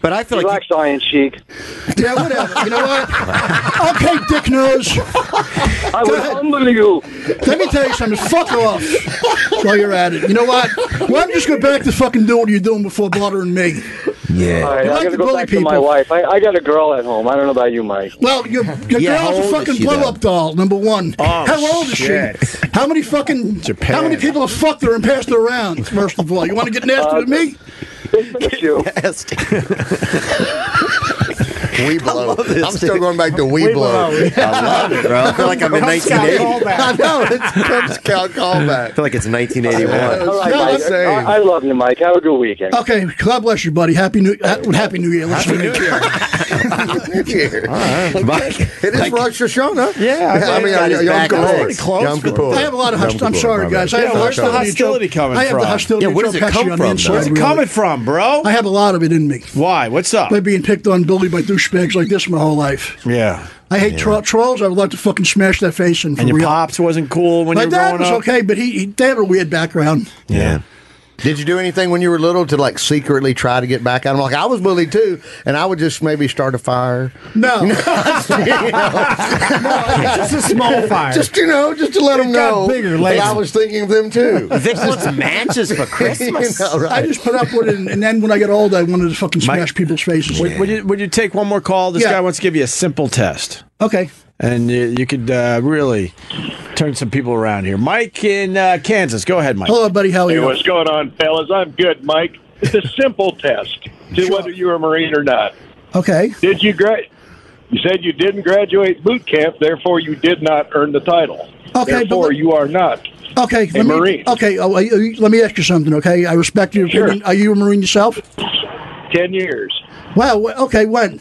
Speaker 3: But I feel like
Speaker 13: you, Iron Sheik.
Speaker 15: Yeah, whatever. You know what? okay, dick nose. I
Speaker 13: will humble you.
Speaker 15: Let me tell you something. Fuck off while you're at it. You know what? Why don't you just go back to fucking doing what you're doing before bothering me?
Speaker 13: Yeah. All right,
Speaker 15: You like
Speaker 13: I
Speaker 15: to
Speaker 13: gotta go
Speaker 15: bully
Speaker 13: back to my
Speaker 15: people.
Speaker 13: wife. I, I got a girl at home. I don't know about you, Mike.
Speaker 15: Well, your, your
Speaker 13: Yeah, how
Speaker 15: girl's a
Speaker 13: old is
Speaker 15: fucking
Speaker 13: she,
Speaker 15: blow
Speaker 13: though? Oh,
Speaker 15: up doll, number one. how old is
Speaker 13: shit.
Speaker 15: she? How many fucking how many people have fucked her and passed her around, first of all? You wanna get
Speaker 13: Uh,
Speaker 15: nasty with me?
Speaker 3: Nasty.
Speaker 2: Weeblo. I'm still going back to Weeblo.
Speaker 3: I love it, bro. I feel like I'm in
Speaker 2: Cub Scout
Speaker 3: 1980.
Speaker 2: callback. I know. It's Cub Scout callback.
Speaker 3: I feel like it's
Speaker 15: All
Speaker 3: 1981.
Speaker 15: right, No, Mike. I'm saying.
Speaker 13: I, I love you, Mike. Have a good weekend.
Speaker 15: Okay, God bless you, buddy. Happy New ha- Happy New Year. Happy New Year.
Speaker 2: Mike, it is Rosh
Speaker 15: Oh,
Speaker 2: Hashanah.
Speaker 15: Yeah, I
Speaker 2: I mean,
Speaker 15: got his
Speaker 2: Yom
Speaker 15: back on
Speaker 2: Kippur.
Speaker 15: it.
Speaker 2: Yom Kippur.
Speaker 15: I have a lot of host-
Speaker 2: Yom
Speaker 15: I'm
Speaker 2: Kippur,
Speaker 15: sorry,
Speaker 2: my
Speaker 15: guys.
Speaker 2: bad.
Speaker 15: I have
Speaker 2: Yeah,
Speaker 15: a
Speaker 2: where's the
Speaker 15: hostility to Joe-
Speaker 2: hostility coming
Speaker 15: I have the
Speaker 2: from?
Speaker 15: hostility.
Speaker 2: Yeah, where
Speaker 15: to
Speaker 2: does
Speaker 15: Joe
Speaker 2: it
Speaker 15: Pesci
Speaker 2: come
Speaker 15: on the
Speaker 2: from,
Speaker 15: inside,
Speaker 2: Where's it
Speaker 15: really.
Speaker 2: coming
Speaker 1: from, bro?
Speaker 15: I have a lot of it in me.
Speaker 1: Why? What's up?
Speaker 15: By being picked on, bullied by douchebags like this my whole life.
Speaker 1: Yeah.
Speaker 15: I hate tro- trolls. I would like to fucking smash their face in. For
Speaker 1: And your
Speaker 15: real.
Speaker 1: pops wasn't cool when
Speaker 15: My
Speaker 1: you were
Speaker 15: dad
Speaker 1: growing
Speaker 15: was
Speaker 1: up?
Speaker 15: okay, but he, he they had a weird background.
Speaker 2: Yeah. Did you do anything when you were little to like secretly try to get back at him? Like I was bullied too, and I would just maybe start a fire.
Speaker 15: No,
Speaker 2: just
Speaker 15: a small fire.
Speaker 2: Just you know, just to let them know that I was thinking of them too.
Speaker 15: Vic
Speaker 2: wants
Speaker 15: matches
Speaker 2: for Christmas. You know, right.
Speaker 15: I just put up with it, and, and then when I got older, I wanted to fucking smash people's faces.
Speaker 1: Would, would you, would you take one more call? This
Speaker 15: Yeah.
Speaker 1: guy wants to give you a simple test.
Speaker 15: Okay.
Speaker 1: And you, you could uh, really turn some people around here. Mike in uh, Kansas. Go ahead, Mike.
Speaker 15: Hello, buddy. How
Speaker 12: Hey, what's going on, fellas? I'm good, Mike. It's a simple test to whether you're a Marine or not.
Speaker 15: Okay.
Speaker 12: Did you grad? You said you didn't graduate boot camp, therefore you did not earn the title.
Speaker 15: but
Speaker 12: therefore
Speaker 15: let-
Speaker 12: you are not.
Speaker 15: Okay,
Speaker 12: A
Speaker 15: let me,
Speaker 12: Marine.
Speaker 15: Okay, oh, are you- let me ask you something. Okay, I respect your
Speaker 12: Sure.
Speaker 15: opinion. Are you a Marine yourself?
Speaker 12: Ten years.
Speaker 15: Wow. wh- Okay, when?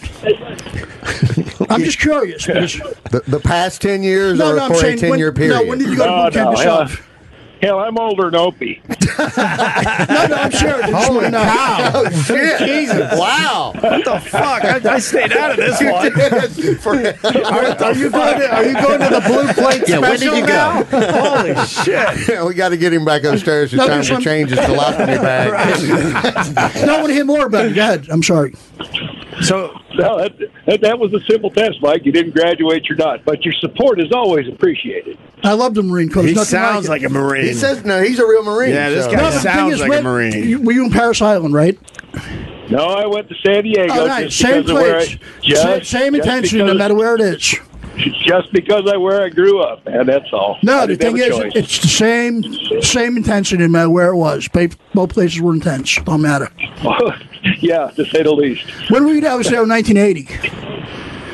Speaker 15: I'm just curious. because-
Speaker 2: The, the past ten years
Speaker 15: No,
Speaker 2: or
Speaker 15: no, I'm
Speaker 2: for
Speaker 15: saying
Speaker 2: a ten
Speaker 15: when-
Speaker 2: year
Speaker 15: no,
Speaker 2: period?
Speaker 15: when did you go to boot camp yourself?
Speaker 12: Hell, I'm older than Opie.
Speaker 15: no, no, I'm serious. Holy
Speaker 2: cow. Oh, shit.
Speaker 15: Jesus.
Speaker 2: Wow.
Speaker 1: What the fuck? I, I stayed out of this
Speaker 2: You
Speaker 1: one.
Speaker 2: did. For- What the
Speaker 1: are you going to-
Speaker 2: fuck?
Speaker 1: are you going to the blue plate Yeah, when did special you go? now? Holy shit.
Speaker 2: Yeah, we got to get him back upstairs. It's
Speaker 15: No,
Speaker 2: time
Speaker 15: there's
Speaker 2: to
Speaker 15: some-
Speaker 2: change his philosophy bag.
Speaker 15: No, I want to hear more about it. Go ahead. I'm sorry.
Speaker 1: So
Speaker 12: no, that, that, that was a simple test, Mike. You didn't graduate, you're not. But your support is always appreciated.
Speaker 15: I love the Marine Corps.
Speaker 12: He
Speaker 15: There's nothing
Speaker 12: sounds
Speaker 15: like, it.
Speaker 12: like a Marine. He says-
Speaker 2: no, he's a real Marine.
Speaker 12: Yeah, this
Speaker 2: so-
Speaker 12: guy
Speaker 15: the thing
Speaker 12: sounds
Speaker 15: is,
Speaker 12: like a
Speaker 15: when-
Speaker 12: Marine.
Speaker 15: you- Were you in Paris Island, right?
Speaker 12: No, I went to San Diego.
Speaker 15: All right,
Speaker 12: just
Speaker 15: same
Speaker 12: because of where I-
Speaker 15: place,
Speaker 12: just-
Speaker 15: Sa- same
Speaker 12: just
Speaker 15: intention, no
Speaker 12: because-
Speaker 15: matter where it is.
Speaker 12: Just because I where I grew up, and that's all.
Speaker 15: No,
Speaker 12: I
Speaker 15: the
Speaker 12: didn't
Speaker 15: thing
Speaker 12: have
Speaker 15: is,
Speaker 12: a choice.
Speaker 15: it's the same same intensity, no matter where it was. Ba- Both places were intense. Don't matter.
Speaker 12: yeah, to say the least.
Speaker 15: When were you? I was there in 1980.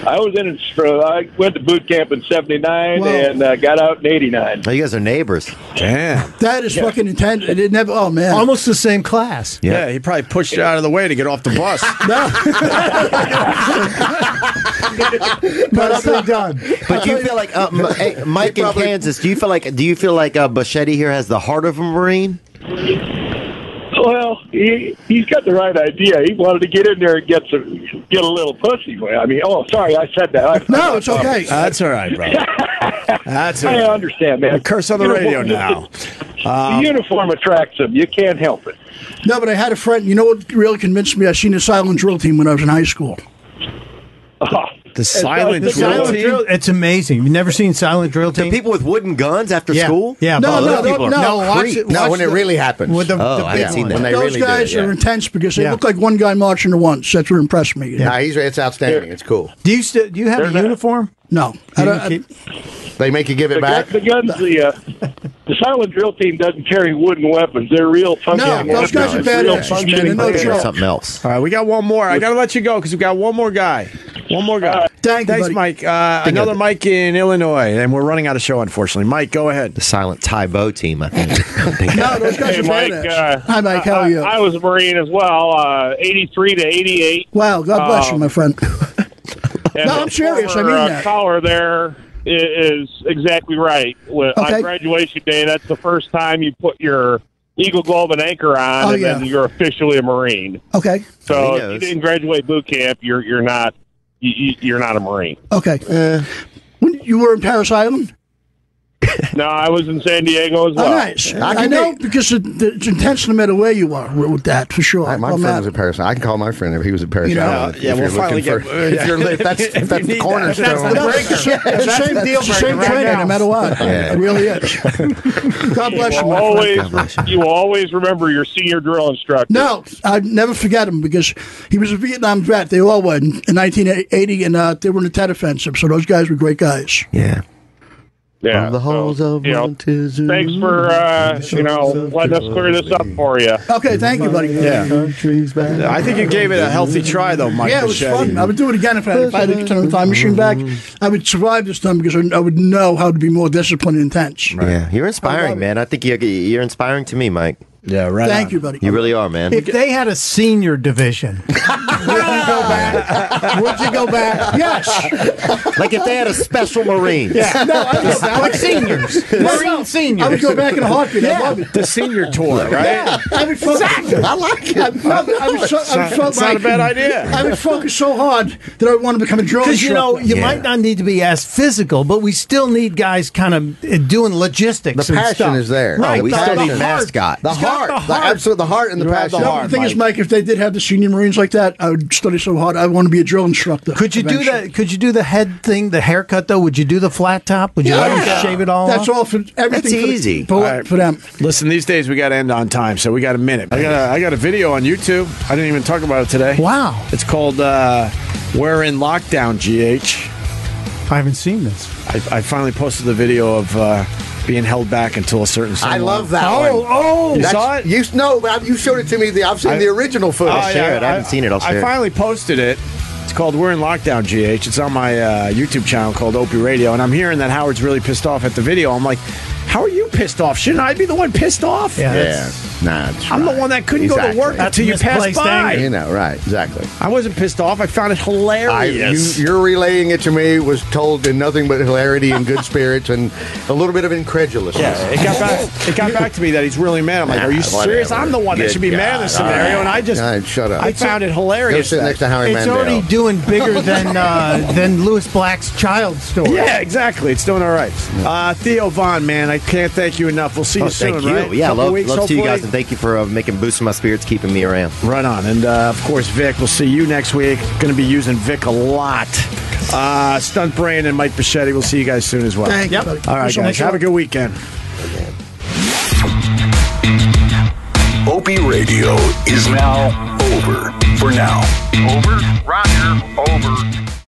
Speaker 12: I was in. uh, I went to boot camp in '79 and uh, got out in '89.
Speaker 3: Oh, you guys are neighbors.
Speaker 1: Damn.
Speaker 15: That is fucking intense. It never. Oh man, almost
Speaker 24: the same class.
Speaker 1: Yeah. he probably pushed you out of the way to get off the bus.
Speaker 24: Nicely done.
Speaker 3: But do you feel like uh, M- hey, Mike
Speaker 24: They
Speaker 3: in
Speaker 24: probably-
Speaker 3: Kansas? Do you feel like do you feel like uh, Bashetti here has the heart of a Marine?
Speaker 12: Well, he he's got the right idea. He wanted to get in there and get some get a little pussy. I mean, oh, sorry, I said that. I,
Speaker 15: no, it's okay.
Speaker 1: That's all right, bro. That's all
Speaker 12: I
Speaker 1: right.
Speaker 12: understand, man.
Speaker 1: A curse on the radio now. Um,
Speaker 12: the uniform attracts them. You can't help it.
Speaker 15: No, but I had a friend. You know what really convinced me? I seen a silent drill team when I was in high school.
Speaker 1: The silent
Speaker 16: The
Speaker 1: drill
Speaker 16: silent
Speaker 1: team?
Speaker 16: drill- It's amazing. You've never seen silent drill team? The
Speaker 3: people with wooden guns after
Speaker 16: yeah.
Speaker 3: school?
Speaker 16: Yeah. but-
Speaker 3: No, no, those people are
Speaker 16: no, watch
Speaker 3: creep.
Speaker 16: it-
Speaker 3: No,
Speaker 16: watch
Speaker 3: when it
Speaker 16: the-
Speaker 3: really happens.
Speaker 16: With the,
Speaker 3: Oh,
Speaker 16: the
Speaker 3: I
Speaker 16: big
Speaker 3: haven't seen
Speaker 16: one.
Speaker 3: that. When they
Speaker 15: Those
Speaker 3: really do
Speaker 15: guys
Speaker 3: it, yeah.
Speaker 15: are intense because they
Speaker 16: Yeah.
Speaker 15: look like one guy marching to once. That's what impressed me.
Speaker 21: Nah, he's it's outstanding. It's cool.
Speaker 16: Do you still do you have a uniform?
Speaker 15: No, I don't, I-
Speaker 21: They make you give it
Speaker 6: The,
Speaker 21: back.
Speaker 6: gun, the guns, the uh, the silent drill team doesn't carry wooden weapons. They're real functioning. weapons. Real functioning weapons.
Speaker 3: else.
Speaker 1: All right, we got one more. I got to let you go because we got one more guy. One more guy. Thanks, Mike. Uh,
Speaker 3: Think
Speaker 1: another
Speaker 3: of it.
Speaker 1: Mike in Illinois, and we're running out of show, unfortunately. Mike, go ahead.
Speaker 3: The silent Tybo team, I think.
Speaker 15: no, those guys
Speaker 6: Hey,
Speaker 15: are
Speaker 6: Mike,
Speaker 15: badass.
Speaker 6: uh,
Speaker 15: Hi, Mike. How are you?
Speaker 6: I was a Marine as well, uh, 83 to 88.
Speaker 15: wow, God
Speaker 16: Oh.
Speaker 15: bless you, my friend.
Speaker 6: And
Speaker 15: No,
Speaker 6: the
Speaker 15: I'm serious. I
Speaker 6: former,
Speaker 15: mean
Speaker 6: uh,
Speaker 15: that.
Speaker 6: caller there i- is exactly right. With,
Speaker 15: Okay.
Speaker 6: On graduation day, that's the first time you put your Eagle Globe and anchor on,
Speaker 15: Oh,
Speaker 6: and
Speaker 15: yeah.
Speaker 6: then you're officially a Marine.
Speaker 15: Okay.
Speaker 6: So if you
Speaker 15: knows.
Speaker 6: didn't graduate boot camp, you're you're not you- you, you're not a Marine.
Speaker 15: Okay. when you were in Paris Island?
Speaker 6: no, I was in San Diego as
Speaker 15: Oh,
Speaker 6: well.
Speaker 15: nice. I, know because it, it's intense no matter where you are with that, for sure.
Speaker 21: My
Speaker 15: Well,
Speaker 21: friend
Speaker 15: Matt-
Speaker 21: was in Paris. I can call my friend if he was in Paris.
Speaker 15: You know,
Speaker 21: Island,
Speaker 15: yeah,
Speaker 21: if
Speaker 15: we'll
Speaker 21: you're
Speaker 15: finally
Speaker 21: looking
Speaker 15: get-
Speaker 21: for- if you're- if that's
Speaker 1: If you
Speaker 21: that's the
Speaker 1: need that.
Speaker 21: cornerstone.
Speaker 1: That's the
Speaker 15: No, it's the same- it's the same, it's the same trainer, no matter what.
Speaker 21: Yeah.
Speaker 15: It really is. God bless you.
Speaker 6: will
Speaker 15: my friend.
Speaker 6: always you will always remember your senior drill instructor.
Speaker 15: No, I'd never forget him because he was a Vietnam vet. They all were in, in 1980, and uh, they were in the Tet Offensive. So those guys were great guys.
Speaker 3: Yeah.
Speaker 6: Yeah.
Speaker 21: From the halls of
Speaker 6: you know,
Speaker 21: Montezuma.
Speaker 6: Thanks for uh, you know letting us clear this up for you.
Speaker 15: Okay, thank you, buddy.
Speaker 1: Yeah, I think you gave it a healthy try, though, Mike.
Speaker 15: yeah, it was
Speaker 1: Bichetti.
Speaker 15: fun. I would do it again if I had, if I had a turn the time machine back. I would survive this time because I, I would know how to be more disciplined and intense.
Speaker 3: Yeah, you're inspiring, man. I think you're, you're inspiring to me, Mike.
Speaker 1: Yeah, right.
Speaker 15: Thank on. you, buddy.
Speaker 3: You really are, man.
Speaker 16: If they had a senior division,
Speaker 21: Would you go back?
Speaker 15: Yes.
Speaker 3: like if they had a special Marine.
Speaker 15: Yeah. No, I
Speaker 3: Just
Speaker 15: understand.
Speaker 3: like seniors. Marine seniors.
Speaker 15: I would go back in a heartbeat. I love it.
Speaker 1: The senior tour, right?
Speaker 15: I would focus.
Speaker 21: Exactly. I like it.
Speaker 15: I would, I would, I would, so, I would
Speaker 1: It's
Speaker 15: so,
Speaker 1: not- it's not a bad idea.
Speaker 15: I would focus so hard that I would want to become a drone
Speaker 16: because you know you
Speaker 15: instructor.
Speaker 16: might not need to be as physical, but we still need guys kind of eh, doing logistics.
Speaker 21: The
Speaker 16: and
Speaker 21: passion
Speaker 16: stuff.
Speaker 21: is there.
Speaker 16: Right,
Speaker 21: Oh, we
Speaker 16: the-
Speaker 21: still
Speaker 16: the
Speaker 21: need
Speaker 16: heart.
Speaker 21: mascot. The
Speaker 16: He's
Speaker 21: heart.
Speaker 16: got the
Speaker 21: The
Speaker 16: heart.
Speaker 21: absolute- the heart and the passion.
Speaker 15: No, the thing is, Mike, if they did have the senior Marines like that, I would study so hard. I want to be a drill instructor.
Speaker 16: Could you do
Speaker 15: eventually.
Speaker 16: that? Could you do the head thing, the haircut though? Would you do the flat top? Would you let
Speaker 15: Yeah.
Speaker 16: him shave it all?
Speaker 15: That's
Speaker 16: off?
Speaker 15: all for everything.
Speaker 16: That's
Speaker 15: for the-
Speaker 16: easy.
Speaker 15: for,
Speaker 1: All right.
Speaker 15: for them.
Speaker 1: Listen, these days we got to end on time, so we got a minute. I got a, I got a video on YouTube. I didn't even talk about it today.
Speaker 16: Wow.
Speaker 1: It's called uh, "We're in Lockdown." GH.
Speaker 16: I haven't seen this.
Speaker 1: I, I finally posted the video of uh, being held back until a certain.
Speaker 21: I
Speaker 1: sunlight.
Speaker 21: love that
Speaker 1: Oh,
Speaker 21: one.
Speaker 1: oh, you
Speaker 21: That's-
Speaker 1: saw it?
Speaker 21: You no, but you showed it to me. The, I've seen
Speaker 1: I-
Speaker 21: the original footage.
Speaker 1: Oh, yeah, I finally posted it. It's called "We're in Lockdown." GH. It's on my uh, YouTube channel called Opie Radio, and I'm hearing that Howard's really pissed off at the video. I'm like, "How are you pissed off? Shouldn't I be the one pissed off?"
Speaker 16: Yeah,
Speaker 21: yeah, nah, that's
Speaker 1: I'm the
Speaker 21: right.
Speaker 1: one that couldn't go to
Speaker 21: Exactly.
Speaker 1: work until you passed
Speaker 21: misplaced
Speaker 1: by.
Speaker 21: anger. You know, right? Exactly.
Speaker 1: I wasn't pissed off. I found it
Speaker 21: I,
Speaker 1: hilarious.
Speaker 21: you, you're relaying it to me was told in nothing but hilarity and good spirits and a little bit of incredulousness.
Speaker 1: yeah, it got back. It got back to me that he's really mad. I'm like,
Speaker 21: Nah,
Speaker 1: are you
Speaker 21: whatever.
Speaker 1: serious? I'm the one that
Speaker 21: Good
Speaker 1: should be mad in this
Speaker 21: God, all
Speaker 1: scenario, and I just
Speaker 21: All right, shut up.
Speaker 1: I found it
Speaker 21: Go
Speaker 1: hilarious.
Speaker 21: sit
Speaker 1: that-
Speaker 21: next to Howie
Speaker 16: It's
Speaker 21: Mandel.
Speaker 16: already doing bigger than uh, than Lewis Black's child story.
Speaker 1: Yeah, exactly. It's doing all right. Uh, Theo Vaughn, man, I can't thank you enough. We'll see you
Speaker 3: Oh,
Speaker 1: soon,
Speaker 3: thank you.
Speaker 1: right?
Speaker 3: Yeah,
Speaker 1: Couple
Speaker 3: love,
Speaker 1: weeks,
Speaker 3: love to you guys,
Speaker 1: hopefully.
Speaker 3: and thank you for uh, making boosting my spirits, keeping me around.
Speaker 1: Right on. And uh, of course, Vic, we'll see you next week. Going to be using Vic a lot. Uh, Stunt Brain and Mike Bichetti, we'll see you guys soon as well.
Speaker 15: Thank you, Yep. buddy.
Speaker 1: All right,
Speaker 15: Thanks so
Speaker 1: guys.
Speaker 15: much.
Speaker 1: Have a good weekend.
Speaker 14: Opie Radio is now over for now. Over. Roger. Over.